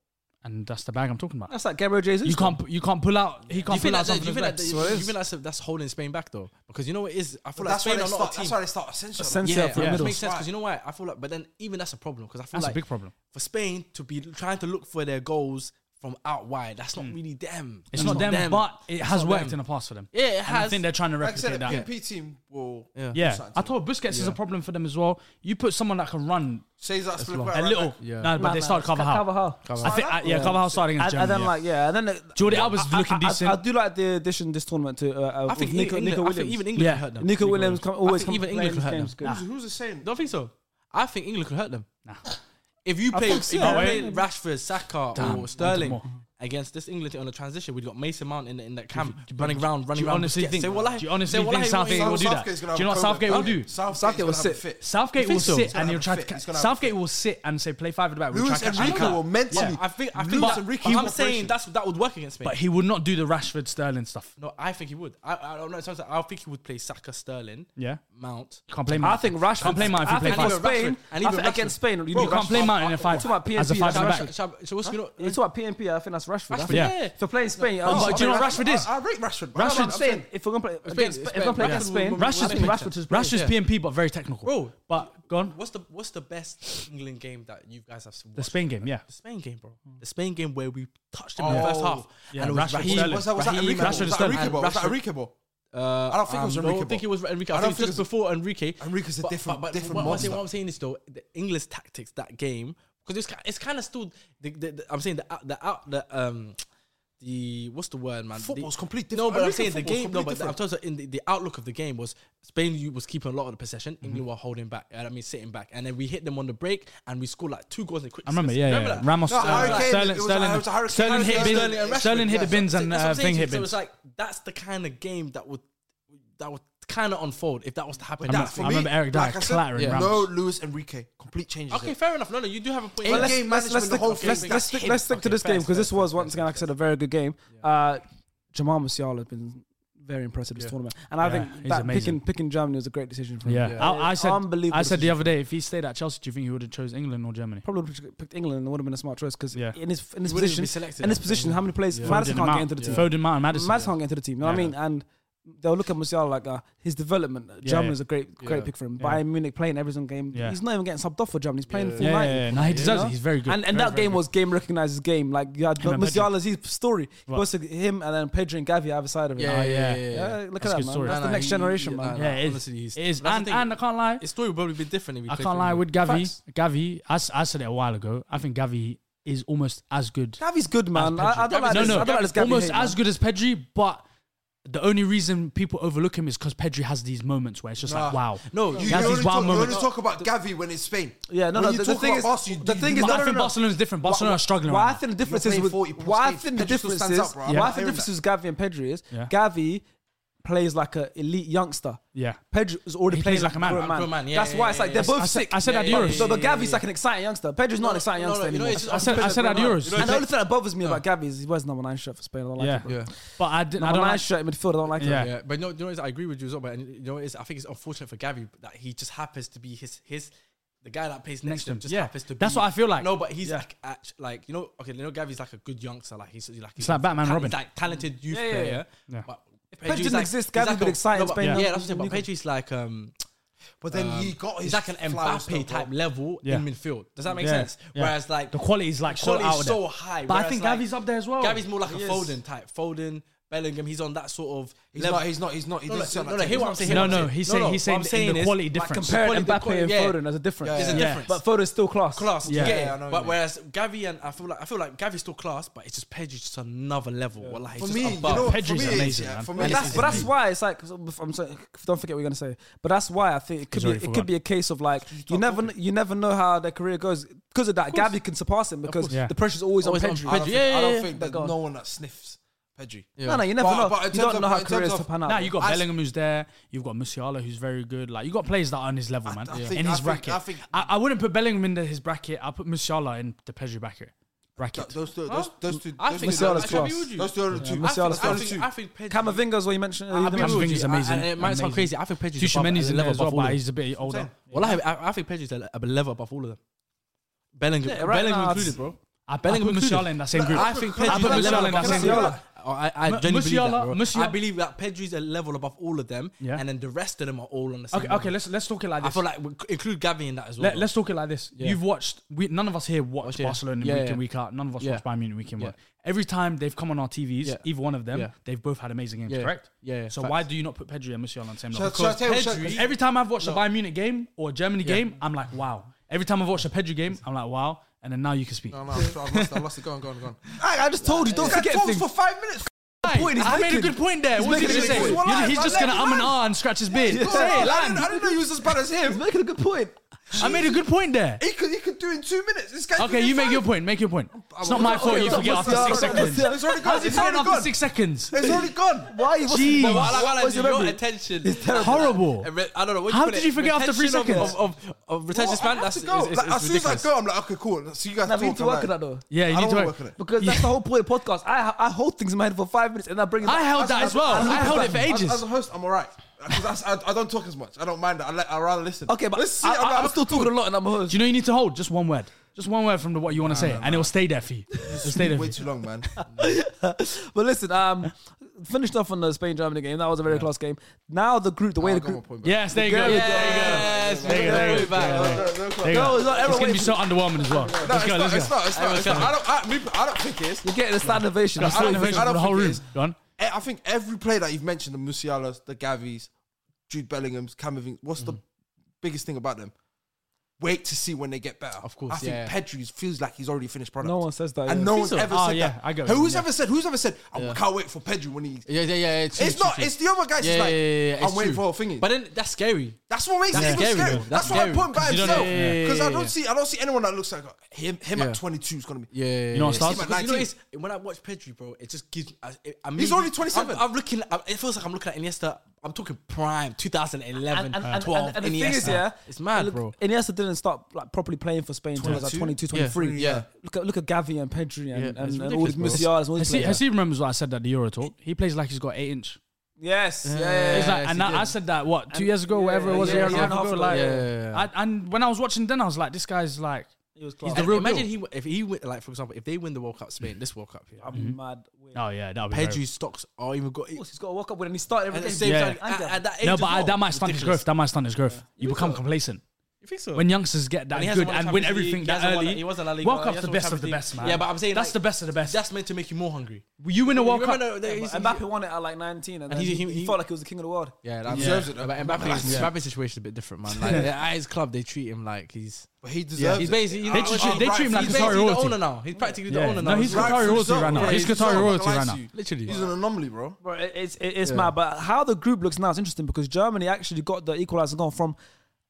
Speaker 3: and that's the bag I'm talking about.
Speaker 1: That's like Gabriel Jesus.
Speaker 3: You can't, pu- you can't pull out. He
Speaker 4: Do you
Speaker 3: can't
Speaker 4: think
Speaker 3: pull
Speaker 4: that
Speaker 3: out
Speaker 4: do you
Speaker 3: something.
Speaker 4: think that-
Speaker 3: that's
Speaker 4: do
Speaker 3: bad.
Speaker 4: you think that's that's holding Spain back though? Because you know what it is. I feel like
Speaker 2: That's why
Speaker 4: Spain
Speaker 2: they
Speaker 4: are
Speaker 2: start.
Speaker 4: not a team.
Speaker 2: That's why they start Asensio.
Speaker 1: Asensio
Speaker 4: Yeah,
Speaker 1: for the
Speaker 4: yeah.
Speaker 1: middle.
Speaker 4: makes sense
Speaker 2: Why?
Speaker 4: because you know why I feel like, but then even that's a problem because I feel
Speaker 3: That's a
Speaker 4: like
Speaker 3: big problem.
Speaker 4: for Spain to be trying to look for their goals from out wide. That's not really them.
Speaker 3: It's
Speaker 4: That's
Speaker 3: not them, but it
Speaker 4: That's
Speaker 3: has
Speaker 4: not
Speaker 3: worked
Speaker 4: them.
Speaker 3: in the past for them.
Speaker 4: Yeah, it
Speaker 3: And I
Speaker 4: has.
Speaker 3: think they're trying to
Speaker 2: Like I
Speaker 3: replicate
Speaker 2: said, the
Speaker 3: that.
Speaker 2: PMP team will.
Speaker 4: Yeah.
Speaker 3: Yeah,
Speaker 2: Something
Speaker 3: I
Speaker 2: to
Speaker 3: told Busquets is a problem for them as well. You put someone that can run
Speaker 2: Cesar Spilicueta
Speaker 3: a
Speaker 2: right
Speaker 3: little,
Speaker 2: back.
Speaker 4: Yeah.
Speaker 3: no, but
Speaker 1: Nah,
Speaker 3: they
Speaker 1: nah,
Speaker 3: start
Speaker 1: Ca-
Speaker 3: Carvajal.
Speaker 1: Carvajal.
Speaker 3: I think, I, yeah,
Speaker 1: Yeah.
Speaker 3: Carvajal starting against
Speaker 1: And, and
Speaker 3: Germany.
Speaker 1: then
Speaker 3: yeah.
Speaker 1: like yeah, and then the-
Speaker 3: Jordi Alba's
Speaker 1: I- I-
Speaker 3: looking
Speaker 1: I- I-
Speaker 3: decent.
Speaker 1: I do like the addition this tournament to uh, uh,
Speaker 4: I think
Speaker 1: with Nico,
Speaker 4: England,
Speaker 1: Nico
Speaker 4: I think
Speaker 1: Williams.
Speaker 4: even England
Speaker 3: Yeah.
Speaker 4: could hurt them.
Speaker 1: Nico Williams come, always
Speaker 4: I think
Speaker 1: come
Speaker 4: even
Speaker 1: play
Speaker 4: England
Speaker 1: in
Speaker 4: could hurt
Speaker 1: games.
Speaker 4: them.
Speaker 1: Good.
Speaker 2: Who's, who's the saying?
Speaker 4: Don't think so. I think England could hurt them.
Speaker 3: Nah.
Speaker 4: If you play,
Speaker 1: think
Speaker 4: if
Speaker 1: so.
Speaker 4: you
Speaker 1: Yeah.
Speaker 4: play Rashford, Saka,
Speaker 3: Damn,
Speaker 4: or Sterling
Speaker 3: more.
Speaker 4: against this England team on the transition, we got Mason Mount in, the- in that camp
Speaker 3: Do you-
Speaker 4: running around,
Speaker 3: do
Speaker 4: running
Speaker 3: you
Speaker 4: around.
Speaker 3: honestly
Speaker 4: Busquets.
Speaker 3: think?
Speaker 4: Say, "Wallahi-
Speaker 3: do you honestly
Speaker 4: say,
Speaker 3: think
Speaker 4: "Wallahi,
Speaker 3: Southgate
Speaker 4: wallahi,
Speaker 3: will do that?
Speaker 2: Southgate's
Speaker 3: Do
Speaker 2: gonna
Speaker 3: you know
Speaker 2: have
Speaker 3: what
Speaker 2: a
Speaker 3: Southgate
Speaker 2: COVID.
Speaker 3: will do?
Speaker 2: Southgate's
Speaker 1: will
Speaker 2: gonna have a
Speaker 1: sit.
Speaker 2: fit.
Speaker 3: Southgate
Speaker 4: think
Speaker 3: will
Speaker 4: so?
Speaker 3: sit
Speaker 4: He's
Speaker 2: gonna
Speaker 3: and he'll
Speaker 2: have a
Speaker 3: try
Speaker 2: fit.
Speaker 3: to.
Speaker 2: He's
Speaker 3: ca-
Speaker 2: gonna have a
Speaker 3: Southgate
Speaker 2: fit.
Speaker 3: will sit and say play five at the back. we'll
Speaker 2: Luis
Speaker 3: try and catch
Speaker 2: Enrique
Speaker 3: them.
Speaker 2: will mentally.
Speaker 4: Yeah, I think I think
Speaker 2: Luis
Speaker 4: that's,
Speaker 2: Enrique
Speaker 4: but I'm
Speaker 2: was-
Speaker 4: saying that's that would work against me.
Speaker 3: But he would not do the Rashford Sterling stuff.
Speaker 4: no, I think he would. I, I don't know. Sometimes I think he would play Saka, Sterling,
Speaker 3: Yeah,
Speaker 4: Mount.
Speaker 3: can't play.
Speaker 1: I
Speaker 3: Mount.
Speaker 1: think Rashford.
Speaker 3: Can't play Mount if you
Speaker 1: I
Speaker 3: play
Speaker 1: think
Speaker 4: five.
Speaker 3: five.
Speaker 1: against Spain.
Speaker 4: And
Speaker 1: I
Speaker 4: even
Speaker 1: think against
Speaker 4: Rashford.
Speaker 1: Spain, you
Speaker 4: Bro,
Speaker 1: need
Speaker 4: can't
Speaker 1: Rashford.
Speaker 3: play Mount in a five.
Speaker 1: It's about PNP.
Speaker 3: As a five
Speaker 1: that's
Speaker 3: in the
Speaker 1: Rashford.
Speaker 3: back.
Speaker 4: Shab- So what's you know?
Speaker 1: It's about PNP. I think that's Rashford.
Speaker 4: Rashford,
Speaker 1: I
Speaker 3: Yeah.
Speaker 1: think.
Speaker 4: yeah.
Speaker 1: If you're playing Spain, I- I
Speaker 3: but do you
Speaker 1: think
Speaker 3: know what Rashford is?
Speaker 2: I, I rate Rashford.
Speaker 1: Rashford-
Speaker 3: Rashford-
Speaker 1: I'm saying if we're gonna play against, if we're gonna play
Speaker 4: Spain-
Speaker 1: against Spain,
Speaker 4: Rashford's
Speaker 1: I think
Speaker 4: better.
Speaker 1: Rashford's better.
Speaker 3: Rashford's PMP, but very technical.
Speaker 4: Bro.
Speaker 3: but gone
Speaker 4: What's the what's the best England game that you guys have seen?
Speaker 3: the Spain game. Yeah,
Speaker 4: The Spain game, bro. The Spain game where we touched them in the
Speaker 2: Oh.
Speaker 4: first half.
Speaker 3: Yeah,
Speaker 4: and it was
Speaker 3: Rashford,
Speaker 4: Raheem.
Speaker 3: Sterling.
Speaker 2: Was that was that
Speaker 4: Raheem,
Speaker 2: Enrique? Was
Speaker 3: Rashford
Speaker 2: that
Speaker 3: Sterling.
Speaker 2: Enrique? ball? Was that
Speaker 4: Rashford-
Speaker 2: Enrique? ball?
Speaker 4: Uh,
Speaker 2: I don't think it was
Speaker 4: um,
Speaker 2: Enrique
Speaker 4: I don't think
Speaker 2: ball.
Speaker 4: it was Enrique. I,
Speaker 2: I
Speaker 4: think
Speaker 2: don't
Speaker 4: it was
Speaker 2: think it's-
Speaker 4: just before Enrique.
Speaker 2: Enrique's a different- different
Speaker 4: what, I'm saying,
Speaker 2: monster.
Speaker 4: what I'm saying is though, the English tactics that game because it's ki- it's kind of still. The, the, the, I'm saying the out- the out the um. The what's the word, man? The-
Speaker 2: Football's complete
Speaker 4: No,
Speaker 2: different-
Speaker 4: but I'm
Speaker 2: Enrique
Speaker 4: saying the
Speaker 2: football's
Speaker 4: game. No,
Speaker 2: complete
Speaker 4: but I'm
Speaker 2: different.
Speaker 4: talking about in the, the outlook of the game was Spain you- was keeping a lot of the possession.
Speaker 2: Mm-hmm.
Speaker 4: England were holding back. uh, I mean, sitting back, and then we hit them on the break, and we scored like two goals in quick.
Speaker 3: I remember.
Speaker 4: succession.
Speaker 3: Yeah, yeah.
Speaker 4: that?
Speaker 3: Ramos,
Speaker 2: No,
Speaker 3: uh,
Speaker 2: Hurricane,
Speaker 3: Sterling,
Speaker 2: it was a-
Speaker 3: Sterling,
Speaker 2: it was a Hurricane,
Speaker 3: Sterling hit
Speaker 2: Sterling
Speaker 3: bins.
Speaker 2: and Rashford.
Speaker 3: Sterling hit
Speaker 2: Yeah,
Speaker 3: the bins
Speaker 4: So
Speaker 3: and uh,
Speaker 4: that's what I'm saying
Speaker 3: thing
Speaker 4: to you.
Speaker 3: hit
Speaker 4: So
Speaker 3: bins.
Speaker 4: it's like that's the kind of game that would that would kind of unfold if that was to happen.
Speaker 3: I remember-
Speaker 4: That's
Speaker 3: I remember Eric Dyer
Speaker 2: I said,
Speaker 3: clattering
Speaker 4: Yeah.
Speaker 3: Ramos.
Speaker 2: No, Luis Enrique, complete changes.
Speaker 4: okay,
Speaker 2: it.
Speaker 4: fair enough. No, no, you do have a point.
Speaker 2: Well,
Speaker 4: Yeah.
Speaker 1: Let's- let's- let's
Speaker 2: game management, the
Speaker 1: stick-
Speaker 2: whole
Speaker 1: let's-
Speaker 2: thing,
Speaker 1: Let's,
Speaker 2: that's
Speaker 1: stick,
Speaker 4: him.
Speaker 1: let's stick to
Speaker 4: Okay,
Speaker 1: this game
Speaker 4: fair,
Speaker 1: because this
Speaker 4: fair,
Speaker 1: was
Speaker 4: fair,
Speaker 1: once again,
Speaker 4: fair,
Speaker 1: like I said, a very good game. Uh, Jamal Musiala has been very impressive this tournament, and I
Speaker 3: Yeah,
Speaker 1: think
Speaker 3: he's
Speaker 1: that
Speaker 3: amazing.
Speaker 1: picking picking Germany was a great decision for him.
Speaker 3: Yeah, I, I said.
Speaker 1: Unbelievable
Speaker 3: I said the
Speaker 1: decision.
Speaker 3: other day, if he stayed at Chelsea, do you think he would have chose England or Germany?
Speaker 1: Probably would've picked England and it would have been a smart choice because
Speaker 3: Yeah.
Speaker 1: in his in his
Speaker 4: He wouldn't
Speaker 1: position,
Speaker 4: be selected,
Speaker 1: in his
Speaker 4: I think.
Speaker 1: position, how many players
Speaker 3: Foden
Speaker 1: Madison
Speaker 3: him
Speaker 1: can't
Speaker 3: out.
Speaker 1: get into the team.
Speaker 3: Foden him out and Madison.
Speaker 1: Madison can't get into the team. You know what I
Speaker 3: Yeah.
Speaker 1: mean? And they'll look at Musiala like uh, his development.
Speaker 3: Yeah,
Speaker 1: Germany
Speaker 3: yeah.
Speaker 1: is a great great
Speaker 4: Yeah.
Speaker 1: pick for him.
Speaker 3: Yeah.
Speaker 1: Bayern Munich playing every single game.
Speaker 3: Yeah.
Speaker 1: He's not even getting subbed off for Germany. He's playing full
Speaker 3: Yeah, yeah,
Speaker 1: 90.
Speaker 3: yeah. Nah, he deserves it. He's very good.
Speaker 1: And, and
Speaker 3: Very,
Speaker 1: that
Speaker 3: very
Speaker 1: game
Speaker 3: good.
Speaker 1: was game recognized game. Like you had
Speaker 3: Him and
Speaker 1: Musiala's his story. It
Speaker 3: What?
Speaker 1: was him and then Pedri and Gavi either side of it.
Speaker 3: Yeah, yeah, yeah.
Speaker 1: Yeah, look at
Speaker 3: That's good
Speaker 1: that, man.
Speaker 3: story.
Speaker 1: That's
Speaker 3: Nah,
Speaker 1: the
Speaker 4: nah,
Speaker 1: next
Speaker 4: he-
Speaker 1: generation,
Speaker 4: yeah,
Speaker 1: man.
Speaker 4: nah,
Speaker 3: Yeah, it is.
Speaker 4: honestly, he's-
Speaker 3: It is.
Speaker 4: that's the
Speaker 3: And
Speaker 4: thing.
Speaker 3: and I can't lie.
Speaker 4: His story would probably be different if he
Speaker 3: I
Speaker 4: played
Speaker 3: can't
Speaker 4: for
Speaker 3: lie
Speaker 4: England.
Speaker 3: with Gavi.
Speaker 1: Facts.
Speaker 3: Gavi, I, s- I said it a while ago. I think Gavi is almost as good.
Speaker 1: Gavi's good, man. I, I don't
Speaker 4: Gavi's
Speaker 1: like
Speaker 4: good.
Speaker 3: no,
Speaker 1: this.
Speaker 3: no,
Speaker 1: I don't like this Gavi
Speaker 3: almost
Speaker 1: hate,
Speaker 3: as
Speaker 1: man.
Speaker 3: good as Pedri, but the only reason people overlook him is because Pedri has these moments where it's just like, wow,
Speaker 4: No,
Speaker 3: he
Speaker 4: you-
Speaker 2: You,
Speaker 3: has
Speaker 2: you
Speaker 3: these wild
Speaker 2: only talk, you only
Speaker 3: moments.
Speaker 2: talk about Gavi when it's Spain.
Speaker 1: Yeah, no,
Speaker 2: When
Speaker 1: no.
Speaker 2: you
Speaker 1: The, the
Speaker 2: talk
Speaker 1: thing
Speaker 2: about
Speaker 1: is,
Speaker 2: Barca, you
Speaker 1: the
Speaker 2: do-
Speaker 1: thing
Speaker 2: you
Speaker 1: is,
Speaker 3: But
Speaker 1: no,
Speaker 3: I
Speaker 1: no,
Speaker 3: think
Speaker 1: no, no.
Speaker 3: Barcelona is different. Barcelona are struggling
Speaker 1: Why
Speaker 3: right
Speaker 1: I
Speaker 3: now.
Speaker 1: think the difference
Speaker 2: You're
Speaker 1: is
Speaker 2: playing
Speaker 1: with
Speaker 2: 40 plus
Speaker 1: why I
Speaker 2: games.
Speaker 1: think the
Speaker 2: Pedri still
Speaker 1: difference
Speaker 2: stands
Speaker 1: is
Speaker 2: up, bro.
Speaker 1: why I
Speaker 2: I'm
Speaker 1: think the
Speaker 2: hearing
Speaker 1: difference is Gavi and Pedri is
Speaker 3: Yeah.
Speaker 1: Gavi plays like an elite youngster.
Speaker 3: Yeah.
Speaker 1: Pedro is already
Speaker 3: He
Speaker 1: plays
Speaker 3: plays like a man.
Speaker 1: grown
Speaker 3: Like
Speaker 4: a grown man, yeah,
Speaker 1: That's
Speaker 4: yeah,
Speaker 1: why it's
Speaker 4: yeah,
Speaker 1: like
Speaker 4: yeah.
Speaker 1: they're
Speaker 4: I-
Speaker 1: both
Speaker 3: I said-
Speaker 1: sick.
Speaker 3: I said
Speaker 4: Yeah,
Speaker 3: at
Speaker 4: yeah,
Speaker 3: Euros.
Speaker 4: yeah,
Speaker 1: So, but
Speaker 4: yeah,
Speaker 1: Gavi's
Speaker 4: yeah.
Speaker 1: like an exciting youngster. Pedro's not an exciting
Speaker 4: no, no,
Speaker 1: youngster
Speaker 4: you know,
Speaker 1: anymore.
Speaker 4: it's just-
Speaker 3: I said, I said at Euros.
Speaker 1: and the only thing that bothers me about Gavi is he wears number nine shirt for Spain. I don't like
Speaker 3: Yeah.
Speaker 1: it. Bro.
Speaker 2: Yeah.
Speaker 3: But I, didn't, I
Speaker 1: Number
Speaker 3: don't
Speaker 1: nine
Speaker 3: like.
Speaker 1: shirt in midfield. I don't like
Speaker 3: Yeah.
Speaker 1: it.
Speaker 4: Yeah, but no, you know, what it is? I agree with you as well. But and you know, what it is? I think it's unfortunate for Gavi that he just happens to be his his the guy that plays next, to him. Just
Speaker 3: yeah.
Speaker 4: happens to.
Speaker 3: That's
Speaker 4: be-
Speaker 3: what I feel like.
Speaker 4: No, but he's
Speaker 3: Yeah.
Speaker 4: like, act- like you know, okay, you know, Gavi's like a good youngster. Like he's like he's
Speaker 3: like Batman
Speaker 4: ta-
Speaker 3: Robin.
Speaker 4: he's like talented youth
Speaker 1: Yeah, yeah,
Speaker 4: player.
Speaker 3: yeah. Yeah.
Speaker 4: But if
Speaker 1: Pedro
Speaker 4: Pedri's
Speaker 1: didn't exist,
Speaker 4: he's
Speaker 1: Gavi could
Speaker 4: a-
Speaker 1: excite
Speaker 4: but,
Speaker 1: Spain,
Speaker 4: Yeah,
Speaker 1: now
Speaker 4: that's what I'm saying. But
Speaker 1: illegal.
Speaker 4: Pedri's like um,
Speaker 2: But then he
Speaker 3: Oh,
Speaker 2: got his
Speaker 4: he's like an
Speaker 2: flowers though,
Speaker 4: Mbappe
Speaker 2: bro.
Speaker 4: type level
Speaker 3: Yeah.
Speaker 4: in midfield. Does that make
Speaker 3: Yeah,
Speaker 4: sense?
Speaker 3: yeah.
Speaker 4: Whereas like
Speaker 3: The quality's, like,
Speaker 4: the
Speaker 3: so
Speaker 4: quality's
Speaker 3: out there.
Speaker 4: so high.
Speaker 3: But I
Speaker 4: Whereas,
Speaker 3: think
Speaker 4: like,
Speaker 3: Gavi's up there as well.
Speaker 4: Gavi's more like a
Speaker 1: He is.
Speaker 4: Foden type. Foden, Bellingham. He's on that sort of.
Speaker 2: He's
Speaker 4: level.
Speaker 2: not. He's not. He's not. He
Speaker 4: No, no,
Speaker 2: doesn't sound
Speaker 4: no,
Speaker 2: like
Speaker 4: no,
Speaker 2: Tevez.
Speaker 4: hear what I'm saying.
Speaker 3: No,
Speaker 4: what I'm
Speaker 3: no,
Speaker 4: saying.
Speaker 3: he's
Speaker 4: No,
Speaker 3: saying
Speaker 4: no,
Speaker 3: he's
Speaker 4: what
Speaker 3: saying
Speaker 4: I'm saying
Speaker 3: in the
Speaker 4: is,
Speaker 3: quality
Speaker 4: like,
Speaker 3: difference.
Speaker 1: Compared
Speaker 4: Quality-
Speaker 1: Mbappe and
Speaker 4: yeah.
Speaker 1: Foden, there's a difference.
Speaker 2: Yeah,
Speaker 4: There's a
Speaker 3: Yeah.
Speaker 4: difference.
Speaker 1: But Foden's still class.
Speaker 4: class.
Speaker 3: Yeah. Yeah,
Speaker 4: Yeah,
Speaker 2: I know what you
Speaker 4: But
Speaker 2: mean.
Speaker 4: whereas Gavi and I feel like I feel like Gavi's still class, but it's just Pedri's just another level. Wallah, he's
Speaker 2: For
Speaker 4: just
Speaker 2: me, you
Speaker 4: above.
Speaker 2: know, for
Speaker 3: Pedri's
Speaker 2: me,
Speaker 3: amazing,
Speaker 2: yeah,
Speaker 3: man.
Speaker 2: for me,
Speaker 1: And
Speaker 2: it's-
Speaker 1: that's, but that's why it's like so if I'm sorry, don't forget what you're gonna say. But that's why I think it could
Speaker 3: Sorry,
Speaker 1: be
Speaker 3: forgot.
Speaker 1: it could be a case of like you never kn- you never know how their career goes because of that. Gabby can surpass him because
Speaker 4: course.
Speaker 3: Yeah.
Speaker 1: the pressure's always,
Speaker 4: Always
Speaker 1: on
Speaker 4: on
Speaker 1: Pedri.
Speaker 4: Pedri.
Speaker 2: I don't
Speaker 4: Yeah,
Speaker 2: think- I
Speaker 4: yeah,
Speaker 2: don't
Speaker 4: yeah.
Speaker 2: think that
Speaker 1: Go on.
Speaker 2: no one that sniffs Pedri.
Speaker 1: No, no, you never
Speaker 2: But-
Speaker 1: know.
Speaker 2: but in
Speaker 1: you
Speaker 2: terms
Speaker 1: don't
Speaker 2: of-
Speaker 1: know how
Speaker 2: in terms
Speaker 1: careers
Speaker 2: of-
Speaker 1: to pan out.
Speaker 3: Now you got
Speaker 2: I s-
Speaker 3: Bellingham who's there. You've got Musiala who's very good. Like you got players that are on his level, man.
Speaker 2: I
Speaker 3: in
Speaker 2: think- I
Speaker 3: his
Speaker 2: think-
Speaker 3: bracket, I,
Speaker 2: I think-
Speaker 3: I, wouldn't put Bellingham in the, his bracket. I'll put Musiala in the Pedri bracket. Bracket.
Speaker 2: Th- Those two, those, those two,
Speaker 4: I
Speaker 2: those
Speaker 4: think
Speaker 2: two-
Speaker 1: Musiala's
Speaker 4: I should be
Speaker 1: class.
Speaker 4: with you.
Speaker 2: those two are the two.
Speaker 4: I think-
Speaker 1: Musiala's
Speaker 4: I
Speaker 1: class.
Speaker 4: think- I think Pedri.
Speaker 1: Camavinga's what you mentioned.
Speaker 4: I'll be
Speaker 1: you
Speaker 4: with
Speaker 1: mentioned.
Speaker 4: you.
Speaker 3: Camavinga's amazing.
Speaker 4: I- I- It might sound
Speaker 3: Amazing.
Speaker 4: crazy. I think Pedri's
Speaker 3: Tushimeni's
Speaker 4: above-
Speaker 3: in there
Speaker 4: level
Speaker 3: as well,
Speaker 4: above all
Speaker 3: but
Speaker 4: of them.
Speaker 3: he's a bit older.
Speaker 4: Well, I, I, I think Pedri's a, a level above all of them. Bellingham,
Speaker 1: Yeah, right
Speaker 4: Bellingham
Speaker 1: now,
Speaker 4: included,
Speaker 1: it's-
Speaker 4: bro.
Speaker 3: I Bellingham
Speaker 4: I
Speaker 3: and
Speaker 4: put
Speaker 3: Musiala
Speaker 4: Kudus.
Speaker 3: in that same group.
Speaker 4: I think
Speaker 3: I
Speaker 4: Pedri's
Speaker 3: put
Speaker 4: a level
Speaker 3: Musiala in that
Speaker 4: above.
Speaker 3: same
Speaker 1: Musiala.
Speaker 3: group.
Speaker 4: Oh, I, I
Speaker 3: Mu-
Speaker 4: genuinely believe that,
Speaker 3: Musiala-
Speaker 4: bro.
Speaker 3: Musiala-
Speaker 4: I believe that Pedri's a level above all of them,
Speaker 3: Yeah.
Speaker 4: and then the rest of them are all on the same.
Speaker 3: Okay,
Speaker 4: level.
Speaker 3: okay. Let's let's talk it like
Speaker 4: I
Speaker 3: this.
Speaker 4: feel like we c- include Gavi in that as well.
Speaker 3: Let,
Speaker 4: bro.
Speaker 3: us talk it like this. You've watched. We, none of us here watch
Speaker 4: yeah.
Speaker 3: Barcelona
Speaker 4: Yeah,
Speaker 3: week
Speaker 4: yeah.
Speaker 3: in week out. None of us
Speaker 4: Yeah.
Speaker 3: watch Bayern Munich week in
Speaker 4: Yeah.
Speaker 3: week. Every time they've come on our TVs,
Speaker 4: Yeah.
Speaker 3: either one of them,
Speaker 4: Yeah.
Speaker 3: they've both had amazing games.
Speaker 4: Yeah.
Speaker 3: Correct.
Speaker 4: Yeah, yeah.
Speaker 3: So
Speaker 4: Facts.
Speaker 3: why do you not put Pedri and Musiala on the same level?
Speaker 2: Shall I tell you-
Speaker 4: Pedri-
Speaker 2: shall-
Speaker 3: Every time I've watched a Bayern Munich game or a Germany game, I'm like, wow. Every time I've watched a Pedri game, I'm like, wow. And then now you can speak.
Speaker 2: No, no, I've I've lost it. I've lost it. Go on, go on, go on.
Speaker 1: I, I just told you, don't
Speaker 2: This guy
Speaker 1: forget
Speaker 2: talks
Speaker 1: things.
Speaker 2: for five minutes.
Speaker 1: point he's
Speaker 3: I made a
Speaker 1: making.
Speaker 3: good point there.
Speaker 1: He's
Speaker 3: What did
Speaker 1: making
Speaker 3: you
Speaker 1: a
Speaker 3: say?
Speaker 1: good point.
Speaker 3: You're-
Speaker 2: Well,
Speaker 3: He's
Speaker 2: I-
Speaker 3: just
Speaker 2: I
Speaker 3: gonna
Speaker 2: let
Speaker 3: um and
Speaker 2: him
Speaker 3: ah and scratch his beard.
Speaker 2: Go on,
Speaker 3: Say
Speaker 2: I
Speaker 3: it,
Speaker 2: didn't- I
Speaker 3: land.
Speaker 2: didn't know he was as bad as him.
Speaker 1: Making a good point.
Speaker 3: I made a good point there.
Speaker 2: He could, he could do it in two minutes. This guy.
Speaker 3: Okay, you make your point. Make your point. It's not my fault. You forget after six seconds.
Speaker 2: It's already gone.
Speaker 3: How's it
Speaker 2: It's
Speaker 3: fine
Speaker 2: already
Speaker 3: after
Speaker 2: gone.
Speaker 3: six seconds?
Speaker 2: It's already gone.
Speaker 1: Why? What's,
Speaker 3: Jeez.
Speaker 4: But
Speaker 3: Well,
Speaker 4: what I like
Speaker 1: what's
Speaker 4: is
Speaker 1: your
Speaker 4: your
Speaker 1: memory?
Speaker 4: attention
Speaker 1: It's terrible.
Speaker 3: Horrible.
Speaker 4: And re- I don't know. What do
Speaker 3: How
Speaker 4: you put
Speaker 3: did
Speaker 4: it?
Speaker 3: you forget after three
Speaker 4: Retention
Speaker 3: seconds?
Speaker 4: Of, of, of, of retention
Speaker 2: I
Speaker 4: span,
Speaker 2: have
Speaker 4: that's
Speaker 2: to
Speaker 4: it's,
Speaker 2: go.
Speaker 4: it's,
Speaker 2: Like,
Speaker 4: it's
Speaker 2: as soon as I
Speaker 4: ridiculous.
Speaker 2: go, I'm like, okay, cool. So you guys
Speaker 1: Now we need
Speaker 2: talk.
Speaker 1: to
Speaker 2: I'm
Speaker 1: work on that
Speaker 2: like-
Speaker 1: though.
Speaker 3: Yeah, you
Speaker 2: I
Speaker 3: need
Speaker 2: don't
Speaker 3: to
Speaker 2: wanna
Speaker 3: work-
Speaker 2: work on it.
Speaker 1: Because that's
Speaker 3: Yeah.
Speaker 1: the whole point of podcast. I I hold things in my head for five minutes and I bring it.
Speaker 3: I
Speaker 1: back.
Speaker 3: held that as well. I held it for
Speaker 2: As- As,
Speaker 3: ages.
Speaker 2: a host, I'm alright. 'Cause that's- I, I don't talk as much. I don't mind. that. I let, I rather listen.
Speaker 1: Okay, but
Speaker 2: let's see.
Speaker 1: I,
Speaker 2: I'm like,
Speaker 1: am
Speaker 2: okay,
Speaker 1: still talking a lot and I'm a host.
Speaker 3: Do you know you need to hold just one word? Just one word from the what you want to say, and it'll stay there for you. It'll stay there. For
Speaker 2: Way
Speaker 3: you.
Speaker 2: too long, man.
Speaker 1: But listen, um, finished off on the Spain Germany game. That was a very close game. Now the group, the way
Speaker 2: I
Speaker 1: the
Speaker 2: got my
Speaker 1: group.
Speaker 2: point. back.
Speaker 3: Yes, there you go.
Speaker 1: Girl,
Speaker 4: Yes,
Speaker 3: There you go. There you go.
Speaker 4: back.
Speaker 3: There you go.
Speaker 2: No, no, no,
Speaker 3: There you
Speaker 1: No, it's not
Speaker 3: go. It's gonna
Speaker 1: everyone.
Speaker 3: be so underwhelming as well.
Speaker 2: No,
Speaker 3: Let's
Speaker 2: it's
Speaker 3: go.
Speaker 2: not.
Speaker 3: Let's
Speaker 2: It's
Speaker 3: go.
Speaker 2: not. It's not. It's not. I don't. I, me- I don't think it is.
Speaker 1: You're getting a stand ovation.
Speaker 3: Stand
Speaker 2: I don't
Speaker 3: ovation
Speaker 2: think- I
Speaker 3: for the
Speaker 2: don't
Speaker 3: whole
Speaker 2: think
Speaker 3: room.
Speaker 2: it is.
Speaker 3: Go on.
Speaker 2: Eh, I think every player that you've mentioned, the Musialas, the Gavis, Jude Bellingham's, Camavinga, what's the biggest thing about them? Wait to see when they get better.
Speaker 4: Of course,
Speaker 2: I think
Speaker 4: yeah.
Speaker 2: Pedri feels like he's already finished product.
Speaker 1: No one says that,
Speaker 2: and
Speaker 1: yeah.
Speaker 2: no
Speaker 1: Think
Speaker 2: one's
Speaker 3: so?
Speaker 2: ever
Speaker 3: Ah,
Speaker 2: said
Speaker 3: yeah,
Speaker 2: that.
Speaker 3: I get what you
Speaker 2: Who's
Speaker 3: mean,
Speaker 2: ever said? Who's ever said? I can't wait for Pedri when he's.
Speaker 4: Yeah, yeah, yeah. true,
Speaker 2: It's
Speaker 4: true,
Speaker 2: not.
Speaker 4: true.
Speaker 2: It's the other guys.
Speaker 4: Yeah,
Speaker 2: it's like
Speaker 4: yeah, yeah, yeah,
Speaker 2: I'm
Speaker 4: it's
Speaker 2: waiting
Speaker 4: true.
Speaker 2: for a thingy.
Speaker 4: But then that's scary.
Speaker 2: That's what makes
Speaker 4: That's
Speaker 2: it even
Speaker 4: scary,
Speaker 2: scary.
Speaker 4: though.
Speaker 2: That's,
Speaker 4: That's
Speaker 2: why I
Speaker 4: scary.
Speaker 2: put him by
Speaker 3: Because you don't-
Speaker 2: himself.
Speaker 3: yeah, yeah, yeah,
Speaker 2: Because I
Speaker 4: yeah,
Speaker 2: don't
Speaker 4: yeah.
Speaker 2: see I don't see anyone that looks like uh, him him
Speaker 4: Yeah.
Speaker 2: at 22 is gonna be.
Speaker 4: Yeah,
Speaker 3: You know what
Speaker 4: yeah,
Speaker 3: starts-
Speaker 4: yeah. Because You know,
Speaker 2: 19.
Speaker 4: it's, when I watch Pedri, bro, it just gives. I, it, I mean,
Speaker 2: He's only 27.
Speaker 4: I'm, I'm looking. I'm, it feels like I'm looking at Iniesta. I'm talking prime 2011,
Speaker 1: And, and, and, and,
Speaker 4: 12.
Speaker 1: and the
Speaker 4: Iniesta.
Speaker 1: thing is, yeah,
Speaker 4: it's mad,
Speaker 1: look,
Speaker 4: bro.
Speaker 1: Iniesta didn't start like properly playing for Spain until he was like 22, 23.
Speaker 4: Yeah, yeah.
Speaker 1: Look at look at Gavi and Pedri and,
Speaker 4: it's
Speaker 1: and, and all these
Speaker 4: ridiculous,
Speaker 1: Musialas. and all these
Speaker 3: Has he,
Speaker 1: players.
Speaker 3: has he remembers what I said at the Euro talk? He plays like he's got eight inch.
Speaker 1: Yes, yeah, yeah,
Speaker 3: It's
Speaker 1: yeah.
Speaker 3: like, and
Speaker 4: he
Speaker 3: I- I
Speaker 4: did.
Speaker 3: said that what two years ago, whatever it was,
Speaker 1: yeah,
Speaker 3: a year
Speaker 1: yeah,
Speaker 3: and a
Speaker 1: yeah,
Speaker 3: half
Speaker 1: yeah,
Speaker 3: ago.
Speaker 1: yeah,
Speaker 3: Like,
Speaker 1: yeah,
Speaker 4: yeah,
Speaker 3: I, and when I was watching then, I was like, this guy's like,
Speaker 1: He was
Speaker 3: he's
Speaker 1: class.
Speaker 3: the real
Speaker 4: Imagine
Speaker 3: deal.
Speaker 4: he if he win, like for example, if they win the World Cup, Spain, this World Cup, yeah,
Speaker 1: I'm mad. Weird.
Speaker 3: Oh yeah, that would be very-
Speaker 4: Pedri's stocks are even got.
Speaker 1: Of course, he's got to walk up with, and he started every
Speaker 4: At the
Speaker 1: game.
Speaker 4: same
Speaker 3: Yeah.
Speaker 4: time, at, at that age
Speaker 3: No,
Speaker 4: as
Speaker 3: but I,
Speaker 4: well.
Speaker 3: that might stunt his
Speaker 4: Ridiculous.
Speaker 3: growth. That might stunt his growth. You become complacent
Speaker 4: You think so?
Speaker 3: when youngsters get that
Speaker 4: And he hasn't
Speaker 3: good
Speaker 4: won the
Speaker 3: and win
Speaker 4: Champions
Speaker 3: everything
Speaker 4: League, he
Speaker 3: that
Speaker 4: hasn't won-
Speaker 3: early.
Speaker 4: he wasn't La Liga,
Speaker 3: World
Speaker 4: he
Speaker 3: Cup's the
Speaker 4: hasn't
Speaker 3: best
Speaker 4: won
Speaker 3: of the
Speaker 4: Champions
Speaker 3: best,
Speaker 4: League.
Speaker 3: man.
Speaker 4: Yeah, but I'm saying,
Speaker 3: that's
Speaker 4: like,
Speaker 3: the best of the best.
Speaker 4: That's meant to make you more hungry.
Speaker 3: You win a World
Speaker 4: You
Speaker 3: Cup.
Speaker 4: remember that- he's-
Speaker 1: And Mbappe won it at like 19, and,
Speaker 4: And
Speaker 1: then
Speaker 4: he-
Speaker 1: he,
Speaker 4: he-
Speaker 1: he felt like he was the king of the world.
Speaker 4: Yeah, that
Speaker 3: deserves
Speaker 4: it. But Mbappe's, Mbappe's situation is a bit different, man. Like, at his club, they treat him like he's.
Speaker 2: But he deserves.
Speaker 4: He's
Speaker 2: it.
Speaker 4: basically.
Speaker 3: They treat-
Speaker 4: he's
Speaker 3: they treat him like
Speaker 4: he's
Speaker 3: Qatari
Speaker 4: basically the
Speaker 3: royalty.
Speaker 4: owner now. He's practically
Speaker 3: Yeah.
Speaker 4: the owner
Speaker 3: No,
Speaker 4: now.
Speaker 3: he's
Speaker 4: right?
Speaker 3: Qatari
Speaker 2: for
Speaker 3: royalty
Speaker 2: himself,
Speaker 3: right now.
Speaker 2: yeah,
Speaker 3: He's
Speaker 2: for
Speaker 3: Qatari
Speaker 2: himself,
Speaker 3: royalty
Speaker 2: I
Speaker 3: right
Speaker 2: see
Speaker 3: now.
Speaker 2: you.
Speaker 3: Literally.
Speaker 2: He's an anomaly, bro.
Speaker 1: Bro, it- it's it- it's mad. But how the group looks now is interesting because Germany actually got the equaliser gone from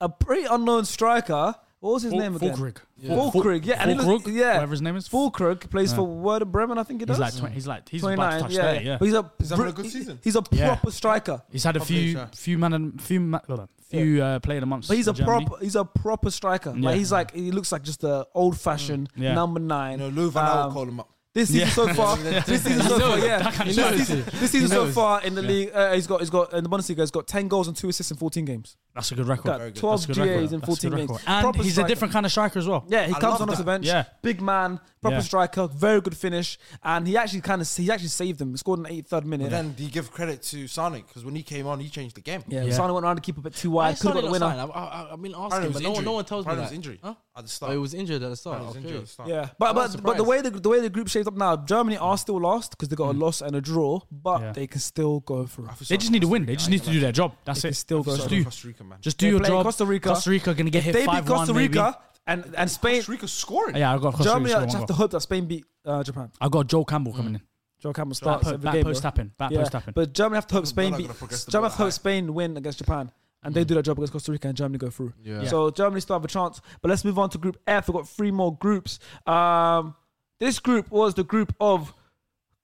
Speaker 1: a pretty unknown striker What was his name again?
Speaker 3: Falkrig.
Speaker 1: Falkrig, yeah, and he looks-
Speaker 3: Falkrig,
Speaker 1: yeah.
Speaker 3: whatever his name is.
Speaker 1: Falkrig plays
Speaker 3: Yeah.
Speaker 1: for Werder Bremen, I think he does.
Speaker 3: He's like, twen- he's like, he's about to touch
Speaker 1: yeah,
Speaker 3: 30, yeah.
Speaker 1: But he's a
Speaker 2: He's having a
Speaker 1: br-
Speaker 2: good
Speaker 1: he-
Speaker 2: season.
Speaker 1: He's a
Speaker 3: Yeah.
Speaker 1: proper striker.
Speaker 3: He's had a
Speaker 2: Probably,
Speaker 3: few,
Speaker 2: yeah.
Speaker 3: few man, and few, ma- hold on, few uh, player of the months.
Speaker 1: But he's
Speaker 3: for
Speaker 1: a
Speaker 3: Germany.
Speaker 1: proper, he's a proper striker.
Speaker 3: Yeah. Mm.
Speaker 1: Like he's like, he looks like just a old fashioned
Speaker 3: Yeah.
Speaker 1: number nine.
Speaker 2: You know, Lou Van Gaal
Speaker 1: Um,
Speaker 2: call him up.
Speaker 1: This season
Speaker 3: Yeah.
Speaker 1: so far,
Speaker 2: Yeah.
Speaker 1: this season so
Speaker 3: He
Speaker 1: far,
Speaker 3: knows.
Speaker 1: yeah.
Speaker 3: That kind of
Speaker 1: He knows.
Speaker 3: shows.
Speaker 1: This season- this season so
Speaker 2: knows.
Speaker 1: far in the league, uh, he's got, he's got in the Bundesliga, he's got ten goals and two assists in fourteen games.
Speaker 3: That's a good record.
Speaker 1: Got
Speaker 3: Very good.
Speaker 1: 12
Speaker 3: That's a
Speaker 1: GAs
Speaker 3: good record.
Speaker 1: in
Speaker 3: That's a
Speaker 1: 14
Speaker 3: good
Speaker 1: games.
Speaker 3: record. And
Speaker 1: Proper
Speaker 3: he's
Speaker 1: striker.
Speaker 3: a different kind of striker as well.
Speaker 1: Yeah, he
Speaker 2: I
Speaker 1: comes
Speaker 2: love
Speaker 1: on off the
Speaker 2: that.
Speaker 1: bench.
Speaker 3: Yeah.
Speaker 1: Big man, proper
Speaker 3: Yeah.
Speaker 1: striker, very good finish. And he actually kind of he actually saved them. He scored in the 83rd minute.
Speaker 2: But then do you give credit to Sonic because when he came on, he changed the game.
Speaker 1: yeah,
Speaker 3: Yeah.
Speaker 1: Sane went around to keep a bit too
Speaker 4: Why
Speaker 1: wide.
Speaker 4: is
Speaker 1: Could have
Speaker 4: Sonny
Speaker 1: got the
Speaker 4: not
Speaker 1: winner.
Speaker 4: signed? I've, I've, I've been
Speaker 2: Apparently
Speaker 4: asking,
Speaker 2: it was
Speaker 4: but no one,
Speaker 2: injury.
Speaker 4: no one tells
Speaker 2: Apparently
Speaker 4: me
Speaker 2: it
Speaker 4: that.
Speaker 2: was injury
Speaker 4: Huh?
Speaker 2: at the
Speaker 4: Oh,
Speaker 2: start.
Speaker 4: it was injured at the start.
Speaker 2: It was
Speaker 4: okay.
Speaker 2: injury at the start.
Speaker 1: Yeah, but but,
Speaker 2: I'm not
Speaker 1: but the
Speaker 2: surprised.
Speaker 1: way the, the way the group shapes up now, Germany are still lost because they got a loss and a draw, but
Speaker 3: Mm. Yeah.
Speaker 1: they can still go through.
Speaker 2: I feel
Speaker 3: They
Speaker 2: sorry
Speaker 3: just
Speaker 2: for
Speaker 3: need to
Speaker 2: Costa
Speaker 3: win.
Speaker 2: Rica.
Speaker 3: They just
Speaker 2: I
Speaker 3: need
Speaker 2: ain't
Speaker 3: to do
Speaker 2: gonna lie
Speaker 3: their job. That's
Speaker 1: They can
Speaker 3: it.
Speaker 1: still go
Speaker 3: just
Speaker 2: you.
Speaker 1: through.
Speaker 3: do,
Speaker 2: Costa Rica, man.
Speaker 3: just do
Speaker 1: They're
Speaker 3: your
Speaker 1: playing
Speaker 3: job.
Speaker 1: Costa Rica.
Speaker 3: Costa Rica gonna get
Speaker 1: If
Speaker 3: hit
Speaker 1: they
Speaker 3: five
Speaker 1: beat Costa
Speaker 3: one maybe.
Speaker 1: Rica and and Spain,
Speaker 2: Costa Rica scoring.
Speaker 3: Yeah, I got Costa
Speaker 1: Germany
Speaker 3: Rica.
Speaker 1: just have to hope that Spain beat uh, Japan.
Speaker 3: I got Joel Campbell coming in.
Speaker 1: Joe Campbell
Speaker 3: Back,
Speaker 1: starts
Speaker 3: po-
Speaker 1: every
Speaker 3: back
Speaker 1: game. bro.
Speaker 3: post tapping. Back
Speaker 1: Yeah,
Speaker 3: post tapping.
Speaker 1: but Germany have to hope
Speaker 2: We're
Speaker 1: Spain
Speaker 2: not
Speaker 1: beat.
Speaker 2: gonna progress the
Speaker 1: Germany
Speaker 2: ball
Speaker 1: have to
Speaker 2: that
Speaker 1: hope Spain win against Japan, and
Speaker 3: Mm.
Speaker 1: they do their job against Costa Rica, and Germany go through.
Speaker 4: Yeah.
Speaker 1: So Germany still have a chance. But let's move on to Group F. We've got three more groups. Um, this group was the group of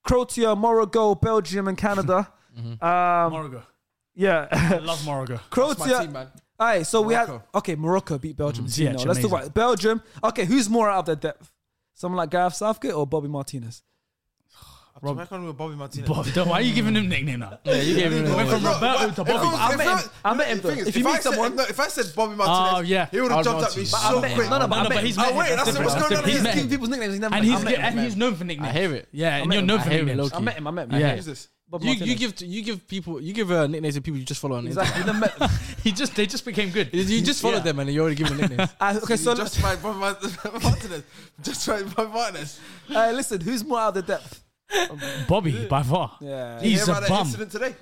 Speaker 1: Croatia, Morocco, Belgium, and Canada.
Speaker 2: Mm-hmm.
Speaker 1: um,
Speaker 3: Morago. I
Speaker 1: yeah,
Speaker 3: love Morago.
Speaker 2: That's my team,
Speaker 1: Croatia.
Speaker 2: man.
Speaker 1: All right, so we had
Speaker 2: Morocco.
Speaker 1: okay. Morocco beat Belgium.
Speaker 3: Mhm.
Speaker 1: 2-0.
Speaker 3: Yeah,
Speaker 1: let's talk
Speaker 3: amazing.
Speaker 1: about Belgium. Okay, who's more out of their depth? Someone like Gareth Southgate or Bobby Martinez?
Speaker 2: I'm reckon with Bobby Martinez.
Speaker 3: Bob, don't- why are you giving him nickname now?
Speaker 4: Yeah, you gave him
Speaker 3: Went
Speaker 4: the-
Speaker 3: from Roberto to Bobby.
Speaker 1: I met him- I met him,
Speaker 2: the thing
Speaker 1: though.
Speaker 2: is,
Speaker 1: If you
Speaker 2: I
Speaker 1: meet
Speaker 2: said-
Speaker 1: someone-
Speaker 2: no, if I said Bobby Martinez,
Speaker 3: Oh, yeah.
Speaker 2: he would
Speaker 4: I
Speaker 2: have
Speaker 4: would
Speaker 2: jumped
Speaker 4: want
Speaker 2: at me
Speaker 4: to.
Speaker 2: so
Speaker 4: But I met
Speaker 2: quick.
Speaker 4: him. No,
Speaker 1: but
Speaker 4: no,
Speaker 3: No,
Speaker 1: I
Speaker 3: no,
Speaker 1: met
Speaker 3: but
Speaker 1: him.
Speaker 3: he's
Speaker 2: Oh,
Speaker 3: met him.
Speaker 2: wait,
Speaker 3: That's
Speaker 2: that's
Speaker 3: different.
Speaker 2: what's
Speaker 3: That's
Speaker 2: going on.
Speaker 3: different.
Speaker 1: He's
Speaker 3: He's
Speaker 1: met
Speaker 3: met
Speaker 1: him.
Speaker 3: him.
Speaker 1: people's nicknames. He's never
Speaker 3: And
Speaker 1: met.
Speaker 3: he's
Speaker 1: I met him.
Speaker 3: and he's known for nicknames.
Speaker 4: I hear it.
Speaker 3: Yeah,
Speaker 1: I
Speaker 3: and
Speaker 1: met
Speaker 3: you're
Speaker 1: him.
Speaker 3: known
Speaker 1: I
Speaker 3: for
Speaker 4: hear it,
Speaker 3: nicknames.
Speaker 4: low-key.
Speaker 1: I met him. I met him.
Speaker 3: Yeah.
Speaker 1: Yeah.
Speaker 2: Who's this?
Speaker 1: Bob
Speaker 4: You, you
Speaker 1: Martinez.
Speaker 4: give you give people you give uh, nicknames to people you just follow on Instagram.
Speaker 1: Exactly. You never met-
Speaker 3: He just they just became good.
Speaker 4: You just follow
Speaker 3: Yeah.
Speaker 4: them and you already give them nicknames.
Speaker 1: Uh, okay, so
Speaker 2: So just like Bobby Mart- Martinez. Just like Bobby Martinez.
Speaker 1: uh, listen, who's more out of the depth?
Speaker 3: Bobby by far.
Speaker 1: Yeah.
Speaker 2: You
Speaker 3: He's
Speaker 2: hear
Speaker 3: a
Speaker 2: about that
Speaker 3: bum.
Speaker 2: incident today?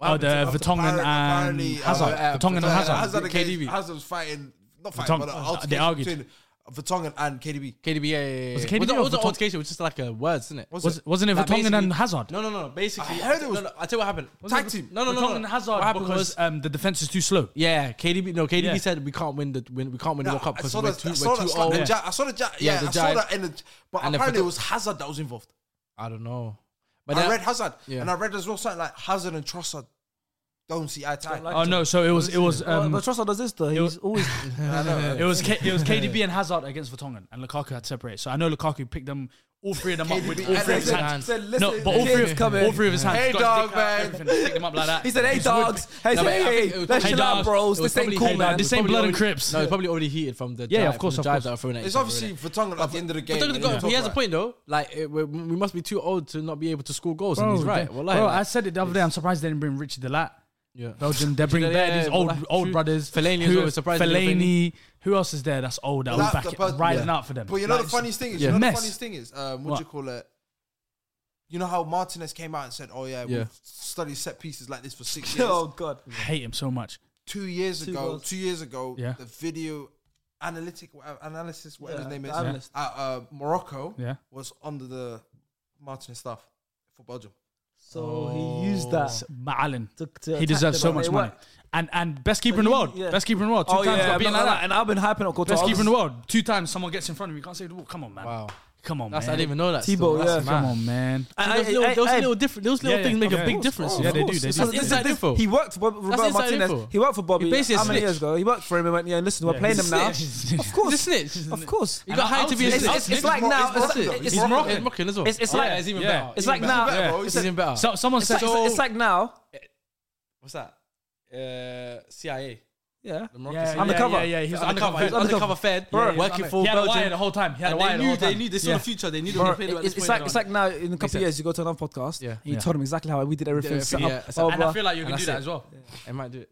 Speaker 3: Oh, the
Speaker 2: Apparently-
Speaker 3: Vertonghen and
Speaker 2: apparently, uh,
Speaker 3: Hazard.
Speaker 2: uh,
Speaker 3: Vertonghen and
Speaker 2: Hazard.
Speaker 3: Hazard.
Speaker 2: against-
Speaker 4: KDB.
Speaker 2: Hazard was fighting, not fighting, but
Speaker 3: Vertonghen-
Speaker 2: an
Speaker 4: uh,
Speaker 3: oh, they
Speaker 2: altercation
Speaker 3: argued.
Speaker 2: between Vertonghen and KDB.
Speaker 4: KDB, yeah, yeah, yeah.
Speaker 3: Was it
Speaker 4: Well,
Speaker 3: KDB
Speaker 4: no,
Speaker 3: or
Speaker 4: it was an
Speaker 3: Vertonghen?
Speaker 4: altercation. It was just like a words, isn't it?
Speaker 2: Was
Speaker 3: Was, wasn't it
Speaker 4: Like,
Speaker 3: Vertonghen and
Speaker 4: basically-
Speaker 3: Hazard?
Speaker 4: No, no, no. Basically,
Speaker 2: I heard it was-
Speaker 4: No, no, I tell you what happened.
Speaker 2: Tag team.
Speaker 4: No, no, no.
Speaker 3: Vertonghen
Speaker 4: no.
Speaker 3: and Hazard
Speaker 4: What happened
Speaker 3: because
Speaker 4: was
Speaker 3: um, the defense is too slow.
Speaker 4: yeah, KDB. No, KDB
Speaker 3: Yeah.
Speaker 4: said we can't win the win. We can't win the
Speaker 2: No,
Speaker 4: World Cup
Speaker 2: I
Speaker 4: because
Speaker 2: saw
Speaker 4: we're
Speaker 2: that.
Speaker 4: too
Speaker 2: I
Speaker 4: we're
Speaker 2: saw
Speaker 4: too
Speaker 2: that. slap-
Speaker 4: old.
Speaker 2: the ja- I saw the. ja-
Speaker 4: Yeah,
Speaker 2: Yeah,
Speaker 4: the
Speaker 2: I saw
Speaker 4: jive.
Speaker 2: that. in the- But
Speaker 4: And the
Speaker 2: apparently,
Speaker 4: Vertonghen-
Speaker 2: it was Hazard that was involved.
Speaker 4: I don't know. But
Speaker 2: I
Speaker 4: that-
Speaker 2: read Hazard,
Speaker 4: Yeah.
Speaker 2: and I read as well something like Hazard and Trossard don't see eye to eye.
Speaker 1: like-
Speaker 3: Oh no! So it was it was
Speaker 1: Oh,
Speaker 3: um,
Speaker 1: but Trossard does this though.
Speaker 3: was-
Speaker 1: He's always
Speaker 2: I know, right?
Speaker 3: it was K- it was KDB and Hazard against Vertonghen, and Lukaku had separated. So I know Lukaku picked them all three of them up
Speaker 2: KDB
Speaker 3: with all
Speaker 2: and
Speaker 3: three of his
Speaker 2: Hazard.
Speaker 3: hands.
Speaker 1: Said, listen,
Speaker 3: No, but all three
Speaker 1: kids
Speaker 3: of
Speaker 1: come in.
Speaker 3: all three of his hands.
Speaker 2: Hey,
Speaker 3: got his
Speaker 2: dog,
Speaker 3: dick out,
Speaker 2: man.
Speaker 3: everything, Picked them up like that.
Speaker 1: He said, "Hey
Speaker 3: Just whipped-
Speaker 1: dogs, hey,
Speaker 4: No, but
Speaker 1: hey, hey,
Speaker 4: I think it
Speaker 1: let's
Speaker 4: was probably-
Speaker 1: chill
Speaker 3: Hey,
Speaker 1: out,
Speaker 3: dogs.
Speaker 1: bros.
Speaker 4: It was
Speaker 1: This ain't
Speaker 4: probably
Speaker 1: cool,
Speaker 4: already-
Speaker 1: man."
Speaker 4: it was
Speaker 3: This ain't
Speaker 4: probably
Speaker 3: blood and
Speaker 4: already-
Speaker 3: crips.
Speaker 4: No, it's probably already heated from the
Speaker 3: Yeah,
Speaker 4: jive-
Speaker 3: of
Speaker 4: from
Speaker 3: course,
Speaker 4: the
Speaker 3: of
Speaker 4: jive
Speaker 3: course.
Speaker 4: that are thrown at
Speaker 2: It's
Speaker 4: each other,
Speaker 2: obviously
Speaker 4: innit?
Speaker 2: Vertonghen at the end of the game.
Speaker 4: But
Speaker 2: you
Speaker 4: don't-
Speaker 2: know,
Speaker 4: he has a
Speaker 2: right?
Speaker 4: point though. Like it, we, we must be too old to not be able to score goals, and he's right.
Speaker 3: they-
Speaker 4: Well,
Speaker 3: bro, I said it the other day. I'm surprised they didn't bring Richie Delat.
Speaker 4: yeah.
Speaker 3: Belgium, they bring
Speaker 4: Delat,
Speaker 3: Baird,
Speaker 4: yeah,
Speaker 3: these
Speaker 4: yeah,
Speaker 3: old
Speaker 4: Delat.
Speaker 3: old
Speaker 4: True.
Speaker 3: brothers.
Speaker 4: Fellaini as
Speaker 3: Who-
Speaker 4: well, surprised they didn't bring
Speaker 3: Fellaini. Who else is there? That's old. That was
Speaker 2: That's
Speaker 3: back
Speaker 2: the
Speaker 3: it-
Speaker 2: person-
Speaker 3: riding
Speaker 4: yeah.
Speaker 3: out for them.
Speaker 2: But you know
Speaker 3: Like,
Speaker 2: the funniest thing is,
Speaker 4: yeah.
Speaker 2: you know
Speaker 3: Mess.
Speaker 2: the funniest thing is, um, what do you
Speaker 3: What?
Speaker 2: call it? You know how Martinez came out and said, "Oh yeah,
Speaker 4: Yeah.
Speaker 2: we've studied set pieces like this for six years."
Speaker 1: Oh god.
Speaker 3: I hate him so much.
Speaker 2: Two years
Speaker 1: Two
Speaker 2: ago,
Speaker 1: goals.
Speaker 2: two years ago,
Speaker 3: Yeah.
Speaker 2: the video analytic whatever, analysis, whatever
Speaker 1: Yeah,
Speaker 2: his name
Speaker 1: the
Speaker 2: is,
Speaker 1: analyst.
Speaker 2: at uh, Morocco
Speaker 3: Yeah.
Speaker 2: was under the Martinez staff for Belgium.
Speaker 1: So he used that.
Speaker 3: S- Ma'alin.
Speaker 1: To, to
Speaker 3: He
Speaker 1: attack
Speaker 3: deserves so
Speaker 1: them.
Speaker 3: much
Speaker 1: They
Speaker 3: money.
Speaker 1: were-
Speaker 3: And and best keeper in the
Speaker 1: he-
Speaker 3: world.
Speaker 1: yeah.
Speaker 3: Best keeper in the world. Two
Speaker 1: Oh
Speaker 3: times
Speaker 1: yeah,
Speaker 3: got beaten
Speaker 1: no,
Speaker 3: like
Speaker 1: no,
Speaker 3: that.
Speaker 1: and I've been hyping up Courtois.
Speaker 3: Best
Speaker 1: I
Speaker 3: keeper in
Speaker 1: was-
Speaker 3: the world. Two times someone gets in front of you. You can't save the ball. Come on, man.
Speaker 4: Wow.
Speaker 3: Come on,
Speaker 4: That's, I
Speaker 3: man.
Speaker 4: didn't even know that.
Speaker 1: Tebow,
Speaker 4: still. That's
Speaker 1: yeah.
Speaker 4: mad.
Speaker 3: Come on, man.
Speaker 1: And
Speaker 4: Those
Speaker 1: I-
Speaker 4: little,
Speaker 1: I-
Speaker 4: those
Speaker 1: I-
Speaker 4: little different, those little
Speaker 3: Yeah,
Speaker 4: things
Speaker 3: yeah,
Speaker 4: make
Speaker 3: of
Speaker 4: a big
Speaker 3: course,
Speaker 4: difference.
Speaker 3: of
Speaker 4: you
Speaker 3: course.
Speaker 4: know?
Speaker 3: Yeah, they do, they
Speaker 4: It's
Speaker 3: do.
Speaker 4: just
Speaker 3: That's
Speaker 4: inside
Speaker 1: this-
Speaker 4: info.
Speaker 1: He worked for Roberto
Speaker 4: inside
Speaker 1: Martinez.
Speaker 4: info.
Speaker 1: He worked for Bobby.
Speaker 4: He's basically a
Speaker 1: how many
Speaker 4: snitch.
Speaker 1: years ago? He worked for him and went, "Yeah, listen, we're
Speaker 3: Yeah,
Speaker 1: playing
Speaker 3: he's
Speaker 1: him
Speaker 3: a
Speaker 1: now."
Speaker 3: snitch.
Speaker 1: Of course,
Speaker 4: He's a snitch, isn't
Speaker 1: Of
Speaker 4: he?
Speaker 1: course,
Speaker 4: You got hired to be a
Speaker 1: It's-
Speaker 4: snitch.
Speaker 1: it's- It's like now.
Speaker 2: He's
Speaker 1: It's it's-
Speaker 2: Moroccan.
Speaker 4: He's
Speaker 1: it's-
Speaker 4: Moroccan. He's Moroccan as well.
Speaker 1: It's- it's
Speaker 4: Oh,
Speaker 1: like-
Speaker 4: yeah, it's even
Speaker 3: yeah.
Speaker 4: better.
Speaker 1: It's like
Speaker 4: Even better.
Speaker 1: now.
Speaker 3: Yeah.
Speaker 4: It's even better.
Speaker 3: So, someone
Speaker 1: It's
Speaker 3: said.
Speaker 1: like- it's like now.
Speaker 4: what's that? Uh, CIA.
Speaker 1: Yeah.
Speaker 4: The Moroccan
Speaker 3: yeah,
Speaker 4: CIA.
Speaker 1: Undercover.
Speaker 3: Yeah, yeah, yeah. He was undercover.
Speaker 4: Undercover, undercover Fed,
Speaker 1: Bro,
Speaker 4: yeah, working for
Speaker 3: He had a wire the
Speaker 4: Belgium.
Speaker 3: whole time. He had a
Speaker 4: And
Speaker 3: wire
Speaker 4: they
Speaker 3: the whole
Speaker 4: knew, they
Speaker 3: time.
Speaker 4: knew, they saw
Speaker 3: Yeah.
Speaker 4: the future. They knew they
Speaker 1: Bro,
Speaker 4: were playing at
Speaker 1: it's,
Speaker 4: this
Speaker 1: it's
Speaker 4: point
Speaker 1: like
Speaker 4: on.
Speaker 1: it's like now in a couple of
Speaker 4: sense.
Speaker 1: years you go to another podcast.
Speaker 4: Yeah.
Speaker 1: and you
Speaker 3: Yeah.
Speaker 1: told him exactly how we did everything.
Speaker 4: everything,
Speaker 1: set up,
Speaker 4: yeah, set
Speaker 1: blah,
Speaker 4: up.
Speaker 1: blah,
Speaker 3: And I
Speaker 1: blah.
Speaker 3: feel like you can
Speaker 4: And
Speaker 3: do that
Speaker 4: that's it.
Speaker 3: as well.
Speaker 4: It might do it.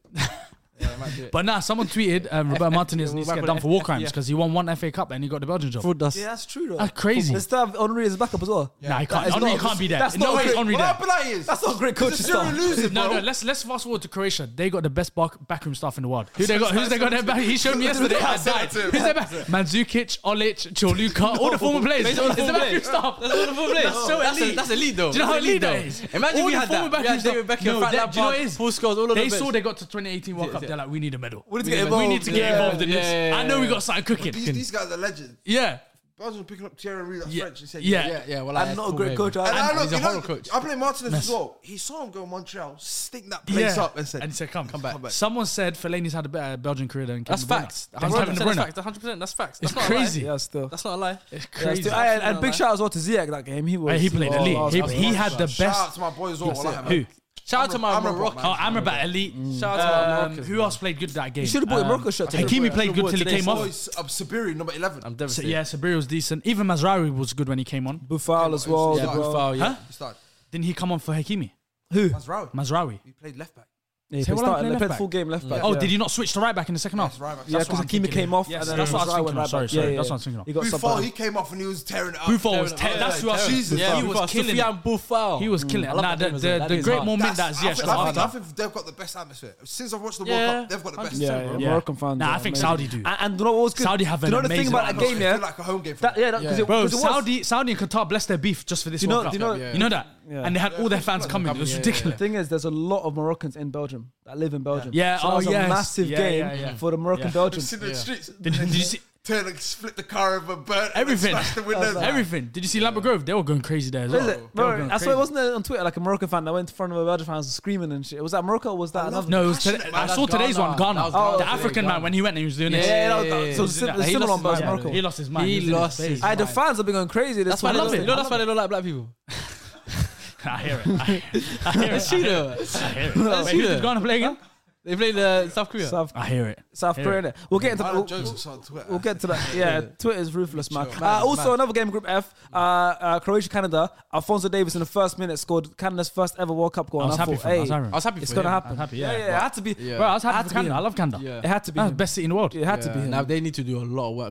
Speaker 4: Yeah, it might do it.
Speaker 3: But now someone tweeted um, Roberto Martinez
Speaker 4: Yeah,
Speaker 3: needs
Speaker 4: we're
Speaker 3: to get
Speaker 4: back
Speaker 3: done
Speaker 4: on
Speaker 3: for
Speaker 4: it.
Speaker 3: war crimes
Speaker 4: Yeah.
Speaker 3: because he won one FA Cup and he got the Belgian job.
Speaker 4: fraud dust.
Speaker 1: Yeah, that's true though.
Speaker 3: That's crazy.
Speaker 1: They still have Henri as backup as well.
Speaker 3: Nah, he
Speaker 1: That
Speaker 3: can't.
Speaker 1: is
Speaker 3: Henry
Speaker 1: not-
Speaker 3: can't be there.
Speaker 1: that's
Speaker 3: No
Speaker 1: not
Speaker 3: way,
Speaker 1: great.
Speaker 3: Henry
Speaker 2: What
Speaker 3: there.
Speaker 2: happened that is?
Speaker 1: That's not great
Speaker 2: It's
Speaker 1: coaching
Speaker 2: a serious
Speaker 1: stuff.
Speaker 2: loser, bro.
Speaker 3: No, no. Let's let's fast forward to Croatia. They got the best back, backroom staff in the world. Who they got? Who's they got? Their back? He showed me yesterday. I
Speaker 2: Send
Speaker 3: died.
Speaker 2: it to him.
Speaker 3: Who's their back? Mandzukic, Olic, Choluka, all the former players. It's
Speaker 4: all the
Speaker 3: the
Speaker 4: former
Speaker 3: backroom
Speaker 4: players.
Speaker 3: staff.
Speaker 4: That's all the full place.
Speaker 3: That's so
Speaker 4: that's, a,
Speaker 3: elite.
Speaker 4: that's a lead though.
Speaker 3: Do you know how
Speaker 4: That's a
Speaker 3: elite that is?
Speaker 4: Imagine
Speaker 3: All
Speaker 4: we
Speaker 3: the
Speaker 4: had
Speaker 3: former
Speaker 4: that. We
Speaker 3: backroom
Speaker 4: had David
Speaker 3: staff-
Speaker 4: Beckham,
Speaker 3: No,
Speaker 4: Frank
Speaker 3: that- do you know what it
Speaker 4: Lampard,
Speaker 3: is?
Speaker 4: full scores all over
Speaker 3: They
Speaker 4: the
Speaker 3: saw
Speaker 4: place.
Speaker 3: they got to 2018 World
Speaker 4: Yeah,
Speaker 3: Cup.
Speaker 4: yeah.
Speaker 3: They're like, we need a medal.
Speaker 1: We need to
Speaker 3: We
Speaker 1: get
Speaker 3: need to
Speaker 1: involved.
Speaker 3: get
Speaker 1: Yeah,
Speaker 3: involved in
Speaker 1: yeah,
Speaker 3: this.
Speaker 1: yeah,
Speaker 3: I know we got something cooking.
Speaker 2: These, these guys are legends.
Speaker 3: yeah,
Speaker 2: Belgium picking up Thierry Henry, that
Speaker 3: Yeah.
Speaker 2: French, and said,
Speaker 3: Yeah.
Speaker 5: Yeah, yeah. Well,
Speaker 1: I'm not Uh, a great coach.
Speaker 2: And I
Speaker 1: I,
Speaker 2: look,
Speaker 5: he's a
Speaker 2: you know,
Speaker 5: horror coach.
Speaker 2: I play Martinez as well. He saw him go Montreal, stink that place
Speaker 3: yeah.
Speaker 2: up, and said,
Speaker 3: and he said, "Come, come
Speaker 2: back.
Speaker 3: back." Someone said Fellaini's had a better Belgian career than
Speaker 4: That's
Speaker 3: Kevin De Bruyne.
Speaker 4: facts.
Speaker 3: Than
Speaker 4: 100%,
Speaker 3: Kevin De
Speaker 4: That's
Speaker 3: Bruyne.
Speaker 4: facts. 100%. That's facts.
Speaker 3: It's
Speaker 4: That's not a lie.
Speaker 3: crazy.
Speaker 1: yeah, still.
Speaker 4: That's not a lie.
Speaker 3: It's
Speaker 1: Yeah,
Speaker 3: crazy.
Speaker 1: still. I, and big shout out as well to Ziyech that game. He was.
Speaker 3: Hey, he played elite.
Speaker 1: Oh,
Speaker 3: he
Speaker 1: that's
Speaker 3: he had the
Speaker 2: Shout out
Speaker 3: best.
Speaker 2: to my boy as well. Wallahi, man.
Speaker 3: Who?
Speaker 4: Shout out to my
Speaker 2: I'm a rock,
Speaker 4: Morocco.
Speaker 3: Oh, Amrabat elite.
Speaker 4: Shout
Speaker 1: Uh,
Speaker 4: out to my
Speaker 3: Um,
Speaker 4: Moroccans,
Speaker 3: who
Speaker 4: bro.
Speaker 3: else played good that game? Um,
Speaker 1: He should have bought a Morocco shirt today.
Speaker 3: Hakimi played
Speaker 4: Should've
Speaker 3: good
Speaker 4: bought
Speaker 3: till he
Speaker 4: today's
Speaker 3: came off.
Speaker 2: Boys, uh, Sabiri, number 11.
Speaker 4: I'm
Speaker 3: So,
Speaker 4: devastated.
Speaker 3: yeah, Sabir was decent. Even Mazraoui was good when he came on.
Speaker 1: Buffal as well.
Speaker 4: Yeah,
Speaker 1: the bro.
Speaker 4: Buffal, yeah.
Speaker 3: Huh?
Speaker 2: He started.
Speaker 3: Didn't he come on for Hakimi?
Speaker 1: Who?
Speaker 2: Mazraoui.
Speaker 3: Mazraoui.
Speaker 2: He played left back.
Speaker 1: Yeah, he
Speaker 3: Say,
Speaker 1: played,
Speaker 3: well, I
Speaker 1: started,
Speaker 3: play
Speaker 1: they
Speaker 3: left
Speaker 1: played
Speaker 3: back.
Speaker 1: full game left back.
Speaker 3: Oh, did you not switch to right back in the second half?
Speaker 2: That's right back.
Speaker 1: Yeah,
Speaker 2: That's
Speaker 1: because
Speaker 2: what I'm
Speaker 1: Hakimi
Speaker 2: thinking.
Speaker 1: came off.
Speaker 3: Yes,
Speaker 1: and then
Speaker 3: that's what I was
Speaker 1: Mazraoui
Speaker 3: thinking
Speaker 1: went
Speaker 3: of.
Speaker 1: right
Speaker 3: Sorry,
Speaker 1: back.
Speaker 3: sorry,
Speaker 1: Yeah, yeah, yeah.
Speaker 3: that's what I was thinking of.
Speaker 1: He got
Speaker 2: Buffon,
Speaker 1: subbed
Speaker 2: he
Speaker 1: out.
Speaker 2: came off and he was tearing it up.
Speaker 3: Buffon was. Te-
Speaker 2: Yeah,
Speaker 3: that's who I was.
Speaker 2: Jesus,
Speaker 3: he
Speaker 4: Yeah,
Speaker 2: man.
Speaker 3: was killing. it.
Speaker 4: Sofiane Boufal.
Speaker 3: He was killing.
Speaker 4: I
Speaker 3: it.
Speaker 4: love
Speaker 3: Nah,
Speaker 4: that
Speaker 3: the
Speaker 4: name as well.
Speaker 3: the,
Speaker 4: That
Speaker 3: the
Speaker 4: is
Speaker 3: great
Speaker 4: hard.
Speaker 3: moment that
Speaker 2: That's-
Speaker 3: Ziyech
Speaker 2: I, think,
Speaker 3: had.
Speaker 2: I, think, I
Speaker 3: after.
Speaker 2: think they've got the best atmosphere. Since I've watched the
Speaker 4: Yeah.
Speaker 2: World Cup, they've got the best.
Speaker 1: Yeah, yeah,
Speaker 3: Yeah.
Speaker 1: Moroccan fans.
Speaker 3: Nah, I
Speaker 1: are
Speaker 3: think
Speaker 1: amazing.
Speaker 3: Saudi do.
Speaker 1: And, and you know what was good?
Speaker 3: Saudi have
Speaker 1: Do
Speaker 3: an
Speaker 1: you know the thing
Speaker 3: amazing
Speaker 1: about that
Speaker 3: atmosphere.
Speaker 1: game,
Speaker 2: It
Speaker 1: yeah?
Speaker 2: feel like a home game for
Speaker 1: That,
Speaker 2: them.
Speaker 1: yeah, that, 'cause
Speaker 5: Yeah.
Speaker 1: it,
Speaker 3: Bro,
Speaker 1: 'cause it was.
Speaker 3: Saudi, Saudi and Qatar blessed their beef just for this
Speaker 1: Do you know-
Speaker 3: World Cup.
Speaker 1: do you know-
Speaker 5: Yeah.
Speaker 3: You know that,
Speaker 1: Yeah.
Speaker 3: and they had all their fans
Speaker 2: Yeah.
Speaker 3: coming. It was
Speaker 5: Yeah, yeah,
Speaker 3: ridiculous.
Speaker 1: thing is, there's a lot of Moroccans in Belgium that live in Belgium.
Speaker 3: Yeah,
Speaker 1: so that
Speaker 3: oh,
Speaker 1: was
Speaker 3: yes.
Speaker 1: a massive
Speaker 3: Yeah,
Speaker 1: game
Speaker 3: yeah, yeah.
Speaker 1: for the Moroccan
Speaker 3: Yeah.
Speaker 2: I've
Speaker 1: Belgians.
Speaker 2: seen the streets.
Speaker 3: Did, did you see
Speaker 2: Turn and split the car over, burn
Speaker 3: Everything.
Speaker 2: smash the windows.
Speaker 3: everything? Did you see Lambert Grove? They were going crazy there as
Speaker 1: Is
Speaker 3: well.
Speaker 1: it?
Speaker 3: They were
Speaker 1: Bro,
Speaker 3: going
Speaker 1: I saw it
Speaker 3: crazy.
Speaker 1: wasn't it on Twitter like a Moroccan fan that went in front of a Belgian fan and was screaming and shit. Was that Morocco? Or was that another?
Speaker 3: No, it was
Speaker 2: Passionate,
Speaker 3: today-
Speaker 2: man.
Speaker 3: I saw
Speaker 5: That's
Speaker 3: today's
Speaker 5: Ghana.
Speaker 3: one, Ghana.
Speaker 5: That was
Speaker 1: Ghana.
Speaker 3: the African
Speaker 5: Yeah,
Speaker 3: man
Speaker 5: Ghana.
Speaker 3: when he went, and he was doing
Speaker 1: Yeah,
Speaker 3: this.
Speaker 1: yeah, that was- that was-
Speaker 5: yeah,
Speaker 1: so sim-
Speaker 5: yeah.
Speaker 3: He
Speaker 1: similar
Speaker 4: lost
Speaker 1: on
Speaker 4: his
Speaker 1: Belgium,
Speaker 4: mind,
Speaker 1: Morocco.
Speaker 3: He lost his mind.
Speaker 4: He
Speaker 3: He was in
Speaker 4: lost
Speaker 3: space.
Speaker 4: his
Speaker 1: I, the fans have been going crazy. This
Speaker 4: That's why
Speaker 1: one.
Speaker 4: they
Speaker 3: I love
Speaker 4: don't-
Speaker 3: it.
Speaker 4: you know. That's why they don't like black people.
Speaker 3: I hear it. I hear it. I hear
Speaker 4: Let's shoot
Speaker 3: it.
Speaker 4: her.
Speaker 3: I hear it. Wait, who
Speaker 4: shoot
Speaker 3: did
Speaker 4: it.
Speaker 3: Ghana play again?
Speaker 4: They played uh, South Korea.
Speaker 1: South,
Speaker 3: I hear it.
Speaker 1: South
Speaker 3: Here.
Speaker 1: Korea. innit? We'll get into
Speaker 2: Alan
Speaker 1: we'll,
Speaker 2: Joseph's on Twitter.
Speaker 1: we'll get to that. Yeah, Twitter's ruthless, man. Uh,
Speaker 4: Mad,
Speaker 1: also,
Speaker 4: mad.
Speaker 1: another game, Group F. Uh, uh, Croatia, Canada. Alfonso Davis in the first minute scored Canada's first ever World Cup goal.
Speaker 3: I was
Speaker 1: and
Speaker 3: happy
Speaker 1: thought,
Speaker 3: for him. I was
Speaker 1: hey,
Speaker 3: happy.
Speaker 4: I was happy
Speaker 1: It's
Speaker 4: for
Speaker 1: gonna
Speaker 4: him.
Speaker 1: happen.
Speaker 3: I'm happy,
Speaker 1: yeah,
Speaker 3: yeah.
Speaker 1: yeah, It had to be.
Speaker 5: Yeah.
Speaker 3: Bro, I was
Speaker 1: Had to
Speaker 3: happy
Speaker 1: be
Speaker 3: for Canada.
Speaker 1: him.
Speaker 3: I love Canada.
Speaker 5: Yeah.
Speaker 1: It had to be.
Speaker 3: That's
Speaker 1: him.
Speaker 3: the best city in the world.
Speaker 1: It had to be.
Speaker 5: Yeah.
Speaker 1: him.
Speaker 4: Now they need to do a lot of work.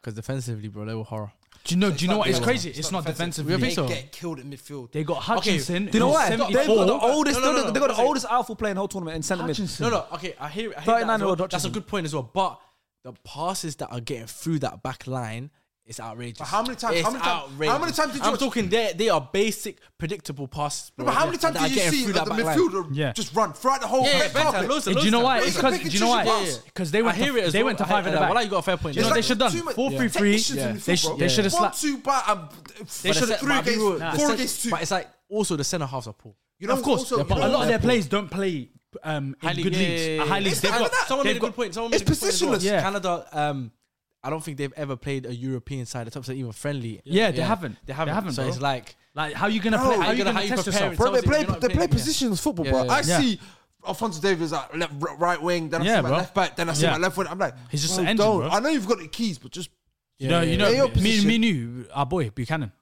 Speaker 4: Because defensively, bro, they were horror.
Speaker 3: Do you know? Do you know what? It's
Speaker 2: Yeah.
Speaker 3: crazy. It's not defensive.
Speaker 4: We think
Speaker 2: They
Speaker 4: so.
Speaker 2: get killed in midfield.
Speaker 3: They got
Speaker 4: Okay,
Speaker 3: Hutchinson.
Speaker 1: Do you know
Speaker 3: who's
Speaker 1: what? They've got
Speaker 3: 74.
Speaker 1: the oldest.
Speaker 4: No, no, no,
Speaker 1: they got
Speaker 4: no,
Speaker 1: the
Speaker 4: no.
Speaker 1: oldest outfield player in the whole tournament in centre mid.
Speaker 3: Hutchinson.
Speaker 4: No, no, okay, I hear, I hear that.
Speaker 1: 39
Speaker 4: As well.
Speaker 1: year old
Speaker 4: That's a
Speaker 1: Hutchinson.
Speaker 4: good point as well. But the passes that are getting through that back line is outrageous.
Speaker 2: But how many times-
Speaker 4: It's
Speaker 2: how many times-
Speaker 4: outrageous.
Speaker 2: how many times did you
Speaker 4: I'm
Speaker 2: watch-
Speaker 4: talking? They they are basic, predictable passes.
Speaker 2: No,
Speaker 4: Bro,
Speaker 2: but how many
Speaker 4: that
Speaker 2: times
Speaker 4: are
Speaker 2: did you
Speaker 4: getting
Speaker 2: see
Speaker 4: through
Speaker 2: that the
Speaker 4: back line.
Speaker 2: midfielder
Speaker 3: Yeah.
Speaker 2: just run throughout the whole
Speaker 4: Yeah, yeah,
Speaker 2: red
Speaker 4: big time,
Speaker 2: carpet?
Speaker 4: loads and
Speaker 3: Do you know why?
Speaker 4: Loads
Speaker 3: It's
Speaker 4: of
Speaker 3: because
Speaker 2: pick and
Speaker 3: do you know
Speaker 2: choose
Speaker 3: why?
Speaker 2: your battles.
Speaker 3: Because they went.
Speaker 4: I hear
Speaker 3: to,
Speaker 4: it as
Speaker 3: they
Speaker 4: well.
Speaker 3: went to
Speaker 4: I
Speaker 3: five
Speaker 4: hear
Speaker 3: in the
Speaker 4: that.
Speaker 3: back.
Speaker 4: Well, you got a fair point.
Speaker 3: Do you know
Speaker 4: Yeah.
Speaker 3: what they should have done?
Speaker 2: Too much-
Speaker 3: Four
Speaker 2: yeah.
Speaker 3: three three.
Speaker 2: Technicians in the
Speaker 3: They
Speaker 2: football.
Speaker 3: should. They should have
Speaker 2: One,
Speaker 3: slapped.
Speaker 2: two, back, and
Speaker 4: They should
Speaker 2: three
Speaker 4: have
Speaker 2: against,
Speaker 4: three
Speaker 2: four against two.
Speaker 4: But it's like also the centre halves are poor.
Speaker 2: You know,
Speaker 3: of course,
Speaker 2: also-
Speaker 3: yeah, but
Speaker 2: you know
Speaker 3: a lot
Speaker 2: what?
Speaker 3: of their players don't play um, in
Speaker 4: Highly-
Speaker 3: good
Speaker 4: yeah,
Speaker 3: leagues.
Speaker 4: yeah, yeah,
Speaker 3: A high
Speaker 4: yeah.
Speaker 3: leagues,
Speaker 2: It's
Speaker 3: they've
Speaker 2: not
Speaker 3: got.
Speaker 2: even that.
Speaker 4: Someone
Speaker 3: they've
Speaker 4: made a
Speaker 3: got-
Speaker 4: good point. Someone
Speaker 2: It's
Speaker 4: made a good point as well.
Speaker 2: positionless.
Speaker 3: Yeah.
Speaker 4: Canada. Um, I don't think they've ever played a European side that's upset even friendly.
Speaker 3: Yeah, they haven't.
Speaker 4: They haven't.
Speaker 3: They haven't,
Speaker 4: so
Speaker 3: bro.
Speaker 4: it's like
Speaker 3: Like, how you gonna play? How you gonna
Speaker 4: how you
Speaker 3: test
Speaker 4: prepare
Speaker 3: yourself?
Speaker 4: it?
Speaker 2: Bro, they
Speaker 4: Tells you
Speaker 2: play
Speaker 4: you're not
Speaker 2: they play
Speaker 4: playing, yeah.
Speaker 2: positions football,
Speaker 4: Yeah,
Speaker 2: bro.
Speaker 4: yeah,
Speaker 2: I
Speaker 3: yeah.
Speaker 2: see Alfonso Davies at left, r- right wing, then I
Speaker 3: Yeah,
Speaker 2: see my
Speaker 3: bro.
Speaker 2: left back, then I see
Speaker 3: Yeah.
Speaker 2: my left wing. I'm like,
Speaker 3: He's just
Speaker 2: bro,
Speaker 3: an engine,
Speaker 2: don't.
Speaker 3: bro.
Speaker 2: I know you've got the keys, but just
Speaker 3: You know, you
Speaker 2: They are
Speaker 3: know, me,
Speaker 2: position-
Speaker 3: me, and you, our boy Buchanan.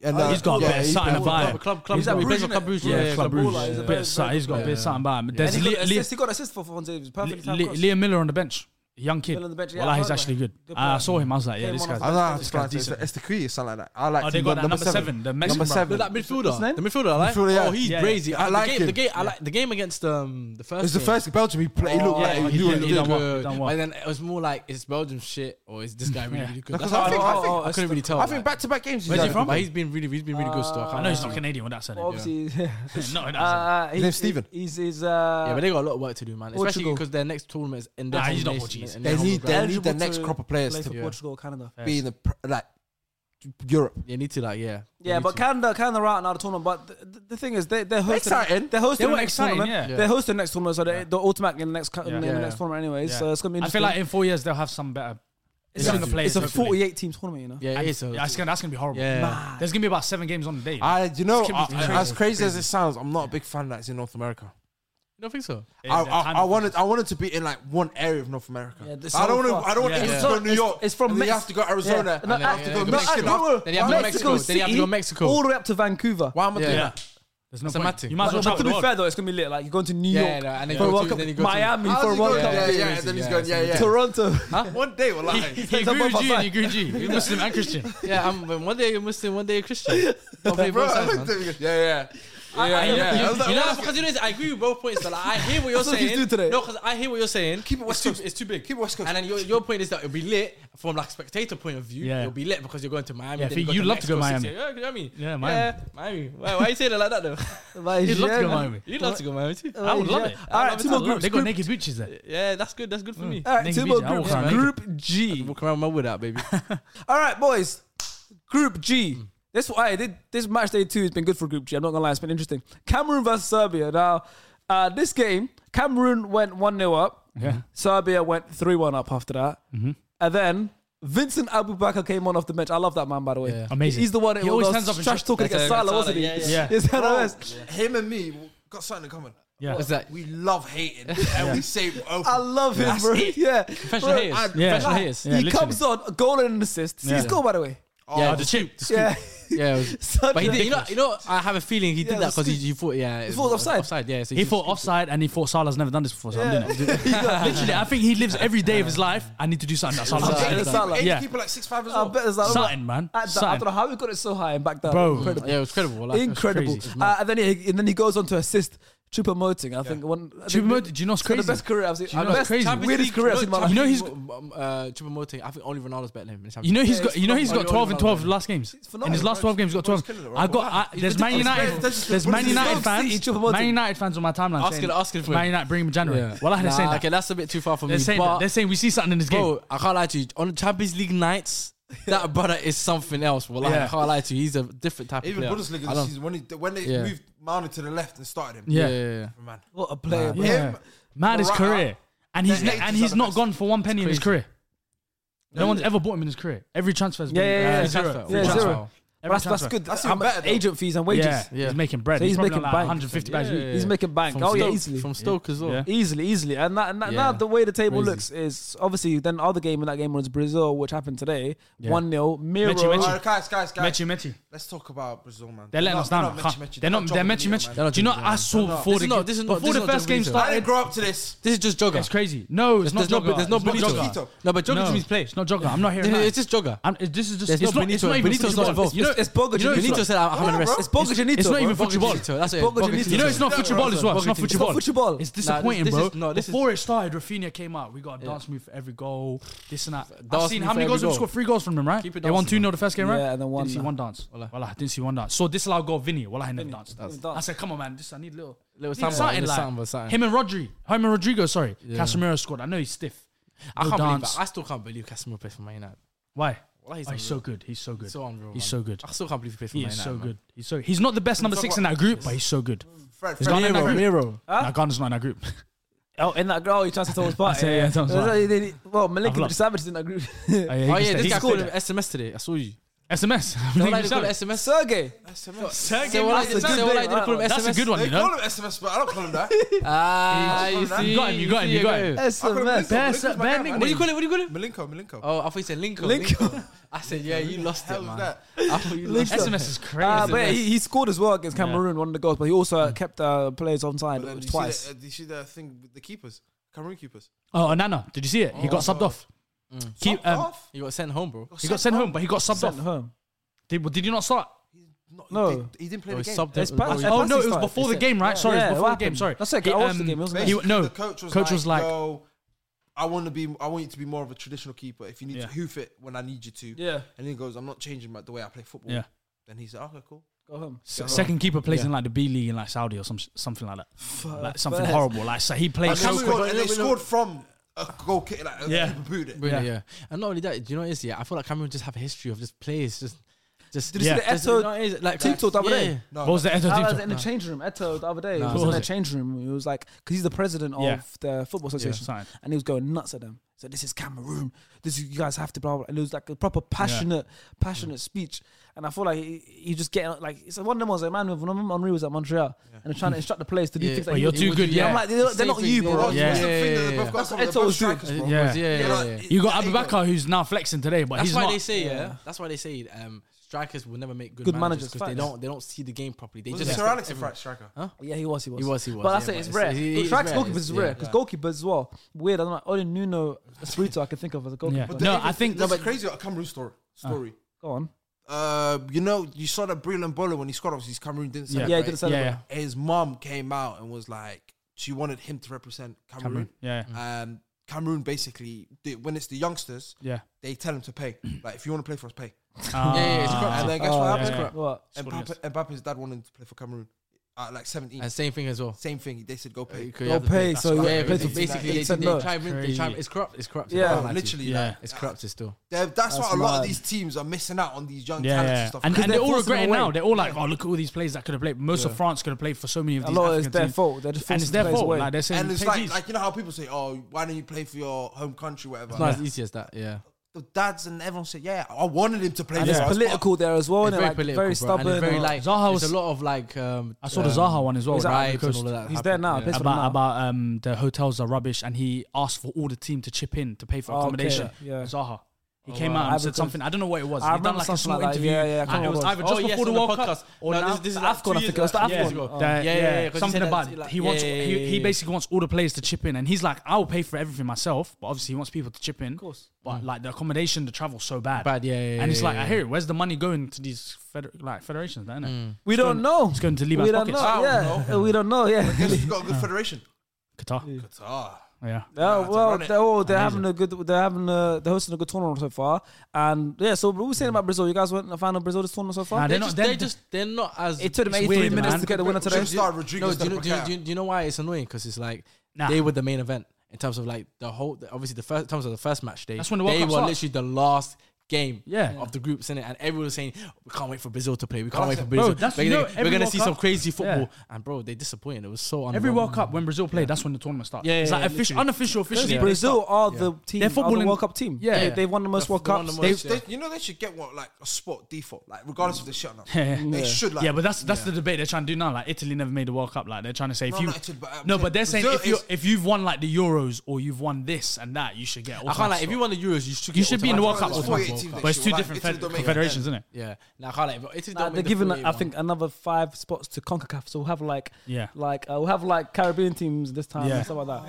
Speaker 2: and, uh,
Speaker 3: He's got a
Speaker 2: yeah,
Speaker 3: bit of
Speaker 2: he's
Speaker 3: something
Speaker 2: been-
Speaker 3: about him.
Speaker 4: Club, club,
Speaker 3: He's
Speaker 4: club.
Speaker 3: got-
Speaker 4: He plays for Club Brugge,
Speaker 3: Yeah,
Speaker 4: yeah,
Speaker 3: Club
Speaker 4: he's a
Speaker 3: Brugge.
Speaker 4: baller, he's a
Speaker 3: Bit
Speaker 1: very
Speaker 3: of something-
Speaker 1: good
Speaker 3: He's got a bit of something about him.
Speaker 1: And
Speaker 3: There's
Speaker 1: he
Speaker 3: Li-
Speaker 1: got,
Speaker 3: Li-
Speaker 1: assist, he got assist for Fonz Davies. Perfect. time
Speaker 3: Li-
Speaker 1: cross.
Speaker 3: Liam Miller on the bench, young kid.
Speaker 1: Miller on the bench, yeah,
Speaker 3: Wallah,
Speaker 1: I
Speaker 3: he's
Speaker 1: heard
Speaker 3: actually
Speaker 1: that.
Speaker 3: good.
Speaker 1: Good
Speaker 3: I
Speaker 1: player.
Speaker 3: saw him. I was like, yeah,
Speaker 1: Came
Speaker 3: this
Speaker 1: on
Speaker 3: guy's
Speaker 1: off
Speaker 2: I
Speaker 1: the
Speaker 3: this
Speaker 2: don't know how to
Speaker 3: guy's
Speaker 2: pronounce it. It's
Speaker 3: decent.
Speaker 2: the- It's the Cree or something like that. I like
Speaker 3: Oh, they
Speaker 2: him,
Speaker 3: got that number seven, the Mexican
Speaker 2: number
Speaker 3: bro.
Speaker 4: Look
Speaker 2: seven.
Speaker 4: at that midfielder.
Speaker 3: What's his name?
Speaker 4: The midfielder, I like.
Speaker 2: Midfielder, yeah.
Speaker 4: Oh, he's
Speaker 3: Yeah.
Speaker 4: crazy.
Speaker 2: I
Speaker 4: I
Speaker 2: like
Speaker 4: like the game.
Speaker 2: him.
Speaker 4: The game, I like the game against um the first.
Speaker 2: It's the
Speaker 4: game.
Speaker 2: first Belgium he played. He looked
Speaker 4: Yeah,
Speaker 2: like
Speaker 3: he
Speaker 2: he
Speaker 3: did,
Speaker 2: was
Speaker 3: he
Speaker 2: good.
Speaker 3: done well, done well.
Speaker 4: And then it was more like is Belgium shit or is this guy really, really good?
Speaker 2: Because
Speaker 4: That's how
Speaker 2: I
Speaker 4: I,
Speaker 2: think- I Oh,
Speaker 4: I,
Speaker 2: think-
Speaker 4: I couldn't really tell.
Speaker 2: I think
Speaker 4: like.
Speaker 2: back to back games.
Speaker 4: Where's
Speaker 2: he's done
Speaker 4: he from?
Speaker 2: well.
Speaker 4: But he's been really, he's been really good. Still, I
Speaker 3: Ah, I
Speaker 4: can't
Speaker 3: know he's
Speaker 4: lie.
Speaker 3: not Canadian. What that said.
Speaker 1: uh, Obviously,
Speaker 3: No, it doesn't.
Speaker 1: uh, he's
Speaker 2: name's Steven.
Speaker 1: He's he's uh,
Speaker 4: Yeah, but they got a lot of work to do, man. Especially
Speaker 1: Portugal.
Speaker 4: because their next tournament is in their
Speaker 3: Nah,
Speaker 4: home
Speaker 3: he's not
Speaker 4: nation
Speaker 3: Portuguese.
Speaker 4: and
Speaker 2: They
Speaker 4: their home
Speaker 2: need
Speaker 4: ground.
Speaker 2: they need the
Speaker 1: eligible
Speaker 2: next
Speaker 1: to
Speaker 2: crop of players
Speaker 1: play
Speaker 2: to
Speaker 1: for Portugal, Canada.
Speaker 2: be in the pr- like Europe.
Speaker 4: They need to like yeah. They
Speaker 1: Yeah,
Speaker 4: need
Speaker 1: but
Speaker 4: to.
Speaker 1: Canada, Canada are out now the tournament. But the, the, the thing is, they they're hosting.
Speaker 2: Exciting.
Speaker 1: They're hosting
Speaker 3: They
Speaker 1: the
Speaker 3: were
Speaker 1: next
Speaker 3: exciting,
Speaker 1: tournament.
Speaker 3: yeah.
Speaker 1: They're hosting the next tournament, so they, they're automatic in the next co-
Speaker 3: Yeah.
Speaker 1: in the
Speaker 3: Yeah.
Speaker 1: next tournament anyways. So it's gonna be.
Speaker 3: I feel
Speaker 1: Interesting.
Speaker 3: like in four years they'll have some better. It's
Speaker 1: it's,
Speaker 3: gonna
Speaker 1: a-
Speaker 3: play.
Speaker 1: it's a
Speaker 3: hopefully.
Speaker 1: forty-eight team tournament, you know.
Speaker 4: yeah, it is. so-
Speaker 3: Yeah, it's gonna, that's gonna be horrible.
Speaker 4: Yeah.
Speaker 3: There's gonna be about seven games on the
Speaker 1: Ah,
Speaker 3: day.
Speaker 2: I, you know,
Speaker 3: It's gonna be
Speaker 2: I- I-
Speaker 3: crazy.
Speaker 2: as crazy as it sounds, I'm not a big fan that it's in North America.
Speaker 4: You don't think so?
Speaker 3: In
Speaker 2: I,
Speaker 3: the
Speaker 2: I,
Speaker 3: time
Speaker 2: I
Speaker 3: of-
Speaker 2: wanted, I wanted to be in like one area of North America.
Speaker 1: Yeah, it's
Speaker 2: I don't
Speaker 1: so
Speaker 2: want to,
Speaker 1: far.
Speaker 2: I don't want
Speaker 3: Yeah.
Speaker 2: to
Speaker 3: It's
Speaker 2: go
Speaker 1: so-
Speaker 2: to New York.
Speaker 1: It's, it's from
Speaker 2: and then
Speaker 1: Mex-
Speaker 2: you have to go to Arizona.
Speaker 1: Yeah. No,
Speaker 4: And then
Speaker 1: I have
Speaker 4: you
Speaker 1: to
Speaker 4: have
Speaker 1: go
Speaker 4: to go
Speaker 1: Mexico.
Speaker 4: Mexico. Then you have to go Mexico. Then you have to go
Speaker 1: City,
Speaker 4: Mexico.
Speaker 1: All the way up to Vancouver.
Speaker 2: Why am I doing
Speaker 4: Yeah.
Speaker 2: that?
Speaker 3: There's no
Speaker 4: It's a
Speaker 3: point.
Speaker 4: matter.
Speaker 3: You might as well
Speaker 1: But,
Speaker 3: travel
Speaker 1: to
Speaker 3: the
Speaker 1: be
Speaker 3: world.
Speaker 1: fair though, it's gonna be lit. Like you're going to New
Speaker 4: Yeah,
Speaker 1: York
Speaker 4: no, and then
Speaker 1: for
Speaker 4: you
Speaker 1: a
Speaker 4: go
Speaker 1: World
Speaker 4: to-
Speaker 1: Cup,
Speaker 4: then you go to-
Speaker 1: Miami
Speaker 2: How's
Speaker 1: for a
Speaker 2: he
Speaker 1: World
Speaker 2: going-
Speaker 1: Cup,
Speaker 2: Yeah, yeah.
Speaker 4: Yeah,
Speaker 2: And then
Speaker 4: yeah.
Speaker 2: he's going, yeah, yeah.
Speaker 1: Toronto.
Speaker 2: One day we're
Speaker 3: He,
Speaker 2: like,
Speaker 3: he
Speaker 1: It's above
Speaker 3: grew
Speaker 1: my
Speaker 3: G
Speaker 1: sight.
Speaker 3: and you grew G. You're Muslim and Christian.
Speaker 4: Yeah, I'm one day a Muslim, one day a Christian. I'll play
Speaker 2: bro,
Speaker 4: both
Speaker 2: I
Speaker 4: sides,
Speaker 2: looked
Speaker 4: man.
Speaker 2: at him, yeah, yeah,
Speaker 4: I-
Speaker 2: yeah,
Speaker 4: you-
Speaker 2: yeah. I was
Speaker 4: You,
Speaker 2: like,
Speaker 4: you know,
Speaker 2: what?
Speaker 4: because you know, I agree with both points. But like, I hear what you're
Speaker 1: That's what
Speaker 4: saying.
Speaker 1: he's doing today.
Speaker 4: No, because I hear what you're saying.
Speaker 2: Keep it West
Speaker 4: it's too,
Speaker 2: Coast.
Speaker 4: it's too big.
Speaker 2: Keep it West Coast.
Speaker 4: And then your, your point is that it'll be lit from like spectator point of view.
Speaker 3: Yeah.
Speaker 4: It'll be lit because you're going to Miami.
Speaker 3: Yeah, I
Speaker 4: then
Speaker 3: think
Speaker 4: go
Speaker 3: you'd love to go
Speaker 4: Mexico City.
Speaker 3: Miami.
Speaker 4: Yeah, you know what I mean?
Speaker 3: Yeah, Miami.
Speaker 4: Yeah, Miami. Why, why are you saying it like that though?
Speaker 3: He'd love to go Miami.
Speaker 4: You'd love to go Miami too.
Speaker 3: I would love it.
Speaker 1: All right,
Speaker 4: I'd
Speaker 1: two
Speaker 4: love
Speaker 1: more
Speaker 4: it.
Speaker 1: groups.
Speaker 3: They got
Speaker 1: Group-
Speaker 3: naked beaches there.
Speaker 4: Yeah, that's good. That's good for me.
Speaker 1: All right,
Speaker 3: Naked
Speaker 1: two more
Speaker 3: beach, I
Speaker 1: groups.
Speaker 3: walk around
Speaker 1: Group G.
Speaker 4: Walk around with my wood out, baby.
Speaker 1: All right, boys. Group G. This why this match day two has been good for Group G. I'm not gonna lie, it's been interesting. Cameroon versus Serbia. Now, uh, this game, Cameroon went one 0 up.
Speaker 3: Yeah. Mm-hmm.
Speaker 1: Serbia went three one up after that, and then. Vincent Abubakar came on off the bench. I love that man, by the way.
Speaker 3: Amazing.
Speaker 1: He's the one.
Speaker 3: He
Speaker 1: who
Speaker 3: always
Speaker 1: was
Speaker 3: stands up and
Speaker 1: trash talking
Speaker 4: That's
Speaker 1: against
Speaker 4: it,
Speaker 1: Salah,
Speaker 4: Salah,
Speaker 1: wasn't he?
Speaker 4: yeah, yeah.
Speaker 3: Yeah.
Speaker 1: He's had the
Speaker 2: Bro,
Speaker 1: best.
Speaker 2: him and me got something in common.
Speaker 3: Yeah.
Speaker 4: What's that?
Speaker 2: We love hating, and we say, oh,
Speaker 1: I love him,
Speaker 2: That's
Speaker 1: bro.
Speaker 2: it.
Speaker 1: Yeah,
Speaker 4: Professional
Speaker 1: Bro,
Speaker 4: haters.
Speaker 1: I-
Speaker 3: Yeah.
Speaker 4: Professional haters.
Speaker 3: Yeah,
Speaker 1: he
Speaker 3: literally.
Speaker 1: comes on, a goal and an assist. See his
Speaker 3: Yeah.
Speaker 1: goal, by the way.
Speaker 4: Yeah, the chip. the scoop.
Speaker 1: Yeah,
Speaker 4: Yeah, it was-
Speaker 1: Such
Speaker 4: but he
Speaker 1: a-
Speaker 4: did. You know, you know, I have a feeling he did
Speaker 1: Yeah,
Speaker 4: that because he,
Speaker 1: scoop.
Speaker 4: he thought, yeah, he
Speaker 1: thought offside.
Speaker 4: Offside, yeah. So
Speaker 3: He
Speaker 4: just-
Speaker 3: thought offside and he thought Salah's never done this before, so I'm doing it. Literally, I think he lives every day of his life. I need to do something that Salah's
Speaker 1: Salah.
Speaker 3: never
Speaker 1: It's
Speaker 3: done.
Speaker 1: Salah.
Speaker 2: Ain't
Speaker 3: Yeah.
Speaker 2: people like six five as
Speaker 1: I
Speaker 2: well.
Speaker 1: bet it's like,
Speaker 3: Something, man.
Speaker 1: I, I don't know
Speaker 3: Something.
Speaker 1: how he got it so high and back down.
Speaker 3: Bro.
Speaker 1: incredible.
Speaker 4: Yeah, it was incredible. Like, it was
Speaker 1: incredible.
Speaker 4: crazy.
Speaker 1: Uh, and then he, and then he goes on to assist Chupa Moting. I think one. I think
Speaker 3: Choupo-Moting, do you know what's
Speaker 1: it's got
Speaker 3: crazy?
Speaker 1: The best career I've seen.
Speaker 3: Do you know
Speaker 1: the
Speaker 3: what's
Speaker 1: best
Speaker 3: crazy?
Speaker 1: Champions
Speaker 3: Weirdest
Speaker 1: League career I've seen in my
Speaker 3: You
Speaker 1: life.
Speaker 3: know he's-
Speaker 4: um, uh, Chupamoting. I think only Ronaldo's better than him. in Champions
Speaker 3: You know
Speaker 4: League.
Speaker 3: he's
Speaker 1: Yeah,
Speaker 3: got.
Speaker 1: he's
Speaker 3: You know he's
Speaker 1: phenomenal.
Speaker 3: got 12 and 12
Speaker 1: He's
Speaker 3: in last games. In his
Speaker 1: phenomenal,
Speaker 3: last
Speaker 1: bro.
Speaker 3: 12 games, he's got
Speaker 2: Bro, he's
Speaker 3: 12.
Speaker 2: killing it, bro.
Speaker 3: I got. I, there's Man
Speaker 2: ridiculous.
Speaker 3: United.
Speaker 2: That's-
Speaker 3: There's
Speaker 2: what
Speaker 3: Man
Speaker 2: is this
Speaker 3: United
Speaker 2: dog
Speaker 3: fans.
Speaker 1: city, Chupa-Moting?
Speaker 3: Man United fans on my timeline
Speaker 4: Ask
Speaker 3: saying,
Speaker 4: it- ask it for
Speaker 3: Man
Speaker 4: him.
Speaker 3: United bring him in January.
Speaker 4: Yeah.
Speaker 3: Well, I had
Speaker 4: Nah,
Speaker 3: saying that.
Speaker 4: Okay, that's a bit too far for
Speaker 3: They're
Speaker 4: me.
Speaker 3: saying
Speaker 4: but
Speaker 3: that. They're saying we see something in this game.
Speaker 4: bro, I can't lie to you. On Champions League nights, that brother is something else. Well,
Speaker 3: Yeah.
Speaker 4: I can't lie to you. He's a different type
Speaker 2: Even
Speaker 4: of player.
Speaker 2: Bundesliga
Speaker 4: I
Speaker 2: this
Speaker 4: don't-
Speaker 2: season, when, he, when they
Speaker 4: Yeah.
Speaker 2: moved Mane to the left and started him.
Speaker 3: Yeah.
Speaker 2: Man.
Speaker 1: What a player. bro.
Speaker 3: Yeah.
Speaker 2: Him,
Speaker 3: Mad his
Speaker 2: Morata,
Speaker 3: career. And he's
Speaker 2: their
Speaker 3: ne- and
Speaker 2: ages are
Speaker 3: he's
Speaker 2: the
Speaker 3: not
Speaker 2: best.
Speaker 3: gone for one penny in his
Speaker 4: crazy.
Speaker 3: career. No one's ever bought him in his career. Every transfer has
Speaker 1: Yeah,
Speaker 3: been
Speaker 1: yeah, yeah.
Speaker 3: uh,
Speaker 1: Free
Speaker 3: zero.
Speaker 4: transfer.
Speaker 3: Free
Speaker 1: Yeah,
Speaker 3: transfer.
Speaker 1: zero.
Speaker 3: Every
Speaker 1: That's, that's
Speaker 3: transfer.
Speaker 1: good.
Speaker 2: That's
Speaker 1: How
Speaker 2: even
Speaker 1: much
Speaker 2: better, though.
Speaker 1: agent fees and
Speaker 3: Yeah,
Speaker 1: wages.
Speaker 4: Yeah.
Speaker 3: he's making bread.
Speaker 1: So
Speaker 3: he's,
Speaker 1: he's
Speaker 3: probably
Speaker 1: making
Speaker 3: on like
Speaker 1: bank.
Speaker 3: 150 bags a week.
Speaker 1: He's making bank.
Speaker 3: From
Speaker 1: oh yeah,
Speaker 3: Stoke.
Speaker 1: easily.
Speaker 4: From Stoke as well.
Speaker 3: Yeah.
Speaker 1: Easily, easily, and, that, and that, now
Speaker 4: Yeah.
Speaker 1: the way the table
Speaker 4: Crazy.
Speaker 1: looks is obviously. Then other game in that game was Brazil, which happened today,
Speaker 3: Yeah.
Speaker 1: one 0 Miro,
Speaker 3: Mechi, Mechi.
Speaker 2: All right, guys, guys, guys.
Speaker 3: Mechi, Mechi.
Speaker 2: Let's talk about Brazil, man.
Speaker 3: They're letting
Speaker 2: No,
Speaker 3: us down.
Speaker 2: They're
Speaker 3: man.
Speaker 2: not Mechi, Mechi.
Speaker 3: They're not. They're
Speaker 2: dropping
Speaker 3: Mechi, Mechi.
Speaker 2: the league,
Speaker 4: They're
Speaker 2: man.
Speaker 4: not
Speaker 3: Do you know?
Speaker 4: dropping
Speaker 3: I
Speaker 4: the
Speaker 3: saw
Speaker 4: league, man.
Speaker 3: before
Speaker 4: This
Speaker 3: the
Speaker 4: is not- this is not-
Speaker 3: before
Speaker 4: this
Speaker 3: the
Speaker 4: is not
Speaker 3: first game
Speaker 4: Joggin's
Speaker 2: I
Speaker 3: started.
Speaker 2: didn't grow up to this.
Speaker 4: This is just jogger.
Speaker 3: It's crazy. No, it's not
Speaker 4: There's no,
Speaker 3: jogger.
Speaker 4: there's no
Speaker 3: It's not
Speaker 4: Benito.
Speaker 3: jogger.
Speaker 2: Benito.
Speaker 4: No, but jogger
Speaker 3: No,
Speaker 4: to his place.
Speaker 3: It's not jogger. I'm not hearing. that.
Speaker 4: It's just jogger.
Speaker 3: I'm, it's, this is just.
Speaker 4: There's
Speaker 3: it's
Speaker 4: no
Speaker 3: not. It's
Speaker 4: Benito.
Speaker 3: not even
Speaker 4: Benito's
Speaker 3: football.
Speaker 4: not involved.
Speaker 3: You know,
Speaker 4: It's-
Speaker 1: it's Boga
Speaker 3: you know,
Speaker 1: Junior.
Speaker 4: Benito said, "I'm having a rest."
Speaker 1: It's Boga Janito.
Speaker 3: It's not even
Speaker 4: Boga
Speaker 3: football.
Speaker 4: Janito, that's it, Boga
Speaker 1: Boga Janito.
Speaker 4: Janito.
Speaker 3: You know, it's not
Speaker 2: No,
Speaker 3: football
Speaker 2: bro,
Speaker 3: as well. It's
Speaker 4: it's
Speaker 3: not
Speaker 4: not
Speaker 3: football.
Speaker 1: football.
Speaker 3: It's
Speaker 4: this-
Speaker 3: disappointing,
Speaker 4: this
Speaker 3: bro.
Speaker 4: is- no, this is-
Speaker 3: Before it started, Rafinha came out. We got a dance move for every goal. This and that. I've
Speaker 4: Dance
Speaker 3: seen
Speaker 4: move
Speaker 3: how
Speaker 4: for
Speaker 3: many
Speaker 4: every
Speaker 3: goals we
Speaker 4: goal.
Speaker 3: scored. Three goals from them, right?
Speaker 4: Keep it
Speaker 3: They won
Speaker 4: dancing,
Speaker 3: two 0 the first game, right?
Speaker 1: Yeah, and then one
Speaker 3: Didn't see
Speaker 1: now.
Speaker 3: one dance. Wallah, didn't see one dance. So this allowed goal Vinny. Wallah, I never danced. I said, come on, man. This I need little.
Speaker 4: Little
Speaker 3: need
Speaker 4: samba,
Speaker 3: something,
Speaker 4: little
Speaker 3: like-
Speaker 4: samba, something.
Speaker 3: Him and Rodri. Him and Rodrigo. Sorry, Casemiro scored. I know he's stiff.
Speaker 4: I
Speaker 3: No
Speaker 4: can't believe
Speaker 3: dance.
Speaker 4: that. I still can't believe Casemiro plays for Man United.
Speaker 3: Why? Oh,
Speaker 4: Wallah,
Speaker 3: he's
Speaker 4: he's unreal.
Speaker 3: so good. He's so good.
Speaker 4: He's so unreal.
Speaker 3: He's so
Speaker 4: man.
Speaker 3: good.
Speaker 4: I still can't believe he plays for
Speaker 3: He
Speaker 4: Man
Speaker 3: is
Speaker 4: United.
Speaker 3: so
Speaker 4: man.
Speaker 3: good. He's so he's not the best number six in that group, but he's so good.
Speaker 2: Fred,
Speaker 3: He's
Speaker 2: Fred,
Speaker 3: not in that
Speaker 4: Miro,
Speaker 3: group.
Speaker 4: Miro.
Speaker 3: Nah, Ghana's not in that group.
Speaker 1: Oh, in that girl, you transferred to Thomas Partey.
Speaker 3: said, yeah, Thomas Partey.
Speaker 1: Well,
Speaker 3: I've
Speaker 1: Milinkovic
Speaker 3: lost.
Speaker 1: Savage is in that group.
Speaker 3: Oh yeah,
Speaker 4: Oh
Speaker 3: he
Speaker 4: yeah,
Speaker 3: can
Speaker 4: this
Speaker 3: stay.
Speaker 4: guy
Speaker 3: He
Speaker 4: called
Speaker 3: scored
Speaker 4: him SMS today. I saw you.
Speaker 3: SMS.
Speaker 4: No, like they call it
Speaker 3: That's
Speaker 4: SMS.
Speaker 1: Sergey.
Speaker 4: Say what I did. Say what I did. Call him SMS.
Speaker 3: a good one,
Speaker 2: They
Speaker 3: you
Speaker 2: call
Speaker 3: know.
Speaker 2: him SMS, but I don't call him that.
Speaker 4: Ah, you
Speaker 2: You
Speaker 4: see,
Speaker 3: got him, you got him, you got him.
Speaker 1: SMS.
Speaker 3: Bad-
Speaker 2: Milinko's my
Speaker 3: bad
Speaker 2: guy, man.
Speaker 3: nickname.
Speaker 4: What do you call it? What do you call it?
Speaker 2: Milinko, Milinko.
Speaker 4: Oh, I thought you said Lincoln.
Speaker 1: Lincoln.
Speaker 4: Lincoln. I said, yeah, you lost it,
Speaker 2: hell was
Speaker 4: man.
Speaker 2: that?
Speaker 4: I thought you lost
Speaker 1: Lincoln.
Speaker 4: it.
Speaker 3: SMS is crazy. Mm.
Speaker 1: Uh, but yeah, he, he scored as well against Cameroon, one of the goals, but he also uh, kept uh, players on side
Speaker 2: But then you
Speaker 1: twice.
Speaker 2: See the, uh, you see the thing with the keepers, Cameroon keepers.
Speaker 3: oh, Onana, did you see it? He got subbed off. He,
Speaker 2: Subbed
Speaker 3: um,
Speaker 2: off?
Speaker 4: You got sent home, bro.
Speaker 3: He got sent home, but he got subbed
Speaker 1: Sent
Speaker 3: off.
Speaker 1: home.
Speaker 3: Did, did you not saw it?
Speaker 2: No,
Speaker 1: No.
Speaker 2: He, did, he didn't play
Speaker 4: Bro,
Speaker 2: the
Speaker 4: he
Speaker 2: game.
Speaker 4: subbed
Speaker 1: It's
Speaker 4: him.
Speaker 1: bad.
Speaker 4: Oh,
Speaker 3: Oh,
Speaker 4: he
Speaker 1: That's
Speaker 3: no,
Speaker 1: what
Speaker 3: it was
Speaker 1: started,
Speaker 3: before
Speaker 1: they
Speaker 3: the
Speaker 1: said.
Speaker 3: game, right? Sorry,
Speaker 1: Yeah,
Speaker 3: it was before
Speaker 1: what
Speaker 3: the game.
Speaker 1: happened?
Speaker 3: Sorry.
Speaker 1: That's okay, I watched the game, it wasn't
Speaker 3: He,
Speaker 2: Basically,
Speaker 3: no,
Speaker 2: the coach was like, "Yo, I want to be. I want you to be more of a traditional keeper. If you need
Speaker 3: Yeah.
Speaker 2: to hoof it when I need you to,
Speaker 1: Yeah.
Speaker 2: And he goes, "I'm not changing my, the way I play football."
Speaker 3: Yeah.
Speaker 2: Then he said, "Okay, cool."
Speaker 1: Go home.
Speaker 3: S- second keeper plays in like the B League in like Saudi or some, something like that. like something
Speaker 1: Fairs.
Speaker 3: horrible. Like so he
Speaker 2: And,
Speaker 3: plays
Speaker 2: they
Speaker 3: so
Speaker 2: scored,
Speaker 3: quick.
Speaker 2: and they scored from a goal kick, like a
Speaker 3: Yeah.
Speaker 2: keeper booted.
Speaker 4: Yeah.
Speaker 3: Yeah.
Speaker 4: yeah, and not only that, do you know what it is? Yeah, I feel like Cameroon just have a history of just players just Just
Speaker 1: Did you
Speaker 3: Yeah.
Speaker 1: see the
Speaker 4: Just-
Speaker 1: Eto
Speaker 4: no, it is, like,
Speaker 1: TikTok the other
Speaker 4: yeah,
Speaker 1: day?
Speaker 4: yeah.
Speaker 2: No,
Speaker 3: what was the
Speaker 1: No, I
Speaker 3: editor?
Speaker 1: was in the change room. Eto the other day,
Speaker 4: Nah.
Speaker 1: he was
Speaker 3: What
Speaker 1: in
Speaker 3: was
Speaker 1: the
Speaker 3: it?
Speaker 1: change room. He was like, because he's the president
Speaker 3: Yeah.
Speaker 1: of the football association,
Speaker 3: sign.
Speaker 1: and he was going nuts at them. So this is Cameroon. This is, you guys have to blah blah. And it was like a proper passionate,
Speaker 3: Mm.
Speaker 1: passionate speech. And I feel like he, he just getting like it's like one of them was a man with one of them Henri was at Montreal and was trying to instruct the players to do
Speaker 4: Yeah.
Speaker 1: things.
Speaker 4: Oh,
Speaker 1: Like he
Speaker 3: you're
Speaker 1: was
Speaker 3: too
Speaker 1: doing.
Speaker 3: good,
Speaker 1: I'm
Speaker 3: yeah.
Speaker 1: like they're, they're not
Speaker 4: Same
Speaker 1: you,
Speaker 4: thing,
Speaker 1: bro.
Speaker 4: bro. Yeah.
Speaker 2: That's the thing that they've
Speaker 4: yeah,
Speaker 2: got some
Speaker 1: yeah.
Speaker 2: of the best
Speaker 1: That's what
Speaker 2: strikers, bro.
Speaker 3: Yeah.
Speaker 4: Yeah, yeah,
Speaker 2: They're like-
Speaker 4: yeah.
Speaker 3: You got
Speaker 2: there you go.
Speaker 3: Abubakar who's now flexing today, but
Speaker 4: That's
Speaker 3: he's
Speaker 4: why
Speaker 3: not.
Speaker 4: they say yeah. That's why they say um, strikers will never make good,
Speaker 1: Good
Speaker 4: managers
Speaker 1: managers,
Speaker 4: because they
Speaker 1: facts.
Speaker 4: don't they don't see the game properly. They
Speaker 2: Was
Speaker 4: just
Speaker 2: Sir
Speaker 4: expect
Speaker 2: Alex a
Speaker 4: everyone-
Speaker 2: French striker?
Speaker 1: Yeah, he was. He was.
Speaker 4: He was, he was,
Speaker 1: But that's
Speaker 4: yeah,
Speaker 1: it.
Speaker 4: but
Speaker 1: It's
Speaker 4: it's-
Speaker 1: rare.
Speaker 4: it- it
Speaker 1: But
Speaker 4: is
Speaker 1: Tracks
Speaker 4: rare,
Speaker 1: goalkeepers is
Speaker 4: yeah.
Speaker 1: rare because goalkeepers as well. Weird. I don't know. Only Nuno Espirito I can think of as a goalkeeper.
Speaker 3: Yeah. No, I think.
Speaker 2: That's crazy. A Cameroon story. Story.
Speaker 1: Go on.
Speaker 2: Uh, you know, you saw that Breland Bolo when he scored, obviously his Cameroon didn't
Speaker 3: Yeah.
Speaker 2: celebrate.
Speaker 1: Yeah, he didn't celebrate.
Speaker 3: Yeah,
Speaker 2: His mom came out and was like, she wanted him to represent Cameroon.
Speaker 3: Cameroon. Mm-hmm. Yeah.
Speaker 2: Um, Cameroon basally, they, when it's the youngsters,
Speaker 3: Yeah.
Speaker 2: they tell them to pay. like, if you want to play for us, pay.
Speaker 1: Mm-hmm.
Speaker 3: Ah.
Speaker 4: Yeah, yeah, it's corrupt.
Speaker 2: And then guess
Speaker 1: Oh,
Speaker 2: what
Speaker 1: yeah,
Speaker 2: happened?
Speaker 1: yeah. What?
Speaker 2: Mbappe, Mbappe's dad wanted him to play for Cameroon at like 17.
Speaker 4: And same thing as well.
Speaker 2: Same thing. They said go pay.
Speaker 4: You
Speaker 1: Go
Speaker 4: have to
Speaker 1: pay, so
Speaker 4: Yeah,
Speaker 1: you
Speaker 4: yeah,
Speaker 1: pay
Speaker 4: but
Speaker 1: to see
Speaker 4: basically they,
Speaker 1: that.
Speaker 4: they, they
Speaker 1: It's
Speaker 4: try, they try.
Speaker 3: crazy.
Speaker 4: It's corrupt. It's corrupt.
Speaker 1: Yeah.
Speaker 2: Bro,
Speaker 4: it's corrupt.
Speaker 2: literally.
Speaker 3: Yeah.
Speaker 2: like,
Speaker 4: It's corrupt. It's still.
Speaker 2: they're- that's,
Speaker 1: That's
Speaker 2: why a lot of
Speaker 1: mad.
Speaker 2: these teams are missing out on these young
Speaker 3: Yeah,
Speaker 2: talents
Speaker 3: yeah.
Speaker 2: and stuff.
Speaker 3: and,
Speaker 2: 'Cause
Speaker 3: and
Speaker 1: they're
Speaker 3: they're all
Speaker 1: forcing
Speaker 3: regretting
Speaker 1: away.
Speaker 3: now. They're all like, "Oh, look at all these players that could have played. Most of France could have played for so many of
Speaker 1: A
Speaker 3: these."
Speaker 1: lot of
Speaker 3: African
Speaker 1: it's their
Speaker 3: teams.
Speaker 1: fault. They're just
Speaker 3: and
Speaker 1: forcing
Speaker 3: it's their
Speaker 1: players
Speaker 3: fault.
Speaker 1: away.
Speaker 3: Like they're saying,
Speaker 2: and it's
Speaker 3: "Take
Speaker 2: like,
Speaker 3: these."
Speaker 2: like you know how people say, "Oh, why don't you play for your home country, whatever?"
Speaker 4: It's not as easy as that. Yeah.
Speaker 2: The dads and everyone said, "Yeah, I wanted him to play."
Speaker 1: and
Speaker 2: for
Speaker 1: it's
Speaker 2: us, but
Speaker 1: political there as well.
Speaker 4: It's
Speaker 1: and very
Speaker 4: very
Speaker 1: like,
Speaker 4: political,
Speaker 1: very
Speaker 4: bro,
Speaker 1: stubborn.
Speaker 4: and it's very like
Speaker 3: Zaha
Speaker 4: there's
Speaker 3: was-
Speaker 4: a lot of like. Um,
Speaker 3: I saw the Zaha one as well.
Speaker 4: He's
Speaker 3: right,
Speaker 4: out of
Speaker 3: because
Speaker 4: and all of that
Speaker 1: he's there now.
Speaker 4: Yeah.
Speaker 1: Plays for them
Speaker 3: about
Speaker 1: now.
Speaker 3: about um the hotels are rubbish, and he asked for all the team to chip in to pay for
Speaker 1: Oh, okay.
Speaker 3: accommodation.
Speaker 1: Yeah.
Speaker 3: Zaha. He came
Speaker 1: wow.
Speaker 3: out and
Speaker 1: I
Speaker 3: said
Speaker 1: because-
Speaker 3: something. I don't know what it was.
Speaker 1: I
Speaker 3: He done
Speaker 1: remember
Speaker 3: like a
Speaker 1: something
Speaker 3: small
Speaker 1: like that.
Speaker 3: interview.
Speaker 1: Yeah, yeah, I
Speaker 3: and
Speaker 1: can't
Speaker 3: it was
Speaker 1: remember.
Speaker 3: either just
Speaker 4: Oh, yes,
Speaker 3: before the
Speaker 4: on the
Speaker 3: World Cup
Speaker 4: podcast.
Speaker 3: or
Speaker 4: No,
Speaker 3: now.
Speaker 4: this- this is
Speaker 3: The
Speaker 4: like
Speaker 3: Afcon,
Speaker 4: two
Speaker 3: I
Speaker 4: years
Speaker 3: think it was the
Speaker 4: ago, two years
Speaker 3: Afcon.
Speaker 4: ago.
Speaker 3: The-
Speaker 4: Yeah, yeah, yeah, 'cause he
Speaker 3: Something
Speaker 4: said that,
Speaker 3: about
Speaker 4: like,
Speaker 3: he wants
Speaker 4: yeah, yeah,
Speaker 3: he,
Speaker 4: yeah,
Speaker 3: he
Speaker 4: yeah.
Speaker 3: basically wants all the players to chip in, and he's like, I'll pay for everything myself, but obviously he wants people to chip in. Of
Speaker 1: course.
Speaker 3: But like the accommodation, the travel, so bad.
Speaker 4: Bad, yeah, yeah,
Speaker 3: And it's
Speaker 4: yeah,
Speaker 3: like,
Speaker 4: yeah,
Speaker 3: I hear it. Where's the money going to these feder- like federations? Then it?
Speaker 1: we don't know.
Speaker 3: it's going to leave
Speaker 1: we
Speaker 3: our
Speaker 1: don't
Speaker 3: pockets.
Speaker 1: know. Yeah, we don't know. Yeah.
Speaker 2: Guess who's got a good federation? ah.
Speaker 3: Qatar.
Speaker 2: Qatar.
Speaker 3: Yeah.
Speaker 1: Yeah,
Speaker 2: to
Speaker 1: well,
Speaker 2: run it.
Speaker 1: they're, oh, they're having a good, they're having a, they're hosting a good tournament so far, and yeah. So we were saying about Brazil. You guys went and found out Brazil this tournament so far.
Speaker 3: Nah,
Speaker 4: They're
Speaker 3: not-
Speaker 4: just
Speaker 3: they're
Speaker 4: they're
Speaker 3: just-
Speaker 4: just they're not as.
Speaker 1: it took them
Speaker 3: it's
Speaker 1: 83
Speaker 3: weird,
Speaker 1: minutes
Speaker 3: man.
Speaker 1: to get the winner today.
Speaker 2: Superstar
Speaker 4: No,
Speaker 2: Rodriguez.
Speaker 4: do you, know,
Speaker 2: Del
Speaker 4: do, you,
Speaker 2: Picar.
Speaker 4: do, you, do you know why it's annoying? Because it's like
Speaker 3: Nah.
Speaker 4: they were the main event in terms of like the whole. the- Obviously, the first in terms of the first match day.
Speaker 3: That's when the World
Speaker 4: they
Speaker 3: Cup
Speaker 4: were
Speaker 3: starts.
Speaker 4: literally the last game.
Speaker 3: Yeah. Yeah.
Speaker 4: of the groups in it, and everyone was saying we can't wait for Brazil to play. We
Speaker 2: That's
Speaker 4: can't wait for
Speaker 2: it.
Speaker 4: Brazil.
Speaker 3: Bro, that's-
Speaker 4: we're
Speaker 3: you
Speaker 4: gonna,
Speaker 3: know, every
Speaker 4: we're gonna
Speaker 3: World
Speaker 4: see some
Speaker 3: Cup-
Speaker 4: crazy football,
Speaker 3: Yeah.
Speaker 4: and bro, they disappointed. It was so
Speaker 3: Every
Speaker 4: unbelievable.
Speaker 3: World Cup when Brazil played, that's when the tournament starts.
Speaker 4: Yeah, yeah,
Speaker 3: it's
Speaker 4: yeah,
Speaker 3: like official,
Speaker 4: literally.
Speaker 3: unofficial, officially. they
Speaker 1: Brazil
Speaker 3: start.
Speaker 1: are the team,
Speaker 3: They're
Speaker 1: are the
Speaker 3: footballing-
Speaker 1: World Cup team.
Speaker 3: Yeah.
Speaker 1: they, have won the most World
Speaker 4: they won the
Speaker 1: Cups.
Speaker 4: most,
Speaker 1: They've-
Speaker 2: They, you know they should get what like a sport default, like regardless of the shit or not. They
Speaker 3: Yeah.
Speaker 2: should like.
Speaker 3: yeah, but that's that's the debate they're trying to do now. Like Italy never made the World Cup. Like they're trying to say if
Speaker 2: No,
Speaker 3: you
Speaker 2: not Italy,
Speaker 4: uh,
Speaker 2: but I'm
Speaker 3: no,
Speaker 2: saying
Speaker 3: but they're saying
Speaker 2: Brazil
Speaker 3: if you
Speaker 2: is-
Speaker 3: if you've won like the Euros or you've won this and that, you should get.
Speaker 4: I can't like if you won the Euros, you should
Speaker 3: you
Speaker 4: get
Speaker 3: should be in the World Cup
Speaker 4: automatic-
Speaker 2: There's
Speaker 4: automatic
Speaker 2: 48
Speaker 3: automatically.
Speaker 2: teams
Speaker 4: World
Speaker 2: that
Speaker 4: Cup.
Speaker 3: But it's
Speaker 2: should
Speaker 3: two
Speaker 2: win.
Speaker 3: different
Speaker 2: Italy
Speaker 3: fed-
Speaker 2: don't make it.
Speaker 3: confederations, isn't it?
Speaker 4: Yeah, nah, I can't like. If Italy
Speaker 1: Nah,
Speaker 4: don't
Speaker 1: they're
Speaker 4: make the
Speaker 1: giving,
Speaker 4: 48
Speaker 1: I
Speaker 4: one.
Speaker 1: think, another five spots to CONCACAF. So we'll have like,
Speaker 3: Yeah.
Speaker 1: like uh, we'll have like Caribbean teams this time
Speaker 3: Yeah.
Speaker 1: and stuff like that.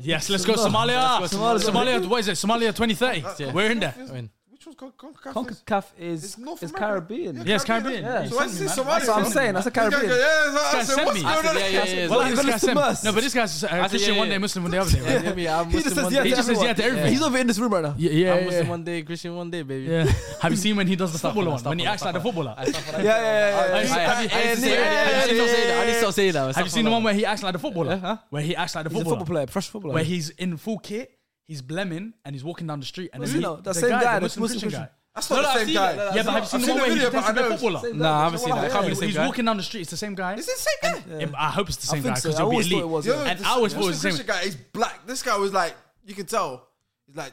Speaker 3: Yes, let's go Somalia.
Speaker 4: Let's go,
Speaker 3: Somalia,
Speaker 4: Somalia.
Speaker 3: What is it? Somalia twenty thirty.
Speaker 4: Yeah.
Speaker 3: We're in there.
Speaker 4: I mean,
Speaker 2: Which one's called CONCACAF?
Speaker 1: CONCACAF is
Speaker 2: It's North
Speaker 1: is
Speaker 2: America.
Speaker 1: Caribbean.
Speaker 3: Yeah, it's Caribbean.
Speaker 1: Yeah.
Speaker 2: So why is this
Speaker 3: That's
Speaker 2: Somalia?
Speaker 1: That's what I'm saying. That's a Caribbean.
Speaker 2: Yeah, yeah, yeah. I
Speaker 3: Guys,
Speaker 2: said,
Speaker 3: send
Speaker 2: what's
Speaker 3: me.
Speaker 2: going
Speaker 4: I
Speaker 2: on?
Speaker 4: said, yeah, yeah, yeah.
Speaker 3: Well,
Speaker 1: Well,
Speaker 3: like,
Speaker 1: you're
Speaker 3: this guy's
Speaker 1: listening to us.
Speaker 3: sem- No, but this guy's uh,
Speaker 4: said,
Speaker 3: Christian
Speaker 4: yeah,
Speaker 3: one day,
Speaker 4: yeah.
Speaker 3: Muslim one day, other day.
Speaker 4: yeah,
Speaker 3: right?
Speaker 4: me, I'm
Speaker 1: He just
Speaker 4: Muslim
Speaker 1: says
Speaker 4: one
Speaker 1: yeah.
Speaker 4: day.
Speaker 3: He
Speaker 1: to
Speaker 3: just says
Speaker 1: everyone.
Speaker 3: yeah to everything.
Speaker 1: He's over in this room right now.
Speaker 3: Yeah, yeah,
Speaker 4: I'm Muslim
Speaker 3: yeah.
Speaker 4: one day, Christian one day, baby.
Speaker 3: Yeah. Have you seen when he does the footballer one?
Speaker 4: stop
Speaker 3: When he
Speaker 4: on,
Speaker 3: acts like the footballer.
Speaker 1: Yeah, yeah, yeah,
Speaker 4: I
Speaker 1: yeah.
Speaker 4: need to
Speaker 1: yeah,
Speaker 4: say that. I need to
Speaker 1: yeah,
Speaker 4: say that. I need to stop saying that.
Speaker 3: Have you seen the one where he acts like the footballer?
Speaker 4: huh?
Speaker 3: Where he acts like the
Speaker 1: He's a
Speaker 3: footballer.
Speaker 1: football player, professional footballer.
Speaker 3: Where he's in full kit, he's blemming, and he's walking down the street. And
Speaker 1: Who's
Speaker 3: then he,
Speaker 1: he now? That
Speaker 3: the
Speaker 1: same guy, the
Speaker 3: the Muslim
Speaker 1: Muslim
Speaker 3: Christian
Speaker 1: Christian.
Speaker 3: guy.
Speaker 2: That's not
Speaker 4: No, no,
Speaker 2: the
Speaker 4: I've
Speaker 2: same
Speaker 4: seen
Speaker 2: guy.
Speaker 4: it. That's
Speaker 3: Yeah, but have you
Speaker 2: I've
Speaker 3: seen the
Speaker 2: seen
Speaker 3: one
Speaker 2: the
Speaker 3: where he
Speaker 2: video, but
Speaker 3: pretends to be
Speaker 2: I
Speaker 3: a
Speaker 2: know it's-
Speaker 3: footballer?
Speaker 4: Nah, I haven't seen that. I can't be the same
Speaker 3: He's
Speaker 4: guy.
Speaker 3: walking down the street. It's the same guy.
Speaker 2: It's the same guy.
Speaker 3: Yeah, but I hope it's the same
Speaker 1: think
Speaker 3: guy
Speaker 1: so.
Speaker 3: because
Speaker 1: I
Speaker 3: he'll be
Speaker 1: always thought
Speaker 3: elite.
Speaker 1: it was,
Speaker 2: The other-
Speaker 1: yeah.
Speaker 3: And
Speaker 2: this-
Speaker 3: I always thought it
Speaker 2: this
Speaker 3: was the same.
Speaker 2: Christian guy. He's black. This guy was like, you can tell. He's like,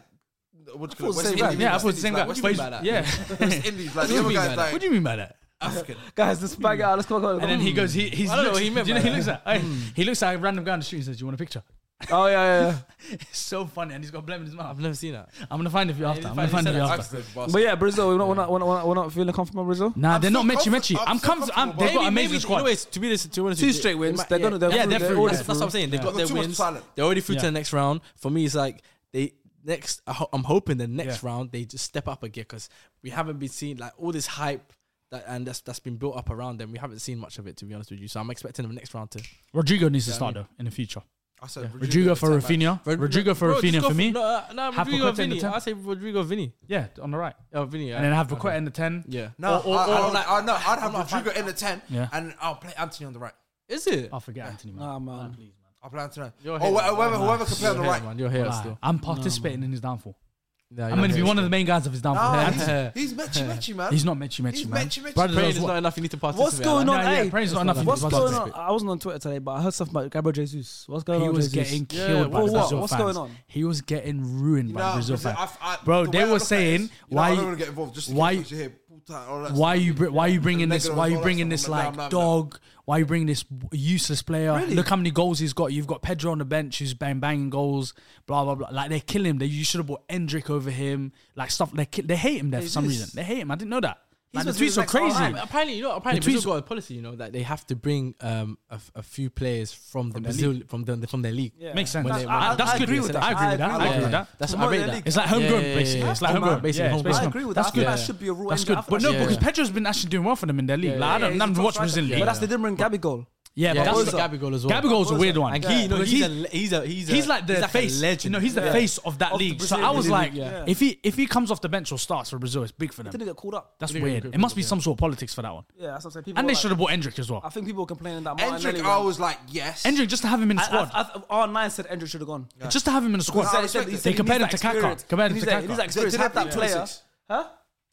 Speaker 2: what do you
Speaker 1: I thought
Speaker 2: call
Speaker 1: it was the same
Speaker 2: it?
Speaker 1: guy.
Speaker 3: Yeah, I thought it was the same guy.
Speaker 2: West
Speaker 3: But he's-
Speaker 2: Indies, like West Indies,
Speaker 3: Yeah.
Speaker 2: West Indies, like the
Speaker 4: What
Speaker 2: other
Speaker 4: do you mean by
Speaker 2: guy's
Speaker 4: that?
Speaker 3: What
Speaker 2: like
Speaker 3: do you mean by that?
Speaker 2: African.
Speaker 1: Guys, this bag out. Let's go, go, go.
Speaker 3: And then he goes, he he's
Speaker 4: I don't know
Speaker 3: looks,
Speaker 4: what he meant
Speaker 3: do you know
Speaker 4: by
Speaker 3: he
Speaker 4: that.
Speaker 3: looks at hey, he looks at a random guy on the street and says, "Do you want a picture?"
Speaker 1: Oh yeah, yeah, yeah.
Speaker 3: It's so funny, and he's got blem in his mouth.
Speaker 4: I've never seen that.
Speaker 3: I'm gonna find it for you after. I'm gonna find it for you after.
Speaker 1: But yeah, Brazil. We're not, we're not, we're not, we're not feeling comfortable. with Brazil.
Speaker 3: Nah, they're
Speaker 2: so
Speaker 3: not mechi
Speaker 2: comfort-
Speaker 3: mechi.
Speaker 2: I'm
Speaker 3: I'm
Speaker 2: so
Speaker 3: comfortable.
Speaker 2: comfortable,
Speaker 3: They've
Speaker 4: Maybe-
Speaker 3: got amazing
Speaker 4: maybe-
Speaker 3: squad.
Speaker 4: anyways, to be this, to be honest,
Speaker 1: Two
Speaker 4: with you,
Speaker 1: straight
Speaker 4: they
Speaker 1: wins.
Speaker 4: might-
Speaker 1: They're gonna- they're
Speaker 4: yeah,
Speaker 1: through.
Speaker 4: they're
Speaker 1: They're
Speaker 4: through.
Speaker 1: already
Speaker 4: That's, that's what I'm saying. They got
Speaker 2: got
Speaker 4: their
Speaker 2: too much
Speaker 4: wins.
Speaker 2: talent.
Speaker 4: They're already through to
Speaker 3: Yeah.
Speaker 4: the next round. For me, it's like they next. I ho- I'm hoping the next
Speaker 3: Yeah.
Speaker 4: round they just step up again because we haven't been seeing like all this hype. That, and that's that's been built up around them. We haven't seen much of it, to be honest with you. So I'm expecting the next round to.
Speaker 3: Rodrigo needs to start though in the future.
Speaker 2: I said,
Speaker 3: Rodrigo for
Speaker 2: attack, man.
Speaker 3: Rafinha. Rodrigo for
Speaker 4: Bro, just
Speaker 3: Rafinha
Speaker 4: go
Speaker 3: for me.
Speaker 4: No, uh, no
Speaker 3: Have Paqueta
Speaker 4: Rodrigo
Speaker 3: in the
Speaker 4: Vini.
Speaker 3: ten.
Speaker 4: I say Rodrigo Vini.
Speaker 3: Yeah, on the right.
Speaker 4: Oh, Vini.
Speaker 3: And then have Paqueta in the ten.
Speaker 4: Yeah.
Speaker 2: No,
Speaker 4: Or-
Speaker 2: I,
Speaker 4: or-
Speaker 2: I
Speaker 4: or
Speaker 2: don't,
Speaker 4: like-
Speaker 2: I, no, I'd
Speaker 4: I'm
Speaker 2: have
Speaker 4: not a fan.
Speaker 2: Rodrigo in the ten,
Speaker 3: Yeah.
Speaker 2: and I'll play Anthony on the right.
Speaker 4: Is it?
Speaker 3: I forget Anthony. Man.
Speaker 1: Nah, man.
Speaker 2: I'll play Anthony.
Speaker 4: Oh, You're
Speaker 2: Or
Speaker 4: here,
Speaker 2: wh- Oh, whoever, whoever can play on the
Speaker 4: You're here,
Speaker 2: right.
Speaker 4: man. You're here
Speaker 3: Lie.
Speaker 4: still.
Speaker 3: I'm participating in his downfall.
Speaker 4: Yeah,
Speaker 3: I'm going to be one of the main guys of his downfall.
Speaker 2: Ah,
Speaker 3: And
Speaker 4: Yeah.
Speaker 2: he's, he's Mechi Mechi, man.
Speaker 3: He's not Mechi Mechi,
Speaker 2: He's
Speaker 3: man.
Speaker 2: Mechi Mechi.
Speaker 3: Brother
Speaker 4: Praying
Speaker 3: knows
Speaker 4: is
Speaker 3: what-
Speaker 4: not enough. You need to participate.
Speaker 1: What's going
Speaker 4: right?
Speaker 1: on?
Speaker 3: Yeah, yeah,
Speaker 1: hey,
Speaker 3: praying is not enough.
Speaker 1: What's
Speaker 3: It's
Speaker 1: going
Speaker 3: not
Speaker 1: on? I wasn't on Twitter today, but I heard stuff about Gabriel Jesus. What's going
Speaker 3: He
Speaker 1: on? with
Speaker 3: was
Speaker 1: Jesus?
Speaker 3: getting killed by
Speaker 1: for what?
Speaker 3: Brazil
Speaker 1: What's
Speaker 3: fans.
Speaker 1: going on?
Speaker 3: He was getting ruined by
Speaker 2: Nah,
Speaker 3: Brazil
Speaker 2: Brazil,
Speaker 3: fans.
Speaker 2: I've- I-
Speaker 3: Bro,
Speaker 2: the
Speaker 3: they
Speaker 2: way I
Speaker 3: were
Speaker 2: look at it
Speaker 3: saying
Speaker 2: is, you know,
Speaker 3: why
Speaker 2: I don't want to get involved. Just in
Speaker 3: why
Speaker 2: case you hear puta and all that
Speaker 3: why
Speaker 2: stuff.
Speaker 3: you br- why you bringing
Speaker 2: And
Speaker 3: this
Speaker 2: nigger
Speaker 3: why
Speaker 2: and
Speaker 3: you
Speaker 2: all that
Speaker 3: bringing
Speaker 2: stuff.
Speaker 3: this
Speaker 2: I'm like,
Speaker 3: like
Speaker 2: nah, I'm not-
Speaker 3: dog why you bringing this useless player look how many goals he's got you've got Pedro on the bench who's bang banging goals blah blah blah like they kill him they you should have bought Endrick over him like stuff they ki- they hate him there for some
Speaker 1: is.
Speaker 3: reason they hate him I didn't know that like, the
Speaker 1: supposed to be the
Speaker 3: tweets are
Speaker 1: next all
Speaker 3: crazy
Speaker 1: right,
Speaker 4: But apparently, you know, apparently
Speaker 3: The tweets-
Speaker 4: Brazil got a policy, you know, that they have to bring um a, f- a few players from, the Brazil from the from their league.
Speaker 1: Yeah.
Speaker 3: makes sense
Speaker 1: When
Speaker 3: that's,
Speaker 1: they- when
Speaker 3: I-
Speaker 1: they-
Speaker 3: that's
Speaker 1: I
Speaker 3: good
Speaker 1: agree with
Speaker 3: I agree with that I agree with that
Speaker 4: That's
Speaker 1: Promote
Speaker 4: I rate
Speaker 1: their
Speaker 4: that.
Speaker 1: league.
Speaker 3: it's like homegrown,
Speaker 4: Yeah, yeah,
Speaker 3: basically.
Speaker 4: yeah.
Speaker 3: It's like
Speaker 4: Homegrown,
Speaker 3: homegrown,
Speaker 4: basically,
Speaker 3: Yeah, it's
Speaker 4: homegrown.
Speaker 3: basically
Speaker 4: I
Speaker 3: homegrown.
Speaker 1: agree with that.
Speaker 3: That's
Speaker 1: I
Speaker 3: good.
Speaker 1: feel that should be a rule
Speaker 3: That's
Speaker 1: in
Speaker 3: good,
Speaker 1: Africa.
Speaker 3: but no,
Speaker 1: Yeah,
Speaker 3: because
Speaker 4: yeah.
Speaker 3: Pedro's been actually doing well for them in their league.
Speaker 4: Yeah,
Speaker 3: like, I
Speaker 4: yeah,
Speaker 3: don't,
Speaker 1: he's
Speaker 3: none
Speaker 1: a
Speaker 3: of
Speaker 1: top
Speaker 3: watch Brazil.
Speaker 1: striker.
Speaker 3: league.
Speaker 1: But that's the different Gabby goal.
Speaker 3: yeah,
Speaker 4: Yeah,
Speaker 3: but
Speaker 4: that's
Speaker 3: that's
Speaker 1: Barbosa.
Speaker 4: Gabigol as well.
Speaker 3: Gabigol's a
Speaker 1: Barbosa.
Speaker 3: weird one.
Speaker 4: And he, you know,
Speaker 3: Because
Speaker 4: he's, a, le- he's a he's a
Speaker 3: he's like the
Speaker 4: he's like a
Speaker 3: face.
Speaker 4: legend.
Speaker 3: You know, he's the
Speaker 1: Yeah.
Speaker 3: face of that
Speaker 1: Of the
Speaker 3: league. So
Speaker 1: Brazilian
Speaker 3: I was
Speaker 1: league,
Speaker 3: like,
Speaker 1: yeah.
Speaker 3: if he if he comes off the bench or starts for Brazil, it's big for them.
Speaker 1: Didn't get called up.
Speaker 3: That's
Speaker 4: Didn't
Speaker 3: weird.
Speaker 4: get
Speaker 3: It must be
Speaker 4: called,
Speaker 3: some sort of politics for that one.
Speaker 1: Yeah, that's what I'm saying. People
Speaker 3: And
Speaker 1: were
Speaker 3: they
Speaker 1: like-
Speaker 3: should have bought Endrick as
Speaker 1: I
Speaker 3: well.
Speaker 1: think people were complaining that
Speaker 2: Endrick,
Speaker 1: Martinelli
Speaker 2: I
Speaker 1: went.
Speaker 2: was like, yes.
Speaker 3: Endrick just to have him in the
Speaker 1: I,
Speaker 3: squad.
Speaker 1: I, I, our nine said Andrew should have gone.
Speaker 3: Just to have him in the squad.
Speaker 2: I respect it.
Speaker 3: They compared him to Kaká. Compared him
Speaker 1: he's
Speaker 3: to
Speaker 1: like, he's
Speaker 3: Kaká.
Speaker 1: like, experience.
Speaker 2: Did they
Speaker 1: Have that
Speaker 2: bring
Speaker 1: player.
Speaker 2: 26?
Speaker 1: Huh?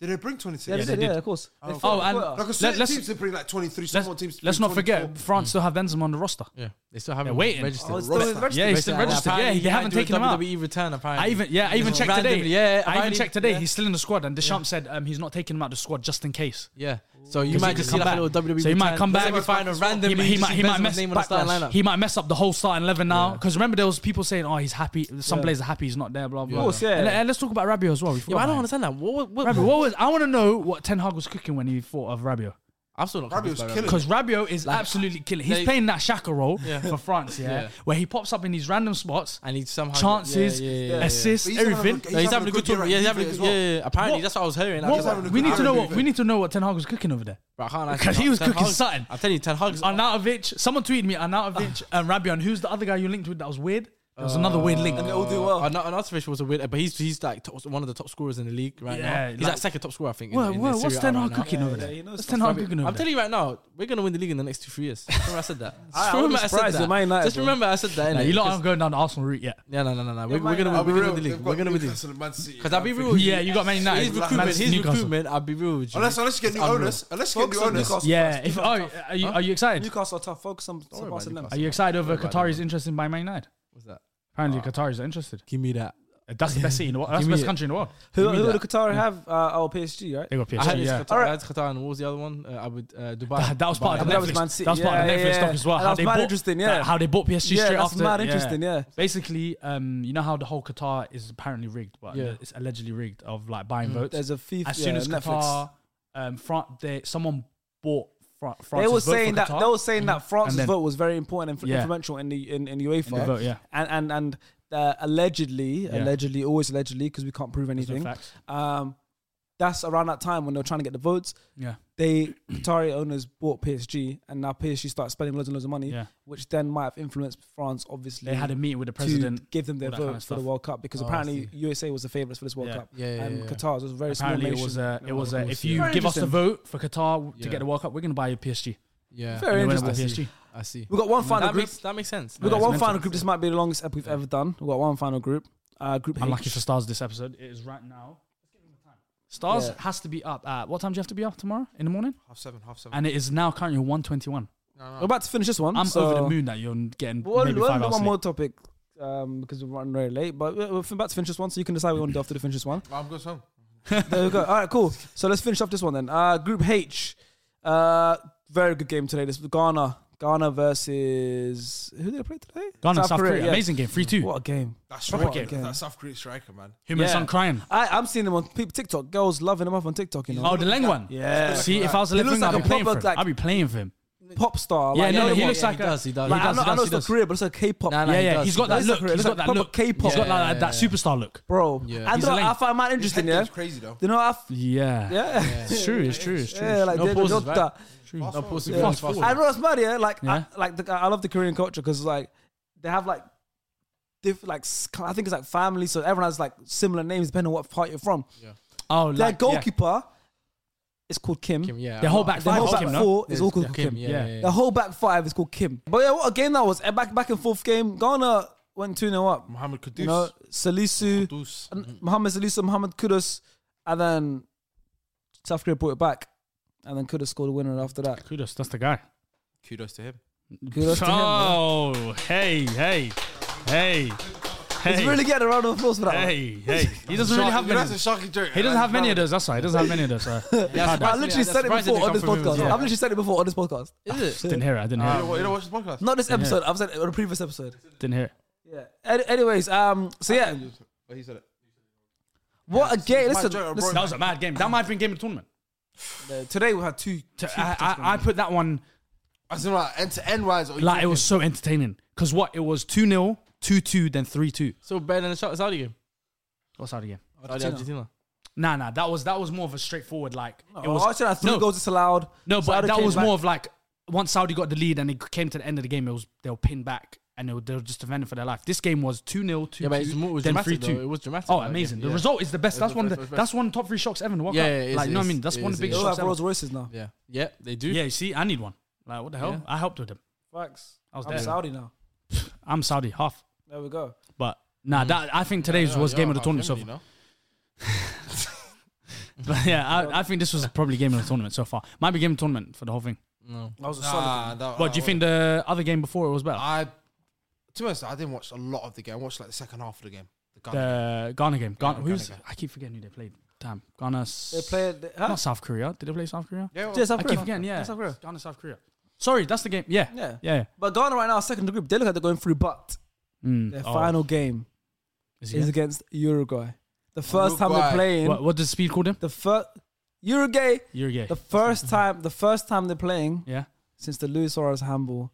Speaker 2: Did they bring 26?
Speaker 1: Yeah, they did,
Speaker 3: did.
Speaker 1: yeah, of course. They
Speaker 2: Oh,
Speaker 1: fought
Speaker 3: oh, and-
Speaker 1: Twitter.
Speaker 2: Like,
Speaker 3: Let-
Speaker 2: certain
Speaker 3: let's-
Speaker 2: teams they bring like 23, some more teams
Speaker 3: Let's, let's
Speaker 2: bring
Speaker 3: not forget
Speaker 2: 24.
Speaker 3: France still have Benzema on the roster.
Speaker 4: Yeah, they still haven't
Speaker 3: They're waiting.
Speaker 4: registered.
Speaker 1: Oh, it's
Speaker 2: Roster.
Speaker 1: still registered.
Speaker 3: Yeah, he's still
Speaker 4: Apparently,
Speaker 3: registered. Yeah,
Speaker 4: he
Speaker 3: they haven't
Speaker 4: might do
Speaker 3: taken
Speaker 4: a
Speaker 3: him out.
Speaker 4: WWE return apparently.
Speaker 3: I even yeah, I even
Speaker 4: Just
Speaker 3: checked
Speaker 4: randomly,
Speaker 3: today.
Speaker 4: Yeah,
Speaker 3: I even
Speaker 4: apparently-
Speaker 3: checked today.
Speaker 4: yeah.
Speaker 3: He's still in the squad, and Deschamps said um, he's not taking him out of the squad just in case.
Speaker 4: Yeah. So
Speaker 3: Because
Speaker 4: you
Speaker 3: he
Speaker 4: might
Speaker 3: could
Speaker 4: just see
Speaker 3: come
Speaker 4: like a
Speaker 3: back.
Speaker 4: little WWE.
Speaker 3: So he might come back.
Speaker 4: Semi final
Speaker 3: He,
Speaker 4: randomly.
Speaker 3: might- he
Speaker 4: just
Speaker 3: might he
Speaker 4: Benzema's
Speaker 3: might mess
Speaker 4: name on the starting
Speaker 3: backlash.
Speaker 4: lineup.
Speaker 3: He might mess up the whole starting eleven now
Speaker 4: Yeah.
Speaker 3: because remember there was people saying oh he's happy some players are happy he's not there blah blah.
Speaker 4: Of course,
Speaker 1: yeah.
Speaker 3: And, and let's talk about Rabio as well. We
Speaker 4: Yeah, but
Speaker 3: forgot
Speaker 4: I
Speaker 3: about
Speaker 4: don't
Speaker 3: him.
Speaker 4: understand that. What? What?
Speaker 3: Rabiot, what was I want to know what Ten Hag was cooking when he thought of Rabio
Speaker 4: I'm still not.
Speaker 2: Rabiot's
Speaker 4: convinced by
Speaker 2: killing
Speaker 3: because
Speaker 4: Rabiot.
Speaker 3: Rabio is absolutely killing. He's
Speaker 4: they-
Speaker 3: playing that Shaka role
Speaker 4: Yeah.
Speaker 3: for France, yeah,
Speaker 4: Yeah.
Speaker 3: where he pops up in these random spots,
Speaker 4: And he somehow
Speaker 3: chances,
Speaker 4: Yeah, yeah, yeah, yeah.
Speaker 3: assists,
Speaker 2: But he's having a
Speaker 3: everything.
Speaker 2: good-
Speaker 4: No, he's having a good
Speaker 2: year
Speaker 4: tour.
Speaker 2: at
Speaker 4: Yeah, he's having a
Speaker 2: Juve
Speaker 4: good.
Speaker 2: as well.
Speaker 4: Yeah, yeah, yeah. apparently
Speaker 3: What-
Speaker 4: that's what I was hearing.
Speaker 3: What-
Speaker 2: he's having a
Speaker 3: we
Speaker 2: good
Speaker 3: need to
Speaker 2: year
Speaker 3: know
Speaker 2: at
Speaker 3: what
Speaker 2: Juve.
Speaker 3: we need to know what Ten Hag was cooking over there.
Speaker 4: Because
Speaker 3: Because he was cooking something.
Speaker 4: I'm telling you, Ten Hag's
Speaker 3: Arnautovic. Someone tweeted me Arnautovic and Rabiot. And who's the other guy you linked with that was weird? There was another weird link.
Speaker 1: And they all do well.
Speaker 4: Arna- Arnautovic was a weird, but he's he's like top, one of the top scorers in the league right now.
Speaker 3: Yeah,
Speaker 4: He's
Speaker 3: like-
Speaker 4: like, second top scorer, I think. in-
Speaker 3: Whoa,
Speaker 4: in the
Speaker 3: whoa,
Speaker 4: Serie
Speaker 3: what's
Speaker 4: A
Speaker 3: Ten
Speaker 4: right
Speaker 3: Hag
Speaker 4: now.
Speaker 3: cooking over
Speaker 1: yeah, he
Speaker 3: there?
Speaker 1: knows
Speaker 3: What's
Speaker 1: stuff.
Speaker 3: Ten Hag
Speaker 4: Rabiot.
Speaker 3: cooking over
Speaker 4: I'm
Speaker 3: there?
Speaker 4: telling you right now, we're gonna win the league in the next two three years. Just remember I said
Speaker 1: I
Speaker 4: that. Just
Speaker 1: wouldn't
Speaker 4: remember I said
Speaker 1: surprise you,
Speaker 4: that.
Speaker 1: Man United,
Speaker 4: Just
Speaker 1: bro.
Speaker 4: remember I said that.
Speaker 3: Nah,
Speaker 4: innit?
Speaker 3: you lot
Speaker 4: Because-
Speaker 3: aren't going down the Arsenal route yet.
Speaker 4: Yeah, no, no, no, no. We're,
Speaker 1: Man
Speaker 4: we're gonna,
Speaker 2: I'll be
Speaker 4: we're gonna
Speaker 2: real.
Speaker 4: win the league.
Speaker 2: They've
Speaker 4: We're
Speaker 2: got
Speaker 4: gonna win the league.
Speaker 2: Newcastle and Man City.
Speaker 4: Because I'll be
Speaker 2: I've
Speaker 4: real.
Speaker 2: been-
Speaker 4: with
Speaker 3: Yeah, you got Man United.
Speaker 4: His
Speaker 3: Man
Speaker 4: recruitment,
Speaker 3: City,
Speaker 4: his
Speaker 3: Newcastle.
Speaker 4: recruitment. I'll be real with you.
Speaker 2: Unless, unless you get new owners. Unless you get
Speaker 1: Focus
Speaker 2: new
Speaker 1: on
Speaker 2: owners.
Speaker 1: Newcastle
Speaker 3: Yeah,
Speaker 1: first.
Speaker 3: if oh, are you are you excited?
Speaker 1: Newcastle are tough. Focus on
Speaker 4: worry about
Speaker 1: surpassing them.
Speaker 3: Are you excited over Qatari's interest in buying Man United?
Speaker 4: What's that?
Speaker 3: Apparently, Qataris are interested.
Speaker 4: Give me that.
Speaker 3: That's the best city in the world. That's
Speaker 4: Give
Speaker 3: the
Speaker 4: me
Speaker 3: best
Speaker 4: it.
Speaker 3: country in the world.
Speaker 1: Who,
Speaker 4: me
Speaker 1: who
Speaker 4: that.
Speaker 1: would Qatar have? Uh, our PSG, right?
Speaker 3: They got
Speaker 4: I had
Speaker 3: PSG.
Speaker 4: this
Speaker 3: Yeah.
Speaker 4: Qatar, I had Qatar, and what was the other one? Uh, I would uh, Dubai.
Speaker 3: That, that was part of
Speaker 4: Dubai.
Speaker 3: the
Speaker 1: That was
Speaker 3: Netflix.
Speaker 1: Man City.
Speaker 3: That was part of the
Speaker 1: Yeah,
Speaker 3: Netflix
Speaker 1: yeah,
Speaker 3: doc
Speaker 1: yeah.
Speaker 3: as well.
Speaker 1: And
Speaker 3: how
Speaker 1: that was
Speaker 3: they
Speaker 1: mad
Speaker 3: bought,
Speaker 1: interesting, yeah.
Speaker 3: that- how they bought PSG
Speaker 1: Yeah,
Speaker 3: straight
Speaker 1: that's
Speaker 3: after.
Speaker 1: mad interesting, yeah.
Speaker 3: Basically, um, you know how the whole Qatar is apparently rigged, but
Speaker 4: Yeah.
Speaker 3: it's allegedly rigged of like buying votes.
Speaker 1: Mm. There's a FIFA.
Speaker 3: as soon
Speaker 1: yeah,
Speaker 3: as
Speaker 1: Netflix.
Speaker 3: Qatar, um, France, they someone bought Fran- France.
Speaker 1: they were saying that they were saying that France's
Speaker 3: Mm-hmm. then-
Speaker 1: vote was very important and inf-
Speaker 3: Yeah.
Speaker 1: influential in the in, in UEFA.
Speaker 3: the vote, yeah.
Speaker 1: And and and uh, allegedly, allegedly, always allegedly, because we can't prove anything.
Speaker 3: facts.
Speaker 1: um, that's around that time when they were trying to get the votes.
Speaker 3: Yeah.
Speaker 1: They Qatari owners bought PSG, and now PSG starts spending loads and loads of money,
Speaker 3: Yeah.
Speaker 1: which then might have influenced France. Obviously,
Speaker 3: They had a meeting with the
Speaker 1: to
Speaker 3: president.
Speaker 1: give them their
Speaker 3: all that kind
Speaker 1: vote
Speaker 3: of
Speaker 1: for the
Speaker 3: stuff.
Speaker 1: World Cup because
Speaker 4: Oh, I
Speaker 1: apparently
Speaker 4: see.
Speaker 1: USA was the favourites for this World
Speaker 3: Yeah.
Speaker 1: Cup,
Speaker 4: Yeah, yeah,
Speaker 1: and
Speaker 4: yeah.
Speaker 1: Qatar was a very small
Speaker 3: Apparently,
Speaker 1: nation.
Speaker 3: it was a it
Speaker 4: No,
Speaker 3: was
Speaker 4: of
Speaker 3: a
Speaker 4: course,
Speaker 3: if you
Speaker 1: yeah.
Speaker 3: give us the
Speaker 1: Interesting.
Speaker 3: vote for Qatar to
Speaker 4: Yeah.
Speaker 3: get the World Cup, we're gonna buy you PSG.
Speaker 4: Yeah.
Speaker 1: Very
Speaker 3: And they went and
Speaker 4: I
Speaker 3: bought
Speaker 4: see.
Speaker 3: PSG.
Speaker 4: I see.
Speaker 1: We've got one final
Speaker 4: That
Speaker 1: group.
Speaker 4: makes that makes sense.
Speaker 1: We've got
Speaker 4: Yeah,
Speaker 1: one
Speaker 4: it's
Speaker 1: final
Speaker 4: mental.
Speaker 1: group. This might be the longest ep we've ever done. We've got one final group. Uh, group
Speaker 3: Unlucky
Speaker 1: H.
Speaker 3: for Stars this episode. It is right now. Stars
Speaker 1: Yeah.
Speaker 3: has to be up at what time do you have to be up tomorrow in the morning?
Speaker 2: Half seven, half seven.
Speaker 3: And it is now currently one twenty one.
Speaker 1: We're about to finish this one.
Speaker 3: I'm
Speaker 1: so
Speaker 3: over the moon that you're getting
Speaker 1: We'll,
Speaker 3: maybe
Speaker 1: we'll
Speaker 3: five
Speaker 1: do
Speaker 3: hours.
Speaker 1: one
Speaker 3: sleep.
Speaker 1: more topic um, because we're running very late, but we're, we're about to finish this one, so you can decide what you want to do after the finish this one.
Speaker 2: I'm going home.
Speaker 1: there we go. All right, cool. So let's finish off this one then. Uh, group H. Uh, very good game today. This was Ghana. Ghana versus who did they play today?
Speaker 3: Ghana and South Korea,
Speaker 1: yeah.
Speaker 3: amazing game, three two.
Speaker 1: What a game!
Speaker 2: That's
Speaker 1: Proper
Speaker 2: right.
Speaker 1: game.
Speaker 2: That South Korean striker, man.
Speaker 3: Human
Speaker 1: Yeah.
Speaker 3: son crying.
Speaker 1: I, I'm seeing them on people TikTok. Girls loving them up on TikTok. You know,
Speaker 3: Oh, the Leng one.
Speaker 1: Yeah.
Speaker 3: See, if I was a
Speaker 1: He
Speaker 3: left
Speaker 1: looks like
Speaker 3: winger, I'd
Speaker 1: a
Speaker 3: be playing for
Speaker 1: proper,
Speaker 3: him.
Speaker 1: like-
Speaker 3: I'd be playing for him.
Speaker 1: pop star. like,
Speaker 3: Yeah, no,
Speaker 1: you
Speaker 3: no,
Speaker 1: know
Speaker 3: he
Speaker 1: what?
Speaker 3: looks
Speaker 4: yeah,
Speaker 3: like
Speaker 4: he
Speaker 3: a-
Speaker 4: does, he does,
Speaker 3: like,
Speaker 1: Like,
Speaker 3: I'm
Speaker 4: he
Speaker 1: I know,
Speaker 3: not-
Speaker 1: I know
Speaker 3: I'm not
Speaker 1: it's not
Speaker 3: South
Speaker 1: Korea, but it's like K-pop.
Speaker 4: Nah, nah,
Speaker 3: Yeah,
Speaker 4: he
Speaker 3: yeah,
Speaker 4: does,
Speaker 3: he's
Speaker 4: he
Speaker 3: got that
Speaker 1: does.
Speaker 3: look.
Speaker 1: He's
Speaker 3: He's
Speaker 1: like
Speaker 3: got that
Speaker 1: proper
Speaker 3: look.
Speaker 1: K-pop.
Speaker 3: He's got
Speaker 4: Yeah,
Speaker 3: like
Speaker 4: yeah,
Speaker 3: that
Speaker 4: yeah.
Speaker 3: superstar look.
Speaker 1: bro.
Speaker 4: Yeah.
Speaker 1: I,
Speaker 3: He's
Speaker 1: don't
Speaker 3: a
Speaker 1: know,
Speaker 3: link.
Speaker 1: I find mad interesting. Yeah,
Speaker 2: It's crazy though.
Speaker 1: you know, I f-
Speaker 3: Yeah.
Speaker 1: yeah,
Speaker 3: It's true. It's true. It's true.
Speaker 1: yeah, like
Speaker 4: No
Speaker 1: they- they
Speaker 4: pauses,
Speaker 1: don't
Speaker 4: right?
Speaker 1: that.
Speaker 4: No, of course,
Speaker 1: Yeah.
Speaker 4: we fast forward.
Speaker 1: I know it's mad, yeah. Like,
Speaker 3: Yeah.
Speaker 1: I, like the, I love the Korean culture because like they have like, diff, like s- I think it's like family, so everyone has like similar names depending on what part you're from.
Speaker 3: oh,
Speaker 1: Their
Speaker 3: like, yeah.
Speaker 1: goalkeeper is called Kim.
Speaker 4: Kim, yeah.
Speaker 3: Their whole back
Speaker 1: Their
Speaker 3: five
Speaker 1: whole
Speaker 3: is
Speaker 1: back
Speaker 3: Kim, no?
Speaker 1: four is all called
Speaker 4: Yeah,
Speaker 1: Kim.
Speaker 4: Kim, yeah, yeah,
Speaker 1: The
Speaker 4: yeah.
Speaker 1: whole back five is called Kim. But yeah, what a game that was! A back back and forth game. Ghana went 2 0 up.
Speaker 2: Mohamed Kudus.
Speaker 1: You know, Salisu,
Speaker 2: Kudus.
Speaker 1: and Mohamed Salisu, Mohamed Kudus, and then South Korea brought it back. And then Kudus scored a winner after that.
Speaker 3: Kudos, that's the guy.
Speaker 4: Kudos to him.
Speaker 1: Kudos to him, man.
Speaker 3: oh, hey, hey, hey, hey.
Speaker 1: He's really getting a round of applause for that. one.
Speaker 3: Hey, hey. He doesn't really have
Speaker 2: That's
Speaker 3: many.
Speaker 2: a shocking joke.
Speaker 3: He doesn't have many of those. That's why he doesn't have many of those. Uh,
Speaker 4: Yeah,
Speaker 1: I literally said it before on this podcast. I've literally said it before on this podcast.
Speaker 4: Is it?
Speaker 3: didn't hear it. I didn't hear
Speaker 2: You don't watch this podcast?
Speaker 1: Not this episode. I've said it on a previous episode.
Speaker 3: it. Didn't hear it.
Speaker 1: Yeah. Any- Anyways, um. So yeah,
Speaker 2: But he said it.
Speaker 1: what a game!
Speaker 2: My
Speaker 1: Listen,
Speaker 2: joke, I
Speaker 1: listen,
Speaker 3: That was a mad game. That might have been game of the tournament.
Speaker 1: today we had two.
Speaker 3: To- I, I, I put that one
Speaker 2: I said like end to end wise. or you
Speaker 3: like it
Speaker 2: thinking-
Speaker 3: was so entertaining. Cause what it was two 0 two two, then three two.
Speaker 4: So better than the Saudi- Saudi game.
Speaker 3: What's that again?
Speaker 4: Saudi Argentina.
Speaker 3: Nah, nah. That was that was more of a straightforward like.
Speaker 1: It was Arsenal had three
Speaker 3: no,
Speaker 1: goals disallowed.
Speaker 3: No, but
Speaker 1: Saudi
Speaker 3: that
Speaker 1: came
Speaker 3: was
Speaker 1: back.
Speaker 3: more of like once Saudi got the lead and it came to the end of the game, it was they were pinned back and they were, they were just defending for their life. This game was 2 0 2
Speaker 4: Yeah, but it's mo- it was
Speaker 3: then
Speaker 4: dramatic,
Speaker 3: 3-2.
Speaker 4: though. It was dramatic,
Speaker 3: Oh,
Speaker 4: that
Speaker 3: amazing!
Speaker 4: game.
Speaker 3: The
Speaker 4: Yeah.
Speaker 3: result is the best. That's one of
Speaker 2: it
Speaker 3: the
Speaker 2: was best.
Speaker 3: that's one of the top three shocks ever in the World
Speaker 4: Yeah,
Speaker 3: Cup.
Speaker 4: yeah, it is,
Speaker 3: like you know what
Speaker 4: it
Speaker 3: I
Speaker 4: is,
Speaker 3: mean? That's
Speaker 4: it
Speaker 3: one
Speaker 4: is,
Speaker 3: of the
Speaker 1: They
Speaker 4: it
Speaker 3: biggest
Speaker 1: all
Speaker 3: shocks
Speaker 1: have
Speaker 3: ever.
Speaker 1: Rolls Royces now.
Speaker 4: Yeah. Yeah, they do.
Speaker 3: Yeah, you see, I need one. Like what the hell?
Speaker 4: Yeah.
Speaker 3: I helped with them.
Speaker 1: Facts.
Speaker 3: I was
Speaker 1: I'm
Speaker 3: there.
Speaker 1: Saudi now.
Speaker 3: I'm Saudi half,
Speaker 1: There we go.
Speaker 3: but
Speaker 4: Mm-hmm.
Speaker 3: nah. That I think today's was game of the tournament so far. But yeah, I, I think this was probably game of the tournament so far. Might be game of the tournament for the whole thing.
Speaker 1: That was a solid.
Speaker 2: Nah, that,
Speaker 3: What
Speaker 4: Uh,
Speaker 3: do you think the other game before it was better?
Speaker 2: I, to be honest, I didn't watch a lot of the game. I watched like the second half of the game. The Ghana game.
Speaker 3: The Ghana game. Ghana,
Speaker 2: Ghana,
Speaker 3: who's
Speaker 2: Ghana
Speaker 3: I keep forgetting who they played. Damn, Ghana. s-
Speaker 1: They played. Huh?
Speaker 3: not South Korea. Did they play South Korea?
Speaker 2: Yeah, well,
Speaker 1: Yeah, South
Speaker 3: I
Speaker 1: Korea.
Speaker 3: keep forgetting. Yeah,
Speaker 1: South Korea.
Speaker 3: Ghana, South Korea. Sorry, that's the game. Yeah,
Speaker 1: Yeah.
Speaker 3: yeah. yeah.
Speaker 1: But Ghana right now, second in the group. They look like they're going through, but
Speaker 3: Mm.
Speaker 1: their
Speaker 3: Oh.
Speaker 1: final game
Speaker 3: Is he
Speaker 1: is
Speaker 3: in?
Speaker 1: against Uruguay. The first time they're
Speaker 2: Uruguay.
Speaker 1: playing.
Speaker 3: what, what does Speed call them?
Speaker 1: The first Uruguay.
Speaker 3: You're gay.
Speaker 1: The first time. The first time they're playing
Speaker 3: yeah.
Speaker 1: since the Luis Suarez handball.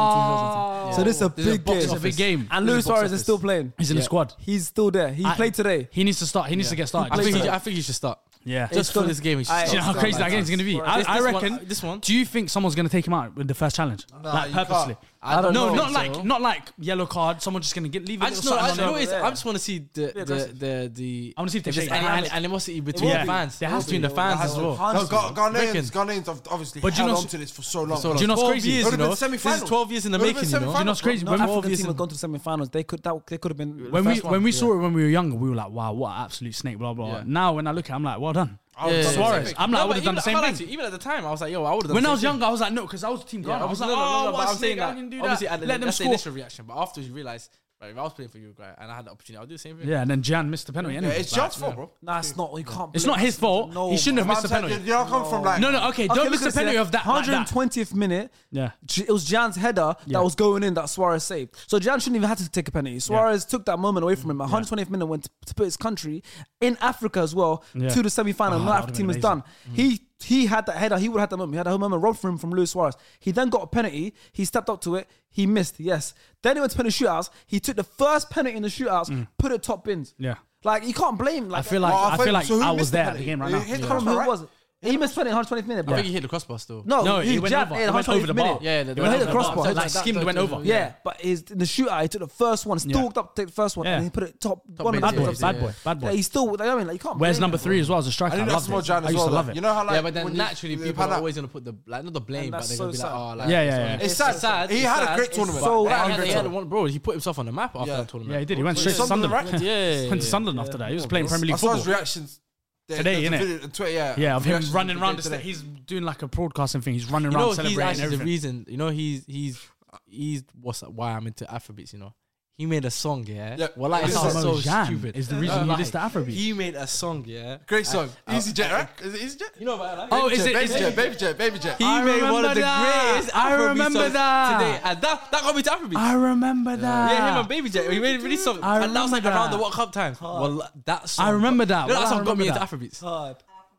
Speaker 3: Oh,
Speaker 1: So this is a
Speaker 2: This is a
Speaker 1: big
Speaker 2: box
Speaker 1: game.
Speaker 3: It's a big game.
Speaker 1: And
Speaker 3: This
Speaker 1: Luis
Speaker 3: a box
Speaker 1: Suarez is
Speaker 3: office.
Speaker 1: still playing.
Speaker 3: He's in the squad.
Speaker 1: He's still there. He
Speaker 3: I-
Speaker 1: played today.
Speaker 3: He needs to start. He needs to get started.
Speaker 4: I
Speaker 3: I
Speaker 4: think,
Speaker 3: think.
Speaker 4: he, I think he should start.
Speaker 3: yeah.
Speaker 4: Just for
Speaker 1: gonna-
Speaker 4: this game, he should
Speaker 1: I-
Speaker 4: start.
Speaker 3: Do you know how
Speaker 1: Stop,
Speaker 3: crazy
Speaker 1: stop,
Speaker 3: that game's
Speaker 1: stop.
Speaker 3: gonna be?
Speaker 1: This-
Speaker 3: I,
Speaker 4: this
Speaker 3: I
Speaker 4: one-
Speaker 3: reckon.
Speaker 4: this one.
Speaker 3: Do you think someone's gonna take him out with the first challenge, like
Speaker 2: you can't.
Speaker 3: purposely?
Speaker 1: I don't
Speaker 3: no,
Speaker 1: know.
Speaker 3: not like not like yellow card. Someone just gonna get leave.
Speaker 4: I just know. I,
Speaker 3: I
Speaker 4: just know
Speaker 3: know.
Speaker 4: what it is.
Speaker 1: Yeah.
Speaker 4: I just want to see the the
Speaker 1: aggressive.
Speaker 4: the, the
Speaker 3: I wanna see if they
Speaker 4: just
Speaker 3: shake
Speaker 4: ani-
Speaker 3: hands.
Speaker 4: animosity between
Speaker 3: will
Speaker 4: the
Speaker 3: be.
Speaker 4: fans.
Speaker 3: There
Speaker 4: There
Speaker 3: has
Speaker 4: has
Speaker 3: to be.
Speaker 4: between the fans
Speaker 2: Has
Speaker 4: as well.
Speaker 2: No, Ga- Ghanaians,
Speaker 4: Reckon.
Speaker 2: Ghanaians have obviously
Speaker 3: But do you
Speaker 2: held
Speaker 3: know-
Speaker 2: on to this for so long.
Speaker 4: So
Speaker 3: Do you know what's
Speaker 4: Twelve
Speaker 3: crazy?
Speaker 4: Years,
Speaker 2: It
Speaker 4: you
Speaker 2: would've been
Speaker 4: know? This is
Speaker 2: semifinals.
Speaker 4: twelve years in the
Speaker 2: It would've been
Speaker 4: making. You know.
Speaker 3: Do you know what's crazy?
Speaker 1: No
Speaker 3: When-
Speaker 1: African team
Speaker 4: obviously-
Speaker 1: have gone to the semi-finals. They could that they could have been the
Speaker 3: when we
Speaker 1: first one.
Speaker 3: when we saw it when we were younger, we were like, "Wow, what an absolute snake!" Blah blah. blah.
Speaker 4: Yeah. Oh.
Speaker 3: Now when I look at, it, I'm like, "Well done."
Speaker 2: I would've
Speaker 4: Yeah.
Speaker 2: done the same
Speaker 3: Suarez.
Speaker 2: thing.
Speaker 3: I'm like, I
Speaker 4: No, but
Speaker 3: would have done the
Speaker 4: even-
Speaker 3: same
Speaker 4: I like
Speaker 3: thing.
Speaker 4: to- Even at the time, I was like, yo, I would have.
Speaker 3: When I was younger, I was like, "No," because I was Team Ghana. I was like, "Oh, what a
Speaker 4: I'm saying
Speaker 3: snake! I
Speaker 4: that.
Speaker 3: can do
Speaker 4: Obviously,
Speaker 3: that.
Speaker 4: at the-
Speaker 3: Let them
Speaker 4: that's the
Speaker 3: score."
Speaker 4: initial reaction. But after you realize, right, if I was playing for Uruguay and I had the opportunity, I would do the same thing.
Speaker 3: Yeah, and then Jan missed the penalty.
Speaker 2: Yeah,
Speaker 3: Anyway.
Speaker 2: it's Jan's fault, bro.
Speaker 1: Nah, it's not. You can't.
Speaker 3: It's
Speaker 1: blame
Speaker 3: not his
Speaker 1: us.
Speaker 3: fault. He shouldn't have
Speaker 2: But
Speaker 3: missed the
Speaker 2: I'm saying,
Speaker 3: penalty.
Speaker 2: You don't come from like.
Speaker 3: No, no, okay,
Speaker 1: Okay,
Speaker 3: don't
Speaker 1: look at
Speaker 3: miss the
Speaker 1: this,
Speaker 3: penalty
Speaker 1: yeah.
Speaker 3: of that. like that.
Speaker 1: 120th minute.
Speaker 3: Yeah.
Speaker 1: J- It was Jan's header
Speaker 3: Yeah.
Speaker 1: that was going in that Suarez saved. So Jan shouldn't even have to take a penalty. Suarez took that moment away from him. 120th minute went to, to put his country in Africa as well
Speaker 3: Yeah.
Speaker 1: to the semi final.
Speaker 3: Oh,
Speaker 1: no
Speaker 3: that
Speaker 1: African team
Speaker 3: would've been Mm.
Speaker 1: is done. He he had that header. He would have had that moment. He had a whole moment robbed from him from Luis Suarez. He then got a penalty. He stepped up to it. He missed. Yes. Then he went to penalty shootouts. He took the first penalty in the shootouts. Put it top bins.
Speaker 3: Mm. Yeah.
Speaker 1: Like you can't blame.
Speaker 3: I
Speaker 1: Like
Speaker 3: feel like
Speaker 2: Oh,
Speaker 3: I feel like
Speaker 2: so who
Speaker 3: I
Speaker 2: missed
Speaker 3: was there at the
Speaker 2: penalty?
Speaker 3: game right
Speaker 2: It
Speaker 3: now.
Speaker 2: hit
Speaker 1: I
Speaker 3: Yeah.
Speaker 2: the
Speaker 1: can't
Speaker 2: cross,
Speaker 1: remember
Speaker 2: right?
Speaker 1: who it was. He missed penalty 120th minute.
Speaker 4: I
Speaker 1: bro.
Speaker 4: think he hit the crossbar still.
Speaker 1: No,
Speaker 3: No,
Speaker 1: he,
Speaker 3: he went
Speaker 1: jabbed
Speaker 3: over.
Speaker 1: in
Speaker 3: It went
Speaker 1: 120th
Speaker 3: over the
Speaker 1: minute.
Speaker 3: bar. Yeah,
Speaker 4: they
Speaker 1: He
Speaker 4: went
Speaker 1: hit the
Speaker 4: over the bar.
Speaker 1: crossbar.
Speaker 4: So
Speaker 3: Like
Speaker 4: it's like that,
Speaker 3: skimmed,
Speaker 4: so
Speaker 3: went
Speaker 4: it's-
Speaker 3: over.
Speaker 1: yeah, but he's in the shootout. He took the first one, stalked up to take the first one,
Speaker 3: Yeah.
Speaker 1: and he put it top,
Speaker 4: Top
Speaker 1: one of
Speaker 4: bins,
Speaker 3: Bad
Speaker 1: the
Speaker 4: yeah,
Speaker 3: boy,
Speaker 1: top
Speaker 4: yeah,
Speaker 3: bad
Speaker 4: yeah.
Speaker 3: boy, bad
Speaker 1: yeah,
Speaker 3: boy.
Speaker 1: he's still. You know what I mean, like you can't.
Speaker 3: Where's
Speaker 1: blame
Speaker 3: number
Speaker 1: him.
Speaker 3: three as well as a striker?
Speaker 2: I
Speaker 3: I,
Speaker 2: think that's
Speaker 3: loved
Speaker 2: more
Speaker 3: it.
Speaker 2: Jan
Speaker 3: I
Speaker 2: as
Speaker 3: used
Speaker 2: well.
Speaker 3: to love
Speaker 2: though.
Speaker 3: it.
Speaker 2: You know how like
Speaker 4: yeah, but then
Speaker 2: when you-
Speaker 4: naturally
Speaker 2: when you
Speaker 4: people
Speaker 2: pan
Speaker 4: are
Speaker 2: out-
Speaker 4: always gonna put the like not the blame, but
Speaker 1: that's
Speaker 4: they're
Speaker 1: so
Speaker 4: gonna be like,
Speaker 1: sad.
Speaker 4: oh, like
Speaker 3: Yeah, yeah, yeah.
Speaker 2: It's sad. He had a great tournament.
Speaker 1: so
Speaker 4: But
Speaker 1: sad.
Speaker 4: he had- he had
Speaker 1: Yeah.
Speaker 4: one- bro, he put himself on the map after
Speaker 2: Yeah.
Speaker 4: that tournament.
Speaker 3: Yeah, he did. He went straight to
Speaker 2: Sunderland,
Speaker 3: Sunderland.
Speaker 2: right?
Speaker 4: Yeah,
Speaker 3: Went to
Speaker 4: yeah.
Speaker 3: Sunderland after that. He was playing Premier
Speaker 2: I
Speaker 3: League
Speaker 2: saw his
Speaker 3: football.
Speaker 2: reactions there-
Speaker 3: Today,
Speaker 2: there's a
Speaker 3: innit?
Speaker 2: video on Twitter, yeah.
Speaker 3: Yeah, of him
Speaker 2: Reactions
Speaker 3: running
Speaker 2: he
Speaker 3: around.
Speaker 2: did
Speaker 3: the
Speaker 2: today.
Speaker 3: sta- He's doing like a broadcasting thing. He's running
Speaker 4: You know,
Speaker 3: around
Speaker 4: he's
Speaker 3: celebrating
Speaker 4: actually the
Speaker 3: everything.
Speaker 4: reason. You know, he's he's he's what's that, why I'm into Afrobeats. You know, he made a song. Yeah,
Speaker 2: Yeah.
Speaker 4: Well, like,
Speaker 2: This
Speaker 4: it's
Speaker 2: is
Speaker 4: so
Speaker 3: Samoa Jan
Speaker 4: stupid.
Speaker 3: is the reason he
Speaker 4: Like,
Speaker 3: dissed the Afrobeat.
Speaker 4: He made a song. Yeah,
Speaker 2: Great song.
Speaker 4: I- I-
Speaker 2: Easy Jet, right? Is it Easy Jet?
Speaker 4: You know about
Speaker 3: Oh, is it?
Speaker 2: Baby
Speaker 3: Is it?
Speaker 2: Jet, Baby Jet, Baby Jet.
Speaker 4: He
Speaker 3: I
Speaker 4: made one
Speaker 3: remember
Speaker 4: of the
Speaker 3: that.
Speaker 4: greatest.
Speaker 3: I
Speaker 4: Afrobeat
Speaker 3: remember
Speaker 4: songs
Speaker 3: that.
Speaker 4: today, and that that got me to Afrobeat.
Speaker 3: I remember that.
Speaker 4: yeah, him and Baby Jet. He made really song,
Speaker 3: Uh, I
Speaker 4: and that was like
Speaker 3: remember
Speaker 4: around the
Speaker 3: that.
Speaker 4: World Cup time. Well, that song.
Speaker 3: I remember that.
Speaker 4: You know,
Speaker 3: Well, I
Speaker 4: that song got me into
Speaker 3: remember
Speaker 4: Afrobeats.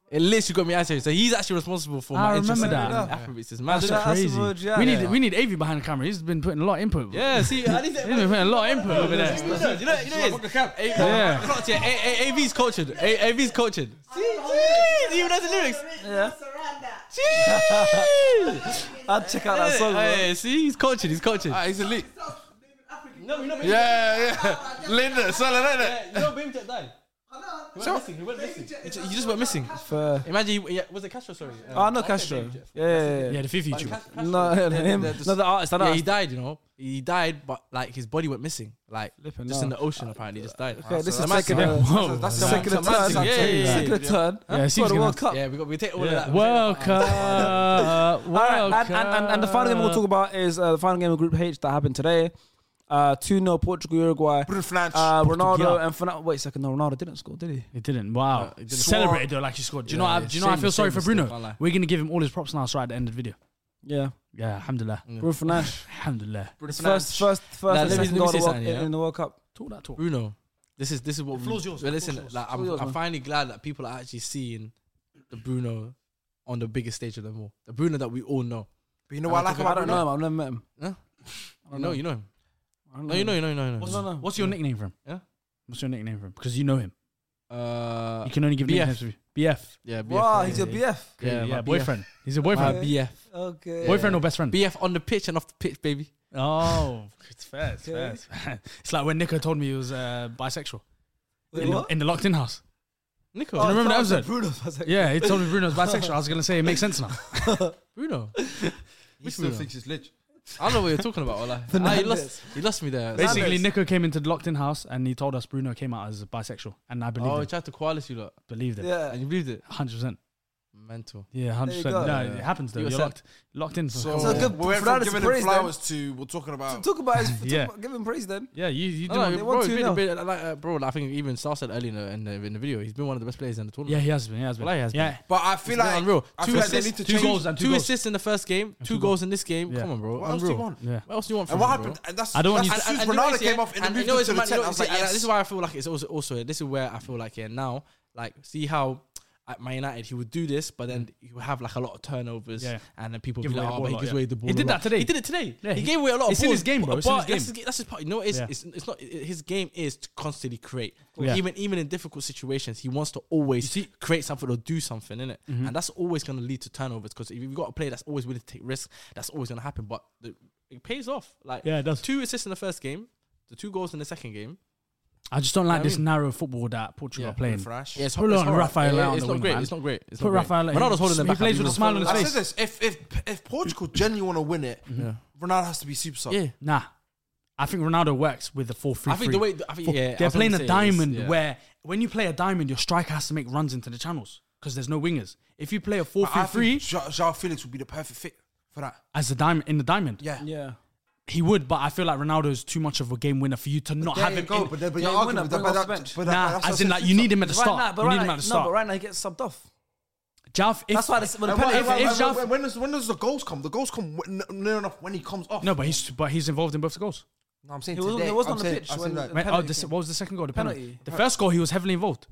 Speaker 4: It literally got me out here. So he's actually responsible for
Speaker 3: I
Speaker 4: my
Speaker 3: remember
Speaker 4: interest in
Speaker 3: that.
Speaker 4: Afrobeats. It's mad.
Speaker 1: That's
Speaker 4: isn't it?
Speaker 1: crazy. Wood, yeah.
Speaker 3: we need
Speaker 1: Yeah.
Speaker 3: we need Avi behind the camera. He's been putting a lot of input.
Speaker 4: Yeah, see, I didn't
Speaker 3: he's been putting a lot of input over there.
Speaker 4: You know, you know, you know, what it is? A-
Speaker 3: Yeah.
Speaker 4: Clocked it. A- A- AV's cultured. A- AV's cultured. Jeez, he even knows the lyrics. Jeez.
Speaker 1: I'd check out that song. bro.
Speaker 4: Hey, see, he's cultured. He's cultured.
Speaker 2: Ah, he's elite.
Speaker 4: No, you know,
Speaker 2: Yeah, yeah. Linda, Sala, Linda.
Speaker 4: you know, Baby Jet died. He went missing. He went missing. He ju- he just went missing.
Speaker 1: Fair.
Speaker 4: Imagine, he, yeah, was it Castro? Sorry. Um,
Speaker 3: Ah,
Speaker 1: Oh, no,
Speaker 4: I said
Speaker 1: Castro.
Speaker 4: Dave,
Speaker 1: Yeah,
Speaker 4: Jeff.
Speaker 1: yeah, yeah.
Speaker 3: Yeah, the fifth YouTuber.
Speaker 4: Castro.
Speaker 1: No, him.
Speaker 4: they're just-
Speaker 1: No, the artist. That
Speaker 4: yeah, he
Speaker 1: artist.
Speaker 4: died. You know, he died, but like his body went missing, like
Speaker 1: Flipping
Speaker 4: just in the
Speaker 1: hell.
Speaker 4: ocean. Apparently, just died.
Speaker 1: Okay, this is uh,
Speaker 4: Imagine.
Speaker 1: taking
Speaker 3: Yeah,
Speaker 1: a
Speaker 3: whoa.
Speaker 2: That's
Speaker 4: Yeah.
Speaker 1: taking a
Speaker 4: Some-
Speaker 1: turn.
Speaker 4: some- yeah, yeah, yeah.
Speaker 1: Taking a turn.
Speaker 3: Yeah, it
Speaker 1: Huh?
Speaker 3: seems
Speaker 1: For the World
Speaker 3: gonna-
Speaker 1: Cup.
Speaker 4: Yeah, we got we take all of
Speaker 3: Yeah.
Speaker 4: that.
Speaker 3: World Cup. World
Speaker 1: All right, and, and, and, and the final game we'll
Speaker 3: Cup.
Speaker 1: talk about is uh, the final game of Group H that happened today. Uh, 2 0 Portugal, Uruguay.
Speaker 2: Bruno Fernandes.
Speaker 1: Uh, Ronaldo
Speaker 3: Portugal.
Speaker 1: and Fernando. Wait a second, no, Ronaldo didn't score, did he?
Speaker 3: It didn't. Wow.
Speaker 4: it
Speaker 3: It
Speaker 4: didn't.
Speaker 3: Celebrated though, like he scored. Do you know?
Speaker 4: Yeah,
Speaker 3: I,
Speaker 4: Uh, yeah.
Speaker 3: do you know? I
Speaker 4: Shame-
Speaker 3: feel sorry
Speaker 4: shame
Speaker 3: for
Speaker 4: mistake,
Speaker 3: Bruno.
Speaker 4: can't lie.
Speaker 3: We're gonna give him all his props now. So at the end of the video.
Speaker 1: Yeah.
Speaker 3: Yeah, alhamdulillah.
Speaker 1: Bruno Fernandes.
Speaker 3: Alhamdulillah.
Speaker 1: His first, first, first,
Speaker 4: Nah,
Speaker 1: and
Speaker 4: let
Speaker 1: second
Speaker 4: me- let me
Speaker 1: goal of
Speaker 4: say
Speaker 1: the World-
Speaker 4: something, yeah.
Speaker 1: in the World Cup.
Speaker 3: Talk that talk.
Speaker 4: Bruno, this is this is what.
Speaker 3: floor's yours,
Speaker 4: Well,
Speaker 3: floor's
Speaker 4: listen,
Speaker 3: yours,
Speaker 4: like, I'm,
Speaker 1: floor's yours,
Speaker 4: I'm
Speaker 1: man.
Speaker 4: finally glad that people are actually seeing the Bruno on the biggest stage of them all. The Bruno that we all know.
Speaker 2: But you know what I like
Speaker 1: I
Speaker 2: about
Speaker 1: don't
Speaker 2: Bruno?
Speaker 1: know him. I've never met him.
Speaker 4: Huh?
Speaker 1: I
Speaker 4: You
Speaker 1: don't
Speaker 4: know, you know him.
Speaker 1: I don't
Speaker 4: No, you know, you know, you know, you
Speaker 3: What's,
Speaker 4: know.
Speaker 1: no, no.
Speaker 3: what's your nickname for him?
Speaker 4: Yeah?
Speaker 3: What's your nickname for him? Because you know him.
Speaker 4: Uh,
Speaker 3: You can only give
Speaker 4: BF.
Speaker 3: nicknames. to BF.
Speaker 4: yeah, BF.
Speaker 1: Wow,
Speaker 4: yeah,
Speaker 1: he's
Speaker 4: yeah,
Speaker 1: your BF.
Speaker 4: Yeah,
Speaker 3: Yeah,
Speaker 4: my
Speaker 3: yeah
Speaker 4: BF.
Speaker 3: boyfriend. He's a
Speaker 4: My
Speaker 3: boyfriend.
Speaker 4: Bf.
Speaker 1: Okay.
Speaker 3: Boyfriend or best friend?
Speaker 4: BF on the pitch and off the pitch, baby.
Speaker 3: Oh, it's fair. It's
Speaker 1: Okay.
Speaker 3: fair. it's like when Nico told me he was uh, bisexual
Speaker 1: Wait,
Speaker 3: in, the,
Speaker 1: what?
Speaker 3: in the locked in house.
Speaker 4: Nico,
Speaker 3: Do you remember Oh, that
Speaker 1: Sounds like
Speaker 3: episode?
Speaker 1: Bruno. I was like,
Speaker 3: Yeah, he told me Bruno's bisexual. I was gonna say it makes sense now.
Speaker 4: Bruno.
Speaker 2: He
Speaker 4: Which
Speaker 2: still
Speaker 4: Bruno?
Speaker 2: thinks he's lich.
Speaker 4: I don't know what you're talking about. Ola. Ah, you lost, you lost me there.
Speaker 3: Basically, Nico came into the locked in house and he told us Bruno came out as bisexual, and I believed
Speaker 4: oh, he
Speaker 3: it.
Speaker 4: tried to coalesce you lot,
Speaker 3: Believed it.
Speaker 1: Yeah.
Speaker 4: and you believed it.
Speaker 3: Hundred percent.
Speaker 4: Mental.
Speaker 3: Yeah, hundred
Speaker 1: There
Speaker 3: percent.
Speaker 1: you go.
Speaker 3: No, it happens though.
Speaker 4: You
Speaker 3: You're,
Speaker 4: were sent.
Speaker 3: locked, locked in for.
Speaker 2: So,
Speaker 1: So good-
Speaker 2: we went from
Speaker 1: Fernandes
Speaker 2: giving him
Speaker 1: praised them.
Speaker 2: flowers to we're talking about.
Speaker 1: Talk about his.
Speaker 3: Yeah.
Speaker 1: talk about- Give him praise then.
Speaker 3: yeah, you you
Speaker 4: No,
Speaker 3: didn't.
Speaker 4: no,
Speaker 1: they
Speaker 4: Oh, bro,
Speaker 1: want
Speaker 4: he's
Speaker 1: to
Speaker 4: been a
Speaker 1: know.
Speaker 4: bit- like, uh, bro, I think even Star said earlier in the, in the in the video, he's been one of the best players in the
Speaker 3: yeah,
Speaker 4: tournament.
Speaker 3: he has been. He has been.
Speaker 4: Well, he has
Speaker 3: yeah.
Speaker 2: But I
Speaker 4: It's
Speaker 2: feel
Speaker 4: been
Speaker 2: like
Speaker 4: unreal.
Speaker 2: I
Speaker 4: Two
Speaker 2: feel like they need
Speaker 4: assists,
Speaker 2: to
Speaker 3: two
Speaker 2: change.
Speaker 3: goals and two,
Speaker 4: Two
Speaker 3: goals.
Speaker 4: assists in the first game, two,
Speaker 3: two
Speaker 4: goals in this game.
Speaker 3: Yeah.
Speaker 4: Come on, bro.
Speaker 2: What else do you
Speaker 4: Unreal.
Speaker 2: want?
Speaker 3: Yeah.
Speaker 4: What else do you want?
Speaker 2: And
Speaker 4: from
Speaker 2: what
Speaker 4: him, bro?
Speaker 2: happened? And that's
Speaker 3: I don't want you
Speaker 2: that's
Speaker 3: to-
Speaker 2: since
Speaker 4: you know
Speaker 2: Ronaldo
Speaker 4: what, yeah,
Speaker 2: came off and,
Speaker 4: and
Speaker 2: moved
Speaker 4: you know
Speaker 2: him to the
Speaker 4: it's mad, you
Speaker 2: ten.
Speaker 4: know
Speaker 2: I was
Speaker 4: it's-
Speaker 2: like,
Speaker 4: yeah,
Speaker 2: yes.
Speaker 4: This is why I feel like it's also also this is where I feel like yeah now like see how at Man United he would do this, but then he would have like a lot of turnovers,
Speaker 3: Yeah.
Speaker 4: and then people
Speaker 3: Give
Speaker 4: would be
Speaker 3: away
Speaker 4: like,
Speaker 3: the ball
Speaker 4: oh, but
Speaker 3: a
Speaker 4: he
Speaker 3: lot,
Speaker 4: gives
Speaker 3: yeah.
Speaker 4: away the ball.
Speaker 3: He did
Speaker 4: a lot.
Speaker 3: that today.
Speaker 4: He did it today.
Speaker 3: Yeah,
Speaker 4: he,
Speaker 3: he-
Speaker 4: gave away a lot.
Speaker 3: it's
Speaker 4: of
Speaker 3: in his
Speaker 4: balls,
Speaker 3: game, bro.
Speaker 4: but-
Speaker 3: It's in his
Speaker 4: but that's
Speaker 3: game.
Speaker 4: his- That's his part. You know, what it is?
Speaker 3: Yeah.
Speaker 4: it's it's not. His game is to constantly create.
Speaker 3: course. Yeah.
Speaker 4: Even even in difficult situations, he wants to always create something or do something in it,
Speaker 3: Mm-hmm.
Speaker 4: and that's always going to lead to turnovers. Because if you've got a player that's always willing to take risks, that's always going to happen. But the, it pays off. Like
Speaker 3: Yeah, it does.
Speaker 4: two assists in the first game, the two goals in the second game.
Speaker 3: I just don't like
Speaker 4: I
Speaker 3: this
Speaker 4: mean-
Speaker 3: narrow football that Portugal
Speaker 4: Yeah,
Speaker 3: are playing.
Speaker 2: Fresh.
Speaker 4: Yeah, it's
Speaker 3: Pull
Speaker 4: it's
Speaker 3: on
Speaker 4: alright.
Speaker 3: Rafael
Speaker 4: Yeah,
Speaker 3: out on
Speaker 4: it's
Speaker 3: the
Speaker 4: not
Speaker 3: wing,
Speaker 4: great.
Speaker 3: man.
Speaker 4: It's not great. It's
Speaker 3: Put
Speaker 4: not great.
Speaker 3: Rafael out.
Speaker 4: Ronaldo's holding them
Speaker 3: He
Speaker 4: back.
Speaker 3: plays
Speaker 4: I'd
Speaker 3: with
Speaker 4: be
Speaker 3: a smile on his
Speaker 4: wrong.
Speaker 2: I
Speaker 3: face.
Speaker 2: said this: if if if Portugal genuinely want to win it, Ronaldo has to be super sub.
Speaker 4: Yeah.
Speaker 3: Nah. I think Ronaldo works with the 4 3
Speaker 4: I think the way I think, yeah, I
Speaker 3: They're
Speaker 4: was
Speaker 3: playing
Speaker 4: gonna
Speaker 3: a
Speaker 4: say it is,
Speaker 3: diamond
Speaker 4: yeah.
Speaker 3: where when you play a diamond, your striker has to make runs into the channels because there's no wingers. If you play a 4
Speaker 2: I
Speaker 3: 3 3
Speaker 2: think Ja- Joao Felix would be the perfect fit for that.
Speaker 3: as a diamond in the diamond,
Speaker 2: Yeah.
Speaker 1: Yeah.
Speaker 3: he would, but I feel like Ronaldo's too much of a game winner for you to not have him. in-
Speaker 2: but, then- but
Speaker 1: Yeah,
Speaker 2: you're
Speaker 1: you win
Speaker 2: arguing
Speaker 1: it,
Speaker 2: with that.
Speaker 1: bring
Speaker 2: But
Speaker 1: off
Speaker 2: that,
Speaker 1: bench.
Speaker 2: but that,
Speaker 3: Nah,
Speaker 2: but that's
Speaker 3: as in
Speaker 2: what
Speaker 3: like
Speaker 2: I
Speaker 3: you
Speaker 2: said,
Speaker 3: need him at the
Speaker 1: Right now,
Speaker 3: start.
Speaker 1: but
Speaker 3: you
Speaker 1: right
Speaker 3: need him
Speaker 1: now,
Speaker 3: at the
Speaker 1: no,
Speaker 3: start.
Speaker 1: but right now he gets subbed off.
Speaker 3: Jaf, if,
Speaker 1: That's why this, when the
Speaker 2: And what-
Speaker 1: penalty,
Speaker 3: if-
Speaker 2: and
Speaker 3: if
Speaker 2: what-
Speaker 3: Jaf-
Speaker 2: when, when does when does the goals come? The goals come when, near enough when he comes off.
Speaker 3: no, but he's but he's involved in both the goals.
Speaker 2: No, I'm saying
Speaker 1: He wasn't-
Speaker 2: today.
Speaker 1: he wasn't
Speaker 2: I'm
Speaker 1: on the
Speaker 2: saying,
Speaker 1: pitch
Speaker 2: I'm
Speaker 1: when-
Speaker 2: saying that.
Speaker 3: When- oh,
Speaker 1: penalty
Speaker 3: this,
Speaker 1: came.
Speaker 3: what was the second goal? The penalty.
Speaker 1: Penalty.
Speaker 3: The first goal, he was heavily involved.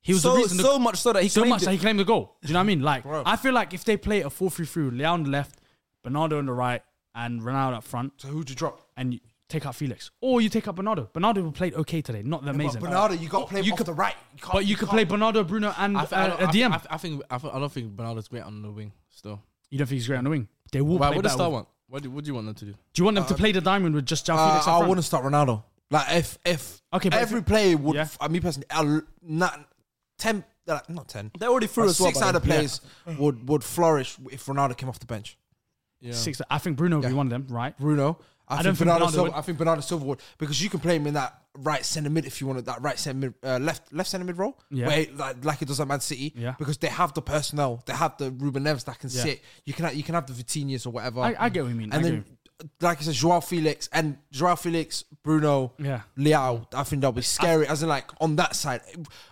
Speaker 3: He was
Speaker 1: So-
Speaker 3: the reason. the-
Speaker 1: so much so that he
Speaker 3: so
Speaker 1: claimed
Speaker 3: much
Speaker 1: it.
Speaker 3: that he claimed the goal. Do you know what I mean? Like,
Speaker 2: Bro.
Speaker 3: I feel like if they play a 4-3-3 with Leao on the left, Bernardo on the right, and Ronaldo up front,
Speaker 2: So who'd you drop?
Speaker 3: and you take out Felix, or you take out Bernardo. Bernardo played okay today, not that amazing.
Speaker 2: But Bernardo, you
Speaker 1: Oh,
Speaker 2: got to play him
Speaker 3: You
Speaker 2: off
Speaker 3: could-
Speaker 2: the right. can't-
Speaker 3: but you could play
Speaker 2: can't-
Speaker 3: Bernardo, Bruno, and
Speaker 4: I,
Speaker 3: uh,
Speaker 4: th- I, don't-
Speaker 3: a
Speaker 4: I,
Speaker 3: DM.
Speaker 4: I, I think I, think- I don't think Bernardo's great on the wing still.
Speaker 3: you don't think he's great on the wing? They will
Speaker 4: Why,
Speaker 3: play
Speaker 4: what does
Speaker 3: better
Speaker 4: Star
Speaker 3: with-
Speaker 4: want? What do, what do you want them to do?
Speaker 3: Do you want them to play the diamond with just Jao
Speaker 2: Uh,
Speaker 3: Felix up
Speaker 2: I
Speaker 3: front?
Speaker 2: wouldn't start Ronaldo. Like if if
Speaker 3: Okay, but if
Speaker 2: every
Speaker 3: you-
Speaker 2: player would.
Speaker 3: Yeah.
Speaker 2: I mean personally, I'll, not ten. Like, not ten.
Speaker 1: They're already through
Speaker 2: but
Speaker 1: as well,
Speaker 2: Six
Speaker 1: by
Speaker 2: other
Speaker 1: then.
Speaker 2: players would would flourish if Ronaldo came off the bench.
Speaker 4: Yeah.
Speaker 3: Six. I think Bruno would
Speaker 2: Yeah.
Speaker 3: be one of them, right?
Speaker 2: Bruno.
Speaker 3: I
Speaker 2: I,
Speaker 3: don't
Speaker 2: think
Speaker 3: think
Speaker 2: Bernardo
Speaker 3: Ronaldo
Speaker 2: Silva,
Speaker 3: would.
Speaker 2: I think Bernardo Silva would because you can play him in that right centre mid if you want that right centre mid, uh, left left centre mid role.
Speaker 3: Yeah.
Speaker 2: Where, like, like it does at Man City.
Speaker 3: Yeah.
Speaker 2: Because they have the personnel, they have the Ruben Neves that can
Speaker 3: Yeah.
Speaker 2: sit. You can ha- you can have the Vitinhas or whatever.
Speaker 3: I- I get what you mean,
Speaker 2: And
Speaker 3: I get
Speaker 2: then, like I said, Joao Felix and Joao Felix, Bruno,
Speaker 3: Yeah.
Speaker 2: Leao. I think that'll be scary. as in, like on that side,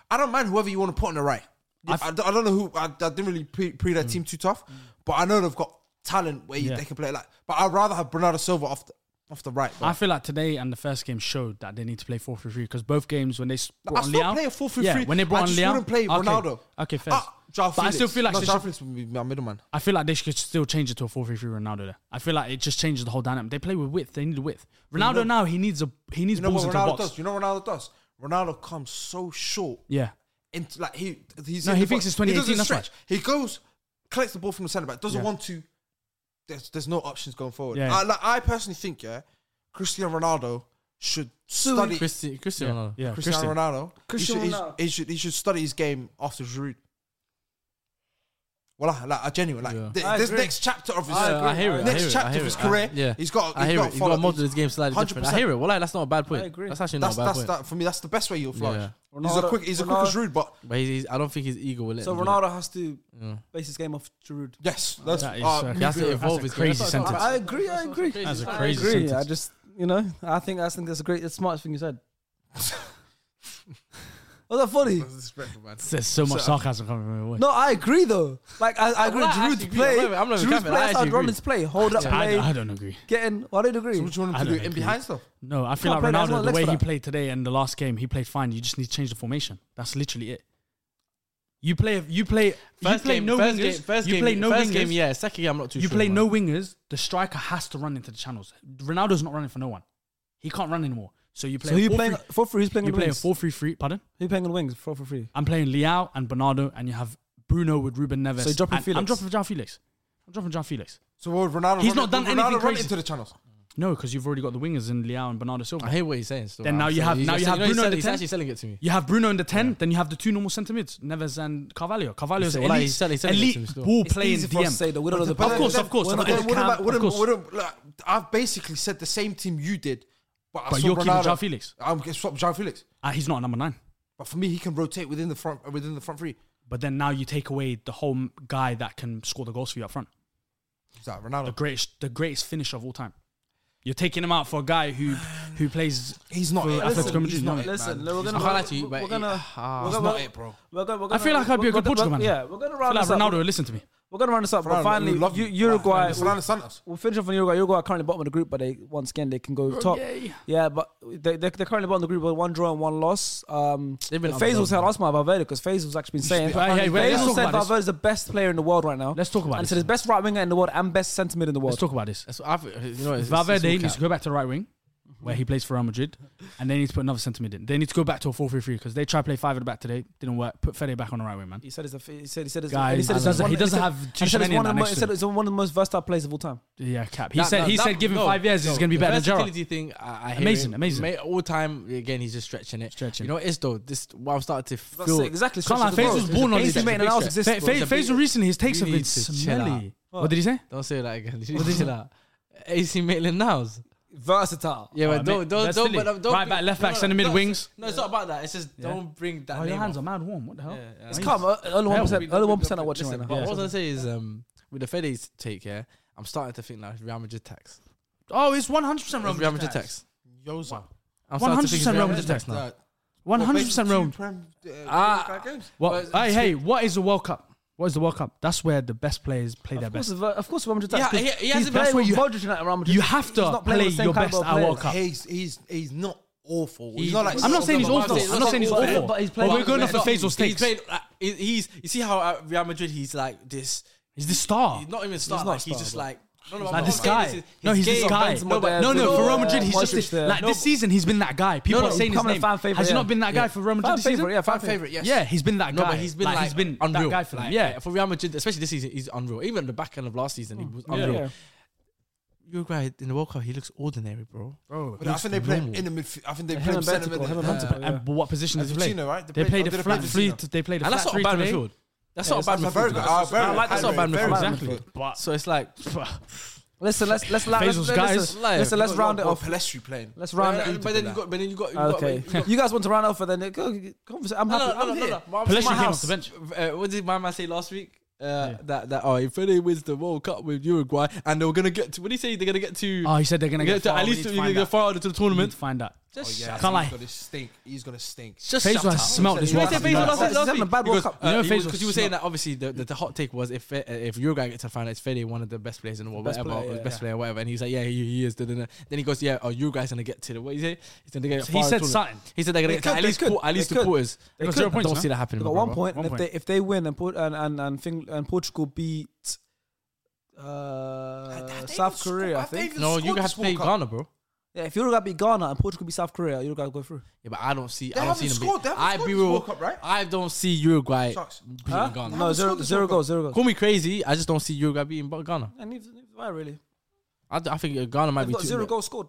Speaker 2: I don't mind whoever you want to put on the right. I,
Speaker 3: I've-
Speaker 2: don't, I don't know who. I, I didn't really pre, pre that team too tough, but I know they've got talent where
Speaker 3: Mm.
Speaker 2: you,
Speaker 3: Yeah.
Speaker 2: they can play like. But I'd rather have Bernardo Silva off the, off the right. bro.
Speaker 3: I feel like today and the first game showed that they need to play 4 3 3 because both games when they s-
Speaker 2: I
Speaker 3: brought on
Speaker 2: still
Speaker 3: Leao.
Speaker 2: play a 4 3
Speaker 3: yeah,
Speaker 2: 3.
Speaker 3: when they brought
Speaker 2: I
Speaker 3: on
Speaker 2: just
Speaker 3: Leao.
Speaker 2: wouldn't play
Speaker 3: okay.
Speaker 2: Ronaldo.
Speaker 3: Okay, fair.
Speaker 2: Ah, Joao
Speaker 3: but I still
Speaker 2: Felix.
Speaker 3: feel like
Speaker 2: no,
Speaker 3: they
Speaker 2: Joao
Speaker 3: should,
Speaker 2: Felix would be my middleman.
Speaker 3: I feel like they should still change it to a 4-3-3 Ronaldo there. I feel like it just changes the whole dynamic. They play with width. They need width. Ronaldo now he needs a he needs
Speaker 2: You know
Speaker 3: balls
Speaker 2: what
Speaker 3: into the
Speaker 2: Ronaldo
Speaker 3: box.
Speaker 2: does? You know what Ronaldo does? Ronaldo comes so short.
Speaker 3: Yeah.
Speaker 2: Into, like he, he's
Speaker 3: No,
Speaker 2: in
Speaker 3: he
Speaker 2: the
Speaker 3: thinks
Speaker 2: box.
Speaker 3: it's
Speaker 2: He
Speaker 3: 2018,
Speaker 2: doesn't
Speaker 3: that's
Speaker 2: stretch. He goes, collects the ball from the centre back. Doesn't
Speaker 3: Yeah.
Speaker 2: want to. There's, there's no options going forward.
Speaker 3: Yeah.
Speaker 2: I, like, I personally think yeah, Cristiano Ronaldo should study
Speaker 4: Christi- Cristiano Ronaldo.
Speaker 3: Yeah,
Speaker 2: Cristiano
Speaker 3: Christian.
Speaker 2: Ronaldo.
Speaker 1: Cristiano
Speaker 2: he, should,
Speaker 1: Ronaldo.
Speaker 2: He, should, he should study his game after Giroud. Well, like I genuine like
Speaker 4: Yeah.
Speaker 2: thi-
Speaker 1: I
Speaker 2: this
Speaker 1: agree.
Speaker 2: next chapter of his
Speaker 1: I agree.
Speaker 4: I hear it. I
Speaker 2: next
Speaker 4: hear it, I
Speaker 2: chapter
Speaker 4: hear
Speaker 2: of his
Speaker 4: it.
Speaker 2: career,
Speaker 4: I- yeah,
Speaker 2: he's got.
Speaker 4: I
Speaker 2: he's
Speaker 4: hear
Speaker 2: got
Speaker 4: it.
Speaker 2: to
Speaker 4: You
Speaker 2: follow
Speaker 4: got to model his game slightly different.
Speaker 2: 100%.
Speaker 4: I hear it. Well, like, that's not a bad point.
Speaker 1: I agree.
Speaker 4: That's actually not
Speaker 2: That's
Speaker 4: a bad
Speaker 2: that's
Speaker 4: point.
Speaker 2: that for me. That's the best way you'll flash.
Speaker 4: Yeah.
Speaker 2: He's a
Speaker 1: Ronaldo-
Speaker 2: quick. He's a
Speaker 1: Ronaldo-
Speaker 2: quick as Rude, but
Speaker 4: But he's, he's, I don't think his ego will let
Speaker 1: So
Speaker 4: him do
Speaker 1: Ronaldo has to
Speaker 4: that. Yeah.
Speaker 1: base his game off Giroud.
Speaker 2: yes, that's
Speaker 3: That is,
Speaker 2: uh,
Speaker 3: uh,
Speaker 4: He has to
Speaker 3: That's
Speaker 4: evolve
Speaker 3: a
Speaker 4: his
Speaker 3: crazy
Speaker 4: game.
Speaker 3: sentence.
Speaker 1: I, I agree. I agree.
Speaker 3: That's a
Speaker 1: I
Speaker 3: crazy
Speaker 1: agree.
Speaker 3: sentence.
Speaker 1: I just, you know, I think I think that's a great, that's smart thing you said. Was that funny?
Speaker 3: There's so much sarcasm coming from my way.
Speaker 1: No, I agree though. Like I, I agree.
Speaker 4: I
Speaker 1: Giroud
Speaker 4: actually agree.
Speaker 1: play.
Speaker 4: I'm not even- I'm not
Speaker 1: Giroud's
Speaker 4: even capping.
Speaker 1: play.
Speaker 4: I
Speaker 1: That's how
Speaker 4: actually
Speaker 1: Ronaldo's play. Hold up,
Speaker 3: Yeah, I,
Speaker 1: play.
Speaker 3: I don't agree.
Speaker 1: Getting. Why don't you agree?
Speaker 2: what do you want
Speaker 3: I
Speaker 2: him to do?
Speaker 3: don't
Speaker 2: In
Speaker 3: agree.
Speaker 2: behind stuff.
Speaker 3: No, I feel
Speaker 1: Can't
Speaker 3: like
Speaker 1: play that. There's no
Speaker 3: Ronaldo, the
Speaker 1: legs
Speaker 3: way
Speaker 1: for
Speaker 3: he
Speaker 1: that.
Speaker 3: played today and the last game, he played fine. You just need to change the formation. That's literally it. You play, you play, you
Speaker 4: First
Speaker 3: play
Speaker 4: game,
Speaker 3: no
Speaker 4: first
Speaker 3: wingers.
Speaker 4: game, first
Speaker 3: you
Speaker 4: game,
Speaker 3: play no
Speaker 4: first
Speaker 3: wingers.
Speaker 4: game, yeah. Second game, I'm not too
Speaker 3: you
Speaker 4: sure.
Speaker 3: play
Speaker 4: man.
Speaker 3: no wingers. The striker has to run into the channels. Ronaldo's not running for no one. He can't run anymore. So you play.
Speaker 1: So
Speaker 3: a
Speaker 1: who you
Speaker 3: 4-3
Speaker 1: playing? Four three. Who's playing? on
Speaker 3: you
Speaker 1: the
Speaker 3: play a
Speaker 1: wings?
Speaker 3: four three three. Pardon.
Speaker 1: Who playing on the wings? Four for three.
Speaker 3: I'm playing Liao and Bernardo, and you have Bruno with Ruben Neves.
Speaker 1: So you're dropping
Speaker 3: and I'm
Speaker 1: Felix?
Speaker 3: dropping John Felix. I'm dropping John Felix.
Speaker 2: So what would Ronaldo?
Speaker 3: He's
Speaker 2: run
Speaker 3: not
Speaker 2: in-
Speaker 3: done
Speaker 2: would
Speaker 3: anything
Speaker 2: Ronaldo run
Speaker 3: crazy.
Speaker 2: into the channels.
Speaker 3: No, because you've already got the wingers in Liao and Bernardo Silva.
Speaker 4: I hear what he's saying. Still,
Speaker 3: Then now you
Speaker 4: still-
Speaker 3: have-
Speaker 4: he's-
Speaker 3: now you
Speaker 4: he's-
Speaker 3: have
Speaker 4: know, he's
Speaker 3: Bruno
Speaker 4: sell-
Speaker 3: the
Speaker 4: He's
Speaker 3: 10.
Speaker 4: actually selling it to me.
Speaker 3: You have Bruno in the 10, then you have the two normal centre mids, Neves and Carvalho. Carvalho's
Speaker 4: He's-
Speaker 3: an
Speaker 4: well,
Speaker 3: elite,
Speaker 4: he's selling- he's selling it to me
Speaker 3: elite
Speaker 4: still.
Speaker 3: ball
Speaker 1: It's
Speaker 3: playing
Speaker 1: easy for us to say
Speaker 3: DM.
Speaker 1: that we don't know the
Speaker 3: Of course, of course.
Speaker 1: We're not
Speaker 3: Of
Speaker 1: gonna-
Speaker 3: course.
Speaker 2: Then
Speaker 1: It
Speaker 2: What
Speaker 3: Cam,
Speaker 2: about
Speaker 3: of
Speaker 2: what
Speaker 3: course.
Speaker 2: am- what am- like, I've basically said the same team you did, but, I
Speaker 3: But
Speaker 2: saw
Speaker 3: you're keeping
Speaker 2: Ronaldo-
Speaker 3: João Felix.
Speaker 2: I'm gonna swap João Felix,
Speaker 3: Uh, he's not a number nine.
Speaker 2: but for me, he can rotate within the front within the front three.
Speaker 3: But then now you take away the whole m- guy that can score the goals for you up front.
Speaker 2: Is that
Speaker 3: The
Speaker 2: Ronaldo?
Speaker 3: greatest, the greatest finisher of all time. You're taking him out for a guy who who plays.
Speaker 2: He's not.
Speaker 3: For
Speaker 2: it.
Speaker 3: Atletico
Speaker 2: Listen,
Speaker 3: Madrid,
Speaker 2: he's not
Speaker 3: no.
Speaker 2: it,
Speaker 1: Listen,
Speaker 2: man.
Speaker 1: we're gonna.
Speaker 4: I can't lie to you,
Speaker 1: we're
Speaker 4: but
Speaker 1: gonna.
Speaker 4: ah,
Speaker 1: we're
Speaker 2: He's
Speaker 1: gonna-
Speaker 2: not it, bro.
Speaker 1: We're gonna, we're
Speaker 3: I
Speaker 1: gonna,
Speaker 3: feel like I'd be a
Speaker 1: we're
Speaker 3: good
Speaker 1: gonna-
Speaker 3: Portugal man.
Speaker 1: Yeah, we're gonna
Speaker 3: I feel
Speaker 1: round
Speaker 3: like
Speaker 1: this up.
Speaker 3: Ronaldo would listen to me.
Speaker 1: We're gonna round this up. But
Speaker 2: Ronaldo,
Speaker 1: finally,
Speaker 2: we love
Speaker 1: U-
Speaker 2: you.
Speaker 1: Uruguay.
Speaker 2: Ronaldo, Ronaldo sent us.
Speaker 1: We'll finish off on Uruguay. Uruguay are currently bottom of the group, but they once again they can
Speaker 3: Oh,
Speaker 1: go top.
Speaker 3: yay.
Speaker 1: Yeah, but they, they're, they're currently bottom of the group with one draw and one loss. Um,
Speaker 4: They've been
Speaker 1: Faisal
Speaker 4: underwhelming.
Speaker 1: was telling us about Valverde because Faisal's actually been saying.
Speaker 3: be- Hey, hey, wait, let's
Speaker 1: Faisal
Speaker 3: talk
Speaker 1: said
Speaker 3: about this.
Speaker 1: Valverde is the best player in the world right now.
Speaker 3: Let's talk about
Speaker 1: And
Speaker 3: this.
Speaker 1: so the best right winger in the world and best centre mid in the world.
Speaker 3: Let's talk about this.
Speaker 4: That's what I've, you know, it's, it's,
Speaker 3: Valverde
Speaker 4: it's
Speaker 3: needs
Speaker 4: all
Speaker 3: to
Speaker 4: cap.
Speaker 3: go back to the right wing, where he plays for Real Madrid, and they need to put another centre mid in. They need to go back to a 4 3 3 because they tried to play five at the back today. Didn't work. Put Fede back on the right wing, man.
Speaker 1: He said it's a, he said he said it's
Speaker 3: Guys,
Speaker 1: he said
Speaker 3: he doesn't- he doesn't have
Speaker 1: he said it's
Speaker 3: Tchouameni
Speaker 1: one
Speaker 3: in
Speaker 1: of the mo-
Speaker 3: that next
Speaker 1: he
Speaker 3: to
Speaker 1: said
Speaker 3: him.
Speaker 1: it's one of the most versatile players of all time.
Speaker 3: Yeah, cap. He
Speaker 4: Nah,
Speaker 3: said
Speaker 4: nah,
Speaker 3: he
Speaker 4: nah,
Speaker 3: said give him
Speaker 4: no,
Speaker 3: five years,
Speaker 4: no,
Speaker 3: he's gonna be
Speaker 4: the
Speaker 3: better than Gerrard.
Speaker 4: versatility thing, I, I hear
Speaker 3: Amazing,
Speaker 4: it.
Speaker 3: amazing.
Speaker 4: Mate, all time again, he's just stretching it.
Speaker 3: Stretching.
Speaker 4: You know, what it is though. This what I'm starting to
Speaker 1: That's
Speaker 4: feel.
Speaker 1: it, exactly.
Speaker 3: Can't lie,
Speaker 1: Stretch the
Speaker 3: Faisal
Speaker 1: goal.
Speaker 3: was born on
Speaker 1: Faisal
Speaker 3: this.
Speaker 1: made an ass
Speaker 3: Fa-
Speaker 1: assist.
Speaker 3: Fa-
Speaker 1: bro.
Speaker 3: Faisal recently, his takes
Speaker 4: You
Speaker 3: have been
Speaker 4: need to chill
Speaker 3: smelly.
Speaker 4: out.
Speaker 3: What did he say?
Speaker 4: Don't say that again. You need to chill out. AC Maitland Niles.
Speaker 1: Versatile.
Speaker 4: Yeah,
Speaker 3: Oh,
Speaker 4: but don't,
Speaker 3: mate,
Speaker 4: don't,
Speaker 3: that's
Speaker 4: don't,
Speaker 3: silly.
Speaker 4: but, um, don't
Speaker 3: Right
Speaker 4: bring-
Speaker 3: back, left
Speaker 4: no,
Speaker 3: back,
Speaker 4: no,
Speaker 3: centre mid,
Speaker 4: no,
Speaker 3: wings.
Speaker 4: No, it's not about that. It's just don't bring that.
Speaker 3: Oh, your
Speaker 4: name
Speaker 3: hands
Speaker 4: up.
Speaker 3: are mad warm. What the hell?
Speaker 4: Yeah, yeah.
Speaker 1: It's calm. uh, Only one percent. Only one percent are watching
Speaker 4: Listen,
Speaker 1: right
Speaker 4: But
Speaker 1: now.
Speaker 4: what I was gonna say is, um, with the Fede's take, yeah, I'm starting to think now it's Real Madrid tax.
Speaker 3: Oh, it's 100%
Speaker 4: It's
Speaker 3: Real
Speaker 4: Real
Speaker 3: Madrid tax.
Speaker 4: tax.
Speaker 2: Yoza.
Speaker 4: I'm starting to think it's
Speaker 3: 100% Real Madrid
Speaker 4: Madrid tax now.
Speaker 3: 100% Real Madrid.
Speaker 4: Ah.
Speaker 2: Real.
Speaker 3: Well, hey, hey, what is the World Cup? What is the World Cup? That's where the best players play their
Speaker 1: Of course,
Speaker 3: best.
Speaker 1: Ver- of course, Real Madrid.
Speaker 4: Yeah,
Speaker 1: because
Speaker 4: he- he
Speaker 1: he's
Speaker 4: hasn't-
Speaker 1: playing
Speaker 4: that's what
Speaker 1: with
Speaker 4: you-
Speaker 1: Modric now at Real Madrid.
Speaker 3: you have
Speaker 1: He's
Speaker 3: to
Speaker 1: not playing
Speaker 3: play
Speaker 1: with the same
Speaker 3: your
Speaker 1: caliber
Speaker 3: best
Speaker 1: of
Speaker 3: at
Speaker 1: players.
Speaker 3: World Cup.
Speaker 2: He's he's he's not awful. He's, not like.
Speaker 3: I'm not saying he's
Speaker 4: But I'm
Speaker 3: awful. I'm not saying he's
Speaker 4: but-
Speaker 3: awful.
Speaker 1: but he's
Speaker 3: But
Speaker 1: playing-
Speaker 3: we're going off the
Speaker 4: He's
Speaker 3: Faisal
Speaker 4: not- He's
Speaker 3: stakes.
Speaker 4: playing. uh, he- He's. You see how at Real Madrid he's like this.
Speaker 3: He's the star.
Speaker 4: He's not even a star.
Speaker 1: not
Speaker 4: like,
Speaker 1: a
Speaker 4: he's
Speaker 1: star,
Speaker 4: just
Speaker 1: bro.
Speaker 4: like. No, no,
Speaker 3: Like
Speaker 4: I'm not
Speaker 3: this
Speaker 4: saying
Speaker 3: guy.
Speaker 4: this is-
Speaker 3: no, he's
Speaker 4: his
Speaker 3: this
Speaker 4: game-
Speaker 3: guy.
Speaker 1: Benzema there,
Speaker 3: No, but, no, no,
Speaker 1: Benzema
Speaker 3: for
Speaker 1: there,
Speaker 3: Real Madrid, he's just
Speaker 1: Modric there.
Speaker 3: like
Speaker 1: No,
Speaker 3: this season. He's been that guy. People
Speaker 1: No,
Speaker 3: are
Speaker 1: no,
Speaker 3: saying his
Speaker 1: becoming a
Speaker 3: name.
Speaker 1: fan favourite,
Speaker 3: Has he
Speaker 1: yeah.
Speaker 3: not been that guy
Speaker 1: Yeah.
Speaker 3: for Real
Speaker 1: Fan
Speaker 3: Madrid this season?
Speaker 1: favorite. Yeah, fan
Speaker 2: Fan
Speaker 1: favorite.
Speaker 2: favorite, yes.
Speaker 3: Yeah, he's been that
Speaker 4: No,
Speaker 3: guy.
Speaker 4: but he's been like,
Speaker 3: he's been
Speaker 4: unreal.
Speaker 3: that guy for them.
Speaker 4: like,
Speaker 3: Yeah,
Speaker 4: for Real Madrid, especially this season, he's unreal. Even at the back end of last season, he was unreal.
Speaker 1: Yeah.
Speaker 4: Uruguay in the World Cup, he looks ordinary, bro.
Speaker 3: bro.
Speaker 2: But I think they play him in the midfield. I think they play
Speaker 1: Him
Speaker 2: him
Speaker 1: and
Speaker 2: centre
Speaker 1: Bentancur. Him and
Speaker 2: mid.
Speaker 1: Bentancur. yeah.
Speaker 3: And what position does he
Speaker 2: And
Speaker 3: play?
Speaker 2: Ficino, right? They
Speaker 3: They
Speaker 2: play-
Speaker 3: played
Speaker 2: oh, did
Speaker 3: a
Speaker 2: they
Speaker 3: flat
Speaker 2: play
Speaker 3: three.
Speaker 2: Ficino?
Speaker 3: They played a
Speaker 4: And that's
Speaker 3: flat
Speaker 4: not
Speaker 3: three
Speaker 4: a bad
Speaker 3: today.
Speaker 4: midfield. That's
Speaker 1: Yeah,
Speaker 4: not a bad
Speaker 1: that's
Speaker 4: midfield.
Speaker 2: Very good. Ah, very
Speaker 1: I like
Speaker 2: good.
Speaker 1: that sort of
Speaker 2: Very good.
Speaker 4: midfield.
Speaker 2: Very
Speaker 3: Exactly.
Speaker 2: good.
Speaker 3: But
Speaker 4: So it's like,
Speaker 1: Listen, let's let's la- let's
Speaker 3: Faisal's guys.
Speaker 1: listen, listen, let's
Speaker 2: What-
Speaker 1: round it
Speaker 2: what
Speaker 1: off.
Speaker 2: Pelestri playing.
Speaker 1: Let's
Speaker 4: but
Speaker 1: round it.
Speaker 4: then- but then you got, but then you got, you got
Speaker 1: Okay,
Speaker 4: you got-
Speaker 1: you guys want to round off, and then it- go- conversa- I'm
Speaker 4: No, no,
Speaker 1: happy.
Speaker 4: no,
Speaker 1: I'm
Speaker 4: no, no,
Speaker 1: here.
Speaker 4: no. My-
Speaker 3: Pelestri
Speaker 4: my
Speaker 3: came
Speaker 4: house-
Speaker 3: off the bench.
Speaker 4: Uh, what did my man say last week? Uh, That that oh, if Fede wins the World Cup with Uruguay, and they're gonna get to what do you say? They're gonna get to.
Speaker 3: oh, he said they're gonna
Speaker 4: get
Speaker 3: get
Speaker 4: to,
Speaker 3: far.
Speaker 4: at
Speaker 3: We
Speaker 4: least
Speaker 3: need
Speaker 4: you're
Speaker 3: to
Speaker 4: gonna
Speaker 3: find
Speaker 4: get
Speaker 3: out.
Speaker 4: far out into the
Speaker 3: We need to
Speaker 4: tournament.
Speaker 3: find out.
Speaker 6: Oh,
Speaker 4: Just
Speaker 2: Oh, Yeah,
Speaker 4: shut
Speaker 3: Can't lie.
Speaker 2: He's gonna stink. He's gonna stink.
Speaker 4: Just
Speaker 3: Faisal
Speaker 4: shut
Speaker 3: has
Speaker 4: up.
Speaker 3: smelt this
Speaker 4: You know
Speaker 3: World
Speaker 4: what
Speaker 3: Cup.
Speaker 4: Faisal last
Speaker 1: He's
Speaker 4: week- last
Speaker 1: having a
Speaker 4: week?
Speaker 1: bad World
Speaker 4: Because,
Speaker 1: Cup.
Speaker 4: uh,
Speaker 3: You know
Speaker 4: he
Speaker 3: Faisal
Speaker 4: was- Because you were
Speaker 3: smelt.
Speaker 4: saying that obviously the, the, the hot take was if uh, if Uruguay gets to the final, it's Fede one of the best players in the world,
Speaker 1: Best
Speaker 4: whatever,
Speaker 1: player,
Speaker 4: or
Speaker 1: yeah,
Speaker 4: best
Speaker 1: yeah.
Speaker 4: player, whatever. And he's like, yeah, he, he is. da, da, da. Then he goes, yeah, oh, Uruguay's gonna get to the what? He say? He's gonna get.
Speaker 3: So
Speaker 4: far
Speaker 3: he
Speaker 4: in
Speaker 3: said
Speaker 4: the tournament.
Speaker 3: something.
Speaker 4: He said they're gonna
Speaker 1: They
Speaker 4: get to
Speaker 1: could,
Speaker 4: at
Speaker 1: they
Speaker 4: least
Speaker 1: could,
Speaker 4: quar- at
Speaker 1: they
Speaker 4: least the
Speaker 1: could.
Speaker 4: quarters.
Speaker 3: They
Speaker 4: I
Speaker 3: could. Points,
Speaker 4: don't
Speaker 3: no?
Speaker 4: see that happening.
Speaker 1: They
Speaker 4: my
Speaker 1: got one
Speaker 4: brother.
Speaker 1: point, and
Speaker 3: One
Speaker 1: if
Speaker 3: point.
Speaker 1: they if they win and put and and and, Fing, and Portugal beat uh, South Korea, I think.
Speaker 4: No, you have to play Ghana, bro.
Speaker 1: Yeah, if Uruguay beat Ghana and Portugal beat South Korea, Uruguay go through.
Speaker 4: Yeah, but I don't see.
Speaker 2: They
Speaker 4: I don't
Speaker 2: haven't
Speaker 4: see them.
Speaker 2: scored. They
Speaker 4: beat-
Speaker 2: haven't
Speaker 4: I
Speaker 2: scored
Speaker 4: be
Speaker 2: this
Speaker 4: real.
Speaker 2: World Cup, right?
Speaker 4: I don't see Uruguay
Speaker 2: Shucks.
Speaker 4: beating
Speaker 1: Huh?
Speaker 4: Ghana.
Speaker 1: No,
Speaker 2: haven't
Speaker 1: zero,
Speaker 2: scored this
Speaker 1: zero
Speaker 2: World Cup.
Speaker 1: goals, zero goals.
Speaker 4: Call me crazy. I just don't see Uruguay beating Ghana.
Speaker 1: And neither, neither do I really.
Speaker 4: I, I think Ghana might
Speaker 1: They've
Speaker 4: be
Speaker 1: got
Speaker 4: too.
Speaker 1: zero goals scored.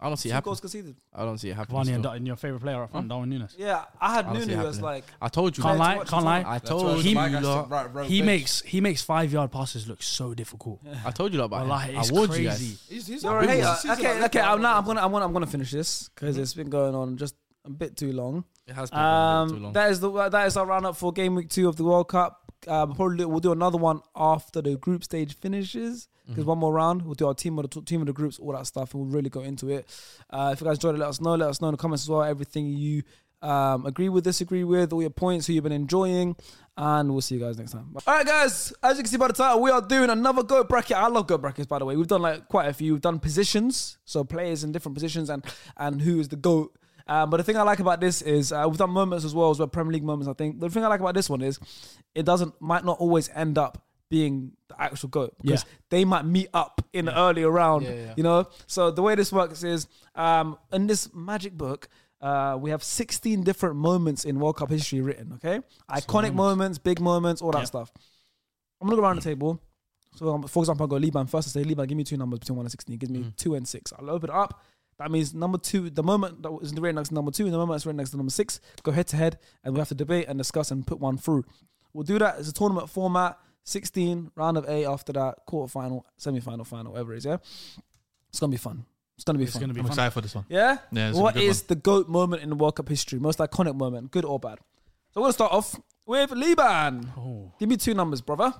Speaker 4: I don't see it
Speaker 1: Two goals
Speaker 4: happening.
Speaker 1: conceded.
Speaker 4: I don't see it happening.
Speaker 3: Cavani and
Speaker 4: still.
Speaker 3: Dar- and your favorite player up front, Darwin Nunes.
Speaker 1: Yeah, I had
Speaker 4: I don't see
Speaker 1: Nunu
Speaker 4: it
Speaker 1: as
Speaker 4: happening.
Speaker 1: like
Speaker 4: I told you.
Speaker 3: Can't
Speaker 4: man.
Speaker 3: lie, can't lie.
Speaker 4: I
Speaker 3: I
Speaker 4: told
Speaker 3: He-
Speaker 4: you.
Speaker 3: my
Speaker 4: lot.
Speaker 3: He makes he makes five yard passes look so difficult.
Speaker 4: I told you lot about
Speaker 3: Wallahi,
Speaker 4: him. I
Speaker 3: it's
Speaker 4: warned you
Speaker 3: crazy.
Speaker 4: guys.
Speaker 2: He's, he's
Speaker 1: You're a
Speaker 2: alright.
Speaker 1: hater.
Speaker 2: He's- he's
Speaker 1: Okay,
Speaker 2: alright.
Speaker 1: okay. I'm not. I'm gonna. I'm gonna. I'm gonna finish this because it's been going on just a bit too long.
Speaker 4: It has been going too
Speaker 1: Um,
Speaker 4: long.
Speaker 1: that is the that is our roundup for game week two of the World Cup. Um, probably we'll do another one after the group stage finishes because
Speaker 4: Mm-hmm.
Speaker 1: one more round we'll do our team of the team of the groups, all that stuff, and we'll really go into it. Uh, if you guys enjoyed it, let us know. Let us know in the comments as well. Everything you um, agree with, disagree with, all your points, who you've been enjoying, and we'll see you guys next time. All right, guys. As you can see by the title, we are doing another go bracket. I love go brackets, by the way. We've done like quite a few. We've done positions, so players in different positions, and and who is the goat. Um, but the thing I like about this is uh, we've done moments as well as well Premier League moments. I think the thing I like about this one is it doesn't might not always end up being the actual goat because
Speaker 3: Yeah.
Speaker 1: they might meet up in the earlier round. You know, so the way this works is um, in this magic book. Uh, we have 16 different moments in World Cup history written, okay? Iconic moments. big moments, all that
Speaker 3: Yeah.
Speaker 1: stuff. I'm gonna go around the table. So, um, for example, I'll go Liban first and say, Liban, give me two numbers between 1 and 16. Give me
Speaker 3: Mm.
Speaker 1: 2 and 6. I'll open it up. That means number two, the moment that was written next to number two, and the moment that's written next to number six, go head to head, and we have to debate and discuss and put one through. We'll do that as a tournament format 16, round of eight after that, quarterfinal, semi final, final, whatever it is, yeah? It's gonna be fun. It's gonna be
Speaker 3: It's
Speaker 1: fun.
Speaker 3: gonna be
Speaker 5: I'm
Speaker 3: fun.
Speaker 5: excited for this one.
Speaker 1: Yeah.
Speaker 5: Yeah, it's a
Speaker 1: what
Speaker 5: good
Speaker 1: is the goat moment in the World Cup history? Most iconic moment, good or bad? So we're gonna start off with Liban.
Speaker 3: Oh,
Speaker 1: Give me two numbers, brother.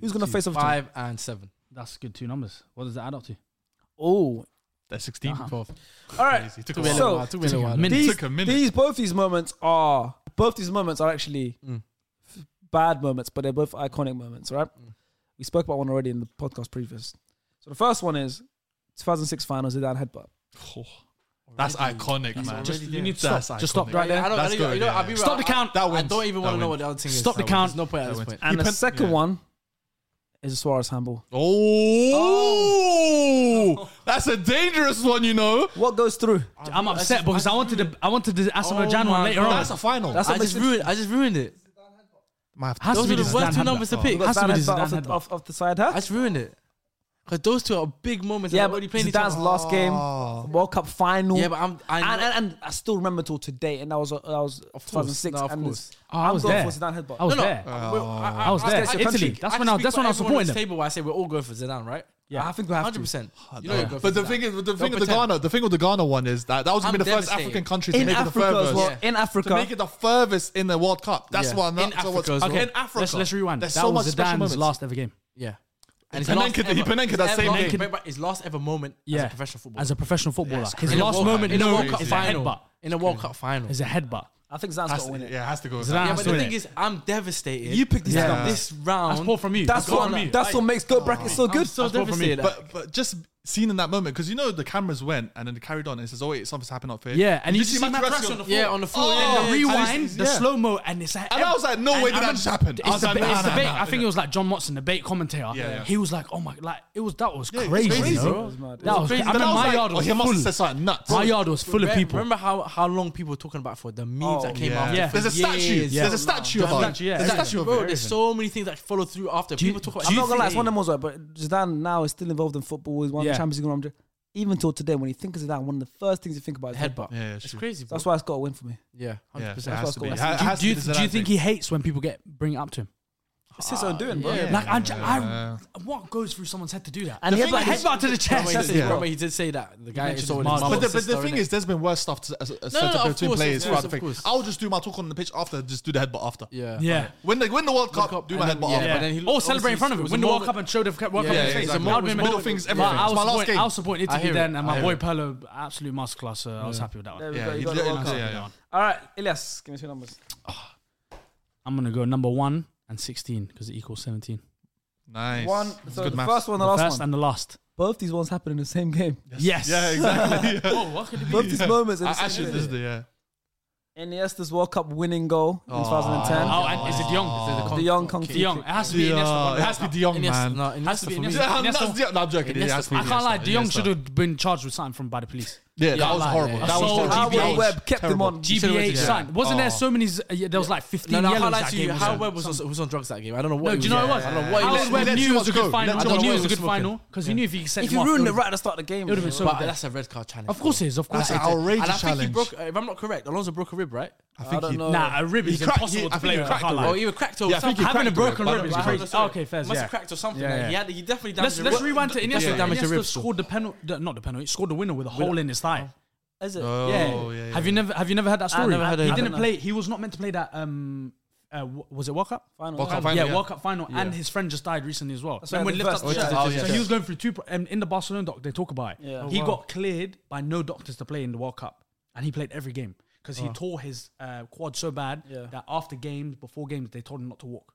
Speaker 1: Who's gonna face off? to him?
Speaker 4: Five and seven.
Speaker 3: that's good. Two numbers. What does that add up to?
Speaker 1: Oh,
Speaker 5: That's 16.
Speaker 4: Twelve.
Speaker 1: all right.
Speaker 5: Crazy.
Speaker 4: Took
Speaker 5: Took a
Speaker 4: a
Speaker 5: while.
Speaker 1: So-
Speaker 4: little while. Took a little while.
Speaker 3: Min-
Speaker 5: It
Speaker 1: These,
Speaker 5: took a minute.
Speaker 1: these both these moments are both these moments are actually f- bad moments, but they're both iconic moments, right? We spoke about one already in the podcast previous. So the first one is 2006 finals, Zidane headbutt.
Speaker 5: That's iconic, man.
Speaker 3: Just you need to
Speaker 5: That's
Speaker 3: stop. Just stop
Speaker 5: iconic.
Speaker 3: right there.
Speaker 4: I don't, I
Speaker 5: That's
Speaker 4: don't, you
Speaker 5: good,
Speaker 4: know,
Speaker 5: yeah.
Speaker 4: I'll be real,
Speaker 3: Stop the count.
Speaker 4: I,
Speaker 5: That
Speaker 4: I
Speaker 5: wins.
Speaker 4: don't even
Speaker 5: That
Speaker 4: want to know what
Speaker 5: wins.
Speaker 4: the other thing is.
Speaker 3: Stop the
Speaker 4: That
Speaker 3: count.
Speaker 4: wins. No point at
Speaker 5: That
Speaker 4: this
Speaker 5: wins.
Speaker 4: point.
Speaker 1: And the
Speaker 5: pen-
Speaker 1: second
Speaker 5: yeah.
Speaker 1: one is a Suarez handball.
Speaker 5: Oh, that's a dangerous one, you know.
Speaker 1: What goes through?
Speaker 3: I'm upset because I wanted to. I wanted the
Speaker 4: Oh
Speaker 3: Aston Martin one later on.
Speaker 5: That's a final.
Speaker 1: That's
Speaker 4: I just ruined. I just ruined it.
Speaker 3: Has
Speaker 4: Those
Speaker 3: to
Speaker 4: were
Speaker 3: be
Speaker 4: the
Speaker 3: Zidane
Speaker 4: worst two
Speaker 3: handball.
Speaker 4: numbers to pick.
Speaker 1: Got
Speaker 3: Has to
Speaker 1: Zidane
Speaker 3: be the
Speaker 1: headbutt
Speaker 3: Zidane
Speaker 1: off the-
Speaker 3: headbutt.
Speaker 1: off, off the side, huh?
Speaker 4: I just ruined it. Because those two are big moments.
Speaker 1: Yeah,
Speaker 4: and
Speaker 1: but
Speaker 4: already playing each
Speaker 1: Zidane's
Speaker 4: other.
Speaker 1: last game, World Cup final.
Speaker 4: Ah. Yeah, but I'm- I
Speaker 1: and,
Speaker 4: know-
Speaker 1: and, and I still remember till today, and that was uh, that was
Speaker 4: Of course.
Speaker 1: 2006.
Speaker 4: No, of
Speaker 1: and
Speaker 4: course.
Speaker 1: it's-
Speaker 3: Oh, I
Speaker 1: I'm
Speaker 3: was
Speaker 1: going
Speaker 3: there.
Speaker 1: for Zidane headbutt.
Speaker 3: I was
Speaker 4: No, no.
Speaker 3: there.
Speaker 4: I
Speaker 5: Oh.
Speaker 3: I was there.
Speaker 1: That's your
Speaker 3: Italy.
Speaker 1: country.
Speaker 3: That's
Speaker 4: I
Speaker 3: when
Speaker 4: can
Speaker 3: I.
Speaker 4: speak
Speaker 3: That's
Speaker 4: for
Speaker 3: when I was
Speaker 4: everyone on
Speaker 3: supporting
Speaker 4: this
Speaker 3: them.
Speaker 4: Table, where I say we're all going for Zidane, right?
Speaker 1: I think we have
Speaker 4: hundred
Speaker 1: to.
Speaker 4: percent. You know, you're going for
Speaker 5: Oh, But the
Speaker 4: Zidane.
Speaker 5: thing is, but the
Speaker 4: Don't
Speaker 5: thing with the
Speaker 4: pretend.
Speaker 5: Ghana, the thing with the Ghana one is that that was
Speaker 4: I'm
Speaker 5: gonna be the first
Speaker 4: devastated.
Speaker 5: African country to
Speaker 1: In
Speaker 5: make it the
Speaker 1: Africa as
Speaker 5: furthest.
Speaker 1: well. In Africa.
Speaker 5: To make it the furthest in the World Cup. That's
Speaker 4: Yeah.
Speaker 5: why.
Speaker 4: In
Speaker 5: not- so what's-
Speaker 4: Africa as well.
Speaker 5: Okay, in Africa.
Speaker 3: Let's let's rewind.
Speaker 5: There's
Speaker 3: That
Speaker 5: so much
Speaker 3: was
Speaker 5: special
Speaker 3: Zidane's
Speaker 5: moments.
Speaker 3: last ever game.
Speaker 4: Yeah. And
Speaker 5: Penenka-
Speaker 4: last
Speaker 5: he
Speaker 4: ever-
Speaker 5: Penenka that
Speaker 4: ever-
Speaker 5: same
Speaker 4: ever-
Speaker 5: game.
Speaker 4: remember, His last ever moment as a professional footballer.
Speaker 3: As a professional footballer,
Speaker 5: it's
Speaker 3: his
Speaker 5: crazy.
Speaker 3: last
Speaker 5: World
Speaker 3: moment
Speaker 5: Cup.
Speaker 4: in a
Speaker 5: No,
Speaker 4: World Cup
Speaker 3: is
Speaker 5: it's
Speaker 3: a
Speaker 4: final.
Speaker 3: headbutt.
Speaker 4: In a World Cup final.
Speaker 3: Is a headbutt.
Speaker 1: I think Zidane's got
Speaker 5: Has
Speaker 1: to
Speaker 5: to-
Speaker 1: win it.
Speaker 5: Yeah, it has to go. with
Speaker 3: Zidane
Speaker 5: that.
Speaker 4: Yeah,
Speaker 3: has
Speaker 4: but
Speaker 3: to
Speaker 4: the
Speaker 3: win
Speaker 4: thing
Speaker 3: it.
Speaker 4: is, I'm devastated.
Speaker 1: You picked this
Speaker 4: that
Speaker 1: up.
Speaker 4: This round.
Speaker 3: That's poor from you.
Speaker 1: That's
Speaker 3: That's poor
Speaker 1: what.
Speaker 3: from you.
Speaker 1: That's what makes goat brackets so
Speaker 4: I'm
Speaker 1: good.
Speaker 4: so
Speaker 3: poor from me.
Speaker 4: devastated.
Speaker 5: But but just seen in that moment because you know the cameras went and then they carried on and it says, "Oh wait, something's happened up here."
Speaker 3: Yeah, and you just see
Speaker 5: Materazzi
Speaker 4: Materazzi on the floor. Yeah, on the floor.
Speaker 5: Oh,
Speaker 3: And the
Speaker 4: Yeah, yeah, yeah.
Speaker 5: And
Speaker 3: rewind,
Speaker 5: it's-
Speaker 3: the
Speaker 5: yeah.
Speaker 3: slow mo, and it's like.
Speaker 5: And I was like, no
Speaker 3: and
Speaker 5: way did
Speaker 3: I
Speaker 5: that
Speaker 3: remember-
Speaker 5: just happen. I
Speaker 3: It's
Speaker 5: was
Speaker 3: the
Speaker 5: like,
Speaker 3: ba-
Speaker 5: nah,
Speaker 3: it's the
Speaker 5: nah,
Speaker 3: ba-
Speaker 5: nah.
Speaker 3: I think it was like John Watson, the bait commentator.
Speaker 5: yeah.
Speaker 3: He was like, "Oh my, like it was that was
Speaker 5: it's
Speaker 3: crazy,
Speaker 5: crazy,
Speaker 3: bro.
Speaker 5: bro.
Speaker 1: It was mad.
Speaker 3: That was. Crazy.
Speaker 5: Crazy.
Speaker 3: I
Speaker 5: Then
Speaker 3: mean,
Speaker 5: I was
Speaker 3: my
Speaker 5: like,
Speaker 3: yard
Speaker 5: oh,
Speaker 3: was
Speaker 5: he must have
Speaker 3: full.
Speaker 5: said something nuts.
Speaker 3: My yard was full of
Speaker 4: Remember-
Speaker 3: people.
Speaker 4: Remember how, how long people were talking about it for the memes that came
Speaker 5: Yeah.
Speaker 4: out.
Speaker 5: There's a statue.
Speaker 3: Yeah.
Speaker 5: There's a statue of
Speaker 3: Statue, yeah.
Speaker 5: it. There's a statue of
Speaker 4: Bro,
Speaker 5: it.
Speaker 4: there's so many things that follow through after.
Speaker 3: Do you-
Speaker 4: people talk about.
Speaker 3: do
Speaker 1: I'm
Speaker 3: you
Speaker 1: not gonna lie, it's one of them ones, right? But Zidane now is still involved in football. He's won
Speaker 3: Yeah.
Speaker 1: the Champions League. and Even till today, when you think of Zidane, one of the first things you think about is
Speaker 4: headbutt.
Speaker 5: Yeah, yeah,
Speaker 4: it's
Speaker 5: true.
Speaker 4: crazy. Bro.
Speaker 1: That's why it's got to win for me.
Speaker 4: Yeah,
Speaker 5: Yeah,
Speaker 4: hundred
Speaker 5: it
Speaker 4: percent.
Speaker 5: has to be. It
Speaker 1: Do you-
Speaker 5: ha- has
Speaker 3: Do
Speaker 5: to
Speaker 3: you,
Speaker 5: be
Speaker 3: do
Speaker 5: the
Speaker 3: you
Speaker 5: Zidane
Speaker 3: think
Speaker 5: thing.
Speaker 3: he hates when people get bring it up to him?
Speaker 1: It's his own doing, bro.
Speaker 4: yeah.
Speaker 3: Like, I, j-
Speaker 5: Yeah.
Speaker 3: I, what goes through someone's head to do that?
Speaker 1: And
Speaker 3: And
Speaker 1: The
Speaker 3: he
Speaker 1: he thing headbutted- is-
Speaker 3: headbutt to the
Speaker 4: Remember, he
Speaker 3: chest.
Speaker 4: did,
Speaker 5: Yeah.
Speaker 4: remember he did say that the guy
Speaker 3: mentioned
Speaker 4: is
Speaker 3: his
Speaker 4: always
Speaker 3: mom.
Speaker 5: But the,
Speaker 3: Mother's
Speaker 5: but the thing is, there's been worse stuff to, as, as
Speaker 4: No,
Speaker 5: said
Speaker 4: no,
Speaker 5: to
Speaker 4: no, of
Speaker 5: between
Speaker 4: course,
Speaker 5: players
Speaker 4: of
Speaker 5: throughout the
Speaker 4: course,
Speaker 5: thing.
Speaker 4: of course.
Speaker 5: I'll just do my talk on the pitch after, just do the headbutt after.
Speaker 4: yeah,
Speaker 3: Yeah.
Speaker 5: When the, when the World Cup,
Speaker 4: Cup,
Speaker 5: do my
Speaker 4: and
Speaker 5: headbutt
Speaker 4: then-
Speaker 5: after.
Speaker 4: yeah, but then he
Speaker 3: Or
Speaker 4: looked-
Speaker 3: celebrate in front of
Speaker 4: it
Speaker 3: him.
Speaker 4: was
Speaker 3: Win
Speaker 4: a
Speaker 3: the World
Speaker 4: moment-
Speaker 3: Cup and show the World Cup
Speaker 4: Yeah,
Speaker 3: in
Speaker 4: yeah,
Speaker 3: his face.
Speaker 4: exactly.
Speaker 3: It might have
Speaker 4: It was
Speaker 3: been-
Speaker 5: middle fingers,
Speaker 3: But I
Speaker 5: everything. It's
Speaker 3: was
Speaker 5: my last
Speaker 3: supporting-
Speaker 5: game.
Speaker 3: I was supporting
Speaker 4: I
Speaker 3: Italy
Speaker 4: hear it.
Speaker 3: then, and
Speaker 4: I
Speaker 3: my
Speaker 4: hear
Speaker 3: boy
Speaker 4: it.
Speaker 3: Pelo, absolute masterclass. So I was happy with that
Speaker 1: There
Speaker 3: one.
Speaker 1: we
Speaker 5: Yeah,
Speaker 1: go, you
Speaker 5: he
Speaker 1: got
Speaker 5: did-
Speaker 1: the World
Speaker 5: yeah,
Speaker 1: Cup.
Speaker 5: yeah, yeah.
Speaker 1: All right, Elias, give me two numbers.
Speaker 3: I'm gonna go number one and sixteen because it equals seventeen.
Speaker 5: Nice.
Speaker 1: One,
Speaker 5: It's
Speaker 1: so
Speaker 5: good
Speaker 1: the
Speaker 5: maths.
Speaker 1: first one, the
Speaker 3: The
Speaker 1: last
Speaker 3: first
Speaker 1: one.
Speaker 3: and the last.
Speaker 1: Both these ones happen in the same game.
Speaker 3: Yes.
Speaker 5: Yeah, exactly.
Speaker 1: Both these moments in
Speaker 5: I,
Speaker 1: the
Speaker 5: I
Speaker 1: same
Speaker 5: should,
Speaker 1: game.
Speaker 5: this is the, yeah.
Speaker 1: Iniesta's World Cup winning goal in 2010.
Speaker 3: Oh, and is it De Jong?
Speaker 1: the young Kung
Speaker 3: De Jong. It has to be Iniesta.
Speaker 5: Yeah,
Speaker 3: one.
Speaker 5: it has to be De Jong,
Speaker 4: Iniesta,
Speaker 5: man.
Speaker 4: no, Iniesta
Speaker 3: Has to be
Speaker 4: for me.
Speaker 3: Iniesta.
Speaker 5: Yeah, I'm- that's- yeah, no, I'm joking. It
Speaker 4: Iniesta.
Speaker 5: has to be
Speaker 3: I can't lie.
Speaker 5: Iniesta.
Speaker 3: De Jong
Speaker 5: Iniesta.
Speaker 3: should have been charged with something from by the police.
Speaker 5: Yeah, that
Speaker 4: Yeah,
Speaker 5: was
Speaker 4: like,
Speaker 5: horrible.
Speaker 4: yeah.
Speaker 5: That was
Speaker 3: So
Speaker 5: horrible.
Speaker 3: how
Speaker 1: Howard
Speaker 3: GBH.
Speaker 1: Webb kept him on.
Speaker 5: You said it was
Speaker 3: GBH
Speaker 5: a
Speaker 3: signed.
Speaker 5: GBH.
Speaker 3: Wasn't there
Speaker 5: Oh.
Speaker 3: so many? z- uh, yeah, There was like 15
Speaker 4: No, no, I
Speaker 3: yellows
Speaker 4: can't lie
Speaker 3: that
Speaker 4: to you.
Speaker 3: game. or
Speaker 4: Howard
Speaker 3: something.
Speaker 4: Webb was, on- was on drugs that game. I don't know what.
Speaker 3: No, Oh,
Speaker 4: he
Speaker 3: do you know what it was?
Speaker 4: I don't know what. he
Speaker 3: Howard
Speaker 4: was-
Speaker 3: Webb
Speaker 5: let
Speaker 3: knew
Speaker 5: two
Speaker 3: it was a
Speaker 5: months
Speaker 3: good
Speaker 5: ago.
Speaker 3: final.
Speaker 5: Let
Speaker 3: I
Speaker 5: two
Speaker 3: don't
Speaker 5: months
Speaker 3: know it was a
Speaker 5: ago.
Speaker 3: good final because he knew if he set
Speaker 1: If
Speaker 3: him
Speaker 1: you
Speaker 3: off,
Speaker 1: ruined
Speaker 3: it
Speaker 1: it
Speaker 3: was-
Speaker 1: right at the start of the game,
Speaker 3: it would have been so
Speaker 4: But
Speaker 3: bad.
Speaker 4: that's a red card challenge.
Speaker 3: Of
Speaker 4: bro.
Speaker 3: course it is. Of course it
Speaker 5: That's
Speaker 3: is.
Speaker 5: an outrageous
Speaker 4: And I think he
Speaker 5: challenge.
Speaker 4: broke. If I'm not correct, Alonso broke a rib, right?
Speaker 5: I think
Speaker 1: don't
Speaker 5: he.
Speaker 1: know.
Speaker 3: Nah, a rib is
Speaker 5: He cracked-
Speaker 3: impossible
Speaker 5: he-
Speaker 3: to
Speaker 5: I
Speaker 3: play.
Speaker 5: think he
Speaker 3: with, I
Speaker 5: cracked
Speaker 3: can't
Speaker 5: the
Speaker 3: lie.
Speaker 4: Oh, he was cracked over.
Speaker 5: Yeah, I think he
Speaker 4: something.
Speaker 3: Having a
Speaker 5: cracked the rib,
Speaker 3: broken
Speaker 5: but
Speaker 3: rib is
Speaker 5: I don't
Speaker 3: crazy.
Speaker 5: know.
Speaker 3: Okay, fair.
Speaker 4: Must
Speaker 3: yeah.
Speaker 4: have cracked or something.
Speaker 3: Yeah,
Speaker 4: like,
Speaker 3: yeah.
Speaker 4: He, had, he definitely damaged
Speaker 3: Let's
Speaker 4: the
Speaker 3: let's
Speaker 4: rib.
Speaker 3: rewind to
Speaker 4: That's
Speaker 3: Iniesta.
Speaker 4: what damaged the
Speaker 3: Iniesta
Speaker 4: ribs, though.
Speaker 3: scored the penalty, not the penalty. He scored the winner with a hole in his thigh.
Speaker 1: Is it?
Speaker 5: Oh, yeah. yeah.
Speaker 3: Have you never have you never heard that
Speaker 4: I
Speaker 3: story?
Speaker 4: never heard
Speaker 3: he
Speaker 4: it. I
Speaker 3: didn't
Speaker 4: don't
Speaker 3: play. He was not meant to play that. Um, uh, w- was it World Cup?
Speaker 1: Final.
Speaker 5: World
Speaker 1: Final.
Speaker 5: Cup final,
Speaker 3: yeah,
Speaker 5: yeah.
Speaker 3: World Cup final, and his friend just died recently as well.
Speaker 1: right,
Speaker 3: and when
Speaker 1: the
Speaker 3: lift up
Speaker 1: first-
Speaker 3: the
Speaker 1: yeah,
Speaker 3: chest,
Speaker 5: oh, yeah,
Speaker 3: so
Speaker 5: yeah.
Speaker 3: he was going through two. Pro- um, in the Barcelona doc, they talk about it.
Speaker 1: Yeah.
Speaker 3: he got cleared by no doctors to play in the World Cup, and he played every game because he tore his uh, quad so bad
Speaker 1: Yeah.
Speaker 3: that after games, before games, they told him not to walk.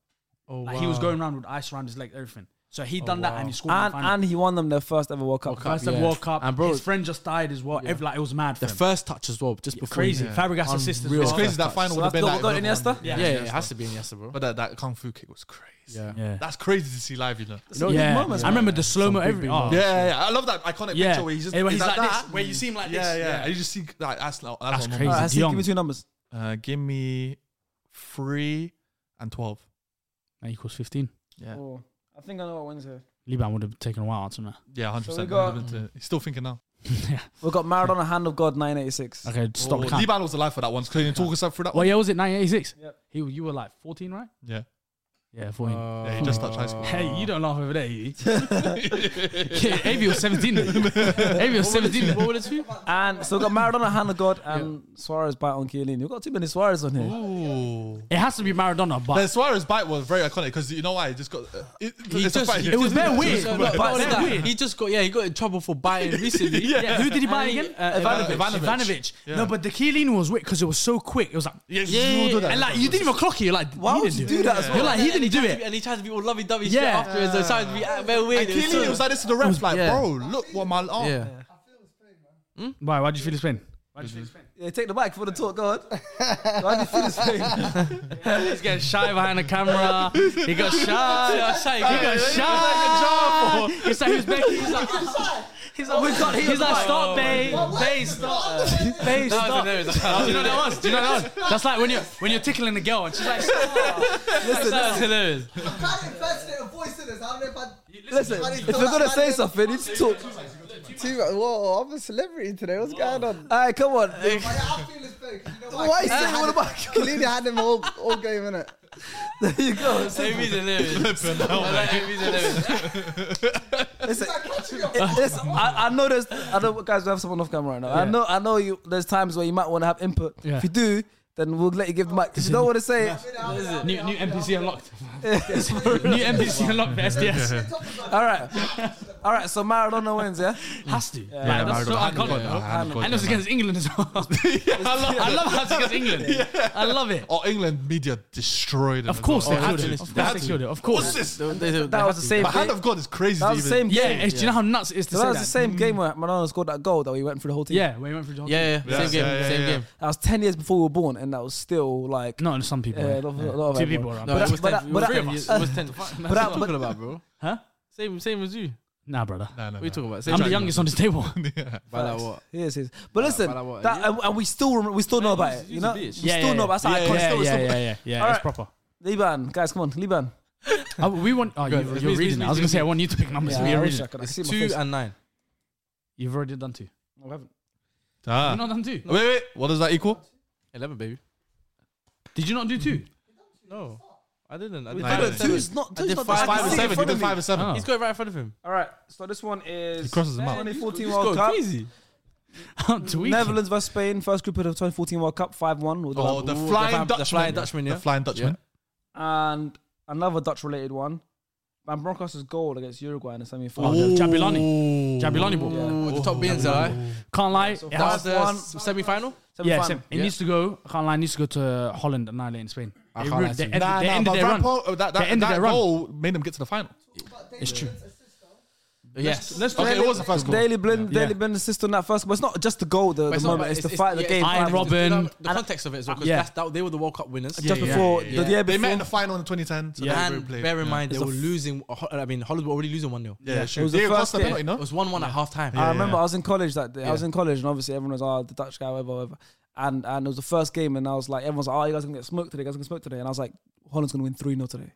Speaker 3: Oh, like, he was going around with ice around his leg, everything. So he done that, and he scored. in
Speaker 1: And
Speaker 3: the final.
Speaker 1: and he won them their first ever World Cup.
Speaker 3: First ever
Speaker 4: yeah.
Speaker 3: World Cup,
Speaker 4: And bro-
Speaker 3: his friend just died as well. Every, like, it was mad for
Speaker 4: The
Speaker 3: him.
Speaker 4: first touch as well, just before.
Speaker 3: crazy.
Speaker 4: Yeah,
Speaker 3: Fabregas assist as
Speaker 4: Unreal.
Speaker 3: well.
Speaker 5: It's crazy that
Speaker 4: First
Speaker 5: final
Speaker 1: So
Speaker 5: would have
Speaker 1: that's
Speaker 5: been
Speaker 1: double goal,
Speaker 5: like.
Speaker 1: Iniesta.
Speaker 3: Yeah.
Speaker 4: yeah, it has to be Iniesta, bro.
Speaker 5: But that, that kung fu kick was crazy.
Speaker 4: Yeah.
Speaker 3: Yeah.
Speaker 5: That's crazy to see live, you know.
Speaker 1: Some big
Speaker 3: yeah.
Speaker 1: moments,
Speaker 3: I
Speaker 1: man.
Speaker 3: remember the slow mo. Every oh,
Speaker 5: Yeah, yeah, yeah. I love that iconic
Speaker 3: Yeah.
Speaker 5: picture where he's just
Speaker 3: Hey, where he's
Speaker 5: like,
Speaker 3: like
Speaker 5: that.
Speaker 3: this, where you see him like
Speaker 5: yeah,
Speaker 3: this.
Speaker 5: Yeah,
Speaker 3: Yeah.
Speaker 5: And you just see like, that's not
Speaker 3: That's
Speaker 5: that's, not
Speaker 3: crazy.
Speaker 5: normal.
Speaker 1: Alright,
Speaker 3: Is it
Speaker 1: Hassan, give
Speaker 3: Dion?
Speaker 1: me two numbers.
Speaker 5: Uh, give me three and twelve.
Speaker 3: That equals 15.
Speaker 5: Yeah.
Speaker 1: Oh, I think I know what wins here.
Speaker 3: Liban would have taken a while answering that.
Speaker 5: Yeah, hundred
Speaker 1: So we
Speaker 5: percent.
Speaker 1: got-
Speaker 5: He's still thinking now.
Speaker 1: We've got Maradona, Hand of God, 986.
Speaker 3: Okay, stop.
Speaker 5: Oh,
Speaker 3: the count.
Speaker 5: Liban was alive for that one. Can you talk us up through that
Speaker 3: Well,
Speaker 5: one?
Speaker 3: Oh, yeah, was it 1986?
Speaker 1: Yep.
Speaker 3: He, you were like 14, right?
Speaker 5: Yeah.
Speaker 3: Yeah, 14.
Speaker 5: Yeah, he just touched high school.
Speaker 3: hey, you don't laugh over there. You. yeah, Avi was 17. Avi was 17. What were the two?
Speaker 1: And so we've got Maradona, Hand of God, and Suarez bite on Chiellini. We've got too many Suarez on here.
Speaker 5: Ooh.
Speaker 3: It has to be Maradona, but
Speaker 5: The Suarez bite was very iconic because you know why? It just got. uh, It, it's a
Speaker 4: just-
Speaker 5: fact, he
Speaker 3: it was
Speaker 5: just-
Speaker 3: very weird.
Speaker 4: Wait, no,
Speaker 3: But-
Speaker 4: no, not only
Speaker 3: but-
Speaker 4: that, he just got yeah, he got in trouble for biting recently.
Speaker 3: Yeah. who did he buy
Speaker 4: And he-
Speaker 3: again?
Speaker 4: uh,
Speaker 3: Ivanovic.
Speaker 5: Ivanovic.
Speaker 3: Ivanovic.
Speaker 5: Yeah.
Speaker 3: No, but the Chiellini was weird because it was so quick. It was like,
Speaker 5: Yeah,
Speaker 4: Yeah,
Speaker 5: you do that.
Speaker 3: and like you didn't even clock it. You're like,
Speaker 1: Why
Speaker 3: he
Speaker 1: would
Speaker 3: didn't
Speaker 1: you
Speaker 3: do
Speaker 1: do
Speaker 3: it.
Speaker 1: that as
Speaker 3: You're
Speaker 1: well?
Speaker 3: like, he
Speaker 4: and
Speaker 3: didn't do
Speaker 4: tried to be-
Speaker 3: it.
Speaker 4: and he tried to be all lovey dovey shit
Speaker 3: Yeah.
Speaker 4: afterwards. and tried to be uh, very weird.
Speaker 5: And
Speaker 4: It's
Speaker 5: Keely
Speaker 4: so-
Speaker 5: was like this to the ref, like,
Speaker 4: Yeah.
Speaker 5: bro, look what my arm.
Speaker 4: yeah.
Speaker 3: Why? Why do you feel his pain? Why do you feel his pain?
Speaker 1: Yeah, take the mic for the talk, go on. Why do you feel this pain?
Speaker 3: He's getting shy behind the camera. He got shy. He got shy. He got shy.
Speaker 5: Yeah,
Speaker 3: He's like, who's Becky? He's like, he's like,
Speaker 1: We got- he
Speaker 3: he's
Speaker 1: was
Speaker 3: like,
Speaker 1: like,
Speaker 3: stop, babe, babe, stop, babe, stop. Do you know what that was? Do you know what that was? That's like when you're when you're tickling a girl and she's like, stop. Listen, that's hilarious.
Speaker 7: can't impersonate a voice in this. I don't know if I.
Speaker 1: Listen, if you're going to say something, you need to talk.
Speaker 7: Too, whoa, I'm a celebrity today. What's going on?
Speaker 1: All right, come on.
Speaker 7: I feel his pain. You know
Speaker 1: Why you saying all about
Speaker 7: Kalina had him all, all game in it.
Speaker 1: There you go.
Speaker 4: Amy's hilarious. I like Amy's hilarious.
Speaker 1: Listen, it- listen, I, I know there's, I know guys, we have someone off camera right now. I know, I know you. There's times where you might want to have input.
Speaker 3: Yeah.
Speaker 1: If you do, then we'll let you give the mic. If you don't want to say it,
Speaker 3: New, new NPC unlocked. new NPC unlocked for SDS.
Speaker 1: all right, all right. So Maradona wins, yeah.
Speaker 3: Has to. Yeah,
Speaker 5: Yeah,
Speaker 3: that's so
Speaker 5: Maradona.
Speaker 3: iconic.
Speaker 5: Yeah, hand
Speaker 3: And it was
Speaker 5: God, yeah, man.
Speaker 3: against England as well. I love, I love how it's against England. I love it.
Speaker 5: Oh, England media destroyed him.
Speaker 3: Of course, they
Speaker 5: well.
Speaker 3: had
Speaker 5: Oh,
Speaker 3: to.
Speaker 5: yeah.
Speaker 3: Of course, they killed it. Of course.
Speaker 5: What's this?
Speaker 4: They- they- they
Speaker 1: That
Speaker 4: had
Speaker 1: was the
Speaker 4: to.
Speaker 1: same.
Speaker 5: But hand
Speaker 1: game-
Speaker 5: of God is crazy.
Speaker 1: That was
Speaker 5: even.
Speaker 1: the same
Speaker 3: Yeah,
Speaker 1: game.
Speaker 3: it's- do you know how nuts it is to
Speaker 1: So
Speaker 3: say
Speaker 1: that
Speaker 3: that? Mm.
Speaker 1: was the same
Speaker 4: Mm.
Speaker 1: game where Maradona scored that goal that we went through the whole team.
Speaker 3: Yeah, we went through the whole thing.
Speaker 4: Yeah, yeah,
Speaker 5: Yeah,
Speaker 4: same game,
Speaker 5: yeah,
Speaker 4: same
Speaker 5: yeah.
Speaker 4: game.
Speaker 1: That was ten years before we were born, and that was still like
Speaker 3: No, no, some people.
Speaker 1: Yeah,
Speaker 3: yeah.
Speaker 1: a lot of- a lot of
Speaker 3: Two
Speaker 1: everyone.
Speaker 3: people around.
Speaker 4: No,
Speaker 1: But
Speaker 4: it
Speaker 1: that-
Speaker 4: was
Speaker 1: but
Speaker 4: 10.
Speaker 1: that-
Speaker 4: it
Speaker 1: but
Speaker 4: was
Speaker 1: that-
Speaker 4: three of us.
Speaker 1: uh,
Speaker 4: It was 10. What
Speaker 1: that-
Speaker 4: are you talking about, bro?
Speaker 3: Huh?
Speaker 4: Same, same as you.
Speaker 3: Nah, brother.
Speaker 5: No, no,
Speaker 4: What are you
Speaker 5: no.
Speaker 4: talking about? Same
Speaker 3: I'm
Speaker 4: as
Speaker 3: the
Speaker 4: you.
Speaker 3: youngest on this table.
Speaker 4: By that what?
Speaker 1: Yes, yes. But listen,
Speaker 4: but I wa-
Speaker 1: that, and, and we still rem- we still know about
Speaker 4: he's-
Speaker 1: it.
Speaker 4: he's
Speaker 1: You
Speaker 4: a
Speaker 1: know, we
Speaker 4: bitch.
Speaker 1: still know. That's
Speaker 3: yeah,
Speaker 1: how iconic.
Speaker 3: yeah,
Speaker 1: still,
Speaker 3: yeah,
Speaker 1: still-
Speaker 3: yeah, yeah, yeah.
Speaker 1: Alright.
Speaker 3: It's proper.
Speaker 1: Liban, guys, come on, Liban.
Speaker 3: Uh, we want. Oh, you,
Speaker 4: it's me,
Speaker 3: you're
Speaker 4: it's me, it's
Speaker 3: reading. it.
Speaker 4: me,
Speaker 3: I was gonna
Speaker 4: it's
Speaker 3: say I
Speaker 4: me.
Speaker 3: want you to pick numbers.
Speaker 1: Yeah,
Speaker 3: we
Speaker 1: I
Speaker 3: are
Speaker 1: wish
Speaker 3: reading.
Speaker 1: I could. I
Speaker 4: It's
Speaker 1: see my
Speaker 4: two
Speaker 1: face.
Speaker 4: and nine.
Speaker 3: You've already done two.
Speaker 5: Ah.
Speaker 3: You've not done two.
Speaker 5: Wait, wait. Ah. What does that equal?
Speaker 4: Eleven, baby.
Speaker 3: Did you not do two?
Speaker 4: No, I didn't. I
Speaker 1: We
Speaker 4: didn't.
Speaker 5: did
Speaker 4: I
Speaker 1: did it.
Speaker 4: did
Speaker 5: seven.
Speaker 4: seven.
Speaker 1: Two's not.
Speaker 4: I
Speaker 1: Two's
Speaker 4: did
Speaker 1: not.
Speaker 4: five
Speaker 1: I can
Speaker 4: and
Speaker 1: see it
Speaker 4: seven.
Speaker 1: in
Speaker 5: Seven. You
Speaker 1: front
Speaker 5: did
Speaker 1: of me.
Speaker 5: five and seven.
Speaker 3: Oh.
Speaker 4: He's got it right in front of him.
Speaker 1: All right, so this one is
Speaker 5: He crosses them out.
Speaker 1: 2014
Speaker 4: He's
Speaker 1: World
Speaker 4: going
Speaker 1: Cup.
Speaker 4: crazy.
Speaker 3: I'm tweaking.
Speaker 1: Netherlands versus Spain, first group of the 2014 World Cup, 5 1.
Speaker 5: Oh, the
Speaker 4: Ooh, the
Speaker 5: flying
Speaker 4: fam- the
Speaker 5: Dutchman.
Speaker 4: flying Dutchman, yeah.
Speaker 5: The flying Dutchman.
Speaker 1: And another Dutch related one, Van Bronckhorst's goal against Uruguay in the semi
Speaker 3: Oh,
Speaker 1: final.
Speaker 3: the Jabulani. Jabulani ball.
Speaker 4: Ooh, the top beans, alright.
Speaker 3: Can't lie. it
Speaker 4: That
Speaker 3: has,
Speaker 4: was the
Speaker 1: one.
Speaker 4: semi final.
Speaker 3: yeah, same. it
Speaker 4: Yeah.
Speaker 3: needs to go. Can't lie. It needs to go to Holland and annihilate in Spain.
Speaker 4: I
Speaker 3: They
Speaker 4: can't lie
Speaker 3: ruined-
Speaker 4: to
Speaker 3: They
Speaker 4: you.
Speaker 3: ended-
Speaker 5: Nah,
Speaker 3: they
Speaker 5: nah,
Speaker 3: ended
Speaker 5: but
Speaker 1: uh,
Speaker 3: their
Speaker 5: Van
Speaker 3: run.
Speaker 5: Paul- that,
Speaker 3: They
Speaker 5: that,
Speaker 3: ended
Speaker 5: that
Speaker 3: their run.
Speaker 5: goal made them get to the final.
Speaker 3: It's true.
Speaker 4: Yes.
Speaker 5: Let's okay, it was the first goal.
Speaker 1: Daily Blind, Daily Blind assist on that first. But it's not just the goal, the,
Speaker 4: But
Speaker 1: the
Speaker 4: it's not
Speaker 1: moment.
Speaker 4: about-
Speaker 1: It's, the fight, the
Speaker 4: yeah,
Speaker 1: game.
Speaker 4: it's-
Speaker 3: Iron
Speaker 4: it's-
Speaker 3: Robin.
Speaker 4: it's- it's- The
Speaker 3: And-
Speaker 4: context of it as well, because
Speaker 3: Yeah.
Speaker 4: that, they were the World Cup winners.
Speaker 1: Just
Speaker 3: yeah,
Speaker 1: before
Speaker 4: yeah.
Speaker 1: the year
Speaker 5: They
Speaker 1: before.
Speaker 5: met in the final in 2010. So yeah.
Speaker 4: And bear in mind, they
Speaker 1: It's a
Speaker 4: were
Speaker 1: f-
Speaker 4: losing. uh, Ho- I mean, Hollywood were already losing 1 0.
Speaker 5: yeah,
Speaker 1: It
Speaker 5: sure.
Speaker 1: was the
Speaker 5: Diego
Speaker 1: first
Speaker 5: Costa
Speaker 1: game.
Speaker 5: penalty, no?
Speaker 4: It was 1 1 at half time.
Speaker 1: I remember I was in college that day. I was
Speaker 4: Yeah.
Speaker 1: in college, and obviously everyone was, oh, the Dutch guy, whatever, whatever. And and it was the first game, and I was like, everyone's like, oh, you guys are gonna get smoked today, you guys are gonna smoke today, and I was like, Holland's gonna win three 0 today.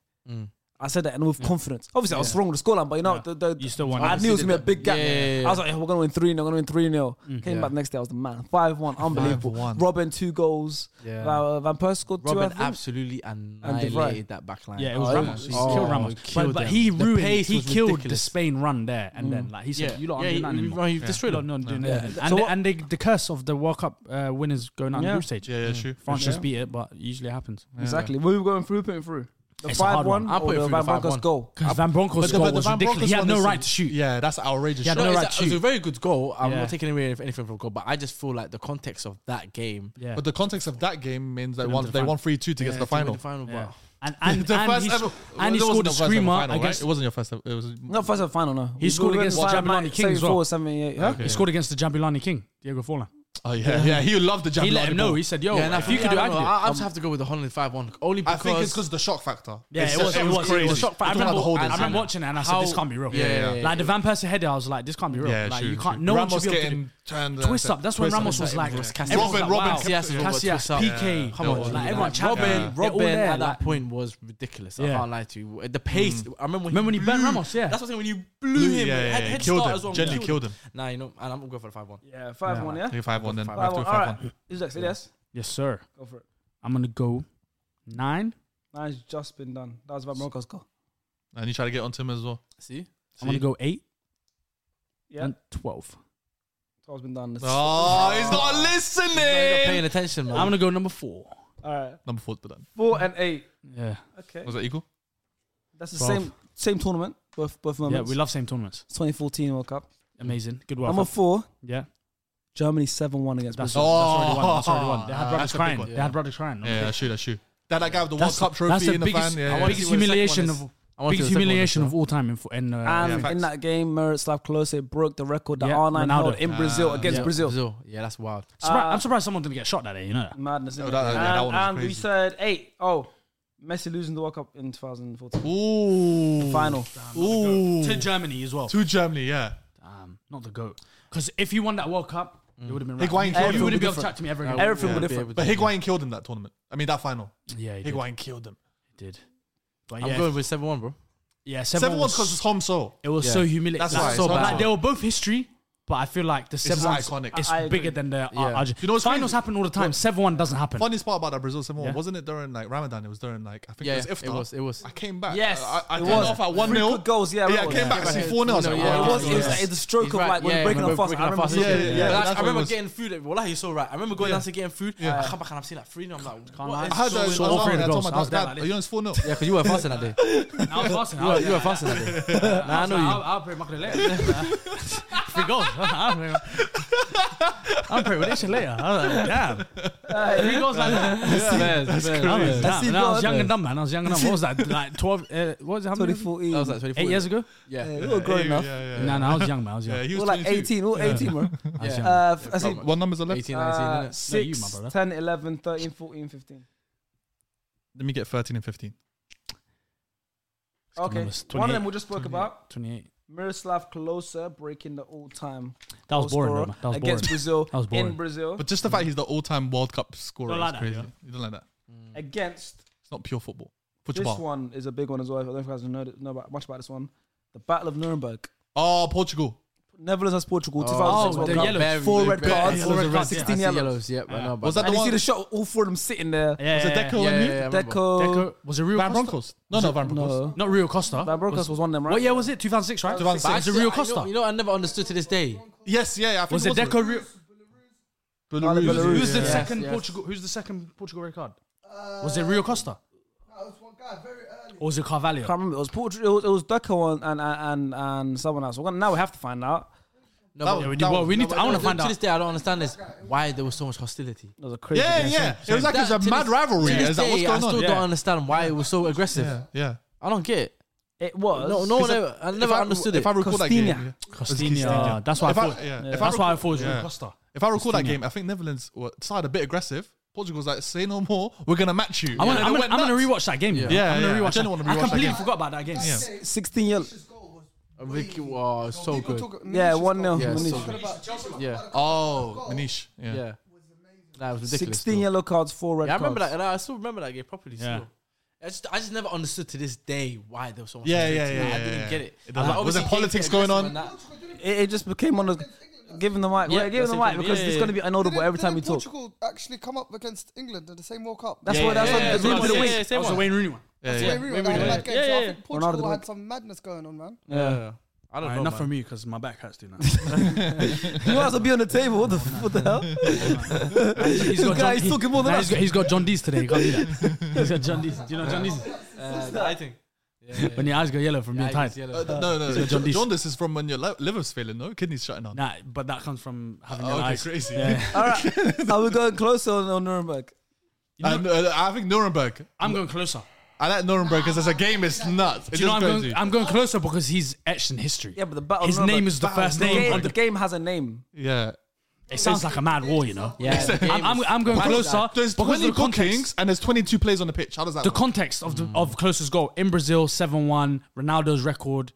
Speaker 1: I said that, and with confidence. Obviously, I was wrong with the scoreline, but you know, the, the,
Speaker 3: You still won.
Speaker 1: I knew it was gonna be a big gap.
Speaker 4: Yeah, yeah, yeah.
Speaker 1: I was like, yeah, we're gonna win three 0 we're gonna win three 0 Came back the next day, I was the man. Five one, unbelievable.
Speaker 5: 5-1.
Speaker 1: Robin two goals.
Speaker 3: Yeah.
Speaker 1: Uh, Van Persie scored two. I
Speaker 4: Robin
Speaker 1: think.
Speaker 4: absolutely annihilated that backline.
Speaker 3: Yeah, it was
Speaker 1: Oh,
Speaker 3: Ramos.
Speaker 1: yeah.
Speaker 3: He
Speaker 4: Oh,
Speaker 3: killed Ramos.
Speaker 4: killed
Speaker 3: but, but
Speaker 4: them.
Speaker 3: he
Speaker 4: The
Speaker 3: ruined.
Speaker 4: pace
Speaker 3: He
Speaker 4: was
Speaker 3: killed the
Speaker 4: ridiculous.
Speaker 3: Spain run there, and then like he said,
Speaker 4: Yeah.
Speaker 3: "You lot
Speaker 4: Yeah,
Speaker 3: aren't doing
Speaker 4: he-
Speaker 3: that
Speaker 4: he-
Speaker 3: anymore."
Speaker 4: he destroyed
Speaker 3: You lot
Speaker 4: them.
Speaker 3: not doing
Speaker 5: Yeah.
Speaker 3: that. And,
Speaker 1: So
Speaker 3: the,
Speaker 1: what-
Speaker 3: and the, the curse of the World Cup uh, winners going out in
Speaker 1: Yeah.
Speaker 3: the group stage.
Speaker 5: Yeah, yeah, sure.
Speaker 3: France
Speaker 1: Yeah.
Speaker 3: just beat it, but it usually happens.
Speaker 1: Exactly. We were going through, putting through. The
Speaker 3: It's a hard
Speaker 1: five one.
Speaker 3: one.
Speaker 4: I'll put it
Speaker 1: the
Speaker 4: through
Speaker 1: Van
Speaker 4: the 5-1.
Speaker 1: Bronckhorst goal.
Speaker 3: Because Van Bronckhorst
Speaker 5: But the-
Speaker 3: goal
Speaker 5: but the
Speaker 3: was
Speaker 5: Van
Speaker 3: ridiculous. He
Speaker 5: Bronckhorst
Speaker 3: had no
Speaker 5: one is-
Speaker 3: right to shoot.
Speaker 5: Yeah, that's outrageous.
Speaker 3: Yeah,
Speaker 5: shot.
Speaker 3: no
Speaker 4: No,
Speaker 3: right
Speaker 4: it's a- it was
Speaker 3: shoot.
Speaker 4: a very good goal. I'm
Speaker 3: Yeah.
Speaker 4: not taking away anything from the goal, but I just feel like the context of that game.
Speaker 3: Yeah.
Speaker 5: But the context of that game means they
Speaker 3: them
Speaker 5: won.
Speaker 3: to the
Speaker 5: They
Speaker 3: final.
Speaker 5: won three two to get to the
Speaker 4: to win
Speaker 5: final.
Speaker 4: The final
Speaker 3: Yeah.
Speaker 4: but
Speaker 3: And and,
Speaker 5: The
Speaker 3: and
Speaker 5: first
Speaker 3: he,
Speaker 5: ever-
Speaker 3: and he
Speaker 5: it wasn't
Speaker 3: scored
Speaker 5: the
Speaker 3: a
Speaker 5: first ever
Speaker 3: screamer.
Speaker 5: final,
Speaker 3: I
Speaker 5: right?
Speaker 3: guess
Speaker 5: it wasn't your first. ever- It was
Speaker 1: No, first of final, no.
Speaker 3: He scored against Jambalani King as well.
Speaker 1: 74, 78. Huh?
Speaker 3: he scored against the Jambilani King, Diego Forlan.
Speaker 5: Oh yeah, yeah. He loved the jab.
Speaker 3: He let him know. He said, "Yo,
Speaker 4: Yeah, and I
Speaker 3: if you
Speaker 4: think-
Speaker 3: could do it,
Speaker 4: I
Speaker 3: I
Speaker 4: don't know,
Speaker 3: could do it."
Speaker 4: I, I just have to go with the Holland five one only
Speaker 5: I
Speaker 4: because
Speaker 5: think it's because the shock factor.
Speaker 3: Yeah,
Speaker 5: It's
Speaker 3: it
Speaker 5: just-
Speaker 3: was. It was. It was.
Speaker 5: crazy.
Speaker 3: I
Speaker 5: Talking about
Speaker 3: remember,
Speaker 5: the whole
Speaker 3: I
Speaker 5: day.
Speaker 3: remember watching it and I said,
Speaker 4: How-
Speaker 3: "This can't be real."
Speaker 4: Yeah, yeah, yeah,
Speaker 3: Like the Van Persie header, I was like, "This can't be real."
Speaker 5: Yeah,
Speaker 3: like
Speaker 5: sure,
Speaker 3: you can't.
Speaker 5: sure.
Speaker 3: No one
Speaker 5: Ramos
Speaker 3: should be able to
Speaker 5: getting turned
Speaker 3: twist
Speaker 5: and-
Speaker 3: up. That's when
Speaker 5: twist up.
Speaker 3: Ramos was like,
Speaker 4: Yeah.
Speaker 3: Casillas was
Speaker 5: Robin-
Speaker 3: like,
Speaker 5: Robin
Speaker 3: wow.
Speaker 5: kept-
Speaker 3: Casillas,
Speaker 4: Robin twist up.
Speaker 3: PK,
Speaker 4: Come on,
Speaker 3: like
Speaker 4: like,
Speaker 3: everyone.
Speaker 4: Robin,
Speaker 3: champion, they're all
Speaker 4: Robin
Speaker 3: there,
Speaker 4: at
Speaker 3: like-
Speaker 4: that point was ridiculous. I
Speaker 3: Yeah. Mm.
Speaker 4: can't lie to you. The pace. I remember when
Speaker 3: Remember when he
Speaker 4: he
Speaker 3: burnt
Speaker 4: blew-
Speaker 3: Ramos? Yeah.
Speaker 4: That's what I'm saying. When you blew him,
Speaker 5: Mm. yeah, yeah,
Speaker 4: head,
Speaker 5: yeah,
Speaker 4: head
Speaker 5: killed
Speaker 4: start
Speaker 5: him.
Speaker 4: as well.
Speaker 5: Gently killed him.
Speaker 4: Nah, you know, and I'm gonna go for the five one.
Speaker 1: Yeah, 5 1, yeah?
Speaker 5: Take five one then. We have
Speaker 1: 5
Speaker 5: to
Speaker 1: 1.
Speaker 5: do
Speaker 1: All
Speaker 5: five
Speaker 1: right.
Speaker 5: one.
Speaker 1: Who's next? Yes?
Speaker 3: Yes, sir.
Speaker 1: Go for it.
Speaker 3: I'm gonna go nine.
Speaker 1: Nine's just been done. That was Van Bronckhorst goal.
Speaker 5: And you try to get onto him as well.
Speaker 4: See,
Speaker 3: I'm gonna
Speaker 5: See?
Speaker 3: go eight
Speaker 1: Yeah,
Speaker 3: and twelve.
Speaker 1: 12's been done.
Speaker 5: Oh, he's not
Speaker 4: you're
Speaker 5: listening.
Speaker 4: paying attention, man.
Speaker 3: I'm gonna go number four.
Speaker 1: All right.
Speaker 5: Number four to them.
Speaker 1: 4 and 8.
Speaker 3: Yeah.
Speaker 1: Okay.
Speaker 5: Was that equal?
Speaker 1: That's the
Speaker 3: Twelve.
Speaker 1: same same tournament, both, both
Speaker 3: Yeah,
Speaker 1: moments.
Speaker 3: we love same tournaments.
Speaker 1: 2014 World Cup.
Speaker 3: Amazing. Good work.
Speaker 1: Number 4,
Speaker 3: Yeah.
Speaker 1: Germany 7 1 against
Speaker 3: That's,
Speaker 1: Brazil.
Speaker 3: that's already won. That's
Speaker 5: Oh.
Speaker 3: already won. They had
Speaker 5: Ah,
Speaker 3: brothers
Speaker 5: that's a big
Speaker 3: crying.
Speaker 5: one.
Speaker 3: They had brothers crying.
Speaker 5: Yeah, that's true. That's true. That that guy with the World
Speaker 3: That's-
Speaker 5: Cup
Speaker 3: that's
Speaker 5: trophy
Speaker 3: the
Speaker 5: in the
Speaker 3: biggest-
Speaker 5: fan.
Speaker 4: I
Speaker 5: Yeah, yeah,
Speaker 4: want to
Speaker 3: biggest
Speaker 4: see what the second
Speaker 3: humiliation
Speaker 4: one
Speaker 3: of
Speaker 4: is. I want
Speaker 3: biggest
Speaker 4: to see what the second one
Speaker 3: humiliation
Speaker 4: is,
Speaker 3: of all time in, fo- in uh,
Speaker 1: And
Speaker 5: Yeah.
Speaker 1: in
Speaker 5: Facts.
Speaker 1: that game, Miroslav Klose broke the record that
Speaker 3: Yeah,
Speaker 1: R9
Speaker 3: Ronaldo.
Speaker 1: held in Brazil
Speaker 5: Ah,
Speaker 1: against
Speaker 3: yeah.
Speaker 1: Brazil.
Speaker 4: Brazil. Yeah, that's wild.
Speaker 3: Surpri-
Speaker 5: uh,
Speaker 3: I'm surprised someone didn't get shot that day. You know that.
Speaker 1: Madness. innit?
Speaker 5: No, that- yeah, that
Speaker 1: and
Speaker 5: one was
Speaker 1: and we
Speaker 5: crazy.
Speaker 1: said eight. Oh, Messi losing the World Cup in 2014
Speaker 5: Ooh.
Speaker 1: final.
Speaker 5: Ooh.
Speaker 3: To Germany as well.
Speaker 5: To Germany, yeah.
Speaker 3: Um, not the goat. Because if you won that World Cup, it would have been.
Speaker 5: Mm. Higuain
Speaker 3: right.
Speaker 5: killed
Speaker 3: You
Speaker 5: him.
Speaker 3: wouldn't be able to chat to me ever again.
Speaker 1: Everything
Speaker 4: Yeah.
Speaker 1: was different.
Speaker 5: But Higuain killed him that tournament. I mean that final.
Speaker 3: Yeah, he did.
Speaker 5: Higuain killed him.
Speaker 3: He did. But
Speaker 4: I'm
Speaker 3: yeah,
Speaker 4: going with seven one, bro.
Speaker 3: yeah.
Speaker 5: Seven
Speaker 3: Seven
Speaker 5: one
Speaker 3: was
Speaker 5: because it's home soil.
Speaker 3: It was
Speaker 4: Yeah.
Speaker 3: so humiliating.
Speaker 5: That's
Speaker 3: like,
Speaker 5: why it's
Speaker 3: so
Speaker 5: so
Speaker 3: bad.
Speaker 5: bad.
Speaker 3: Like, they were both history, but I feel like the seven
Speaker 5: just iconic.
Speaker 3: It's
Speaker 1: I- I agree.
Speaker 3: bigger than the.
Speaker 4: Yeah.
Speaker 3: Uh, Arge-
Speaker 5: You know what's
Speaker 3: finals
Speaker 5: crazy?
Speaker 3: happen all the time. Seven one doesn't happen.
Speaker 5: Funniest part about that Brazil seven one
Speaker 3: Yeah.
Speaker 5: wasn't it during like Ramadan? It was during like I think
Speaker 4: Yeah,
Speaker 5: it was iftar.
Speaker 4: it was- it was.
Speaker 5: I came back.
Speaker 1: Yes,
Speaker 5: I, I
Speaker 1: it
Speaker 5: turned
Speaker 1: was.
Speaker 5: off at one
Speaker 1: Three
Speaker 5: 0
Speaker 1: good goals, yeah,
Speaker 5: yeah.
Speaker 1: it
Speaker 5: I came
Speaker 1: was.
Speaker 5: back. I see
Speaker 4: Yeah,
Speaker 5: four 0
Speaker 4: no,
Speaker 1: It
Speaker 4: yeah,
Speaker 1: was, it was
Speaker 4: Yeah.
Speaker 1: it's the stroke
Speaker 4: He's
Speaker 1: of
Speaker 4: right.
Speaker 1: like when
Speaker 4: Yeah,
Speaker 1: breaking
Speaker 4: remember
Speaker 1: up fast. I
Speaker 4: breaking up
Speaker 1: remember
Speaker 4: fast.
Speaker 1: seeing
Speaker 5: Yeah,
Speaker 1: it.
Speaker 5: yeah,
Speaker 4: But
Speaker 5: yeah.
Speaker 4: that's-
Speaker 5: that's
Speaker 4: I
Speaker 5: what it
Speaker 4: remember
Speaker 5: was.
Speaker 4: getting food. at- Wallahi, you're so right. I remember going downstairs getting food. I come back and I'm seeing that three. and I'm like, what
Speaker 5: I
Speaker 4: is
Speaker 5: had
Speaker 4: going
Speaker 5: that. I
Speaker 4: on?
Speaker 5: was
Speaker 3: three
Speaker 5: like, I
Speaker 3: goals.
Speaker 5: told my
Speaker 3: I was
Speaker 5: dad,
Speaker 3: there
Speaker 5: Dad,
Speaker 3: like
Speaker 5: are you on four 0
Speaker 4: Yeah, because you were fasting that day.
Speaker 3: I was fasting.
Speaker 4: You were, you were fasting that day. Nah, I know you.
Speaker 3: I'll, I'll pray Michael later. Three goals. I'll pray- I'll pray with Isha later. I was like, damn. Three goals like that. I was, damn. And I was young and dumb, man. I was young and dumb. What was that? Like 12, uh, what was it? How many?
Speaker 1: 2014.
Speaker 4: That was like 24.
Speaker 3: Eight years ago?
Speaker 4: Yeah.
Speaker 1: We were growing
Speaker 5: Yeah,
Speaker 1: up.
Speaker 5: yeah, yeah.
Speaker 3: No, no, I was young, man. I was young.
Speaker 5: Yeah, he
Speaker 1: We
Speaker 5: was
Speaker 1: were like
Speaker 5: 22.
Speaker 1: 18. We were 18, bro.
Speaker 3: I was
Speaker 4: Yeah.
Speaker 3: young.
Speaker 1: Uh, f- I think
Speaker 4: Come on.
Speaker 5: What numbers are left?
Speaker 4: 18, 19,
Speaker 1: uh,
Speaker 4: innit?
Speaker 3: No, you, my
Speaker 1: 6,
Speaker 3: brother.
Speaker 1: 10, 11, 13, 14, 15.
Speaker 5: Let me get thirteen and fifteen.
Speaker 1: Okay.
Speaker 3: numbers.
Speaker 1: One of
Speaker 3: 28,
Speaker 1: them we just spoke about.
Speaker 3: 28.
Speaker 1: Miroslav Klose breaking the all-time
Speaker 3: That was
Speaker 1: goal
Speaker 3: boring,
Speaker 1: scorer
Speaker 3: though, man. That was boring.
Speaker 1: against Brazil
Speaker 3: That was boring.
Speaker 1: in Brazil
Speaker 5: But just the fact he's the all-time World Cup scorer
Speaker 3: Don't like
Speaker 5: is
Speaker 3: that,
Speaker 5: crazy.
Speaker 3: yeah.
Speaker 5: You don't like that.
Speaker 1: against
Speaker 5: It's not pure football. Put your
Speaker 1: this
Speaker 5: ball.
Speaker 1: one is a big one as well. I don't know if you guys know, know about, much about this one. The Battle of Nuremberg.
Speaker 5: Oh, Portugal.
Speaker 1: Netherlands has Portugal.
Speaker 4: Oh,
Speaker 1: 2006 World
Speaker 4: the
Speaker 1: Cup.
Speaker 4: yellows.
Speaker 1: Four
Speaker 4: The
Speaker 1: red
Speaker 4: very
Speaker 1: cards.
Speaker 4: yellows,
Speaker 3: red cards, yeah.
Speaker 1: 16
Speaker 4: I see
Speaker 1: yellows.
Speaker 4: yellows. Yep, I know about
Speaker 5: Was
Speaker 4: that.
Speaker 5: that
Speaker 1: And
Speaker 5: the
Speaker 1: you
Speaker 5: one?
Speaker 1: see the shot, all four of them sitting there.
Speaker 3: Yeah,
Speaker 5: Was it
Speaker 3: yeah, yeah.
Speaker 5: Deco
Speaker 4: Yeah,
Speaker 5: and
Speaker 4: yeah, yeah,
Speaker 5: you?
Speaker 4: I remember.
Speaker 1: Deco.
Speaker 3: Deco- Was it Rio
Speaker 5: Van
Speaker 3: Costa?
Speaker 5: Bronckhorst? No, no, Van Bronckhorst.
Speaker 1: No.
Speaker 3: Not Rio Costa.
Speaker 1: Van Bronckhorst was one of them, right?
Speaker 3: What year was it? 2006, right?
Speaker 5: 2006.
Speaker 3: It was a Rio Costa.
Speaker 4: You know, I never understood to this day.
Speaker 5: Yes, yeah, yeah. I think
Speaker 3: was it Deco Rio?
Speaker 5: Belarus.
Speaker 1: Belarus.
Speaker 3: Who's the
Speaker 1: Yes,
Speaker 3: second
Speaker 4: yes.
Speaker 3: Portugal? Who's the second Portugal red card? was it Rio Costa? Or was it Carvalho?
Speaker 1: I can't remember. It was Portugal. It was, it was Deco and, and and and someone else. We're gonna, now we have to find out.
Speaker 4: No,
Speaker 5: That
Speaker 4: but-
Speaker 5: was-
Speaker 3: yeah, we
Speaker 5: that
Speaker 3: do. Well,
Speaker 5: was-
Speaker 3: we
Speaker 5: that
Speaker 3: need. To, I want to find
Speaker 4: to
Speaker 3: out.
Speaker 4: this day, I don't understand this. Why there was so much hostility?
Speaker 1: It was a crazy.
Speaker 5: Yeah,
Speaker 1: game.
Speaker 5: yeah. It was like
Speaker 4: That-
Speaker 5: it's a
Speaker 4: to
Speaker 5: mad
Speaker 4: this-
Speaker 5: rivalry.
Speaker 4: To
Speaker 5: Is
Speaker 4: this
Speaker 5: that what's
Speaker 4: day, I
Speaker 5: going
Speaker 4: still
Speaker 5: on?
Speaker 4: don't understand why it was so aggressive.
Speaker 5: Yeah, yeah.
Speaker 4: I don't get it.
Speaker 1: It was.
Speaker 4: No, no one ever. I never
Speaker 5: I-
Speaker 4: understood
Speaker 5: if
Speaker 4: it.
Speaker 5: I recall that game,
Speaker 1: Costinha.
Speaker 5: yeah.
Speaker 3: Costinha. uh, That's why I
Speaker 5: If I-
Speaker 3: thought.
Speaker 5: yeah, if I
Speaker 3: That's why I
Speaker 5: recall-
Speaker 3: thought it was Rui
Speaker 5: yeah.
Speaker 3: Costa.
Speaker 5: If I recall that
Speaker 3: Costinha.
Speaker 5: game, I think Netherlands were, started a bit aggressive. Portugal was like, "Say no more. We're gonna match you."
Speaker 3: I'm
Speaker 5: Yeah,
Speaker 3: gonna,
Speaker 5: they
Speaker 3: I'm, gonna,
Speaker 5: went
Speaker 3: I'm gonna
Speaker 5: nuts.
Speaker 3: rewatch that game.
Speaker 4: Yeah.
Speaker 5: Yeah,
Speaker 3: I'm gonna
Speaker 5: yeah.
Speaker 3: rewatch
Speaker 5: I generally
Speaker 3: that.
Speaker 5: wanna rewatch
Speaker 3: I
Speaker 5: that
Speaker 3: completely
Speaker 5: game.
Speaker 3: forgot about that game.
Speaker 5: Yeah.
Speaker 1: sixteen year.
Speaker 4: Ricky, oh, so good.
Speaker 1: Yeah, one 0
Speaker 4: Yeah, so
Speaker 1: Sixteen
Speaker 4: good. Yeah,
Speaker 5: Oh, Manish. Yeah.
Speaker 4: yeah. That was ridiculous.
Speaker 1: Sixteen
Speaker 4: though.
Speaker 1: yellow cards, four red.
Speaker 4: Yeah, I remember
Speaker 1: cards.
Speaker 4: that. And I still remember that game properly.
Speaker 3: Yeah.
Speaker 4: Still. I just, I just never understood to this day why there was so much.
Speaker 5: Yeah,
Speaker 4: hostility.
Speaker 5: yeah, yeah,
Speaker 4: I
Speaker 5: yeah,
Speaker 4: didn't
Speaker 5: yeah.
Speaker 4: get it.
Speaker 5: It doesn't- was
Speaker 4: obviously
Speaker 5: there politics
Speaker 4: games get
Speaker 5: going
Speaker 4: aggressive
Speaker 5: on?
Speaker 4: and that.
Speaker 1: It, it just became on the. Give him the mic. Yeah,
Speaker 4: Yeah,
Speaker 1: give him
Speaker 4: that's
Speaker 1: the
Speaker 4: the
Speaker 1: mic
Speaker 4: thing.
Speaker 1: because
Speaker 4: Yeah,
Speaker 1: it's
Speaker 4: yeah,
Speaker 1: going to be unaudible
Speaker 6: Didn't-
Speaker 1: every time we
Speaker 6: didn't
Speaker 1: talk.
Speaker 6: Portugal actually come up against England at the same World Cup.
Speaker 1: That's
Speaker 5: Yeah,
Speaker 1: why. That's
Speaker 5: yeah,
Speaker 1: what the
Speaker 5: yeah, yeah,
Speaker 1: Wayne
Speaker 5: yeah,
Speaker 1: didn't
Speaker 5: yeah,
Speaker 1: win.
Speaker 4: yeah, same
Speaker 3: It was
Speaker 4: one.
Speaker 3: a Wayne Rooney one.
Speaker 5: Yeah,
Speaker 6: That's
Speaker 5: yeah.
Speaker 6: why we were
Speaker 4: Yeah,
Speaker 6: in
Speaker 4: yeah,
Speaker 6: that game.
Speaker 4: yeah,
Speaker 6: So I
Speaker 4: yeah.
Speaker 6: think
Speaker 1: Ronaldo
Speaker 6: Portugal
Speaker 1: didn't-
Speaker 6: had some madness going on, man.
Speaker 4: Yeah. I don't
Speaker 3: Alright,
Speaker 4: know.
Speaker 3: enough for
Speaker 4: man.
Speaker 3: me because my back hurts too now.
Speaker 1: You might as well be on the table. What the, f- what the hell?
Speaker 3: he's
Speaker 1: This guy, he's talking more than
Speaker 3: Nah,
Speaker 1: us.
Speaker 3: he's got, he's got John Dees today. You can't do that. he's got John Dees. Do you know John Dees?
Speaker 4: Uh, I think. Yeah, yeah,
Speaker 3: When your eyes go yellow from being
Speaker 4: yeah.
Speaker 3: tired.
Speaker 4: I guess yellow.
Speaker 5: Uh, no, no,
Speaker 3: So
Speaker 5: no.
Speaker 3: jaundice.
Speaker 5: Jaundice is from when your li- liver's failing, no? Kidneys shutting down.
Speaker 3: Nah, but that comes from having
Speaker 5: Oh,
Speaker 3: yellow
Speaker 5: okay,
Speaker 3: eyes.
Speaker 5: crazy.
Speaker 3: Yeah.
Speaker 1: All right. Are we going closer on, on Nuremberg?
Speaker 5: And, uh, I think Nuremberg.
Speaker 3: I'm going closer.
Speaker 5: I like Nuremberg because as a game, it's nuts. It's
Speaker 3: Do you know
Speaker 5: just
Speaker 3: I'm
Speaker 5: crazy.
Speaker 3: going, I'm going closer because he's etched in history.
Speaker 1: Yeah, but the battle. of
Speaker 3: His
Speaker 1: Nuremberg-
Speaker 3: name is the
Speaker 5: Battle of
Speaker 3: first
Speaker 1: The
Speaker 3: name.
Speaker 1: game,
Speaker 3: on
Speaker 1: the
Speaker 3: the-
Speaker 1: game has a name.
Speaker 5: yeah.
Speaker 3: It sounds like a mad war, you know.
Speaker 4: Yeah, the game
Speaker 3: I'm, I'm,
Speaker 4: is-
Speaker 3: I'm going
Speaker 4: Why is
Speaker 3: closer
Speaker 4: that?
Speaker 5: There's
Speaker 3: because of
Speaker 5: 20
Speaker 3: the context.
Speaker 5: bookings and there's 22 plays on the pitch. How does that
Speaker 3: the
Speaker 5: work?
Speaker 3: context of the
Speaker 5: Mm.
Speaker 3: of closest goal in Brazil seven one Ronaldo's record.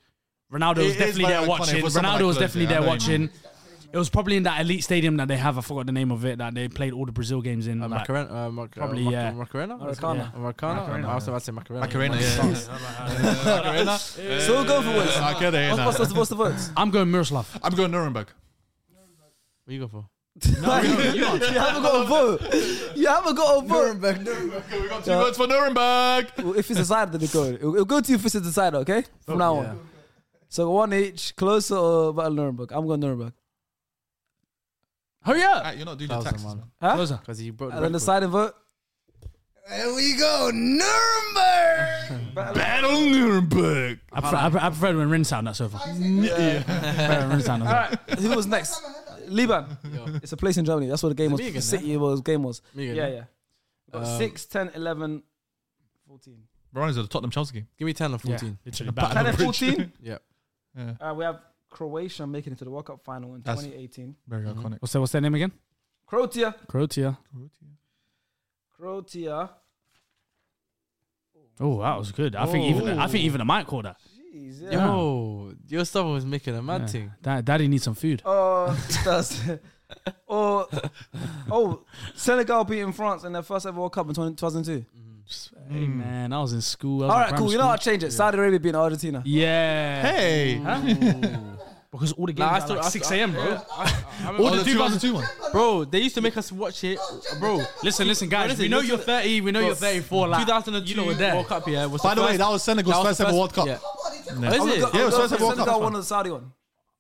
Speaker 3: Ronaldo
Speaker 5: It
Speaker 3: was
Speaker 5: is
Speaker 3: definitely
Speaker 5: very
Speaker 3: there
Speaker 5: iconic
Speaker 3: watching.
Speaker 5: for someone
Speaker 3: Ronaldo
Speaker 5: like
Speaker 3: was
Speaker 5: Klose,
Speaker 3: definitely
Speaker 5: I
Speaker 3: there
Speaker 5: know you
Speaker 3: watching. It was probably in that elite stadium that they have. I forgot the name of it. That they played all the Brazil games in.
Speaker 4: Uh,
Speaker 3: like-
Speaker 4: Macarena, uh, Mac-
Speaker 3: Probably,
Speaker 4: uh,
Speaker 3: yeah.
Speaker 4: Macarena,
Speaker 1: Maracana.
Speaker 4: Macarena. Macarena. I was about to say Macarena.
Speaker 5: Macarena, yeah. Macarena.
Speaker 1: So we'll go for words.
Speaker 5: I get it.
Speaker 1: What's,
Speaker 5: nah.
Speaker 1: what's, what's the words?
Speaker 3: I'm going Miroslav.
Speaker 5: I'm going Nuremberg.
Speaker 4: What you go for?
Speaker 1: you haven't got a vote. You haven't got a vote.
Speaker 7: Nuremberg, Nuremberg.
Speaker 5: Okay, we got two votes for Nuremberg.
Speaker 1: Well, If it's decided, then it go. It'll, it'll go to you if it's decided. Okay, from now
Speaker 4: yeah.
Speaker 1: on. So one each, closer or battle Nuremberg. I'm going Nuremberg.
Speaker 3: Hurry up!
Speaker 5: Ah, you're not doing your
Speaker 4: Thousand,
Speaker 5: taxes,
Speaker 4: man.
Speaker 5: man.
Speaker 1: Huh?
Speaker 3: Closer.
Speaker 4: Because you broke the
Speaker 1: And then
Speaker 4: record.
Speaker 1: deciding vote.
Speaker 7: There we go, Nuremberg.
Speaker 5: Battle Nuremberg.
Speaker 3: I prefer, I, pre- I prefer when Rin sound that so far. Rin sound.
Speaker 1: All right, who was next? Liban. It's a place in Germany. That's what the game was.
Speaker 4: Megan,
Speaker 1: the city was game was.
Speaker 4: Megan,
Speaker 1: yeah,
Speaker 4: yeah.
Speaker 1: yeah. Got 6, 10, 11, 14.
Speaker 5: Reminds me of the Tottenham Chelsea game.
Speaker 4: Give me 10 and
Speaker 3: Yeah,
Speaker 4: 14.
Speaker 3: literally.
Speaker 1: 10
Speaker 3: Battle.
Speaker 1: and 14.
Speaker 4: Yeah.
Speaker 1: Uh, we have Croatia making it to the World Cup final in
Speaker 5: That's-
Speaker 1: 2018.
Speaker 5: Very iconic.
Speaker 3: What's their, what's their name again?
Speaker 1: Croatia.
Speaker 3: Croatia.
Speaker 1: Croatia.
Speaker 3: Oh, that was good. I think even the, I think even the mic called that.
Speaker 1: Jeez, yeah.
Speaker 3: Yeah.
Speaker 4: Yo, your stuff was making a mad
Speaker 3: Yeah.
Speaker 4: thing.
Speaker 3: Da- Daddy needs some food.
Speaker 1: Oh, that's. Or, oh, Senegal beating France in their first ever World Cup in 20, 2002.
Speaker 5: Mm.
Speaker 3: Hey man, I was in school. I was
Speaker 1: All
Speaker 3: in
Speaker 1: right,
Speaker 3: primary
Speaker 1: cool. You know
Speaker 3: school.
Speaker 1: what? Change it. Saudi Arabia beating Argentina.
Speaker 3: Yeah.
Speaker 5: Hey.
Speaker 3: Because all the games
Speaker 4: Nah, I
Speaker 3: are
Speaker 4: still-
Speaker 3: like
Speaker 4: I-
Speaker 3: 6 a.m., bro.
Speaker 5: Oh, the 2002 one.
Speaker 4: Bro, they used to make us watch it. Bro,
Speaker 3: Listen, listen, guys.
Speaker 4: Honestly,
Speaker 3: We know
Speaker 4: listen-
Speaker 3: you're 30. We know you're 34. Like,
Speaker 4: 2002
Speaker 3: you know we're there.
Speaker 4: World Cup, yeah. Was
Speaker 5: By the way,
Speaker 4: first-
Speaker 5: that was Senegal's
Speaker 4: that was
Speaker 5: first
Speaker 4: the
Speaker 5: ever World Cup.
Speaker 4: Yeah. Is
Speaker 5: Yeah.
Speaker 4: it?
Speaker 5: Yeah, it was
Speaker 1: Go
Speaker 5: first
Speaker 1: for
Speaker 5: ever World Cup.
Speaker 1: Senegal, one of the Saudi one.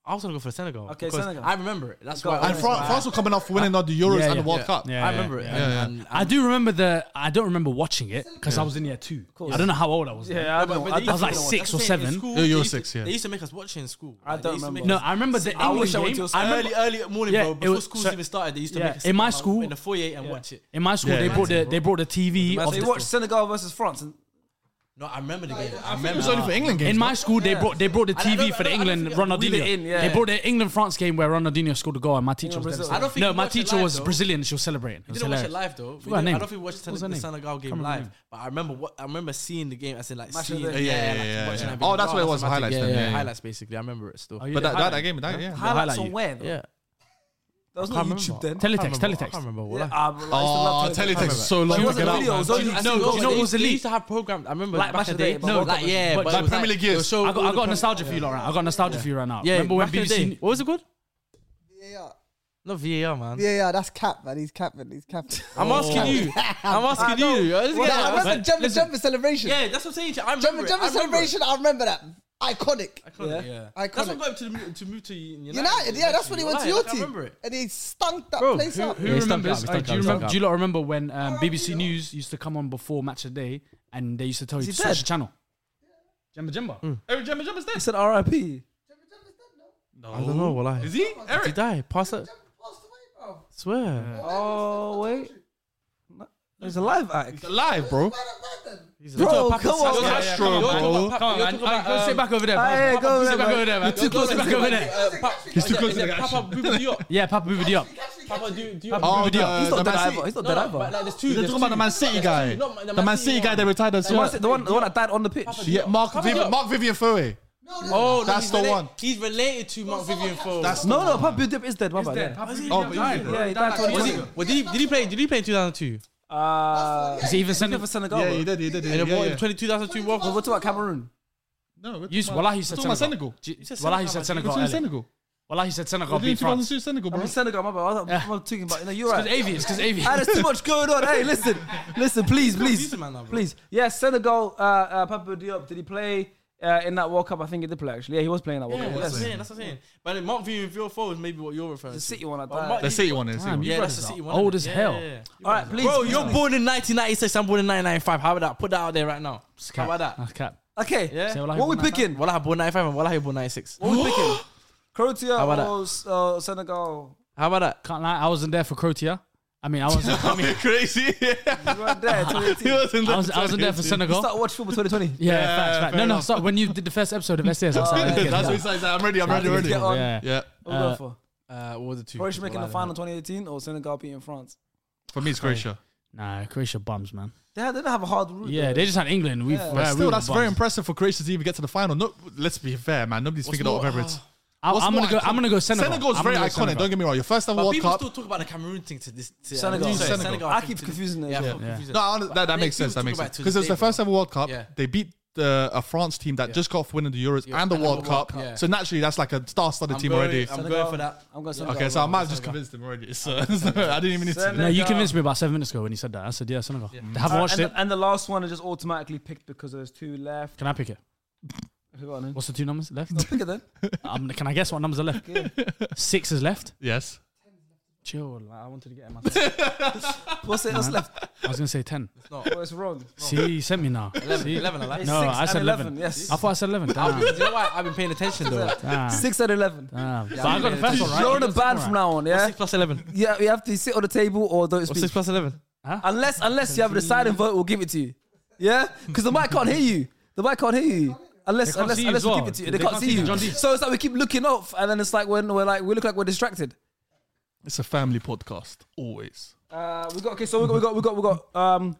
Speaker 4: I was going to go for Senegal.
Speaker 1: Okay,
Speaker 4: because
Speaker 1: Senegal.
Speaker 4: I remember it. That's
Speaker 1: Go
Speaker 4: why.
Speaker 1: on.
Speaker 4: I
Speaker 5: And
Speaker 4: was
Speaker 5: Fran-
Speaker 4: like,
Speaker 5: France were coming off winning all the Euros
Speaker 3: Yeah,
Speaker 5: and
Speaker 3: yeah.
Speaker 5: the World Cup.
Speaker 3: Yeah.
Speaker 4: I remember it.
Speaker 3: Yeah,
Speaker 4: and-
Speaker 5: yeah.
Speaker 4: and-
Speaker 3: I do remember the. I don't remember watching it because I was in year two. I don't know how old I was. then.
Speaker 1: Yeah, I, don't,
Speaker 4: but
Speaker 1: I,
Speaker 4: they
Speaker 1: don't
Speaker 4: used
Speaker 3: was
Speaker 4: to
Speaker 3: like
Speaker 4: make us-
Speaker 3: six
Speaker 4: that's what
Speaker 3: or
Speaker 4: I'm saying, in
Speaker 3: seven.
Speaker 4: school,
Speaker 5: Yeah,
Speaker 4: they
Speaker 5: you were
Speaker 4: used to-
Speaker 5: six, yeah.
Speaker 4: They used to make us watch it in school.
Speaker 1: I
Speaker 4: Like,
Speaker 1: don't
Speaker 4: they used to
Speaker 1: remember.
Speaker 4: make
Speaker 3: No,
Speaker 4: us-
Speaker 3: I remember the
Speaker 1: I
Speaker 3: England
Speaker 1: wish I went
Speaker 3: game.
Speaker 1: to
Speaker 3: I remember
Speaker 4: early, early morning,
Speaker 3: Yeah,
Speaker 4: bro.
Speaker 3: it
Speaker 4: Before
Speaker 3: was-
Speaker 4: schools
Speaker 3: so-
Speaker 4: even started, they used to
Speaker 3: yeah,
Speaker 4: make us
Speaker 3: in my
Speaker 4: come out
Speaker 3: school-
Speaker 4: in the foyer and watch it.
Speaker 3: in my school.
Speaker 5: Yeah,
Speaker 3: they
Speaker 5: yeah.
Speaker 3: brought the they brought the TV.
Speaker 4: Massive.
Speaker 3: Of
Speaker 1: They
Speaker 3: the,
Speaker 1: watched Senegal versus France. And
Speaker 4: No, I remember the game. I
Speaker 5: It
Speaker 4: remember.
Speaker 5: was only for England games.
Speaker 3: in my school, they brought they brought the
Speaker 4: I don't-
Speaker 3: TV
Speaker 4: I
Speaker 3: for the
Speaker 4: don't- I don't
Speaker 3: England
Speaker 4: think I-
Speaker 1: Leave it
Speaker 3: Ronaldinho.
Speaker 1: in, yeah.
Speaker 3: They brought the England France game where Ronaldinho scored a goal, and my teacher was
Speaker 1: Brazil.
Speaker 3: devastated.
Speaker 4: I don't think
Speaker 3: No,
Speaker 4: we
Speaker 3: my
Speaker 4: watched it
Speaker 3: teacher
Speaker 4: live,
Speaker 3: was
Speaker 4: though.
Speaker 3: Brazilian. She was celebrating. It
Speaker 4: We
Speaker 3: was
Speaker 4: didn't watch it
Speaker 3: hilarious.
Speaker 4: live though.
Speaker 3: her
Speaker 4: We didn't-
Speaker 3: name?
Speaker 4: I don't think we watched
Speaker 3: What was her
Speaker 4: the
Speaker 3: name?
Speaker 4: Senegal
Speaker 3: Can't
Speaker 4: game
Speaker 3: remember
Speaker 4: live,
Speaker 3: her
Speaker 4: but I remember what I remember seeing the game. I said like
Speaker 1: Match
Speaker 4: seeing,
Speaker 1: of the-
Speaker 4: yeah,
Speaker 5: Yeah, yeah,
Speaker 4: like, watching
Speaker 5: yeah, yeah.
Speaker 4: it, being
Speaker 5: Oh, that's why it was
Speaker 4: dramatic.
Speaker 5: highlights
Speaker 4: Yeah,
Speaker 5: then,
Speaker 4: yeah,
Speaker 5: yeah, yeah.
Speaker 4: highlights basically. I remember it still.
Speaker 3: Oh, you
Speaker 5: But
Speaker 3: did
Speaker 5: that, that, that game, that, yeah.
Speaker 1: highlights
Speaker 3: highlight
Speaker 1: on
Speaker 3: you.
Speaker 1: where? though?
Speaker 4: yeah,
Speaker 1: That was
Speaker 4: I
Speaker 1: not
Speaker 4: can't
Speaker 1: YouTube
Speaker 4: remember.
Speaker 1: then.
Speaker 4: I
Speaker 3: Teletext,
Speaker 4: can't remember. I can't
Speaker 3: teletext.
Speaker 4: remember. what
Speaker 1: Yeah,
Speaker 4: I-
Speaker 1: I, I used to
Speaker 5: Oh,
Speaker 1: love
Speaker 5: teletext is so long.
Speaker 1: It wasn't
Speaker 5: Get out,
Speaker 1: video, it
Speaker 5: man.
Speaker 1: was
Speaker 4: Do
Speaker 1: only-
Speaker 4: you,
Speaker 1: I
Speaker 4: know,
Speaker 1: still
Speaker 4: do
Speaker 1: go
Speaker 4: you
Speaker 1: on
Speaker 4: know
Speaker 1: it.
Speaker 4: what was elite? Used to have programmed. I remember
Speaker 1: Like
Speaker 4: back
Speaker 1: Match
Speaker 4: in
Speaker 1: of
Speaker 4: the
Speaker 1: the Day,
Speaker 4: day.
Speaker 1: but
Speaker 4: No,
Speaker 1: World
Speaker 4: like
Speaker 1: Cup was-
Speaker 4: yeah,
Speaker 3: but
Speaker 4: but
Speaker 3: like
Speaker 4: it was
Speaker 5: Premier
Speaker 4: it
Speaker 5: League years.
Speaker 4: was so-
Speaker 3: I got, I got
Speaker 4: the
Speaker 3: nostalgia
Speaker 4: Prem-
Speaker 3: for you, Laura. I got nostalgia for you right now.
Speaker 4: Yeah,
Speaker 3: Remember when
Speaker 4: back in the day.
Speaker 3: BBC?
Speaker 4: What was it called?
Speaker 7: Yeah,
Speaker 4: Not VAR, man.
Speaker 7: yeah, yeah. That's cap, man. He's capping. He's capping.
Speaker 4: I'm asking you. I'm asking you. Let's
Speaker 7: Well,
Speaker 4: get
Speaker 7: I
Speaker 4: it.
Speaker 7: remember
Speaker 3: But
Speaker 7: Jumper
Speaker 3: listen-
Speaker 7: Jumper celebration.
Speaker 4: Yeah, that's what I'm saying. to you. I remember.
Speaker 7: Jumper
Speaker 4: it.
Speaker 7: Jumper
Speaker 4: I remember it.
Speaker 7: celebration. I remember that. Iconic.
Speaker 4: Iconic,
Speaker 1: Yeah.
Speaker 4: yeah.
Speaker 7: Iconic.
Speaker 4: That's what got him to the- to move to United.
Speaker 7: United. Yeah, that's when he went to
Speaker 4: United,
Speaker 7: your
Speaker 4: like, I remember
Speaker 7: team,
Speaker 4: it.
Speaker 7: and he stunk that
Speaker 4: Bro,
Speaker 7: place
Speaker 4: who-
Speaker 7: up.
Speaker 3: Who
Speaker 4: Yeah, it's done,
Speaker 3: remembers?
Speaker 4: it's
Speaker 3: uh,
Speaker 4: done,
Speaker 3: do you
Speaker 4: it's done,
Speaker 3: remember?
Speaker 4: it's
Speaker 3: Do you lot remember when um, BBC News used to come on before Match of the Day, and they used to tell you
Speaker 1: Is
Speaker 3: to
Speaker 1: he dead? Mm.
Speaker 3: switch the channel? Jemba Jemba. Every Jemba Jemba's
Speaker 1: He
Speaker 3: dead.
Speaker 1: said RIP.
Speaker 4: I don't know. Well, I
Speaker 5: Is he?
Speaker 4: Did he
Speaker 5: Eric.
Speaker 4: die? Pass it. Swear.
Speaker 1: Oh, wait. No, There's a live act.
Speaker 5: Alive, bro.
Speaker 3: He's a-
Speaker 1: Bro,
Speaker 3: Papa
Speaker 1: come on,
Speaker 3: Saskia.
Speaker 1: man.
Speaker 3: Yeah, yeah,
Speaker 1: Come on,
Speaker 3: Come
Speaker 1: bro.
Speaker 3: on, Papa, you're
Speaker 1: Come on,
Speaker 3: talking
Speaker 1: man.
Speaker 3: about,
Speaker 4: um,
Speaker 1: Uh,
Speaker 3: Go sit back over there, man.
Speaker 1: Hey,
Speaker 3: Papa,
Speaker 1: go
Speaker 3: sit
Speaker 1: over
Speaker 3: back
Speaker 1: there,
Speaker 3: over
Speaker 1: man.
Speaker 3: there, man.
Speaker 1: You're too
Speaker 3: Go
Speaker 1: close
Speaker 3: sit
Speaker 1: to
Speaker 3: back
Speaker 1: the
Speaker 3: over
Speaker 1: action.
Speaker 3: there.
Speaker 4: He's too close to the Papa Booba Diop.
Speaker 3: Yeah, Papa Booba Diop.
Speaker 4: Papa do do.
Speaker 5: Oh,
Speaker 3: Booba
Speaker 5: the-
Speaker 3: Diop.
Speaker 1: He's not
Speaker 5: the
Speaker 1: dead
Speaker 5: Man
Speaker 1: either.
Speaker 5: City-
Speaker 1: He's not
Speaker 4: Uh,
Speaker 1: dead
Speaker 4: No, no,
Speaker 1: either.
Speaker 4: but like there's two.
Speaker 5: They're
Speaker 4: there's
Speaker 5: talking about the
Speaker 4: two.
Speaker 5: Man City
Speaker 4: There's
Speaker 5: guy.
Speaker 4: two. Not Man-
Speaker 5: The Man City guy
Speaker 4: one.
Speaker 5: that retired as
Speaker 1: The
Speaker 5: well.
Speaker 1: one, the one, the one that died on the pitch.
Speaker 5: Yeah, Mark
Speaker 4: Papa
Speaker 5: Vivian,
Speaker 4: Diop.
Speaker 5: Mark Vivian Foey.
Speaker 4: Oh, no,
Speaker 5: That's
Speaker 4: he's
Speaker 5: the
Speaker 4: related-
Speaker 5: one.
Speaker 4: He's related to Mark Vivian Foe.
Speaker 5: That's
Speaker 1: No, no, Papa Dip is dead. My bad.
Speaker 3: dead.
Speaker 1: yeah.
Speaker 3: Papa
Speaker 5: Oh,
Speaker 3: Booba
Speaker 5: but
Speaker 3: Diop
Speaker 5: you
Speaker 3: died,
Speaker 5: did
Speaker 3: bro.
Speaker 1: Yeah, he died
Speaker 4: Was he?
Speaker 1: 2020.
Speaker 4: What did he? Did he play? Did he play in 2002?
Speaker 1: Uh,
Speaker 3: Is he even sending?
Speaker 1: for Senegal.
Speaker 5: Yeah,
Speaker 1: bro.
Speaker 5: he did, he did.
Speaker 4: In the
Speaker 5: yeah, yeah.
Speaker 4: 2002 World
Speaker 1: We're
Speaker 4: Cup.
Speaker 1: talking about Cameroon.
Speaker 5: No, we're
Speaker 3: You,
Speaker 5: talking
Speaker 3: Wallah,
Speaker 5: about-
Speaker 3: he
Speaker 5: we're
Speaker 3: said
Speaker 5: talking about
Speaker 3: Senegal.
Speaker 4: said
Speaker 3: Wallah, he
Speaker 4: Senegal,
Speaker 3: said
Speaker 5: We're
Speaker 3: Senegal.
Speaker 5: talking about
Speaker 3: earlier.
Speaker 5: Senegal.
Speaker 3: Wallah, he said Senegal
Speaker 5: We're doing
Speaker 3: beat France.
Speaker 5: 2002 Senegal,
Speaker 1: I'm
Speaker 5: bro.
Speaker 1: in Senegal. My bad. I was- I'm not talking about. No, you're
Speaker 3: Because
Speaker 1: right.
Speaker 3: Avi, it's because Avi.
Speaker 1: Ah, there's too much going on. Hey, listen, listen, please, please,
Speaker 4: man now, bro.
Speaker 1: please. Yeah, Senegal. Uh, uh, Papa Diop. Did he play uh, in that World Cup? I think he did play actually. Yeah, he was playing that World
Speaker 4: Yeah,
Speaker 1: Cup.
Speaker 4: that's what I'm
Speaker 1: Yes.
Speaker 4: saying. That's what I'm saying. But then Mark Vivian Foe is maybe what you're referring
Speaker 1: The
Speaker 4: to.
Speaker 1: City one. I
Speaker 4: But
Speaker 1: died.
Speaker 4: Mark-
Speaker 5: The City one, the City one.
Speaker 4: Yeah, that's the
Speaker 3: brothers
Speaker 4: City
Speaker 3: are
Speaker 4: one.
Speaker 3: old
Speaker 4: innit?
Speaker 3: as
Speaker 4: Yeah,
Speaker 3: hell.
Speaker 4: yeah, yeah.
Speaker 1: All right, please.
Speaker 4: Bro,
Speaker 1: please.
Speaker 4: you're born in 1996. I'm born in 1995. How about that? Put that out there right now.
Speaker 3: It's
Speaker 4: How
Speaker 3: cap.
Speaker 4: about that?
Speaker 3: That's Ah, cap.
Speaker 1: Okay.
Speaker 4: Yeah.
Speaker 3: Say
Speaker 1: What
Speaker 3: Wallahi
Speaker 1: we
Speaker 3: Booba Diop.
Speaker 1: picking? What
Speaker 4: Well, I have born 95 and well, I have born 96.
Speaker 1: we picking? Croatia
Speaker 4: How about
Speaker 1: or uh, Senegal?
Speaker 4: How about that?
Speaker 3: Can't lie, I wasn't there for Croatia. I mean, I wasn't. I, mean,
Speaker 5: Crazy.
Speaker 1: You weren't there. 2018. You
Speaker 3: I, was, I wasn't there for Senegal.
Speaker 1: start watch football 2020.
Speaker 3: Yeah,
Speaker 5: Yeah,
Speaker 3: facts, facts.
Speaker 5: fair
Speaker 3: No, no,
Speaker 5: enough.
Speaker 3: stop. When you did the first episode of SES, I was like,
Speaker 5: That's what he says. I'm ready, I'm ready, I'm ready.
Speaker 1: Get on.
Speaker 3: yeah.
Speaker 5: Yeah.
Speaker 1: What we going for?
Speaker 4: Uh, what were the two?
Speaker 1: Croatia making the
Speaker 4: Well, I
Speaker 1: final 2018 or Senegal beating France?
Speaker 5: For me, it's Croatia.
Speaker 3: Nah, Croatia bums, man.
Speaker 1: They had- they didn't have a hard route.
Speaker 3: Yeah,
Speaker 1: though.
Speaker 3: they just had England. We've,
Speaker 1: Yeah.
Speaker 3: uh, we
Speaker 5: Still,
Speaker 3: were
Speaker 5: that's
Speaker 3: bums.
Speaker 5: very impressive for Croatia to even get to the final. No, let's be fair, man. Nobody's
Speaker 4: What's
Speaker 5: thinking out of
Speaker 4: more-
Speaker 5: Emirates.
Speaker 3: I,
Speaker 5: What's
Speaker 3: I'm gonna
Speaker 5: more
Speaker 3: go.
Speaker 5: iconic-
Speaker 3: I'm gonna go Senegal.
Speaker 5: Senegal's
Speaker 3: I'm
Speaker 5: very
Speaker 3: gonna
Speaker 5: iconic.
Speaker 3: go Senegal.
Speaker 5: Don't get me wrong. Your first ever
Speaker 4: But
Speaker 5: World
Speaker 4: people
Speaker 5: Cup.
Speaker 4: still talk about the Cameroon thing to this. To,
Speaker 1: Senegal.
Speaker 4: sorry,
Speaker 5: Senegal.
Speaker 1: I
Speaker 4: thing
Speaker 1: keep
Speaker 4: to-
Speaker 1: confusing it.
Speaker 4: Yeah,
Speaker 1: as
Speaker 4: I
Speaker 1: well.
Speaker 4: keep confusing it.
Speaker 5: No, I- that, that
Speaker 4: But
Speaker 5: makes
Speaker 4: people
Speaker 5: sense. That
Speaker 4: talk
Speaker 5: makes
Speaker 4: about it
Speaker 5: sense
Speaker 4: to
Speaker 5: because it
Speaker 4: this
Speaker 5: was
Speaker 4: day,
Speaker 5: the first
Speaker 4: bro.
Speaker 5: ever World Cup.
Speaker 4: Yeah.
Speaker 5: They beat the uh, a France team that just got off winning the Euros and the
Speaker 4: and the
Speaker 5: World
Speaker 4: World
Speaker 5: Cup.
Speaker 4: Cup. Yeah.
Speaker 5: So naturally, that's like a star-studded
Speaker 4: I'm
Speaker 5: team
Speaker 4: going-
Speaker 5: already.
Speaker 4: I'm
Speaker 1: Senegal.
Speaker 4: going for that.
Speaker 1: I'm going Senegal.
Speaker 5: Okay, so I might have just convinced him already. So, I didn't even need to.
Speaker 3: No, you
Speaker 1: Senegal.
Speaker 3: convinced me about seven minutes ago when you said that. I said, yeah, Senegal. I haven't
Speaker 1: Uh,
Speaker 3: watched
Speaker 1: and,
Speaker 3: it.
Speaker 1: The, and the last one is just automatically picked because there's two left.
Speaker 3: Can I pick it?
Speaker 1: Who are they?
Speaker 3: What's the two numbers left?
Speaker 1: Pick it then.
Speaker 3: um, can I guess what numbers are left? Six is left.
Speaker 5: Yes.
Speaker 3: Chill. like, I wanted to get it myself.
Speaker 1: What's it? What's
Speaker 3: Nah.
Speaker 1: left?
Speaker 3: I was gonna say ten.
Speaker 1: What's wrong?
Speaker 3: See, you sent me now. 11, See?
Speaker 4: 11, I like
Speaker 3: No,
Speaker 1: Six
Speaker 3: I
Speaker 1: and
Speaker 3: said 11.
Speaker 1: 11, yes.
Speaker 3: I thought I said 11. Damn.
Speaker 4: You know why? I've been paying attention though.
Speaker 3: Damn.
Speaker 1: Six and eleven.
Speaker 3: Damn. But I got the first one right.
Speaker 1: You're on a ban from now on, yeah.
Speaker 4: Six plus eleven.
Speaker 1: Yeah, you have to sit on the table or don't
Speaker 4: Or
Speaker 1: speak.
Speaker 4: six plus eleven.
Speaker 1: Unless, unless you have a deciding vote, we'll give it to you. Yeah, because the mic can't hear you. The mic can't hear you. Unless,
Speaker 3: They can't
Speaker 1: unless,
Speaker 3: see you
Speaker 1: unless
Speaker 3: as
Speaker 1: we
Speaker 3: well.
Speaker 1: give it to you, they, can't, see you.
Speaker 3: John D.
Speaker 1: So it's like we keep looking off, and then it's like when we're like we look like we're distracted.
Speaker 5: It's a family podcast, always.
Speaker 1: Uh, we got okay. So we got we got we got we got um.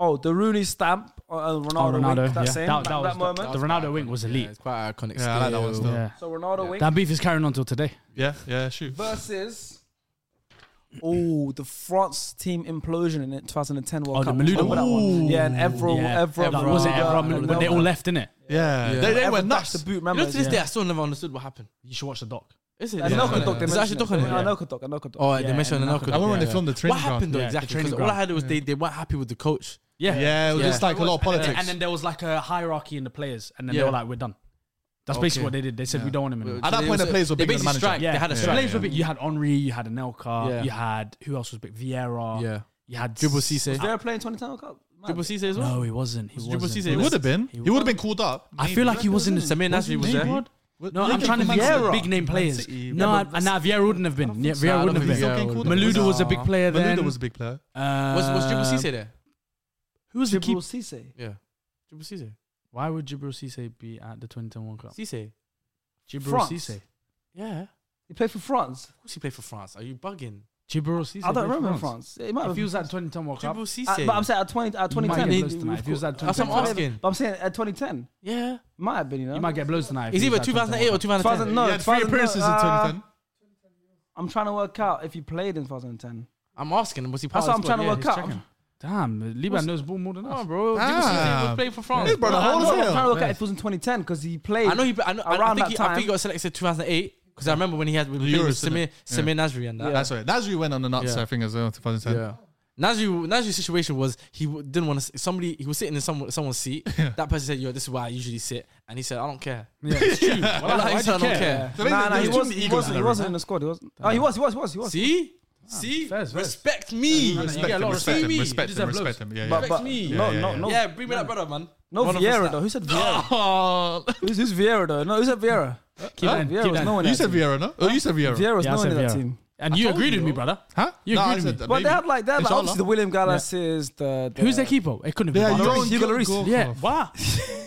Speaker 1: Oh, the Rooney stamp uh, uh, Ronaldo.
Speaker 3: Oh,
Speaker 1: wink,
Speaker 3: Ronaldo.
Speaker 1: that
Speaker 3: yeah.
Speaker 1: same
Speaker 3: that,
Speaker 1: that,
Speaker 3: that was,
Speaker 1: moment.
Speaker 3: The Ronaldo wink was elite.
Speaker 4: It's quite iconic.
Speaker 5: Yeah, I like that one still.
Speaker 3: Yeah.
Speaker 5: Yeah,
Speaker 1: so Ronaldo wink
Speaker 3: That beef is carrying on till today.
Speaker 5: yeah, shoot.
Speaker 1: versus. Oh, the France team implosion in it 2010 World
Speaker 3: Oh, the
Speaker 1: Cup.
Speaker 3: Malouda
Speaker 1: Remember that
Speaker 3: one.
Speaker 1: one? Yeah, and Evra,
Speaker 3: Yeah.
Speaker 1: Evra,
Speaker 3: That wasn't everyone.
Speaker 1: Malouda.
Speaker 3: when they all left, innit?
Speaker 5: yeah. They, they
Speaker 1: Evra
Speaker 5: went
Speaker 1: dashed
Speaker 5: nuts.
Speaker 1: The boot,
Speaker 4: You
Speaker 1: remember?
Speaker 4: know, to this day, I still never understood what happened.
Speaker 3: You should watch the doc.
Speaker 4: Is it?
Speaker 1: There's no
Speaker 4: Yeah.
Speaker 1: conduct.
Speaker 4: There's actually talk on it.
Speaker 1: No conduct. No conduct.
Speaker 4: Oh, they
Speaker 3: Yeah,
Speaker 4: mentioned
Speaker 3: and
Speaker 4: an
Speaker 3: Anelka
Speaker 4: alcohol.
Speaker 3: I remember
Speaker 5: when they filmed the training
Speaker 4: What
Speaker 5: ground.
Speaker 4: happened though
Speaker 3: Yeah, the
Speaker 4: exactly?
Speaker 3: training
Speaker 4: 'Cause all I
Speaker 3: ground.
Speaker 4: heard was they, they weren't happy with the coach.
Speaker 3: Yeah.
Speaker 5: Yeah, it was
Speaker 4: Yeah.
Speaker 5: just like a lot of
Speaker 3: And then,
Speaker 5: politics.
Speaker 3: and then there was like a hierarchy in the players, and then
Speaker 4: Yeah.
Speaker 3: they were like, "We're done." That's basically
Speaker 4: Okay.
Speaker 3: what they did. They said, "We don't want him anymore."
Speaker 5: At that
Speaker 4: They was-
Speaker 5: point,
Speaker 4: uh,
Speaker 5: the players were
Speaker 4: they
Speaker 5: bigger than
Speaker 4: basically
Speaker 5: the manager.
Speaker 4: strike. They had a
Speaker 3: the
Speaker 4: strike.
Speaker 3: players were big. You had Henri, you had Anelka,
Speaker 4: Yeah.
Speaker 3: you had who else was big? Vieira.
Speaker 4: Yeah.
Speaker 3: You had
Speaker 4: Dribble
Speaker 3: S-
Speaker 4: Cisse.
Speaker 1: They're playing 2010 World Cup. Man.
Speaker 4: Triple Cisse as well.
Speaker 3: No, he wasn't. He
Speaker 4: Dribble
Speaker 3: wasn't.
Speaker 4: Cisse
Speaker 5: He would have been.
Speaker 3: He
Speaker 5: He would have been called up.
Speaker 3: I feel like he was in the
Speaker 4: Samir Nasri was there.
Speaker 3: No, I'm trying to think of the big name players. No, I- I- nah, Vieira wouldn't have been. Yeah,
Speaker 4: so. I
Speaker 3: Vieira
Speaker 4: don't
Speaker 3: wouldn't have
Speaker 4: think
Speaker 3: been.
Speaker 4: Vieira
Speaker 5: would've been.
Speaker 3: Maluda was a big player then.
Speaker 5: Maluda was a big player.
Speaker 3: Uh,
Speaker 4: Was was Dribble Cisse there?
Speaker 3: Who was the
Speaker 1: Dribble
Speaker 3: keeper?
Speaker 1: Cisse.
Speaker 4: Yeah. Dribble Cisse.
Speaker 3: Why would Jibril Cisse be at the 2010 World Cup?
Speaker 4: Cisse.
Speaker 3: Jibril
Speaker 1: France.
Speaker 3: Cisse.
Speaker 4: Yeah.
Speaker 1: He played for France.
Speaker 4: Of course he played for France. Are you bugging?
Speaker 3: Jibril Cisse.
Speaker 1: I don't
Speaker 3: played
Speaker 1: remember France. It might
Speaker 3: If
Speaker 1: have
Speaker 3: he was at 2010 World Cup,
Speaker 4: Dribble
Speaker 1: Uh,
Speaker 4: Cisse.
Speaker 1: but I'm saying at 20 at
Speaker 3: he might get
Speaker 1: 2010.
Speaker 3: blows tonight. If he was at
Speaker 4: That's what I'm
Speaker 3: 2010,
Speaker 4: asking.
Speaker 1: But I'm saying at 2010
Speaker 4: Yeah.
Speaker 1: might have been. You know,
Speaker 3: he might get blows tonight. if
Speaker 4: It's
Speaker 3: he was
Speaker 4: either
Speaker 3: at
Speaker 4: 2008 or
Speaker 3: 2010 World Cup.
Speaker 1: 2000. No,
Speaker 5: he had three
Speaker 1: 2000,
Speaker 5: appearances in
Speaker 1: uh,
Speaker 5: 2010.
Speaker 1: I'm trying to work out if he played in 2010.
Speaker 4: I'm asking. Was he part
Speaker 1: That's
Speaker 4: of
Speaker 1: what I'm
Speaker 4: the
Speaker 1: trying to
Speaker 4: squad? Yeah,
Speaker 1: work
Speaker 4: he's
Speaker 1: out. I'm
Speaker 4: checking.
Speaker 3: Damn, Liban knows ball more than us,
Speaker 4: No, bro. Dribble Cisse
Speaker 5: Ah.
Speaker 4: was playing for France.
Speaker 5: This brother
Speaker 1: I
Speaker 5: old
Speaker 1: know,
Speaker 5: as
Speaker 1: I'm trying to
Speaker 5: hell.
Speaker 1: work out if it was in 2010 because he played.
Speaker 4: I know he. I, know, I, I
Speaker 1: Around
Speaker 4: think
Speaker 1: that
Speaker 4: he, I think he
Speaker 1: time.
Speaker 4: got selected 2008 because I remember when he had when he
Speaker 5: The
Speaker 4: played with
Speaker 5: Euros,
Speaker 4: Samir Samir
Speaker 5: innit?
Speaker 4: Nasri and that.
Speaker 5: That's right. Nasri went on the nuts,
Speaker 4: Yeah.
Speaker 5: I think, as well, 2010.
Speaker 4: Yeah. Nasri, Nasri's situation was he w- didn't want to. Somebody he was sitting in someone someone's seat. That person said, "Yo, this is where I usually sit," and he said, "I don't care." Yeah, it's true.
Speaker 3: Why
Speaker 4: I
Speaker 3: do you
Speaker 4: don't care.
Speaker 3: care?
Speaker 5: So
Speaker 1: Nah,
Speaker 5: basically,
Speaker 1: nah,
Speaker 5: there
Speaker 1: he
Speaker 5: was too
Speaker 1: wasn't.
Speaker 5: many
Speaker 1: He
Speaker 5: egos
Speaker 1: wasn't. He
Speaker 5: in that
Speaker 1: wasn't
Speaker 5: room.
Speaker 1: in the squad. He wasn't. Oh, he was. He was. He was. He was.
Speaker 4: See, see,
Speaker 3: Fairs, fairs.
Speaker 4: respect me.
Speaker 5: Respect
Speaker 3: Yeah, a
Speaker 5: him,
Speaker 3: lot of
Speaker 5: respect
Speaker 3: respect.
Speaker 5: him,
Speaker 3: You
Speaker 5: respect him,
Speaker 3: deserve blows.
Speaker 5: respect him. Yeah,
Speaker 1: But,
Speaker 5: yeah.
Speaker 1: but
Speaker 4: me.
Speaker 1: no,
Speaker 5: Yeah,
Speaker 1: no,
Speaker 5: yeah,
Speaker 1: no,
Speaker 4: yeah, bring me that brother, man.
Speaker 1: no
Speaker 4: One of us
Speaker 1: Vieira
Speaker 4: that-
Speaker 1: though. Who said Vieira? who's, who's Vieira though? No, who said Vieira?
Speaker 3: Keep
Speaker 1: Vieira was no one.
Speaker 5: You said Vieira, no? Oh, you said Vieira.
Speaker 1: Vieira was
Speaker 3: Yeah, I
Speaker 1: no one
Speaker 3: said
Speaker 1: in that
Speaker 3: Vieira.
Speaker 1: team.
Speaker 3: And
Speaker 5: I
Speaker 3: you
Speaker 5: told
Speaker 3: agreed
Speaker 5: you.
Speaker 3: with me, brother.
Speaker 5: Huh?
Speaker 3: You
Speaker 5: No, I
Speaker 3: agreed
Speaker 5: said
Speaker 3: with me.
Speaker 5: that
Speaker 1: But they
Speaker 5: maybe.
Speaker 1: had like they had like
Speaker 5: Inshallah.
Speaker 1: obviously the William Gallas, the, the
Speaker 3: Who's their keeper? It couldn't be.
Speaker 5: Yeah,
Speaker 3: Barca.
Speaker 5: your own
Speaker 1: Hugo
Speaker 5: goal-
Speaker 1: Lloris.
Speaker 5: goal
Speaker 3: Yeah,
Speaker 5: for-
Speaker 3: wow.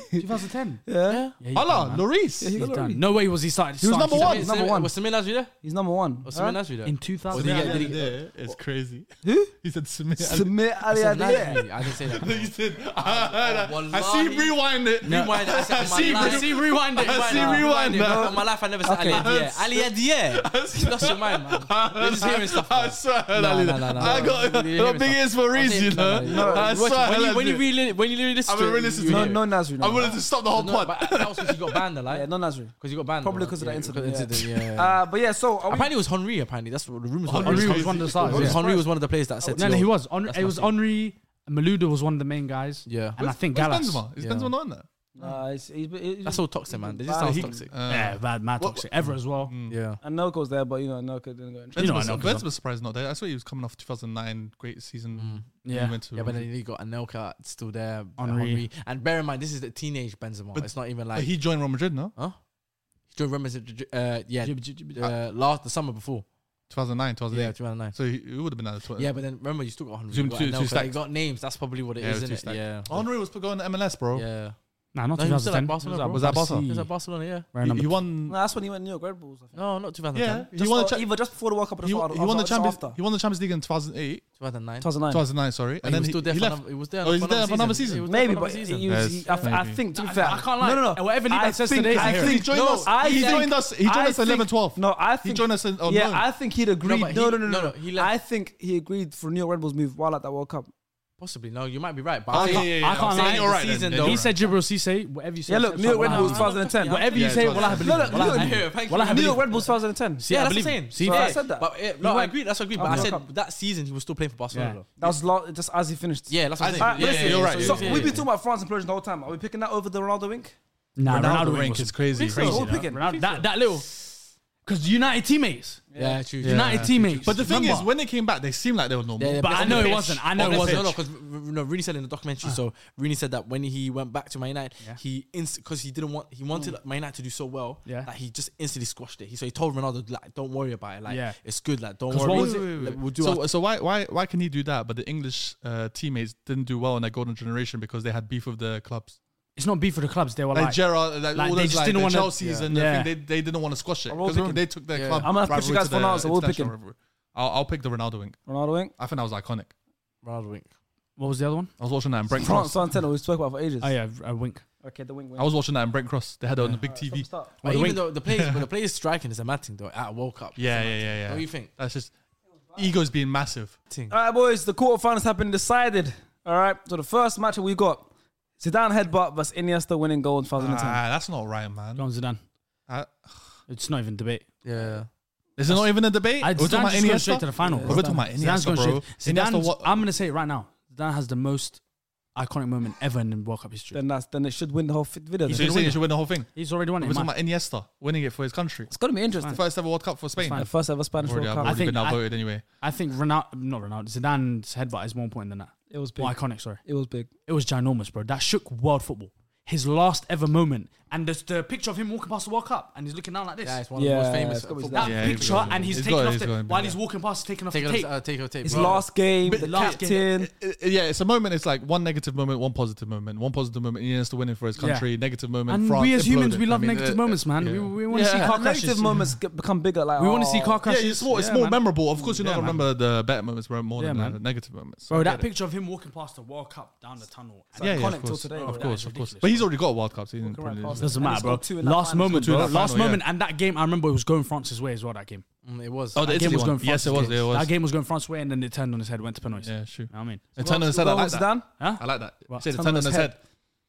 Speaker 3: 2010.
Speaker 1: Yeah.
Speaker 3: Yeah, he's done,
Speaker 5: Allah,
Speaker 3: man.
Speaker 5: Lloris.
Speaker 3: He's
Speaker 1: Lloris.
Speaker 3: done. No way was he started.
Speaker 5: He was number one.
Speaker 3: he's
Speaker 1: Number
Speaker 4: Number
Speaker 1: one.
Speaker 4: one. Was Samir Nasri there?
Speaker 1: He's number one.
Speaker 4: Was Samir
Speaker 1: Huh?
Speaker 4: Nasri there?
Speaker 3: In
Speaker 4: Was
Speaker 3: 2000.
Speaker 4: he
Speaker 5: Yeah,
Speaker 4: at-
Speaker 5: yeah,
Speaker 4: did he-
Speaker 5: yeah, It's crazy.
Speaker 1: Who?
Speaker 5: He said Samir. Ali.
Speaker 1: Samir
Speaker 4: I
Speaker 1: Ali
Speaker 4: said
Speaker 1: Ali.
Speaker 4: Nasri. I didn't say
Speaker 5: He
Speaker 4: that.
Speaker 5: said, I heard that. I
Speaker 4: Wallahi.
Speaker 5: see rewind it.
Speaker 4: Rewind it. I said,
Speaker 5: I
Speaker 4: on my
Speaker 5: see
Speaker 4: life-
Speaker 5: rewind
Speaker 4: see, rewind it.
Speaker 5: I see rewind
Speaker 4: it.
Speaker 5: that.
Speaker 4: On my life, I never said
Speaker 1: Okay.
Speaker 4: Ali Adier. Ali Adier. You lost your mind, man. You're just hearing stuff.
Speaker 5: I
Speaker 4: man.
Speaker 5: swear,
Speaker 4: No,
Speaker 5: Ali,
Speaker 4: no, no, no,
Speaker 5: I
Speaker 4: no.
Speaker 5: got
Speaker 4: You hear
Speaker 5: the
Speaker 4: me,
Speaker 5: biggest for a reason, you know.
Speaker 4: No, no,
Speaker 5: I
Speaker 4: watch-
Speaker 5: swear,
Speaker 4: when you-
Speaker 5: Ali.
Speaker 4: when you really when you really listen,
Speaker 5: I'm
Speaker 4: to
Speaker 5: gonna
Speaker 4: it,
Speaker 5: listen
Speaker 4: you
Speaker 5: to
Speaker 1: No,
Speaker 4: hear
Speaker 5: it.
Speaker 4: it.
Speaker 1: no Nasri. No.
Speaker 5: I'm willing to stop the whole
Speaker 4: No,
Speaker 5: pod.
Speaker 4: but that was because you got banned, like.
Speaker 1: Yeah, no Nasri.
Speaker 4: Because you got banned.
Speaker 1: Probably
Speaker 4: right?
Speaker 1: 'cause of that
Speaker 4: Yeah,
Speaker 1: incident,
Speaker 4: because
Speaker 1: yeah.
Speaker 4: incident, yeah.
Speaker 1: Uh, but yeah, so are we,
Speaker 4: Apparently it was Henri. Apparently that's what the rumors were.
Speaker 5: Henry
Speaker 3: Henry was
Speaker 5: was-
Speaker 3: one of the stars.
Speaker 4: Henry
Speaker 3: yeah.
Speaker 4: was one of the players that said.
Speaker 3: No, no,
Speaker 4: to you,
Speaker 3: he was. Henri-
Speaker 4: that's
Speaker 3: It was
Speaker 4: nothing.
Speaker 3: Henri. Maluda was one of the main guys.
Speaker 4: Yeah.
Speaker 3: And I think
Speaker 5: Where's
Speaker 3: Gallas.
Speaker 5: Benzema? Is
Speaker 4: Yeah.
Speaker 5: Benzema not in there?
Speaker 1: uh, it's, it's, it's,
Speaker 4: That's all toxic, man. This
Speaker 1: Nah,
Speaker 4: just sounds
Speaker 1: he-
Speaker 4: toxic.
Speaker 5: Uh,
Speaker 3: Yeah, bad, mad,
Speaker 5: What-
Speaker 3: toxic. Ever as well.
Speaker 5: Mm. hmm.
Speaker 4: Yeah.
Speaker 1: and Noko's there, but you know Noko didn't go.
Speaker 3: You know I
Speaker 5: Benzema's-
Speaker 3: know, 'cause I'm-
Speaker 5: Benzema's surprised not there. I saw he was coming off 2009 great season.
Speaker 3: Yeah.
Speaker 5: He went to
Speaker 4: Mm. Yeah, but then you got Anelka still there, uh,
Speaker 3: Henri.
Speaker 4: Henri. and bear in mind this is the teenage Benzema.
Speaker 5: But-
Speaker 4: it's not even
Speaker 5: Uh,
Speaker 4: like
Speaker 5: he joined Real Madrid, no?
Speaker 4: Joe Ramos. Uh, yeah,
Speaker 3: Jib- jib- jib-
Speaker 4: uh, last the summer before.
Speaker 5: 2009, 2008.
Speaker 4: Yeah, 2009.
Speaker 5: So he, he would have been out of 20.
Speaker 4: Yeah, but then remember you still got Henry.
Speaker 5: Zoom
Speaker 4: You got
Speaker 5: to- to
Speaker 4: Anelka,
Speaker 5: stacked.
Speaker 4: you got names. That's probably what it
Speaker 5: Yeah, it
Speaker 4: is,
Speaker 5: was
Speaker 4: isn't
Speaker 5: too
Speaker 4: it?
Speaker 5: stacked.
Speaker 4: Yeah.
Speaker 5: Henry was going to MLS, bro.
Speaker 4: Yeah.
Speaker 3: Nah, not
Speaker 4: No, he was still at
Speaker 3: 2010.
Speaker 4: Barcelona, bro.
Speaker 5: Was that Barcelona?
Speaker 4: He was at Barcelona. Yeah.
Speaker 3: Wearing
Speaker 5: He,
Speaker 3: number
Speaker 5: he won.
Speaker 1: No, that's when he went to New York Red Bulls. I think.
Speaker 4: No, not 2010.
Speaker 5: yeah,
Speaker 4: Yeah.
Speaker 5: he
Speaker 1: Just
Speaker 5: won,
Speaker 1: or
Speaker 5: the cha-
Speaker 1: either just before the World Cup, or
Speaker 5: he,
Speaker 1: just
Speaker 5: he won the Champions.
Speaker 1: After.
Speaker 5: He won the Champions League in 2008,
Speaker 4: 2009.
Speaker 1: 2009.
Speaker 5: 2009. Sorry,
Speaker 4: And he was
Speaker 5: he,
Speaker 4: still there.
Speaker 5: he
Speaker 4: for
Speaker 5: left.
Speaker 4: another- He was there.
Speaker 5: Oh, he's there for another season.
Speaker 4: He was there
Speaker 1: Maybe,
Speaker 4: for another
Speaker 1: but
Speaker 4: season.
Speaker 1: he was.
Speaker 5: Yes,
Speaker 1: he- I, th- I
Speaker 5: maybe.
Speaker 1: think to be
Speaker 3: I-
Speaker 1: fair,
Speaker 3: I can't lie.
Speaker 1: No, no, no.
Speaker 3: Whatever
Speaker 1: I
Speaker 3: Levi says
Speaker 1: think-
Speaker 3: today is
Speaker 1: I
Speaker 3: accurate.
Speaker 1: think
Speaker 5: He joined
Speaker 1: no,
Speaker 5: us-
Speaker 1: I
Speaker 5: he
Speaker 1: think-
Speaker 5: joined us- he joined
Speaker 1: I
Speaker 5: us 11,
Speaker 1: think-
Speaker 5: 12.
Speaker 1: No, I
Speaker 5: He
Speaker 1: think
Speaker 5: joined us in- oh,
Speaker 1: yeah,
Speaker 5: no.
Speaker 1: I think he'd agreed.
Speaker 4: but
Speaker 1: no,
Speaker 4: he-
Speaker 1: no, no, no,
Speaker 4: no, no, he left.
Speaker 1: I think he agreed for New York Red Bulls move while at that World Cup.
Speaker 4: Possibly. No, you might be right. But
Speaker 5: Oh,
Speaker 4: I
Speaker 5: yeah,
Speaker 4: can't-
Speaker 5: yeah, yeah.
Speaker 3: I can't
Speaker 4: I'm
Speaker 3: lie.
Speaker 4: saying
Speaker 5: All right,
Speaker 4: the
Speaker 5: then,
Speaker 4: season
Speaker 5: then.
Speaker 4: though.
Speaker 3: He said Gibral Cisse, whatever you say.
Speaker 1: Yeah, look,
Speaker 3: says,
Speaker 1: New York Red
Speaker 3: wallah,
Speaker 1: Bulls
Speaker 3: I-
Speaker 1: 2010.
Speaker 3: Whatever you
Speaker 5: Yeah,
Speaker 3: say, well, I
Speaker 5: 2010.
Speaker 3: believe
Speaker 1: No,
Speaker 3: it.
Speaker 1: look,
Speaker 3: Wallah, I
Speaker 1: New
Speaker 3: believe
Speaker 1: York-
Speaker 3: it.
Speaker 4: Thank you.
Speaker 3: Wallah, I
Speaker 1: New
Speaker 3: believe
Speaker 1: York
Speaker 3: it.
Speaker 1: Red Bulls 2010.
Speaker 3: I
Speaker 4: Yeah, that's the
Speaker 3: believe
Speaker 4: same.
Speaker 3: it. See,
Speaker 4: yeah,
Speaker 3: I
Speaker 1: said that.
Speaker 4: But eh,
Speaker 1: You
Speaker 4: no, I
Speaker 1: weren't.
Speaker 4: agree. That's what I agree.
Speaker 1: Oh,
Speaker 4: But I
Speaker 1: World
Speaker 4: said
Speaker 1: Cup.
Speaker 4: that season he was still playing for Barcelona.
Speaker 3: Yeah.
Speaker 1: That was lo- just as he finished.
Speaker 4: Yeah, that's
Speaker 5: I
Speaker 1: Alright,
Speaker 4: what I'm saying. Yeah,
Speaker 1: listen,
Speaker 4: yeah,
Speaker 5: you're
Speaker 4: yeah,
Speaker 5: right,
Speaker 4: yeah,
Speaker 1: So
Speaker 4: yeah, yeah,
Speaker 1: we've
Speaker 4: yeah.
Speaker 1: been talking about France implosion the whole time. Are we picking that over the Ronaldo wink?
Speaker 3: Nah, Ronaldo,
Speaker 5: Ronaldo rank
Speaker 3: was
Speaker 5: is crazy.
Speaker 3: Crazy.
Speaker 1: So we're
Speaker 3: yeah.
Speaker 1: picking.
Speaker 3: Ronaldo, that, that little. Because United teammates.
Speaker 4: Yeah, true. true.
Speaker 3: United teammates.
Speaker 5: But the thing
Speaker 3: Remember?
Speaker 5: is, when they came back, they seemed like they were normal.
Speaker 4: Yeah, yeah,
Speaker 3: But
Speaker 4: because
Speaker 3: I
Speaker 4: on
Speaker 3: know
Speaker 4: the
Speaker 3: it
Speaker 4: pitch-
Speaker 3: wasn't. I know
Speaker 4: on
Speaker 3: it
Speaker 4: the pitch-
Speaker 3: wasn't.
Speaker 4: No, no, because no, Rooney said in the documentary. So Rooney said that when he went back to Man United,
Speaker 3: Yeah.
Speaker 4: he because he didn't want he wanted Man United to do so well
Speaker 3: Yeah.
Speaker 4: that he just instantly squashed it. He so he told Ronaldo like, "Don't worry about it. Like
Speaker 3: Yeah.
Speaker 4: it's good. Like don't
Speaker 3: 'Cause
Speaker 4: worry.
Speaker 3: what was
Speaker 4: Like,
Speaker 3: it- wait, wait,
Speaker 4: We'll do
Speaker 5: So,
Speaker 4: our-
Speaker 5: so why, why, why can he do that? But the English uh, teammates didn't do well in their golden generation because they had beef with the clubs.
Speaker 3: It's not beef for the clubs. They were
Speaker 5: Like,
Speaker 3: like.
Speaker 5: Gerard, like,
Speaker 3: like,
Speaker 5: all
Speaker 3: they
Speaker 5: those
Speaker 3: just
Speaker 5: like
Speaker 3: didn't
Speaker 5: the
Speaker 3: wanna-
Speaker 5: Chelsea's
Speaker 3: yeah.
Speaker 5: and the
Speaker 3: Yeah.
Speaker 5: thing, they, they didn't want to squash it
Speaker 1: We're all
Speaker 5: because
Speaker 1: picking-
Speaker 5: they took their
Speaker 4: Yeah.
Speaker 5: club.
Speaker 1: I'm gonna have to push you
Speaker 5: rivalry
Speaker 1: guys for
Speaker 5: the
Speaker 1: now, so we're
Speaker 5: international
Speaker 1: picking.
Speaker 5: rivalry. I'll, I'll pick the Ronaldo wing.
Speaker 1: Ronaldo wink.
Speaker 5: I think that was iconic.
Speaker 4: Ronaldo wink.
Speaker 3: What was the other one?
Speaker 5: I was watching that in Brent
Speaker 1: France
Speaker 5: Cross.
Speaker 1: 2010. We spoke about for ages.
Speaker 3: Oh, yeah, a wink.
Speaker 1: Okay, the wink. wink.
Speaker 5: I was watching that in Brent Cross. They had it on the big TV.
Speaker 1: Stop, stop.
Speaker 4: But
Speaker 3: the
Speaker 4: even
Speaker 3: wink.
Speaker 4: though the players, but the players striking is a mad thing though at a World Cup.
Speaker 5: Yeah, yeah, yeah, yeah.
Speaker 4: What do you think?
Speaker 5: That's just egos being massive.
Speaker 1: All right, boys, the quarterfinals have been decided. All right, so the first match we got Zidane headbutt versus Iniesta winning goal in 2010.
Speaker 5: Ah, that's not right, man.
Speaker 3: Go on, Zidane.
Speaker 5: Uh,
Speaker 3: It's not even debate.
Speaker 4: Yeah.
Speaker 5: is it not even a debate?
Speaker 3: I,
Speaker 5: We're talking about
Speaker 3: Ah, Zidane's just going
Speaker 5: Iniesta?
Speaker 3: straight to the final.
Speaker 5: We're
Speaker 3: bro.
Speaker 5: talking about
Speaker 3: Zidane's
Speaker 5: Iniesta,
Speaker 3: going
Speaker 5: bro.
Speaker 3: straight-
Speaker 5: Iniesta,
Speaker 3: Zidane's-
Speaker 5: what-
Speaker 3: I'm going to say it right now. Zidane has the most iconic moment ever in World Cup history.
Speaker 1: Then that's then it should win the whole fit video.
Speaker 5: So
Speaker 1: Then.
Speaker 5: you're saying he should win the whole thing?
Speaker 3: He's already won it.
Speaker 5: We're talking
Speaker 3: man.
Speaker 5: about Iniesta winning it for his country.
Speaker 1: It's gonna be interesting.
Speaker 5: First ever World Cup for Spain.
Speaker 1: The first ever Spanish
Speaker 5: Already,
Speaker 1: World
Speaker 5: I've
Speaker 1: Cup.
Speaker 5: already
Speaker 3: think
Speaker 5: been
Speaker 3: I-
Speaker 5: outvoted anyway.
Speaker 3: I think Ronaldo, not Ronaldo, Zidane's headbutt is more important than that.
Speaker 1: It was big.
Speaker 3: More iconic, sorry.
Speaker 1: It was big.
Speaker 3: It was ginormous, bro. That shook world football. His last ever moment, and there's the picture of him walking past the World Cup, and he's looking down like this.
Speaker 4: Yeah, it's one of
Speaker 1: Yeah,
Speaker 4: the most
Speaker 1: it's
Speaker 4: famous.
Speaker 1: gotta be
Speaker 4: football-
Speaker 3: that
Speaker 5: Yeah, he's
Speaker 3: picture,
Speaker 5: got it.
Speaker 3: and he's
Speaker 5: He's
Speaker 3: taking
Speaker 5: got it,
Speaker 3: off
Speaker 5: he's
Speaker 3: the,
Speaker 5: got it,
Speaker 3: while
Speaker 5: yeah.
Speaker 3: he's walking past, he's taking off
Speaker 4: Take
Speaker 3: the
Speaker 4: off-
Speaker 3: tape.
Speaker 4: uh, take off tape.
Speaker 1: His
Speaker 4: bro.
Speaker 1: last game,
Speaker 5: But
Speaker 1: the
Speaker 5: last
Speaker 1: captain.
Speaker 5: I- I- yeah, it's a moment. It's like one negative moment, one positive moment, one positive moment. Iniesta winning for his country.
Speaker 3: Yeah.
Speaker 5: Negative moment.
Speaker 3: and
Speaker 5: France
Speaker 3: we as humans,
Speaker 5: imploded.
Speaker 3: we love
Speaker 5: I mean,
Speaker 3: negative
Speaker 5: uh,
Speaker 3: moments, man.
Speaker 5: yeah.
Speaker 3: We, we want to see
Speaker 5: Yeah.
Speaker 3: car crashes.
Speaker 1: Negative moments get, become bigger. Like
Speaker 3: We want to
Speaker 1: oh.
Speaker 3: see car
Speaker 5: Yeah,
Speaker 3: crashes.
Speaker 5: it's more, it's
Speaker 3: Yeah,
Speaker 5: more
Speaker 3: man.
Speaker 5: memorable. Of course, you're not
Speaker 3: Yeah,
Speaker 5: gonna
Speaker 3: man.
Speaker 5: remember the better moments more more
Speaker 3: Yeah,
Speaker 5: than
Speaker 3: man.
Speaker 5: the negative moments.
Speaker 3: Bro,
Speaker 5: I
Speaker 3: that
Speaker 5: get it.
Speaker 3: picture of him walking past the World Cup down the tunnel. and
Speaker 5: Yeah, yeah,
Speaker 1: iconic
Speaker 5: of
Speaker 1: till
Speaker 5: course,
Speaker 1: today, bro.
Speaker 5: of
Speaker 1: That
Speaker 5: course,
Speaker 3: is
Speaker 5: of course.
Speaker 3: ridiculous.
Speaker 5: But he's already got a World Cup. So he didn't
Speaker 1: right
Speaker 5: probably-
Speaker 1: past
Speaker 3: Doesn't
Speaker 1: And he
Speaker 3: matter, bro.
Speaker 1: scored two in that
Speaker 3: Last
Speaker 1: final,
Speaker 3: moment,
Speaker 5: two in
Speaker 3: bro.
Speaker 5: that final,
Speaker 3: Last
Speaker 5: yeah.
Speaker 3: moment, and that game, I remember it was going France's way as well. That game,
Speaker 4: Mm, It was.
Speaker 5: Oh, the
Speaker 3: that game
Speaker 5: Italy
Speaker 3: was going
Speaker 5: one.
Speaker 3: France's
Speaker 5: Yes, it was.
Speaker 3: way.
Speaker 5: It was.
Speaker 3: That game was going France's way, and then it turned on his head, went to penalties.
Speaker 5: Yeah, sure.
Speaker 3: You know what I mean,
Speaker 5: And Turner has said I
Speaker 1: Well,
Speaker 5: like that.
Speaker 1: Zidane,
Speaker 3: huh?
Speaker 5: I like that.
Speaker 3: Well,
Speaker 5: Say the
Speaker 1: Turn
Speaker 5: turn
Speaker 1: on
Speaker 5: on
Speaker 1: his
Speaker 5: his head.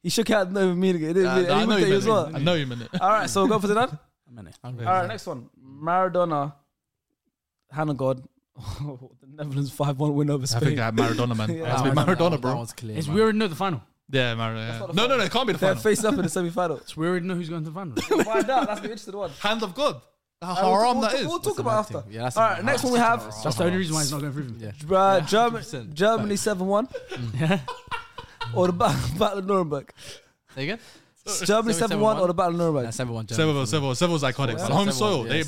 Speaker 1: he shook out no meaning. It didn't mean-
Speaker 5: Uh, I
Speaker 1: he looked
Speaker 5: know you
Speaker 1: at you
Speaker 5: meant
Speaker 1: as
Speaker 5: it. I
Speaker 1: well.
Speaker 5: know you meant it.
Speaker 1: All right, so we'll go for Zidane.
Speaker 3: I mean it.
Speaker 4: I'm good.
Speaker 1: All right, next one. Maradona, Hannah God, the Netherlands five-one win over
Speaker 5: I
Speaker 1: Spain.
Speaker 5: think I had Maradona, man.
Speaker 1: Yeah.
Speaker 5: It has to be
Speaker 4: That
Speaker 5: Maradona,
Speaker 4: one- That
Speaker 5: bro.
Speaker 4: one's clear.
Speaker 3: It's
Speaker 4: man.
Speaker 3: we already know the final.
Speaker 5: Yeah,
Speaker 1: not
Speaker 5: Maradona. yeah. No,
Speaker 1: the
Speaker 5: no, no. It can't be the
Speaker 1: They're
Speaker 5: final.
Speaker 1: face up in the semi-final.
Speaker 3: So we already know who's going to the final.
Speaker 1: Find out. That's the interesting one.
Speaker 5: Hand of God. How
Speaker 1: Uh, we'll-
Speaker 5: haram
Speaker 1: we'll,
Speaker 5: that is.
Speaker 1: We'll talk
Speaker 4: a
Speaker 1: about
Speaker 4: mad
Speaker 1: after.
Speaker 4: thing. Yeah, that's a
Speaker 1: All right,
Speaker 4: mad
Speaker 1: next
Speaker 4: thing.
Speaker 1: one we have
Speaker 3: That's the only reason why he's not going through. Yeah.
Speaker 1: uh, Germ-
Speaker 4: 100%.
Speaker 1: Germany seven one
Speaker 3: yeah.
Speaker 1: or the Battle Battle of Nuremberg.
Speaker 4: Say again?
Speaker 1: Germany 7 1 or the Battle of Nuremberg?
Speaker 3: Seven one.
Speaker 5: Several, several, several iconic. man. Home soil. They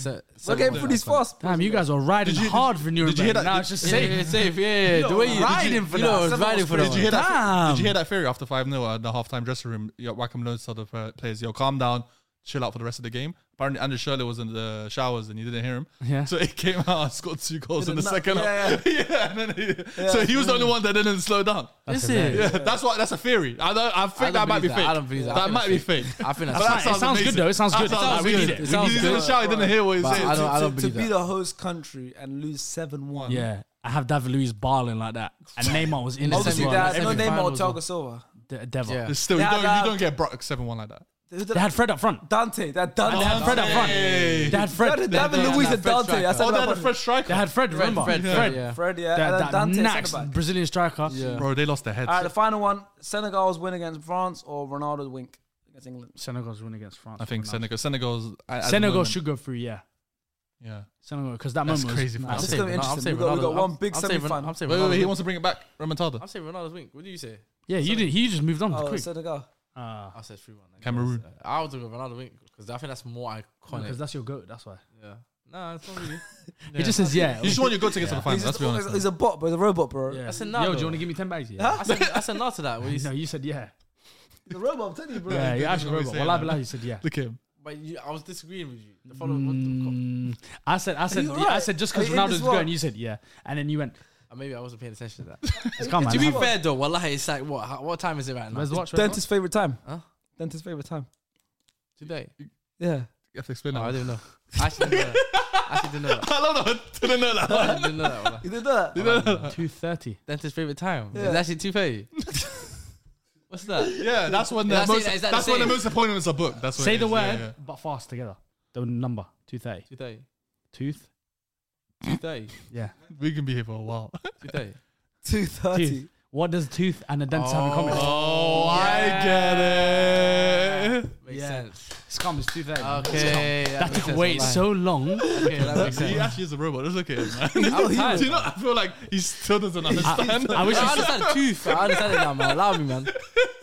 Speaker 1: We're getting through these fast.
Speaker 3: Damn, you guys are riding hard for Nuremberg.
Speaker 5: hear that?
Speaker 3: Now
Speaker 5: Did-
Speaker 3: it's just
Speaker 4: Yeah,
Speaker 3: safe.
Speaker 4: yeah, safe, yeah. yeah. The way you
Speaker 2: riding for
Speaker 4: you
Speaker 2: that.
Speaker 4: know,
Speaker 2: Seven
Speaker 4: riding
Speaker 2: was
Speaker 4: for
Speaker 5: Did you hear that?
Speaker 3: Damn.
Speaker 5: Did you hear that theory after five 0 at the halftime dressing room? Yeah, Wackham Lone told the uh, players, "Yo, calm down, chill out for the rest of the game." Apparently, Andrew Shirley was in the showers and you didn't hear him.
Speaker 3: Yeah.
Speaker 5: So he came out and scored two goals in the
Speaker 1: Didn't knock-
Speaker 5: second half. Yeah, and then he, so he was the only one that didn't slow down.
Speaker 3: Is it?
Speaker 5: Yeah, that's what. That's a theory. I, don't, I think
Speaker 4: don't
Speaker 5: that might be
Speaker 4: believe that.
Speaker 5: fake.
Speaker 4: I don't believe that. I
Speaker 5: That
Speaker 4: think
Speaker 5: might be
Speaker 4: that's
Speaker 5: fake.
Speaker 4: fake. I think that's
Speaker 5: But that
Speaker 4: fake.
Speaker 3: It sounds good
Speaker 5: amazing.
Speaker 3: though. It sounds
Speaker 5: That
Speaker 3: good. It sounds
Speaker 5: We
Speaker 3: good.
Speaker 5: need
Speaker 3: It
Speaker 5: it. We
Speaker 3: sounds
Speaker 5: need it in the
Speaker 3: good.
Speaker 5: shower. He didn't hear what he
Speaker 4: But I
Speaker 5: said.
Speaker 4: don't, I don't
Speaker 1: To
Speaker 4: believe
Speaker 1: be
Speaker 4: that.
Speaker 1: the host country and lose 7 1.
Speaker 3: Yeah. I have David Luiz barling like that, and Neymar was in the
Speaker 1: Obviously,
Speaker 3: semi.
Speaker 1: there's
Speaker 3: Like
Speaker 1: no
Speaker 3: every
Speaker 1: name or
Speaker 3: finals,
Speaker 1: Thiago
Speaker 3: uh,
Speaker 1: Silva.
Speaker 3: De- Deva.
Speaker 4: Yeah.
Speaker 5: It's Still, you
Speaker 1: Yeah,
Speaker 5: don't,
Speaker 1: that-
Speaker 5: you don't get Brock seven one like that.
Speaker 3: They had Fred up front.
Speaker 1: Dante. That Dante.
Speaker 3: They had Fred up front.
Speaker 5: Hey.
Speaker 3: They had
Speaker 1: Fred,
Speaker 3: Fred.
Speaker 1: David
Speaker 4: Fred-
Speaker 1: Luiz
Speaker 4: Fred
Speaker 1: and Dante. That's
Speaker 5: Oh,
Speaker 1: what
Speaker 5: they
Speaker 1: I'm
Speaker 5: had a fresh striker.
Speaker 3: They had Fred.
Speaker 4: Fred,
Speaker 3: Remember
Speaker 4: Fred, Fred, yeah.
Speaker 1: Fred, yeah. and
Speaker 3: That,
Speaker 1: then
Speaker 3: that
Speaker 1: Dante
Speaker 3: next
Speaker 1: centre-back.
Speaker 3: Brazilian striker.
Speaker 4: Yeah.
Speaker 5: Bro, they lost their heads.
Speaker 1: All right, the final one. Senegal's win against France or Ronaldo's wink against England?
Speaker 3: Senegal's win against France.
Speaker 5: I think
Speaker 3: Ronaldo.
Speaker 5: Senegal. Senegal's. at the
Speaker 3: Senegal
Speaker 5: moment-
Speaker 3: should go through. Yeah.
Speaker 5: Yeah.
Speaker 3: Senegal because that
Speaker 5: That's
Speaker 3: moment
Speaker 5: crazy.
Speaker 3: was
Speaker 5: I'm
Speaker 1: This is
Speaker 5: saying-
Speaker 1: going to be
Speaker 4: I'm
Speaker 1: interesting.
Speaker 4: saying
Speaker 1: We've got, we've got
Speaker 4: Ronaldo.
Speaker 1: one
Speaker 4: I'm-
Speaker 1: big
Speaker 4: I'm
Speaker 1: semi
Speaker 4: saying Ron-
Speaker 1: final.
Speaker 4: I'm saying
Speaker 5: Wait, wait, wait. He
Speaker 4: Ronaldo.
Speaker 5: wants to bring it back. Ramatada.
Speaker 4: I'm saying Ronaldo's wing. What do you say?
Speaker 3: Yeah, you did. He just moved on
Speaker 1: Oh,
Speaker 3: quick.
Speaker 1: Senegal.
Speaker 3: Ah,
Speaker 4: I said 3 1.
Speaker 5: Cameroon.
Speaker 4: I would go Ronaldo wing because I think that's more iconic.
Speaker 3: because that's your goat. That's why.
Speaker 4: yeah. No, it's not really.
Speaker 3: He just says yeah.
Speaker 5: You just want your good to get to the final.
Speaker 1: He's,
Speaker 5: Let's
Speaker 1: just,
Speaker 5: be honest.
Speaker 1: he's a bot, but he's a robot, bro.
Speaker 3: Yeah.
Speaker 4: That's a
Speaker 3: Yo,
Speaker 4: no,
Speaker 3: do you
Speaker 4: though.
Speaker 3: want to give me ten bags? Yeah.
Speaker 4: I said, I said no to that. What you
Speaker 3: No,
Speaker 4: said.
Speaker 3: you said yeah.
Speaker 1: The robot, I'm telling you, bro.
Speaker 3: Yeah, you're actually
Speaker 5: what we
Speaker 3: robot.
Speaker 5: say,
Speaker 3: Wallah
Speaker 5: man.
Speaker 3: billah, you said yeah.
Speaker 5: Look at him.
Speaker 4: But you, I was disagreeing with you. The following one.
Speaker 3: Mm, I said, I said,
Speaker 1: you
Speaker 3: yeah, I
Speaker 1: right?
Speaker 3: said just
Speaker 1: Are
Speaker 3: because
Speaker 1: you in
Speaker 3: Ronaldo's
Speaker 1: this world?
Speaker 3: going, you said yeah, and then you went.
Speaker 4: Uh, Maybe I wasn't paying attention to that.
Speaker 3: It's calm, man.
Speaker 4: to be
Speaker 3: Have-
Speaker 4: fair though, wallahi, it's like what? How, what time is it right now?
Speaker 3: Where's the watch? Where's the
Speaker 1: Dentist's favorite time.
Speaker 4: Huh?
Speaker 1: Dentist's favorite time.
Speaker 4: Today.
Speaker 1: Yeah.
Speaker 5: You have to explain
Speaker 4: No, I
Speaker 5: that.
Speaker 4: didn't know. I actually didn't know that. I actually didn't know that.
Speaker 5: I love that. Didn't know that.
Speaker 4: I didn't know that. wallah.
Speaker 1: You did that?
Speaker 3: watch? Two thirty.
Speaker 4: Dentist's favorite time.
Speaker 1: Yeah.
Speaker 4: It's actually two thirty. What's that?
Speaker 5: Yeah, that's when the
Speaker 4: That's it,
Speaker 5: most.
Speaker 4: is that the
Speaker 5: That's when the
Speaker 4: same?
Speaker 5: most appointments are booked. That's when
Speaker 3: Say
Speaker 5: it
Speaker 3: the
Speaker 5: is,
Speaker 3: word,
Speaker 5: yeah, yeah.
Speaker 3: but fast together. The number two thirty.
Speaker 4: Two thirty.
Speaker 3: Tooth.
Speaker 4: Two thirty.
Speaker 3: Yeah.
Speaker 5: We can be here for a while.
Speaker 4: Two thirty.
Speaker 1: 2.30.
Speaker 3: Tooth. What does tooth and a dentist have in common?
Speaker 5: Oh, I get it.
Speaker 4: Makes
Speaker 3: Yeah.
Speaker 4: sense.
Speaker 3: It's calm. It's two thirty.
Speaker 4: Uh, Okay.
Speaker 3: That
Speaker 4: makes
Speaker 3: took
Speaker 4: sense,
Speaker 3: wait
Speaker 4: wallahi.
Speaker 3: so long.
Speaker 4: Okay, that makes
Speaker 5: He
Speaker 4: sense.
Speaker 5: actually is a robot. Just look at him, man. Do you know? I feel like he still doesn't understand.
Speaker 3: I wish
Speaker 4: I
Speaker 3: you
Speaker 4: understand tooth. I understand it now, man. Allow me, man.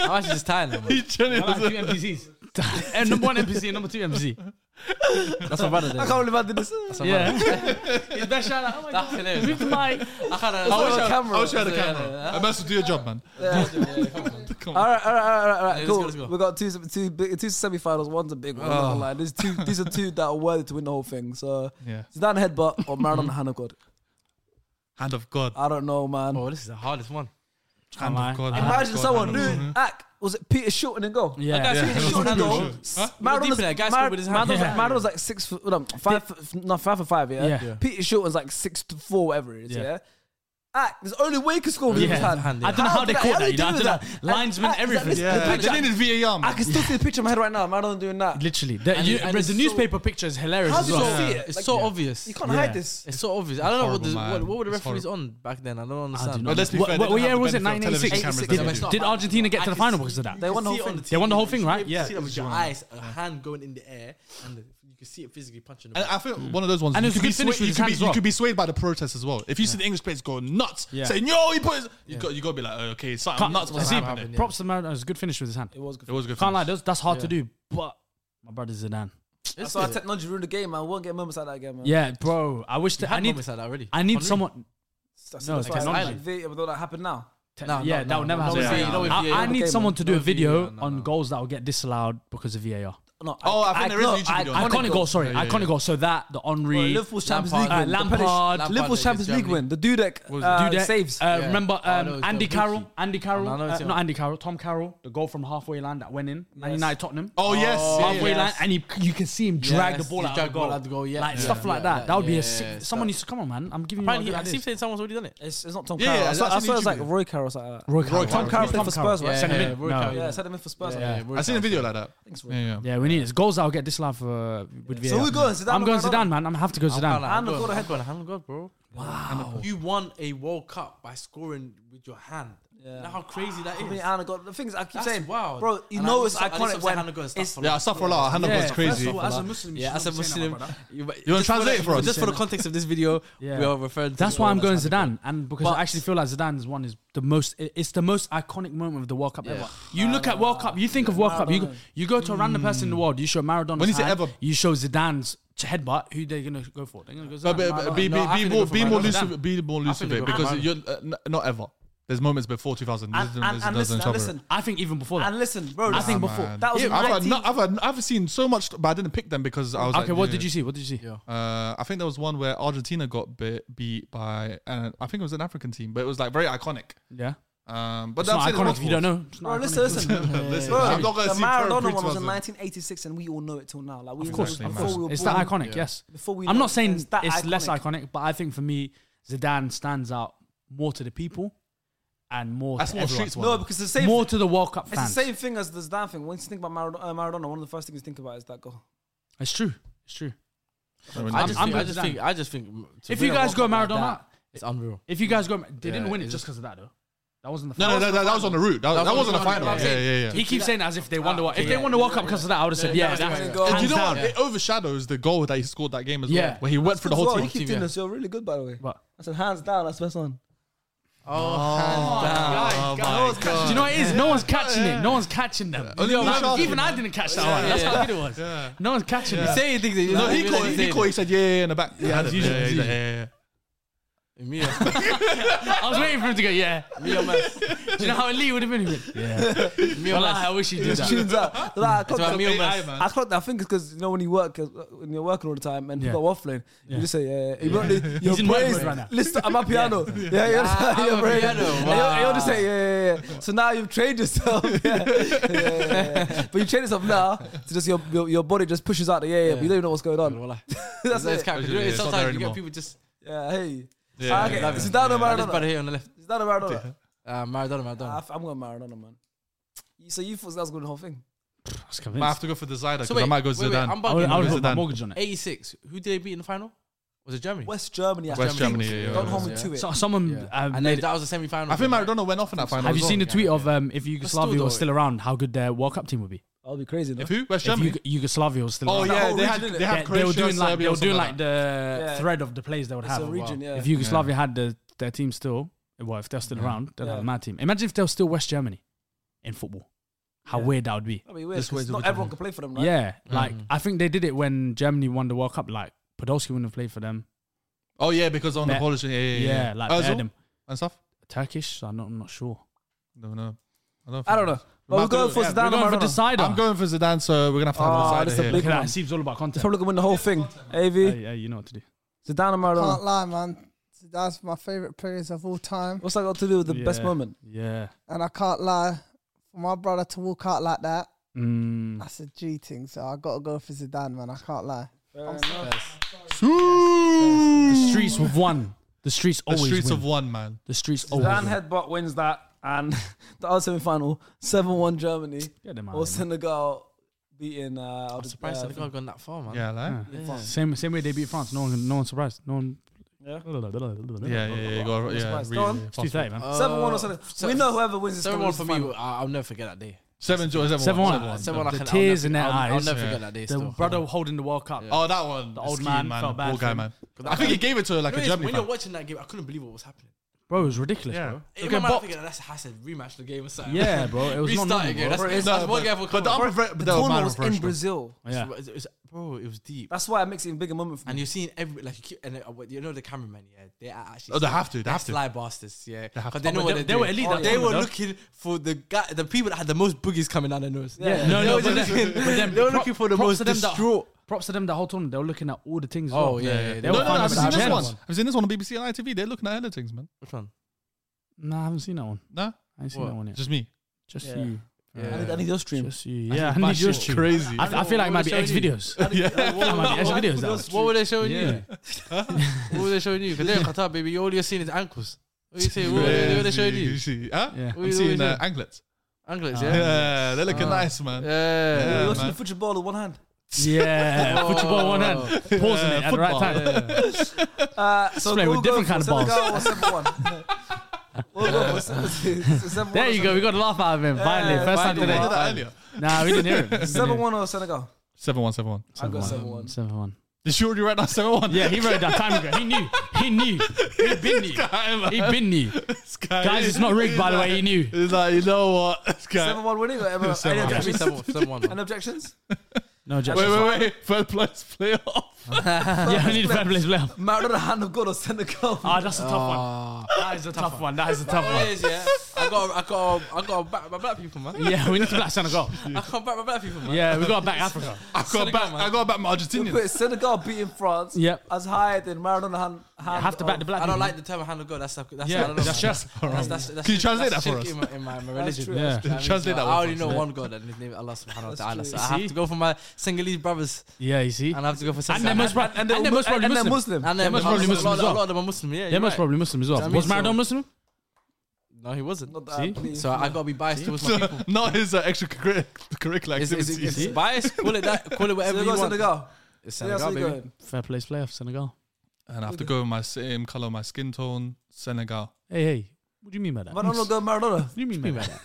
Speaker 4: I'm actually just tired now, man.
Speaker 5: He genuinely
Speaker 3: Well,
Speaker 5: doesn't.
Speaker 3: like two NPCs. and number one NPC and number two NPC.
Speaker 4: That's my brother.
Speaker 1: I
Speaker 4: Then.
Speaker 1: can't believe I did this.
Speaker 3: Yeah. His best shout out. Oh my
Speaker 4: That's
Speaker 3: god.
Speaker 4: hilarious.
Speaker 3: With Mike.
Speaker 4: I can't.
Speaker 5: I wish I,
Speaker 1: camera.
Speaker 5: I wish I had a
Speaker 4: Yeah,
Speaker 5: camera.
Speaker 4: yeah, yeah.
Speaker 5: I must do your job, man. Come
Speaker 1: All
Speaker 5: on.
Speaker 1: right, all right, all right, all right.
Speaker 4: Yeah, let's go,
Speaker 1: Cool.
Speaker 4: let's go. Oh.
Speaker 1: We got two, two, big, two semi-finals. One's a big one. I'm not gonna lie. There's two. These are two that are worthy to win the whole thing. So
Speaker 5: Yeah.
Speaker 1: Zidane headbutt or Maradona
Speaker 4: Mm-hmm.
Speaker 1: hand of God.
Speaker 5: Hand of God.
Speaker 1: I don't know, man.
Speaker 4: Oh, this is the hardest one.
Speaker 5: Hand
Speaker 3: Am I?
Speaker 5: of God. hand of
Speaker 1: Imagine
Speaker 5: God,
Speaker 1: someone
Speaker 5: hand of
Speaker 1: doing
Speaker 4: Mm-hmm.
Speaker 1: act. Was it Peter Shilton and go?
Speaker 3: Yeah.
Speaker 4: That guy's
Speaker 5: Yeah.
Speaker 4: really
Speaker 5: Shot
Speaker 4: short
Speaker 5: in
Speaker 4: and
Speaker 5: goal.
Speaker 4: goal.
Speaker 5: Huh?
Speaker 4: Deep in there, guys
Speaker 1: Mar-
Speaker 4: scored with his hand.
Speaker 1: Maradona's
Speaker 3: Yeah.
Speaker 1: like, Maradona's like six foot, no, five, foot, no, five for five, yeah?
Speaker 3: Yeah. Yeah.
Speaker 1: Peter Shilton's like six to four, whatever it is,
Speaker 3: Yeah.
Speaker 1: yeah? Act, there's only way he could score with
Speaker 3: Yeah.
Speaker 1: his hand.
Speaker 3: I don't know how, they
Speaker 1: did
Speaker 3: caught
Speaker 1: do
Speaker 3: that. You know, I don't know.
Speaker 1: that?
Speaker 3: Linesman,
Speaker 1: Act,
Speaker 3: everything.
Speaker 1: Like,
Speaker 5: Yeah.
Speaker 1: yeah.
Speaker 5: They needed
Speaker 1: I
Speaker 5: VAR, man.
Speaker 1: can still see the picture in my head right now. Maradona doing that.
Speaker 3: Literally, the, you,
Speaker 4: and
Speaker 3: the
Speaker 4: it's so-
Speaker 3: newspaper picture is hilarious.
Speaker 1: How
Speaker 3: as
Speaker 1: did
Speaker 3: well.
Speaker 1: you see it?
Speaker 4: It's
Speaker 1: Like,
Speaker 4: so obvious.
Speaker 1: You can't
Speaker 3: Yeah.
Speaker 1: hide this.
Speaker 4: It's so obvious. I don't know what,
Speaker 5: horrible,
Speaker 4: the,
Speaker 5: man.
Speaker 4: what, what were the
Speaker 5: It's
Speaker 4: referees
Speaker 5: horrible.
Speaker 4: on back then. I don't
Speaker 3: I Ah, do
Speaker 4: understand.
Speaker 3: not
Speaker 5: let's be
Speaker 3: know.
Speaker 5: fair,
Speaker 3: What,
Speaker 5: they
Speaker 3: what,
Speaker 5: didn't
Speaker 3: year
Speaker 5: have the
Speaker 3: was it?
Speaker 5: benefit of
Speaker 3: 1986.
Speaker 5: television
Speaker 3: Did,
Speaker 5: cameras,
Speaker 3: did
Speaker 5: so
Speaker 4: it's not-
Speaker 3: Argentina get to
Speaker 4: I
Speaker 3: the
Speaker 4: can
Speaker 3: final
Speaker 4: see-
Speaker 3: because of that?
Speaker 1: They won the whole
Speaker 4: see it on
Speaker 1: thing.
Speaker 3: They won the whole thing,
Speaker 4: You
Speaker 3: right?
Speaker 4: should be
Speaker 3: Yeah.
Speaker 4: able to See that with your eyes, a hand going in the air, and the- you can see it physically punching. The
Speaker 5: And
Speaker 3: Uh,
Speaker 4: ball.
Speaker 5: I feel one of those ones.
Speaker 3: And
Speaker 5: you
Speaker 3: it's
Speaker 5: could
Speaker 3: a
Speaker 5: be
Speaker 3: good finish with
Speaker 5: swayed- you
Speaker 3: his
Speaker 5: could be
Speaker 3: hands as
Speaker 5: you
Speaker 3: well.
Speaker 5: could be swayed by the protest as well. If you see the English players go nuts,
Speaker 3: Yeah.
Speaker 5: saying "Yo, he put," his, you got you got to be like, oh, "Okay, something nuts was
Speaker 3: See,
Speaker 5: happening."
Speaker 3: Props to Maradona. It was a good finish with his hand.
Speaker 1: It was good.
Speaker 5: It was a good.
Speaker 3: Can't lie,
Speaker 5: finish.
Speaker 3: that's, that's hard to do. But my brother's Zidane.
Speaker 1: That's why technology ruined the game, man. We won't get moments like that again, man.
Speaker 3: Yeah, bro. I wish that I
Speaker 4: Had
Speaker 3: need.
Speaker 4: moments like that already.
Speaker 3: I need someone.
Speaker 1: That's,
Speaker 3: No,
Speaker 1: that's why I
Speaker 3: technology.
Speaker 1: like, video, but that happened now.
Speaker 3: te-
Speaker 4: No,
Speaker 3: yeah,
Speaker 4: no,
Speaker 3: that would
Speaker 4: no,
Speaker 3: never happen.
Speaker 4: no, no, no, no, no, no,
Speaker 3: I, I need
Speaker 1: no,
Speaker 3: someone to do
Speaker 4: no,
Speaker 3: a video
Speaker 4: no, no,
Speaker 3: on
Speaker 4: no.
Speaker 3: goals that will get disallowed because of VAR.
Speaker 1: No,
Speaker 5: Oh, I think there is a
Speaker 1: no,
Speaker 5: YouTube video on it.
Speaker 3: Iconic goal, sorry,
Speaker 5: Yeah, yeah,
Speaker 3: iconic
Speaker 5: yeah.
Speaker 3: goal. So that the Henri,
Speaker 1: Bro, Liverpool's Champions
Speaker 4: Lampard.
Speaker 1: League win.
Speaker 3: Uh,
Speaker 1: the Punish-
Speaker 3: Lampard.
Speaker 1: Liverpool's
Speaker 4: Lampard
Speaker 1: Champions
Speaker 4: against
Speaker 1: League
Speaker 4: Germany.
Speaker 1: win. The Dudek,
Speaker 5: was it?
Speaker 1: uh,
Speaker 3: Dudek,
Speaker 1: saves.
Speaker 3: Uh,
Speaker 4: Yeah.
Speaker 3: Remember
Speaker 4: Oh,
Speaker 3: um,
Speaker 4: no, it's
Speaker 3: Andy
Speaker 4: Dovbycki.
Speaker 3: Carroll, Andy Carroll,
Speaker 4: no, no,
Speaker 3: uh,
Speaker 4: it's him.
Speaker 3: not Andy Carroll, Tom Carroll, the goal from halfway line that went in, Man United Tottenham.
Speaker 5: Oh yes, yeah,
Speaker 3: halfway
Speaker 5: yeah.
Speaker 3: line, and he, you can see him drag
Speaker 4: Yes,
Speaker 3: the ball
Speaker 4: he
Speaker 3: out of
Speaker 4: dragged
Speaker 3: the
Speaker 4: the
Speaker 3: goal.
Speaker 4: ball out of the goal, yeah.
Speaker 3: Like
Speaker 4: Yeah.
Speaker 3: stuff like
Speaker 4: Yeah,
Speaker 3: that.
Speaker 4: that-
Speaker 3: that would be
Speaker 4: yeah,
Speaker 3: a sick.
Speaker 4: yeah,
Speaker 3: someone
Speaker 4: stuff.
Speaker 3: needs to come on, man. I'm giving you.
Speaker 4: Apparently,
Speaker 3: my
Speaker 4: I
Speaker 3: ideas.
Speaker 4: keep saying someone's already done it.
Speaker 1: It's, it's not Tom
Speaker 5: Yeah,
Speaker 1: Carroll.
Speaker 5: yeah,
Speaker 1: I saw,
Speaker 5: that's
Speaker 1: I
Speaker 5: on
Speaker 1: saw it was
Speaker 5: YouTube
Speaker 1: like
Speaker 5: video.
Speaker 1: Roy Carroll. or something Like that.
Speaker 3: Roy Carroll.
Speaker 5: Carroll.
Speaker 1: Tom Carroll played for Spurs, right?
Speaker 3: Send him
Speaker 4: yeah,
Speaker 3: in.
Speaker 4: Roy
Speaker 3: No.
Speaker 4: Carroll,
Speaker 1: Yeah, send him in for Spurs.
Speaker 4: Yeah,
Speaker 1: Yeah.
Speaker 4: Roy
Speaker 5: I seen a
Speaker 4: Carroll.
Speaker 5: video like that. Yeah, yeah.
Speaker 3: Yeah, we need it. Goals that will get disallowed for, uh, with
Speaker 1: So
Speaker 3: VAR.
Speaker 1: we're going Zidane
Speaker 3: I'm
Speaker 1: or
Speaker 3: going
Speaker 1: Maradona?
Speaker 3: Zidane, man. I'm gonna have to go
Speaker 4: I'm
Speaker 3: Zidane.
Speaker 4: going, I'm
Speaker 1: Hand of
Speaker 4: going,
Speaker 1: God or
Speaker 4: I'm
Speaker 1: head?
Speaker 4: going, hand of God, bro.
Speaker 1: Wow.
Speaker 4: You won a World Cup by scoring with your hand. Yeah. how crazy that
Speaker 1: I mean,
Speaker 4: is.
Speaker 1: Hannah got the things I keep
Speaker 4: That's
Speaker 1: saying.
Speaker 4: wild.
Speaker 1: bro. You
Speaker 4: And
Speaker 1: know
Speaker 4: I
Speaker 1: it's
Speaker 4: also- I
Speaker 1: iconic
Speaker 4: also
Speaker 1: when
Speaker 4: had to go and
Speaker 1: it's-
Speaker 4: stuff for
Speaker 5: Yeah,
Speaker 4: that.
Speaker 5: Astaghfirullah. Hand
Speaker 3: Yeah.
Speaker 5: up was crazy.
Speaker 3: First of all, as a Muslim, you
Speaker 4: Yeah, as a
Speaker 3: shouldn't be saying that,
Speaker 4: Muslim,
Speaker 3: my brother.
Speaker 4: you, but
Speaker 5: wanna
Speaker 4: just for the-
Speaker 5: translate it for us?
Speaker 4: Just for the context of this video,
Speaker 3: Yeah.
Speaker 4: we are referring. To
Speaker 3: That's
Speaker 4: the
Speaker 3: why
Speaker 4: world
Speaker 3: I'm going
Speaker 4: that's happening.
Speaker 3: Zidane, and because
Speaker 1: But-
Speaker 3: I actually feel like Zidane's one is the most. it- It's the most iconic moment of the World Cup ever. You look at World Cup, you think of World Cup, you go, you go to a random person in the world, you show Maradona's
Speaker 5: Hmm. When you say
Speaker 3: hand,
Speaker 5: ever-
Speaker 3: you show Zidane's ch- headbutt. Who they gonna go for? They're gonna go Zidane.
Speaker 5: But, but, but
Speaker 3: Maradona.
Speaker 5: be, be,
Speaker 4: No, I
Speaker 5: be
Speaker 4: think
Speaker 5: more,
Speaker 4: they go
Speaker 5: be
Speaker 4: for
Speaker 5: more
Speaker 4: Maradona.
Speaker 5: loose,
Speaker 4: I
Speaker 5: with- be more loose
Speaker 4: think
Speaker 5: with it
Speaker 4: they go for
Speaker 5: because
Speaker 4: Maradona.
Speaker 5: you're uh, n- not ever. There's moments before 2000.
Speaker 1: And,
Speaker 5: doesn't-
Speaker 1: and, and
Speaker 5: doesn't
Speaker 1: listen, and
Speaker 5: cover it.
Speaker 1: listen,
Speaker 3: I think even before that.
Speaker 1: and listen, bro.
Speaker 3: I
Speaker 1: this-
Speaker 3: think
Speaker 5: Nah,
Speaker 3: before
Speaker 5: man.
Speaker 1: that was
Speaker 5: I've, had,
Speaker 1: 19
Speaker 5: no- I've, had, I've seen so much, but I didn't pick them because I was
Speaker 3: okay,
Speaker 5: like,
Speaker 3: what
Speaker 5: dude.
Speaker 3: did you see? What did you see?
Speaker 5: Uh, I think there was one where Argentina got bit, beat by, uh, I think it was an African team, but it was like very iconic.
Speaker 3: Yeah,
Speaker 5: Um, but
Speaker 3: it's
Speaker 5: I'm
Speaker 3: not
Speaker 5: saying
Speaker 3: iconic
Speaker 5: there's
Speaker 3: if you don't
Speaker 5: multiples.
Speaker 3: know. It's not
Speaker 1: Bro,
Speaker 3: iconic.
Speaker 1: listen, listen.
Speaker 5: Listen,
Speaker 1: Bro,
Speaker 5: I'm not gonna
Speaker 1: the
Speaker 5: see Pro-
Speaker 1: Maradona one was in
Speaker 5: pre-2000.
Speaker 1: 1986, and we all know it till now. Like we
Speaker 3: Of course,
Speaker 1: before
Speaker 5: man.
Speaker 3: of course.
Speaker 1: we were
Speaker 3: it's
Speaker 1: born,
Speaker 3: that iconic. Yes,
Speaker 1: Before we
Speaker 3: I'm
Speaker 1: know-
Speaker 3: not saying
Speaker 1: it's
Speaker 3: it's,
Speaker 1: that
Speaker 3: less
Speaker 1: iconic.
Speaker 3: iconic, but I think for me, Zidane stands out more to the people and more
Speaker 5: That's
Speaker 3: to
Speaker 5: more
Speaker 3: everyone.
Speaker 5: streets
Speaker 1: No, because the same.
Speaker 3: more to the World Cup
Speaker 1: it's the
Speaker 3: fans.
Speaker 1: same thing as the Zidane thing. When you think about Maradona, uh, Maradona, one of the first things you think about is that goal.
Speaker 3: It's true. It's true.
Speaker 4: I just,
Speaker 3: I'm
Speaker 4: think, I
Speaker 3: going
Speaker 4: just
Speaker 3: Zidane.
Speaker 4: think. I just think. to
Speaker 3: If
Speaker 4: win
Speaker 3: you
Speaker 4: a
Speaker 3: guys
Speaker 4: World
Speaker 3: go
Speaker 4: Cup like
Speaker 3: Maradona-
Speaker 4: that, it's unreal.
Speaker 3: If you guys go, they
Speaker 4: Yeah,
Speaker 3: didn't win it
Speaker 4: it's
Speaker 3: just
Speaker 4: just-
Speaker 3: because of that though. That wasn't the
Speaker 5: No, no, that, that, that was on the route. That, that,
Speaker 4: That was
Speaker 5: wasn't the
Speaker 4: on the
Speaker 5: final.
Speaker 4: route.
Speaker 5: Yeah, yeah, yeah.
Speaker 3: He keeps saying as if they won the World.
Speaker 4: okay,
Speaker 3: If they
Speaker 4: yeah.
Speaker 3: won the World Cup because of that, I would have said,
Speaker 4: Yeah,
Speaker 3: yeah,
Speaker 4: that was
Speaker 3: that's
Speaker 4: the
Speaker 1: goal.
Speaker 3: hands
Speaker 5: Oh, Do you know
Speaker 3: down.
Speaker 5: what? It overshadows the goal that he scored that game as well,
Speaker 3: Yeah.
Speaker 5: where he went for the whole
Speaker 1: Well,
Speaker 5: team.
Speaker 1: you keep doing this. You're really good, by the way.
Speaker 3: What?
Speaker 1: I said hands down. That's the best one.
Speaker 5: Oh my
Speaker 3: Do
Speaker 5: god!
Speaker 3: you know what it is? No one's catching it. No one's catching them.
Speaker 5: Only
Speaker 3: No,
Speaker 5: Ushahidi.
Speaker 3: even I didn't catch that one. That's how good it was. No one's catching it.
Speaker 4: Say things that you
Speaker 5: No,
Speaker 4: know.
Speaker 5: he caught. He caught. He said, "Yeah, yeah," in the back. Yeah,
Speaker 3: as
Speaker 5: yeah,
Speaker 3: usual,
Speaker 5: yeah,
Speaker 3: as
Speaker 5: yeah,
Speaker 3: usual.
Speaker 5: yeah.
Speaker 4: Mia,
Speaker 3: I was waiting for him to go. Yeah.
Speaker 4: Mia, Mas.
Speaker 3: Do you know how Lee would have been? Yeah.
Speaker 4: Mia,
Speaker 3: I
Speaker 4: Mas.
Speaker 3: wish he did that.
Speaker 1: Tunes out. Like, I
Speaker 4: why
Speaker 1: clocked
Speaker 4: me
Speaker 1: it.
Speaker 4: and
Speaker 5: AI,
Speaker 4: Wes-
Speaker 5: man.
Speaker 1: I clocked that. I think it's because you know when you work, uh, when you're working all the time and
Speaker 3: Yeah.
Speaker 1: people are waffling, you just say, "Yeah, yeah." You don't need- your
Speaker 3: He's in work
Speaker 1: brains-
Speaker 3: mode right now.
Speaker 1: Listen, I'm a piano. Yeah, yeah. you're just-
Speaker 4: Ah, I'm
Speaker 1: your
Speaker 4: a
Speaker 1: brain-
Speaker 4: piano.
Speaker 1: and you're-
Speaker 4: Wow.
Speaker 1: You're just say, "Yeah, yeah, yeah." So now you've trained yourself. Yeah, yeah, yeah, yeah. But you train yourself now to just your your, your body just pushes out the yeah, yeah, But you don't even know what's going on.
Speaker 4: Wallah.
Speaker 1: That's
Speaker 4: It's
Speaker 1: it.
Speaker 4: kind of-
Speaker 5: Yeah, it's not
Speaker 4: Sometimes
Speaker 5: there
Speaker 4: you
Speaker 5: anymore.
Speaker 4: get people just.
Speaker 1: Yeah, hey.
Speaker 5: Yeah,
Speaker 1: Ah, okay.
Speaker 5: yeah, yeah.
Speaker 1: Is it down or
Speaker 4: I just better
Speaker 1: Maradona?
Speaker 4: here on the left.
Speaker 1: Is that a Maradona?
Speaker 4: Uh, Maradona, Maradona.
Speaker 1: Ah, f- I'm going Maradona, man. You- So you thought that was going the whole thing?
Speaker 3: I was
Speaker 5: Might have
Speaker 3: convinced.
Speaker 5: to go for the Zidane
Speaker 4: So
Speaker 5: because I
Speaker 4: wait,
Speaker 5: might go
Speaker 4: wait, wait, I'm
Speaker 5: Zidane.
Speaker 4: bu-
Speaker 3: I would I would have put my
Speaker 5: Zidane.
Speaker 3: mortgage on it.
Speaker 4: 86. Who did they beat in the final? Was it Germany?
Speaker 1: West Germany. I
Speaker 5: West
Speaker 1: think.
Speaker 5: Germany, yeah, yeah,
Speaker 1: Don't
Speaker 5: yeah.
Speaker 1: hold me to it.
Speaker 3: So, someone uh,
Speaker 4: And
Speaker 3: made
Speaker 4: then that was the semi-final.
Speaker 5: I think Maradona went off in that final.
Speaker 3: Have
Speaker 5: as
Speaker 3: you
Speaker 5: well.
Speaker 3: seen the tweet of um, if Yugoslavia
Speaker 4: still
Speaker 3: was
Speaker 4: though-
Speaker 3: still around, how good their World Cup team would be?
Speaker 1: I'll be crazy. No?
Speaker 5: If who? West
Speaker 3: If
Speaker 5: Germany.
Speaker 3: Yug- Yugoslavia was still
Speaker 5: Oh
Speaker 3: around.
Speaker 5: yeah,
Speaker 1: whole
Speaker 5: they had
Speaker 1: region,
Speaker 5: they
Speaker 1: innit?
Speaker 5: had
Speaker 3: They, they were
Speaker 5: Croatia,
Speaker 3: doing like they
Speaker 5: Serbia,
Speaker 3: were
Speaker 5: or
Speaker 3: doing
Speaker 5: something
Speaker 3: like
Speaker 5: that.
Speaker 3: the
Speaker 1: Yeah.
Speaker 3: thread of the plays they would
Speaker 1: It's
Speaker 3: have.
Speaker 1: a region, yeah.
Speaker 3: If Yugoslavia had the, their team still, well, if they're still
Speaker 5: Mm.
Speaker 3: around, they'd
Speaker 1: Yeah.
Speaker 3: have a mad team. Imagine if they were still West Germany in football. How
Speaker 1: Yeah.
Speaker 3: weird that would be.
Speaker 1: I mean, weird,
Speaker 5: This
Speaker 1: 'cause
Speaker 5: way's a
Speaker 1: not
Speaker 5: different
Speaker 1: everyone
Speaker 5: one.
Speaker 1: can play for them, right?
Speaker 3: Yeah,
Speaker 5: Mm-hmm.
Speaker 3: like
Speaker 4: Mhm.
Speaker 3: I think they did it when Germany won the World Cup. Like Podolski wouldn't have played for them.
Speaker 5: Oh yeah, because on the
Speaker 3: Be-
Speaker 5: Polish. Yeah, yeah,
Speaker 3: Yeah,
Speaker 5: yeah.
Speaker 3: like
Speaker 5: Ozil
Speaker 3: they had them.
Speaker 5: and stuff.
Speaker 3: Turkish. I'm not, I'm not sure.
Speaker 5: No, no. I don't.
Speaker 1: I don't know. But we're
Speaker 5: Might
Speaker 1: going
Speaker 5: do-
Speaker 1: for
Speaker 5: yeah,
Speaker 1: Zidane
Speaker 3: We're going
Speaker 1: and
Speaker 3: for
Speaker 1: Maradona.
Speaker 3: decider.
Speaker 5: I'm going for Zidane, so we're gonna have to have
Speaker 1: Oh,
Speaker 5: a
Speaker 1: Ah, that's a
Speaker 5: decider here.
Speaker 1: big
Speaker 3: Look at that.
Speaker 1: one.
Speaker 3: It seems all about
Speaker 1: It's
Speaker 3: content.
Speaker 1: probably going to win the whole thing.
Speaker 3: Yeah,
Speaker 1: AV,
Speaker 3: yeah, you know what to do.
Speaker 1: Zidane and
Speaker 6: Can't
Speaker 1: Maradona.
Speaker 6: lie, man. That's my favorite players of all time,
Speaker 1: What's that got to do with the best
Speaker 3: Yeah.
Speaker 1: moment?
Speaker 3: Yeah.
Speaker 6: and I can't lie. For my brother to walk out like that,
Speaker 3: Mm.
Speaker 6: that's a G thing. So I gotta go for Zidane, man. I can't lie.
Speaker 3: The streets have won. The streets
Speaker 5: The
Speaker 3: always
Speaker 5: streets
Speaker 3: win.
Speaker 5: of one man.
Speaker 3: the streets always
Speaker 1: Zidane
Speaker 3: win.
Speaker 1: headbutt wins that, and the other semi-final, seven-one Germany
Speaker 3: Get them out
Speaker 1: or
Speaker 3: of here, man.
Speaker 1: Senegal beating. Uh,
Speaker 4: I'm surprised
Speaker 1: uh,
Speaker 4: Senegal gone that far, man.
Speaker 5: Yeah, like.
Speaker 3: Yeah. Same same way they beat France. No one no one surprised. No one.
Speaker 1: Yeah.
Speaker 5: Yeah, yeah, yeah. You got,
Speaker 1: What's
Speaker 5: yeah
Speaker 1: price?
Speaker 5: really,
Speaker 1: Go on.
Speaker 5: yeah,
Speaker 3: It's 230,
Speaker 1: Oh,
Speaker 3: man.
Speaker 4: Uh,
Speaker 1: Seven-one or something. we know whoever wins this.
Speaker 4: Seven one
Speaker 1: wins
Speaker 4: for
Speaker 1: the
Speaker 4: me.
Speaker 1: final.
Speaker 4: I, I'll never forget that day.
Speaker 5: Seven joy, seven,
Speaker 3: Seven
Speaker 5: one.
Speaker 3: one.
Speaker 5: Seven
Speaker 4: Seven one.
Speaker 5: one.
Speaker 4: I
Speaker 3: The
Speaker 4: can- I'll
Speaker 3: tears
Speaker 4: never-
Speaker 3: in their
Speaker 4: I'll- I'll
Speaker 3: eyes.
Speaker 4: never
Speaker 5: Yeah.
Speaker 4: forget that day.
Speaker 3: The
Speaker 4: still.
Speaker 3: brother holding the World Cup.
Speaker 5: Oh, that one. The
Speaker 3: old man felt bad
Speaker 5: Poor
Speaker 3: for
Speaker 5: guy,
Speaker 3: him.
Speaker 5: man. I think he gave it
Speaker 4: You
Speaker 5: to like
Speaker 4: know,
Speaker 5: a
Speaker 4: it's-
Speaker 5: Germany
Speaker 4: when you're
Speaker 5: fan.
Speaker 4: watching that game, I couldn't believe what was happening.
Speaker 3: Bro, it was ridiculous,
Speaker 5: Yeah.
Speaker 3: bro.
Speaker 4: In my mind, I'm thinking, that's I said rematch the game or something.
Speaker 3: Yeah, bro. It was not
Speaker 4: Restart
Speaker 3: normal,
Speaker 4: again.
Speaker 3: bro.
Speaker 4: That's, that's
Speaker 5: No,
Speaker 4: one
Speaker 5: but,
Speaker 4: game for
Speaker 5: but the
Speaker 4: Colombia.
Speaker 5: unprofessional.
Speaker 1: The tournament was in Brazil.
Speaker 3: Yeah.
Speaker 4: It's- it's- Bro, it was deep.
Speaker 1: That's why it makes it a bigger moment for
Speaker 4: And
Speaker 1: me.
Speaker 4: you're seeing every like you, keep, and uh, you know the cameramen, yeah, they are actually.
Speaker 5: Oh, they
Speaker 4: sly-
Speaker 5: have to, they
Speaker 4: they're
Speaker 5: have to.
Speaker 4: Sly bastards, yeah. 'Cause They,
Speaker 5: have to.
Speaker 4: know
Speaker 3: Oh,
Speaker 4: what
Speaker 3: they-
Speaker 4: they're
Speaker 3: they were
Speaker 4: doing.
Speaker 3: elite that
Speaker 4: They
Speaker 3: time,
Speaker 4: were
Speaker 3: though.
Speaker 4: looking for the guy, the people that had the most boogies coming out their nose.
Speaker 1: Yeah.
Speaker 3: No,
Speaker 4: They
Speaker 3: no,
Speaker 4: were
Speaker 3: but,
Speaker 4: just looking-
Speaker 3: but then
Speaker 4: they were
Speaker 3: pro-
Speaker 4: looking for the
Speaker 3: props
Speaker 4: most
Speaker 3: to them that-
Speaker 4: distraught.
Speaker 3: props to them the whole tournament. They were looking at all the things. as
Speaker 4: Oh,
Speaker 3: well.
Speaker 4: yeah, yeah, yeah.
Speaker 3: They were
Speaker 4: No,
Speaker 5: No, no,
Speaker 3: finding
Speaker 5: I've
Speaker 3: the
Speaker 5: seen this
Speaker 3: gems.
Speaker 5: one. I've seen this one on BBC and ITV. They're looking at other things, man.
Speaker 4: Which one?
Speaker 3: Nah, I haven't seen that one.
Speaker 5: Nah,
Speaker 3: I ain't seen
Speaker 4: What?
Speaker 3: that one yet.
Speaker 5: just me.
Speaker 3: Just
Speaker 1: Yeah.
Speaker 3: you.
Speaker 4: Uh,
Speaker 1: I need- I need your stream.
Speaker 3: Just you. Yeah, I
Speaker 5: That
Speaker 3: need your
Speaker 5: shit's
Speaker 3: stream.
Speaker 5: Crazy.
Speaker 3: I, I feel like it might be X videos.
Speaker 5: Yeah.
Speaker 3: It might be X videos. that one.
Speaker 4: What were they showing
Speaker 3: Yeah.
Speaker 4: you? what were they showing you? Because they're in Qatar, baby. You all you're seeing is ankles. What do you say? What what were they showing you?
Speaker 5: see, huh?
Speaker 3: Yeah.
Speaker 5: I'm
Speaker 4: What-
Speaker 5: seeing
Speaker 4: what-
Speaker 5: uh, anklets.
Speaker 4: Anklets,
Speaker 5: Yeah,
Speaker 4: yeah.
Speaker 5: they're looking
Speaker 4: Ah.
Speaker 5: nice, man.
Speaker 4: Yeah.
Speaker 1: You're
Speaker 5: Yeah,
Speaker 1: watching
Speaker 5: man.
Speaker 1: the football with one hand.
Speaker 3: Yeah, put your ball in one hand, pausing it at the right time.
Speaker 1: Uh, so
Speaker 3: Play
Speaker 1: we'll
Speaker 3: with
Speaker 1: go
Speaker 3: different kind
Speaker 1: for
Speaker 3: of
Speaker 1: Senegal or 7-1. We'll go for Senegal.
Speaker 3: There you go. We got a laugh out of him. Finally,
Speaker 1: Yeah,
Speaker 3: first time
Speaker 1: finally.
Speaker 5: Did
Speaker 3: today.
Speaker 5: that earlier.
Speaker 3: Nah, we didn't hear him. We didn't hear
Speaker 1: Seven
Speaker 3: him.
Speaker 1: one or Senegal?
Speaker 5: Seven one, seven one.
Speaker 1: I got seven one.
Speaker 3: Seven one.
Speaker 5: Did you already write down seven one?
Speaker 3: Yeah, he wrote that time ago. He knew. He knew. He been knew. He been knew. Guys, it's not rigged, by the way. He knew.
Speaker 5: He's like, you know what? This guy-
Speaker 1: Seven one winning. or ever- Any
Speaker 5: Seven-one.
Speaker 4: Give me
Speaker 1: objections?
Speaker 4: seven, seven one.
Speaker 1: Any objections?
Speaker 3: No, Jack.
Speaker 5: Wait, wait, wait. Third place playoff.
Speaker 3: Yeah, we need a fair place player.
Speaker 1: Maradona hand of God or Senegal?
Speaker 3: Ah, that's a tough one. That is a Ah. tough one. That is a tough
Speaker 4: It
Speaker 3: one.
Speaker 4: is, yeah. I got, I got, I got back my black people, man.
Speaker 3: Yeah, we need to black Senegal.
Speaker 4: I got back my black people, man.
Speaker 3: Yeah, we got to back Africa.
Speaker 5: I got back. I got back my Argentinians.
Speaker 1: Wait, Senegal beating France
Speaker 3: Yep.
Speaker 1: as higher than Maradona hand.
Speaker 3: I
Speaker 1: hand
Speaker 3: have to back the
Speaker 1: of-
Speaker 3: black.
Speaker 4: I don't
Speaker 3: people.
Speaker 4: like the term "hand of God." That's that's I
Speaker 3: Yeah,
Speaker 4: don't know,
Speaker 3: that's
Speaker 4: man.
Speaker 3: just.
Speaker 4: That's, that's, that's,
Speaker 5: Can you translate
Speaker 4: that's
Speaker 5: that for
Speaker 4: shit
Speaker 5: us?
Speaker 4: In my, in my, my religion,
Speaker 1: true.
Speaker 3: Yeah.
Speaker 4: You know what I mean?
Speaker 5: Translate that
Speaker 4: I
Speaker 5: one
Speaker 4: already
Speaker 5: for
Speaker 4: know
Speaker 5: us.
Speaker 4: one God, and His name is Allah Subhanahu wa Taala. So
Speaker 3: true.
Speaker 4: I have
Speaker 3: See?
Speaker 4: to go for my Senegalese brothers,
Speaker 3: Yeah, you see.
Speaker 4: and I have to go for
Speaker 3: And they're most, prob- and they're most probably
Speaker 1: and they're
Speaker 3: Muslim.
Speaker 1: Muslim.
Speaker 4: And
Speaker 3: They're most probably
Speaker 4: a
Speaker 3: Muslim
Speaker 4: lot,
Speaker 3: as
Speaker 4: a
Speaker 3: well.
Speaker 4: lot of them are Muslim. Yeah,
Speaker 3: They're
Speaker 4: you're
Speaker 3: most
Speaker 4: right.
Speaker 3: probably Muslim as well.
Speaker 4: I mean,
Speaker 3: Was Maradona
Speaker 4: so-
Speaker 3: Muslim?
Speaker 4: No, he wasn't.
Speaker 1: Not that,
Speaker 3: See?
Speaker 1: please.
Speaker 4: So I gotta be biased towards my people.
Speaker 5: Not his uh, extracurricular
Speaker 4: It's, it's,
Speaker 5: activities.
Speaker 4: it's, it's biased. Call it that. Call it whatever
Speaker 1: Senegal,
Speaker 4: you want.
Speaker 1: Senegal.
Speaker 4: It's
Speaker 1: Yeah,
Speaker 4: Senegal,
Speaker 1: so
Speaker 4: baby.
Speaker 1: going.
Speaker 3: Fair place player for Senegal.
Speaker 5: And I have to go with my same color, my skin tone, Senegal,
Speaker 3: Hey, hey. What do you mean by that?
Speaker 1: Maradona
Speaker 3: What
Speaker 1: go Maradona.
Speaker 3: do you mean by that?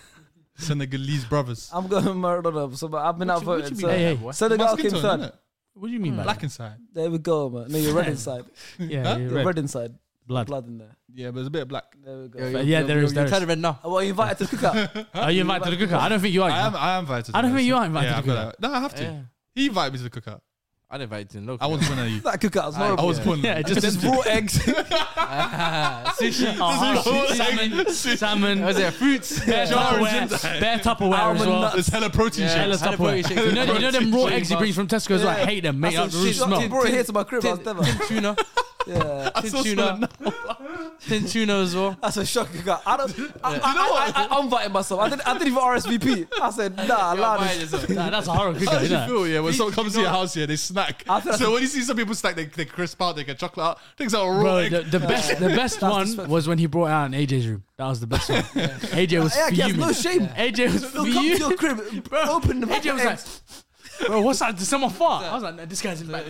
Speaker 5: Senegalese brothers.
Speaker 1: I'm going Maradona. So but I've been
Speaker 4: What you- what
Speaker 1: outvoted.
Speaker 4: you
Speaker 1: So
Speaker 3: mean? Hey, hey.
Speaker 4: boy?
Speaker 5: My
Speaker 1: Senegal
Speaker 5: skin
Speaker 1: came
Speaker 5: tone,
Speaker 1: third.
Speaker 5: innit?
Speaker 3: What do you mean by
Speaker 5: Black
Speaker 3: that?
Speaker 5: inside.
Speaker 1: There we go, man. No, you're red inside.
Speaker 3: Yeah,
Speaker 1: You're
Speaker 3: yeah, red
Speaker 1: red inside.
Speaker 3: blood.
Speaker 1: Blood in there.
Speaker 5: Yeah, but it's a bit of black.
Speaker 1: There we go.
Speaker 4: Yo,
Speaker 3: Yeah,
Speaker 4: yo,
Speaker 3: yeah,
Speaker 4: yo,
Speaker 3: there
Speaker 4: yo,
Speaker 3: is,
Speaker 4: yo,
Speaker 3: there
Speaker 4: you're
Speaker 3: is.
Speaker 4: trying to read now.
Speaker 1: Well, you invited to the cookout.
Speaker 3: Are you invited to the cookout? I don't think you are.
Speaker 5: I
Speaker 3: you
Speaker 5: am.
Speaker 3: know.
Speaker 5: I am invited.
Speaker 3: I don't
Speaker 5: to
Speaker 3: think
Speaker 5: this.
Speaker 3: you are invited
Speaker 5: Yeah,
Speaker 3: to
Speaker 5: I'm
Speaker 3: go
Speaker 5: gonna- No, I have to.
Speaker 4: Yeah.
Speaker 5: He invited me to the cookout.
Speaker 4: I didn't invite you. Look,
Speaker 5: I was one of you.
Speaker 1: that cookout was
Speaker 5: I
Speaker 1: horrible.
Speaker 5: was one.
Speaker 3: Yeah, just
Speaker 1: It's raw eggs.
Speaker 4: sushi.
Speaker 3: Oh,
Speaker 5: Sushi.
Speaker 3: salmon, salmon.
Speaker 4: Was it fruits?
Speaker 3: Bare
Speaker 5: Jars
Speaker 3: Tupperware, bare Tupperware as
Speaker 1: Almond
Speaker 3: well.
Speaker 1: nuts.
Speaker 5: It's hella protein
Speaker 4: Yeah.
Speaker 5: shakes.
Speaker 3: Hella
Speaker 4: Hella protein
Speaker 3: Tupperware.
Speaker 4: shakes.
Speaker 3: You know, you know them raw
Speaker 4: Protein
Speaker 3: eggs he
Speaker 4: bars.
Speaker 3: brings from Tesco as well. I
Speaker 1: Yeah.
Speaker 3: hate them, mate.
Speaker 4: That's
Speaker 3: Up the
Speaker 4: some
Speaker 3: roof
Speaker 4: shit.
Speaker 1: He
Speaker 3: smell.
Speaker 1: brought it here to my crib. I was never.
Speaker 4: Tuna.
Speaker 1: Yeah.
Speaker 4: Tin tuna. Tin tuna as well.
Speaker 1: That's a shock. I got- I don't. I, I, I, I, I, am inviting myself. I didn't. I didn't even RSVP. I said, Nah,
Speaker 4: You're
Speaker 1: allow
Speaker 4: buying
Speaker 1: this.
Speaker 4: yourself.
Speaker 3: Nah, that's a horror cookout,
Speaker 5: How
Speaker 3: you
Speaker 5: do you
Speaker 3: know.
Speaker 5: feel? Yeah, when someone comes to your house, yeah, they snack.
Speaker 1: After-
Speaker 5: So when you see some people snack, they, they crisp out, they get chocolate out. Things are raw.
Speaker 3: Bro,
Speaker 5: egg.
Speaker 3: the, the best, the best one was when he brought out in AJ's room. That was the best one. AJ was
Speaker 1: Yeah, he has
Speaker 3: fuming.
Speaker 1: no shame.
Speaker 3: AJ was
Speaker 1: They'll come to your
Speaker 3: fuming.
Speaker 1: crib, open the
Speaker 3: AJ was
Speaker 1: eggs.
Speaker 3: like, "Bro, what's that? Did someone fart?" I was like, no, "This guy's in the back.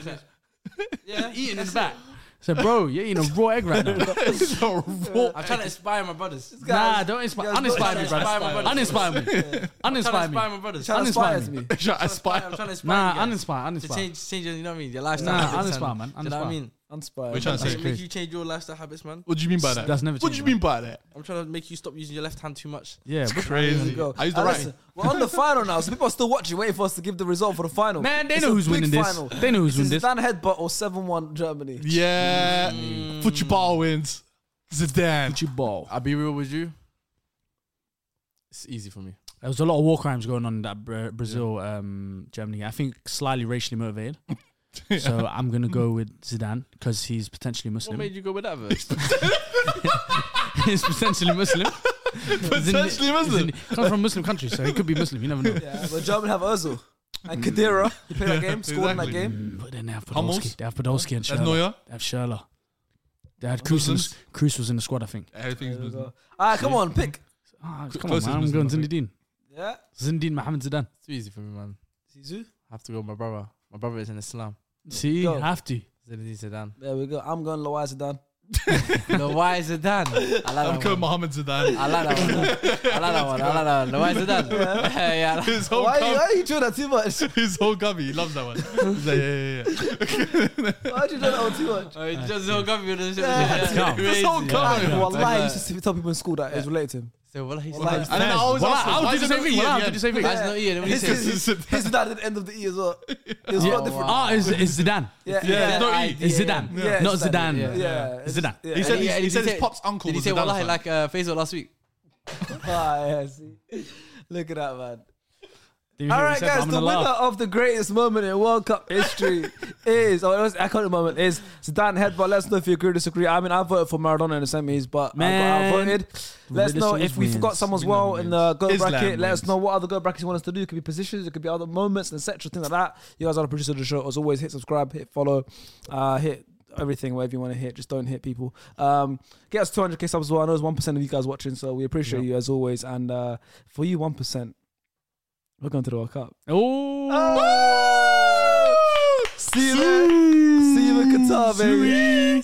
Speaker 4: Yeah,
Speaker 3: eating in the back." I said, "Bro, you're eating a raw egg right now."
Speaker 5: Things are raw.
Speaker 4: I'm trying to inspire my brothers.
Speaker 3: Nah, don't inspire.
Speaker 1: guys,
Speaker 3: Uninspire me,
Speaker 4: don't
Speaker 3: bro.
Speaker 4: inspire my brothers.
Speaker 3: Uninspire me.
Speaker 4: I'm trying to
Speaker 3: Uninspire
Speaker 4: inspire my
Speaker 3: me.
Speaker 4: brothers.
Speaker 1: That
Speaker 4: I'm
Speaker 1: inspires
Speaker 3: uninspire
Speaker 1: me.
Speaker 3: me.
Speaker 5: Should I
Speaker 4: trying
Speaker 5: aspire?
Speaker 4: to inspire
Speaker 3: Nah,
Speaker 4: you guys.
Speaker 3: uninspire.
Speaker 4: To
Speaker 3: Uninspire.
Speaker 4: change, change, your- you know what I mean? Your lifestyle.
Speaker 3: Nah,
Speaker 4: habits
Speaker 3: uninspire,
Speaker 4: and-
Speaker 3: man,
Speaker 4: Do you know what I
Speaker 3: uninspire.
Speaker 4: mean?
Speaker 1: Inspired.
Speaker 5: What you trying
Speaker 4: I'm
Speaker 5: to
Speaker 4: trying
Speaker 5: say?
Speaker 4: to make you change your lifestyle habits, man.
Speaker 5: What do you mean by that?
Speaker 3: That's never
Speaker 5: What do you
Speaker 3: changed,
Speaker 5: mean by that?
Speaker 4: I'm trying to make you stop using your left hand too much.
Speaker 3: Yeah.
Speaker 5: It's crazy.
Speaker 1: Go.
Speaker 5: I used to
Speaker 1: And
Speaker 5: write.
Speaker 1: listen, We're on the final now, so people are still watching, waiting for us to give the result for the final.
Speaker 3: Man, they
Speaker 1: It's a
Speaker 3: know who's
Speaker 1: big
Speaker 3: winning this.
Speaker 1: final.
Speaker 3: They know who's
Speaker 1: This
Speaker 3: winning
Speaker 1: is
Speaker 3: this.
Speaker 1: Dan Headbutt or 7 1 Germany.
Speaker 5: Yeah, football wins. Zidane.
Speaker 3: ball.
Speaker 4: I'll be real with you. It's easy for me.
Speaker 3: There was a lot of war crimes going on in that Bra- Brazil, um, Germany. I think slightly racially motivated. So I'm gonna go with Zidane because he's potentially
Speaker 4: What
Speaker 3: Muslim.
Speaker 4: made you go with that verse?
Speaker 3: he's potentially Muslim.
Speaker 5: Potentially Muslim.
Speaker 3: Comes from a Muslim country, so he could be Muslim. You never know.
Speaker 1: Yeah, but Germany have Ozil and Kadira. He played that game, scored in that
Speaker 5: Exactly.
Speaker 1: game.
Speaker 3: Mm, But then they have
Speaker 5: Hummels?
Speaker 3: Podolski. They have Podolski and
Speaker 5: That's
Speaker 3: Schürrle.
Speaker 5: Neuer.
Speaker 3: They have Schürrle. They had Cruz. in the-
Speaker 5: Muslims?
Speaker 3: Cruz was in the squad, I think.
Speaker 5: Everything's
Speaker 1: There we
Speaker 5: Muslim.
Speaker 1: go. All right, come on, pick.
Speaker 3: Ah,
Speaker 5: Cl-
Speaker 3: come on,
Speaker 5: closest
Speaker 3: man. I'm
Speaker 5: Muslim,
Speaker 3: going
Speaker 5: I think.
Speaker 3: Zindine.
Speaker 1: Yeah.
Speaker 3: Zindine Mohammed Zidane.
Speaker 4: It's easy for me, man.
Speaker 1: Zizou.
Speaker 4: I have to go with my brother. My brother is in Islam.
Speaker 3: See,
Speaker 1: Go.
Speaker 3: have to.
Speaker 4: Zinedine Zidane.
Speaker 1: There we go. I'm going Loai Zidane.
Speaker 4: No, why is Zidane? I
Speaker 5: I'm
Speaker 4: like that
Speaker 5: going
Speaker 4: one.
Speaker 5: Mohammed Zidane.
Speaker 4: I like that one. I like that one. I like that one. No, why is Zidane? Yeah, yeah. I like-
Speaker 5: His whole
Speaker 1: Why, why
Speaker 5: gum,
Speaker 1: are you doing that too much?
Speaker 5: his whole gummy. He loves that one. He's like, yeah, yeah, yeah.
Speaker 1: Why are you doing that one too much?
Speaker 4: Oh, it's just so confused.
Speaker 1: Yeah.
Speaker 5: His whole gummy.
Speaker 1: Yeah. Wallahi, I used to tell people in school that it's related to him.
Speaker 4: So what he's
Speaker 1: Wallahi,
Speaker 4: not.
Speaker 1: he's-
Speaker 5: And then I always
Speaker 3: Well,
Speaker 5: ask
Speaker 3: I
Speaker 5: him, why
Speaker 3: would do
Speaker 5: is
Speaker 3: the
Speaker 5: it
Speaker 3: same
Speaker 5: never
Speaker 3: thing. Well, I
Speaker 5: Ian yet?
Speaker 3: would do the same thing.
Speaker 4: That's not Ian. What do you
Speaker 1: His,
Speaker 4: say?
Speaker 1: his, his, Zidane at the end of the E as well. It was
Speaker 3: Yeah.
Speaker 1: not different.
Speaker 3: Ah, is is Zidane?
Speaker 1: Yeah,
Speaker 5: Yeah, no E.
Speaker 3: It's Zidane,
Speaker 1: Yeah,
Speaker 3: not
Speaker 1: it's
Speaker 3: Zidane.
Speaker 1: Yeah, yeah.
Speaker 3: It's Zidane.
Speaker 1: Yeah.
Speaker 5: He said,
Speaker 4: And
Speaker 5: he,
Speaker 4: and
Speaker 5: he said
Speaker 4: say-
Speaker 5: his pop's uncle
Speaker 4: Did he
Speaker 5: was
Speaker 4: say
Speaker 5: a
Speaker 4: Wallahi
Speaker 5: Dalai
Speaker 4: like uh, Faisal last week?
Speaker 1: Ah, yeah, see. Look at that, man.
Speaker 3: Didn't
Speaker 1: All
Speaker 3: hear what he
Speaker 1: right,
Speaker 3: said,
Speaker 1: guys,
Speaker 3: I'm
Speaker 1: the
Speaker 3: gonna
Speaker 1: winner
Speaker 3: laugh.
Speaker 1: of the greatest moment in World Cup history is, oh, it was iconic moment, is Zidane Headbutt. Let us know if you agree or disagree. I mean, I voted for Maradona in the semis, but I
Speaker 3: Man.
Speaker 1: got outvoted. Let us know
Speaker 3: Ridiculous
Speaker 1: if we forgot
Speaker 3: wins.
Speaker 1: someone's
Speaker 5: We know
Speaker 1: well
Speaker 5: who
Speaker 1: in
Speaker 5: wins.
Speaker 1: the goal
Speaker 5: Islam
Speaker 1: bracket. Let us
Speaker 5: wins.
Speaker 1: know what other goal brackets you want us to do. It could be positions, it could be other moments, etc. Things like that. You guys are the producer of the show. As always, hit subscribe, hit follow, uh, hit everything, whatever you want to hit. Just don't hit people. Um, get us 200k subs as well. I know it's 1% of you guys watching, so we appreciate you as always. And uh, for you, 1%, we're going to the World Cup.
Speaker 5: Ah!
Speaker 3: Oh.
Speaker 1: Oh! See you there. See you in Qatar, baby.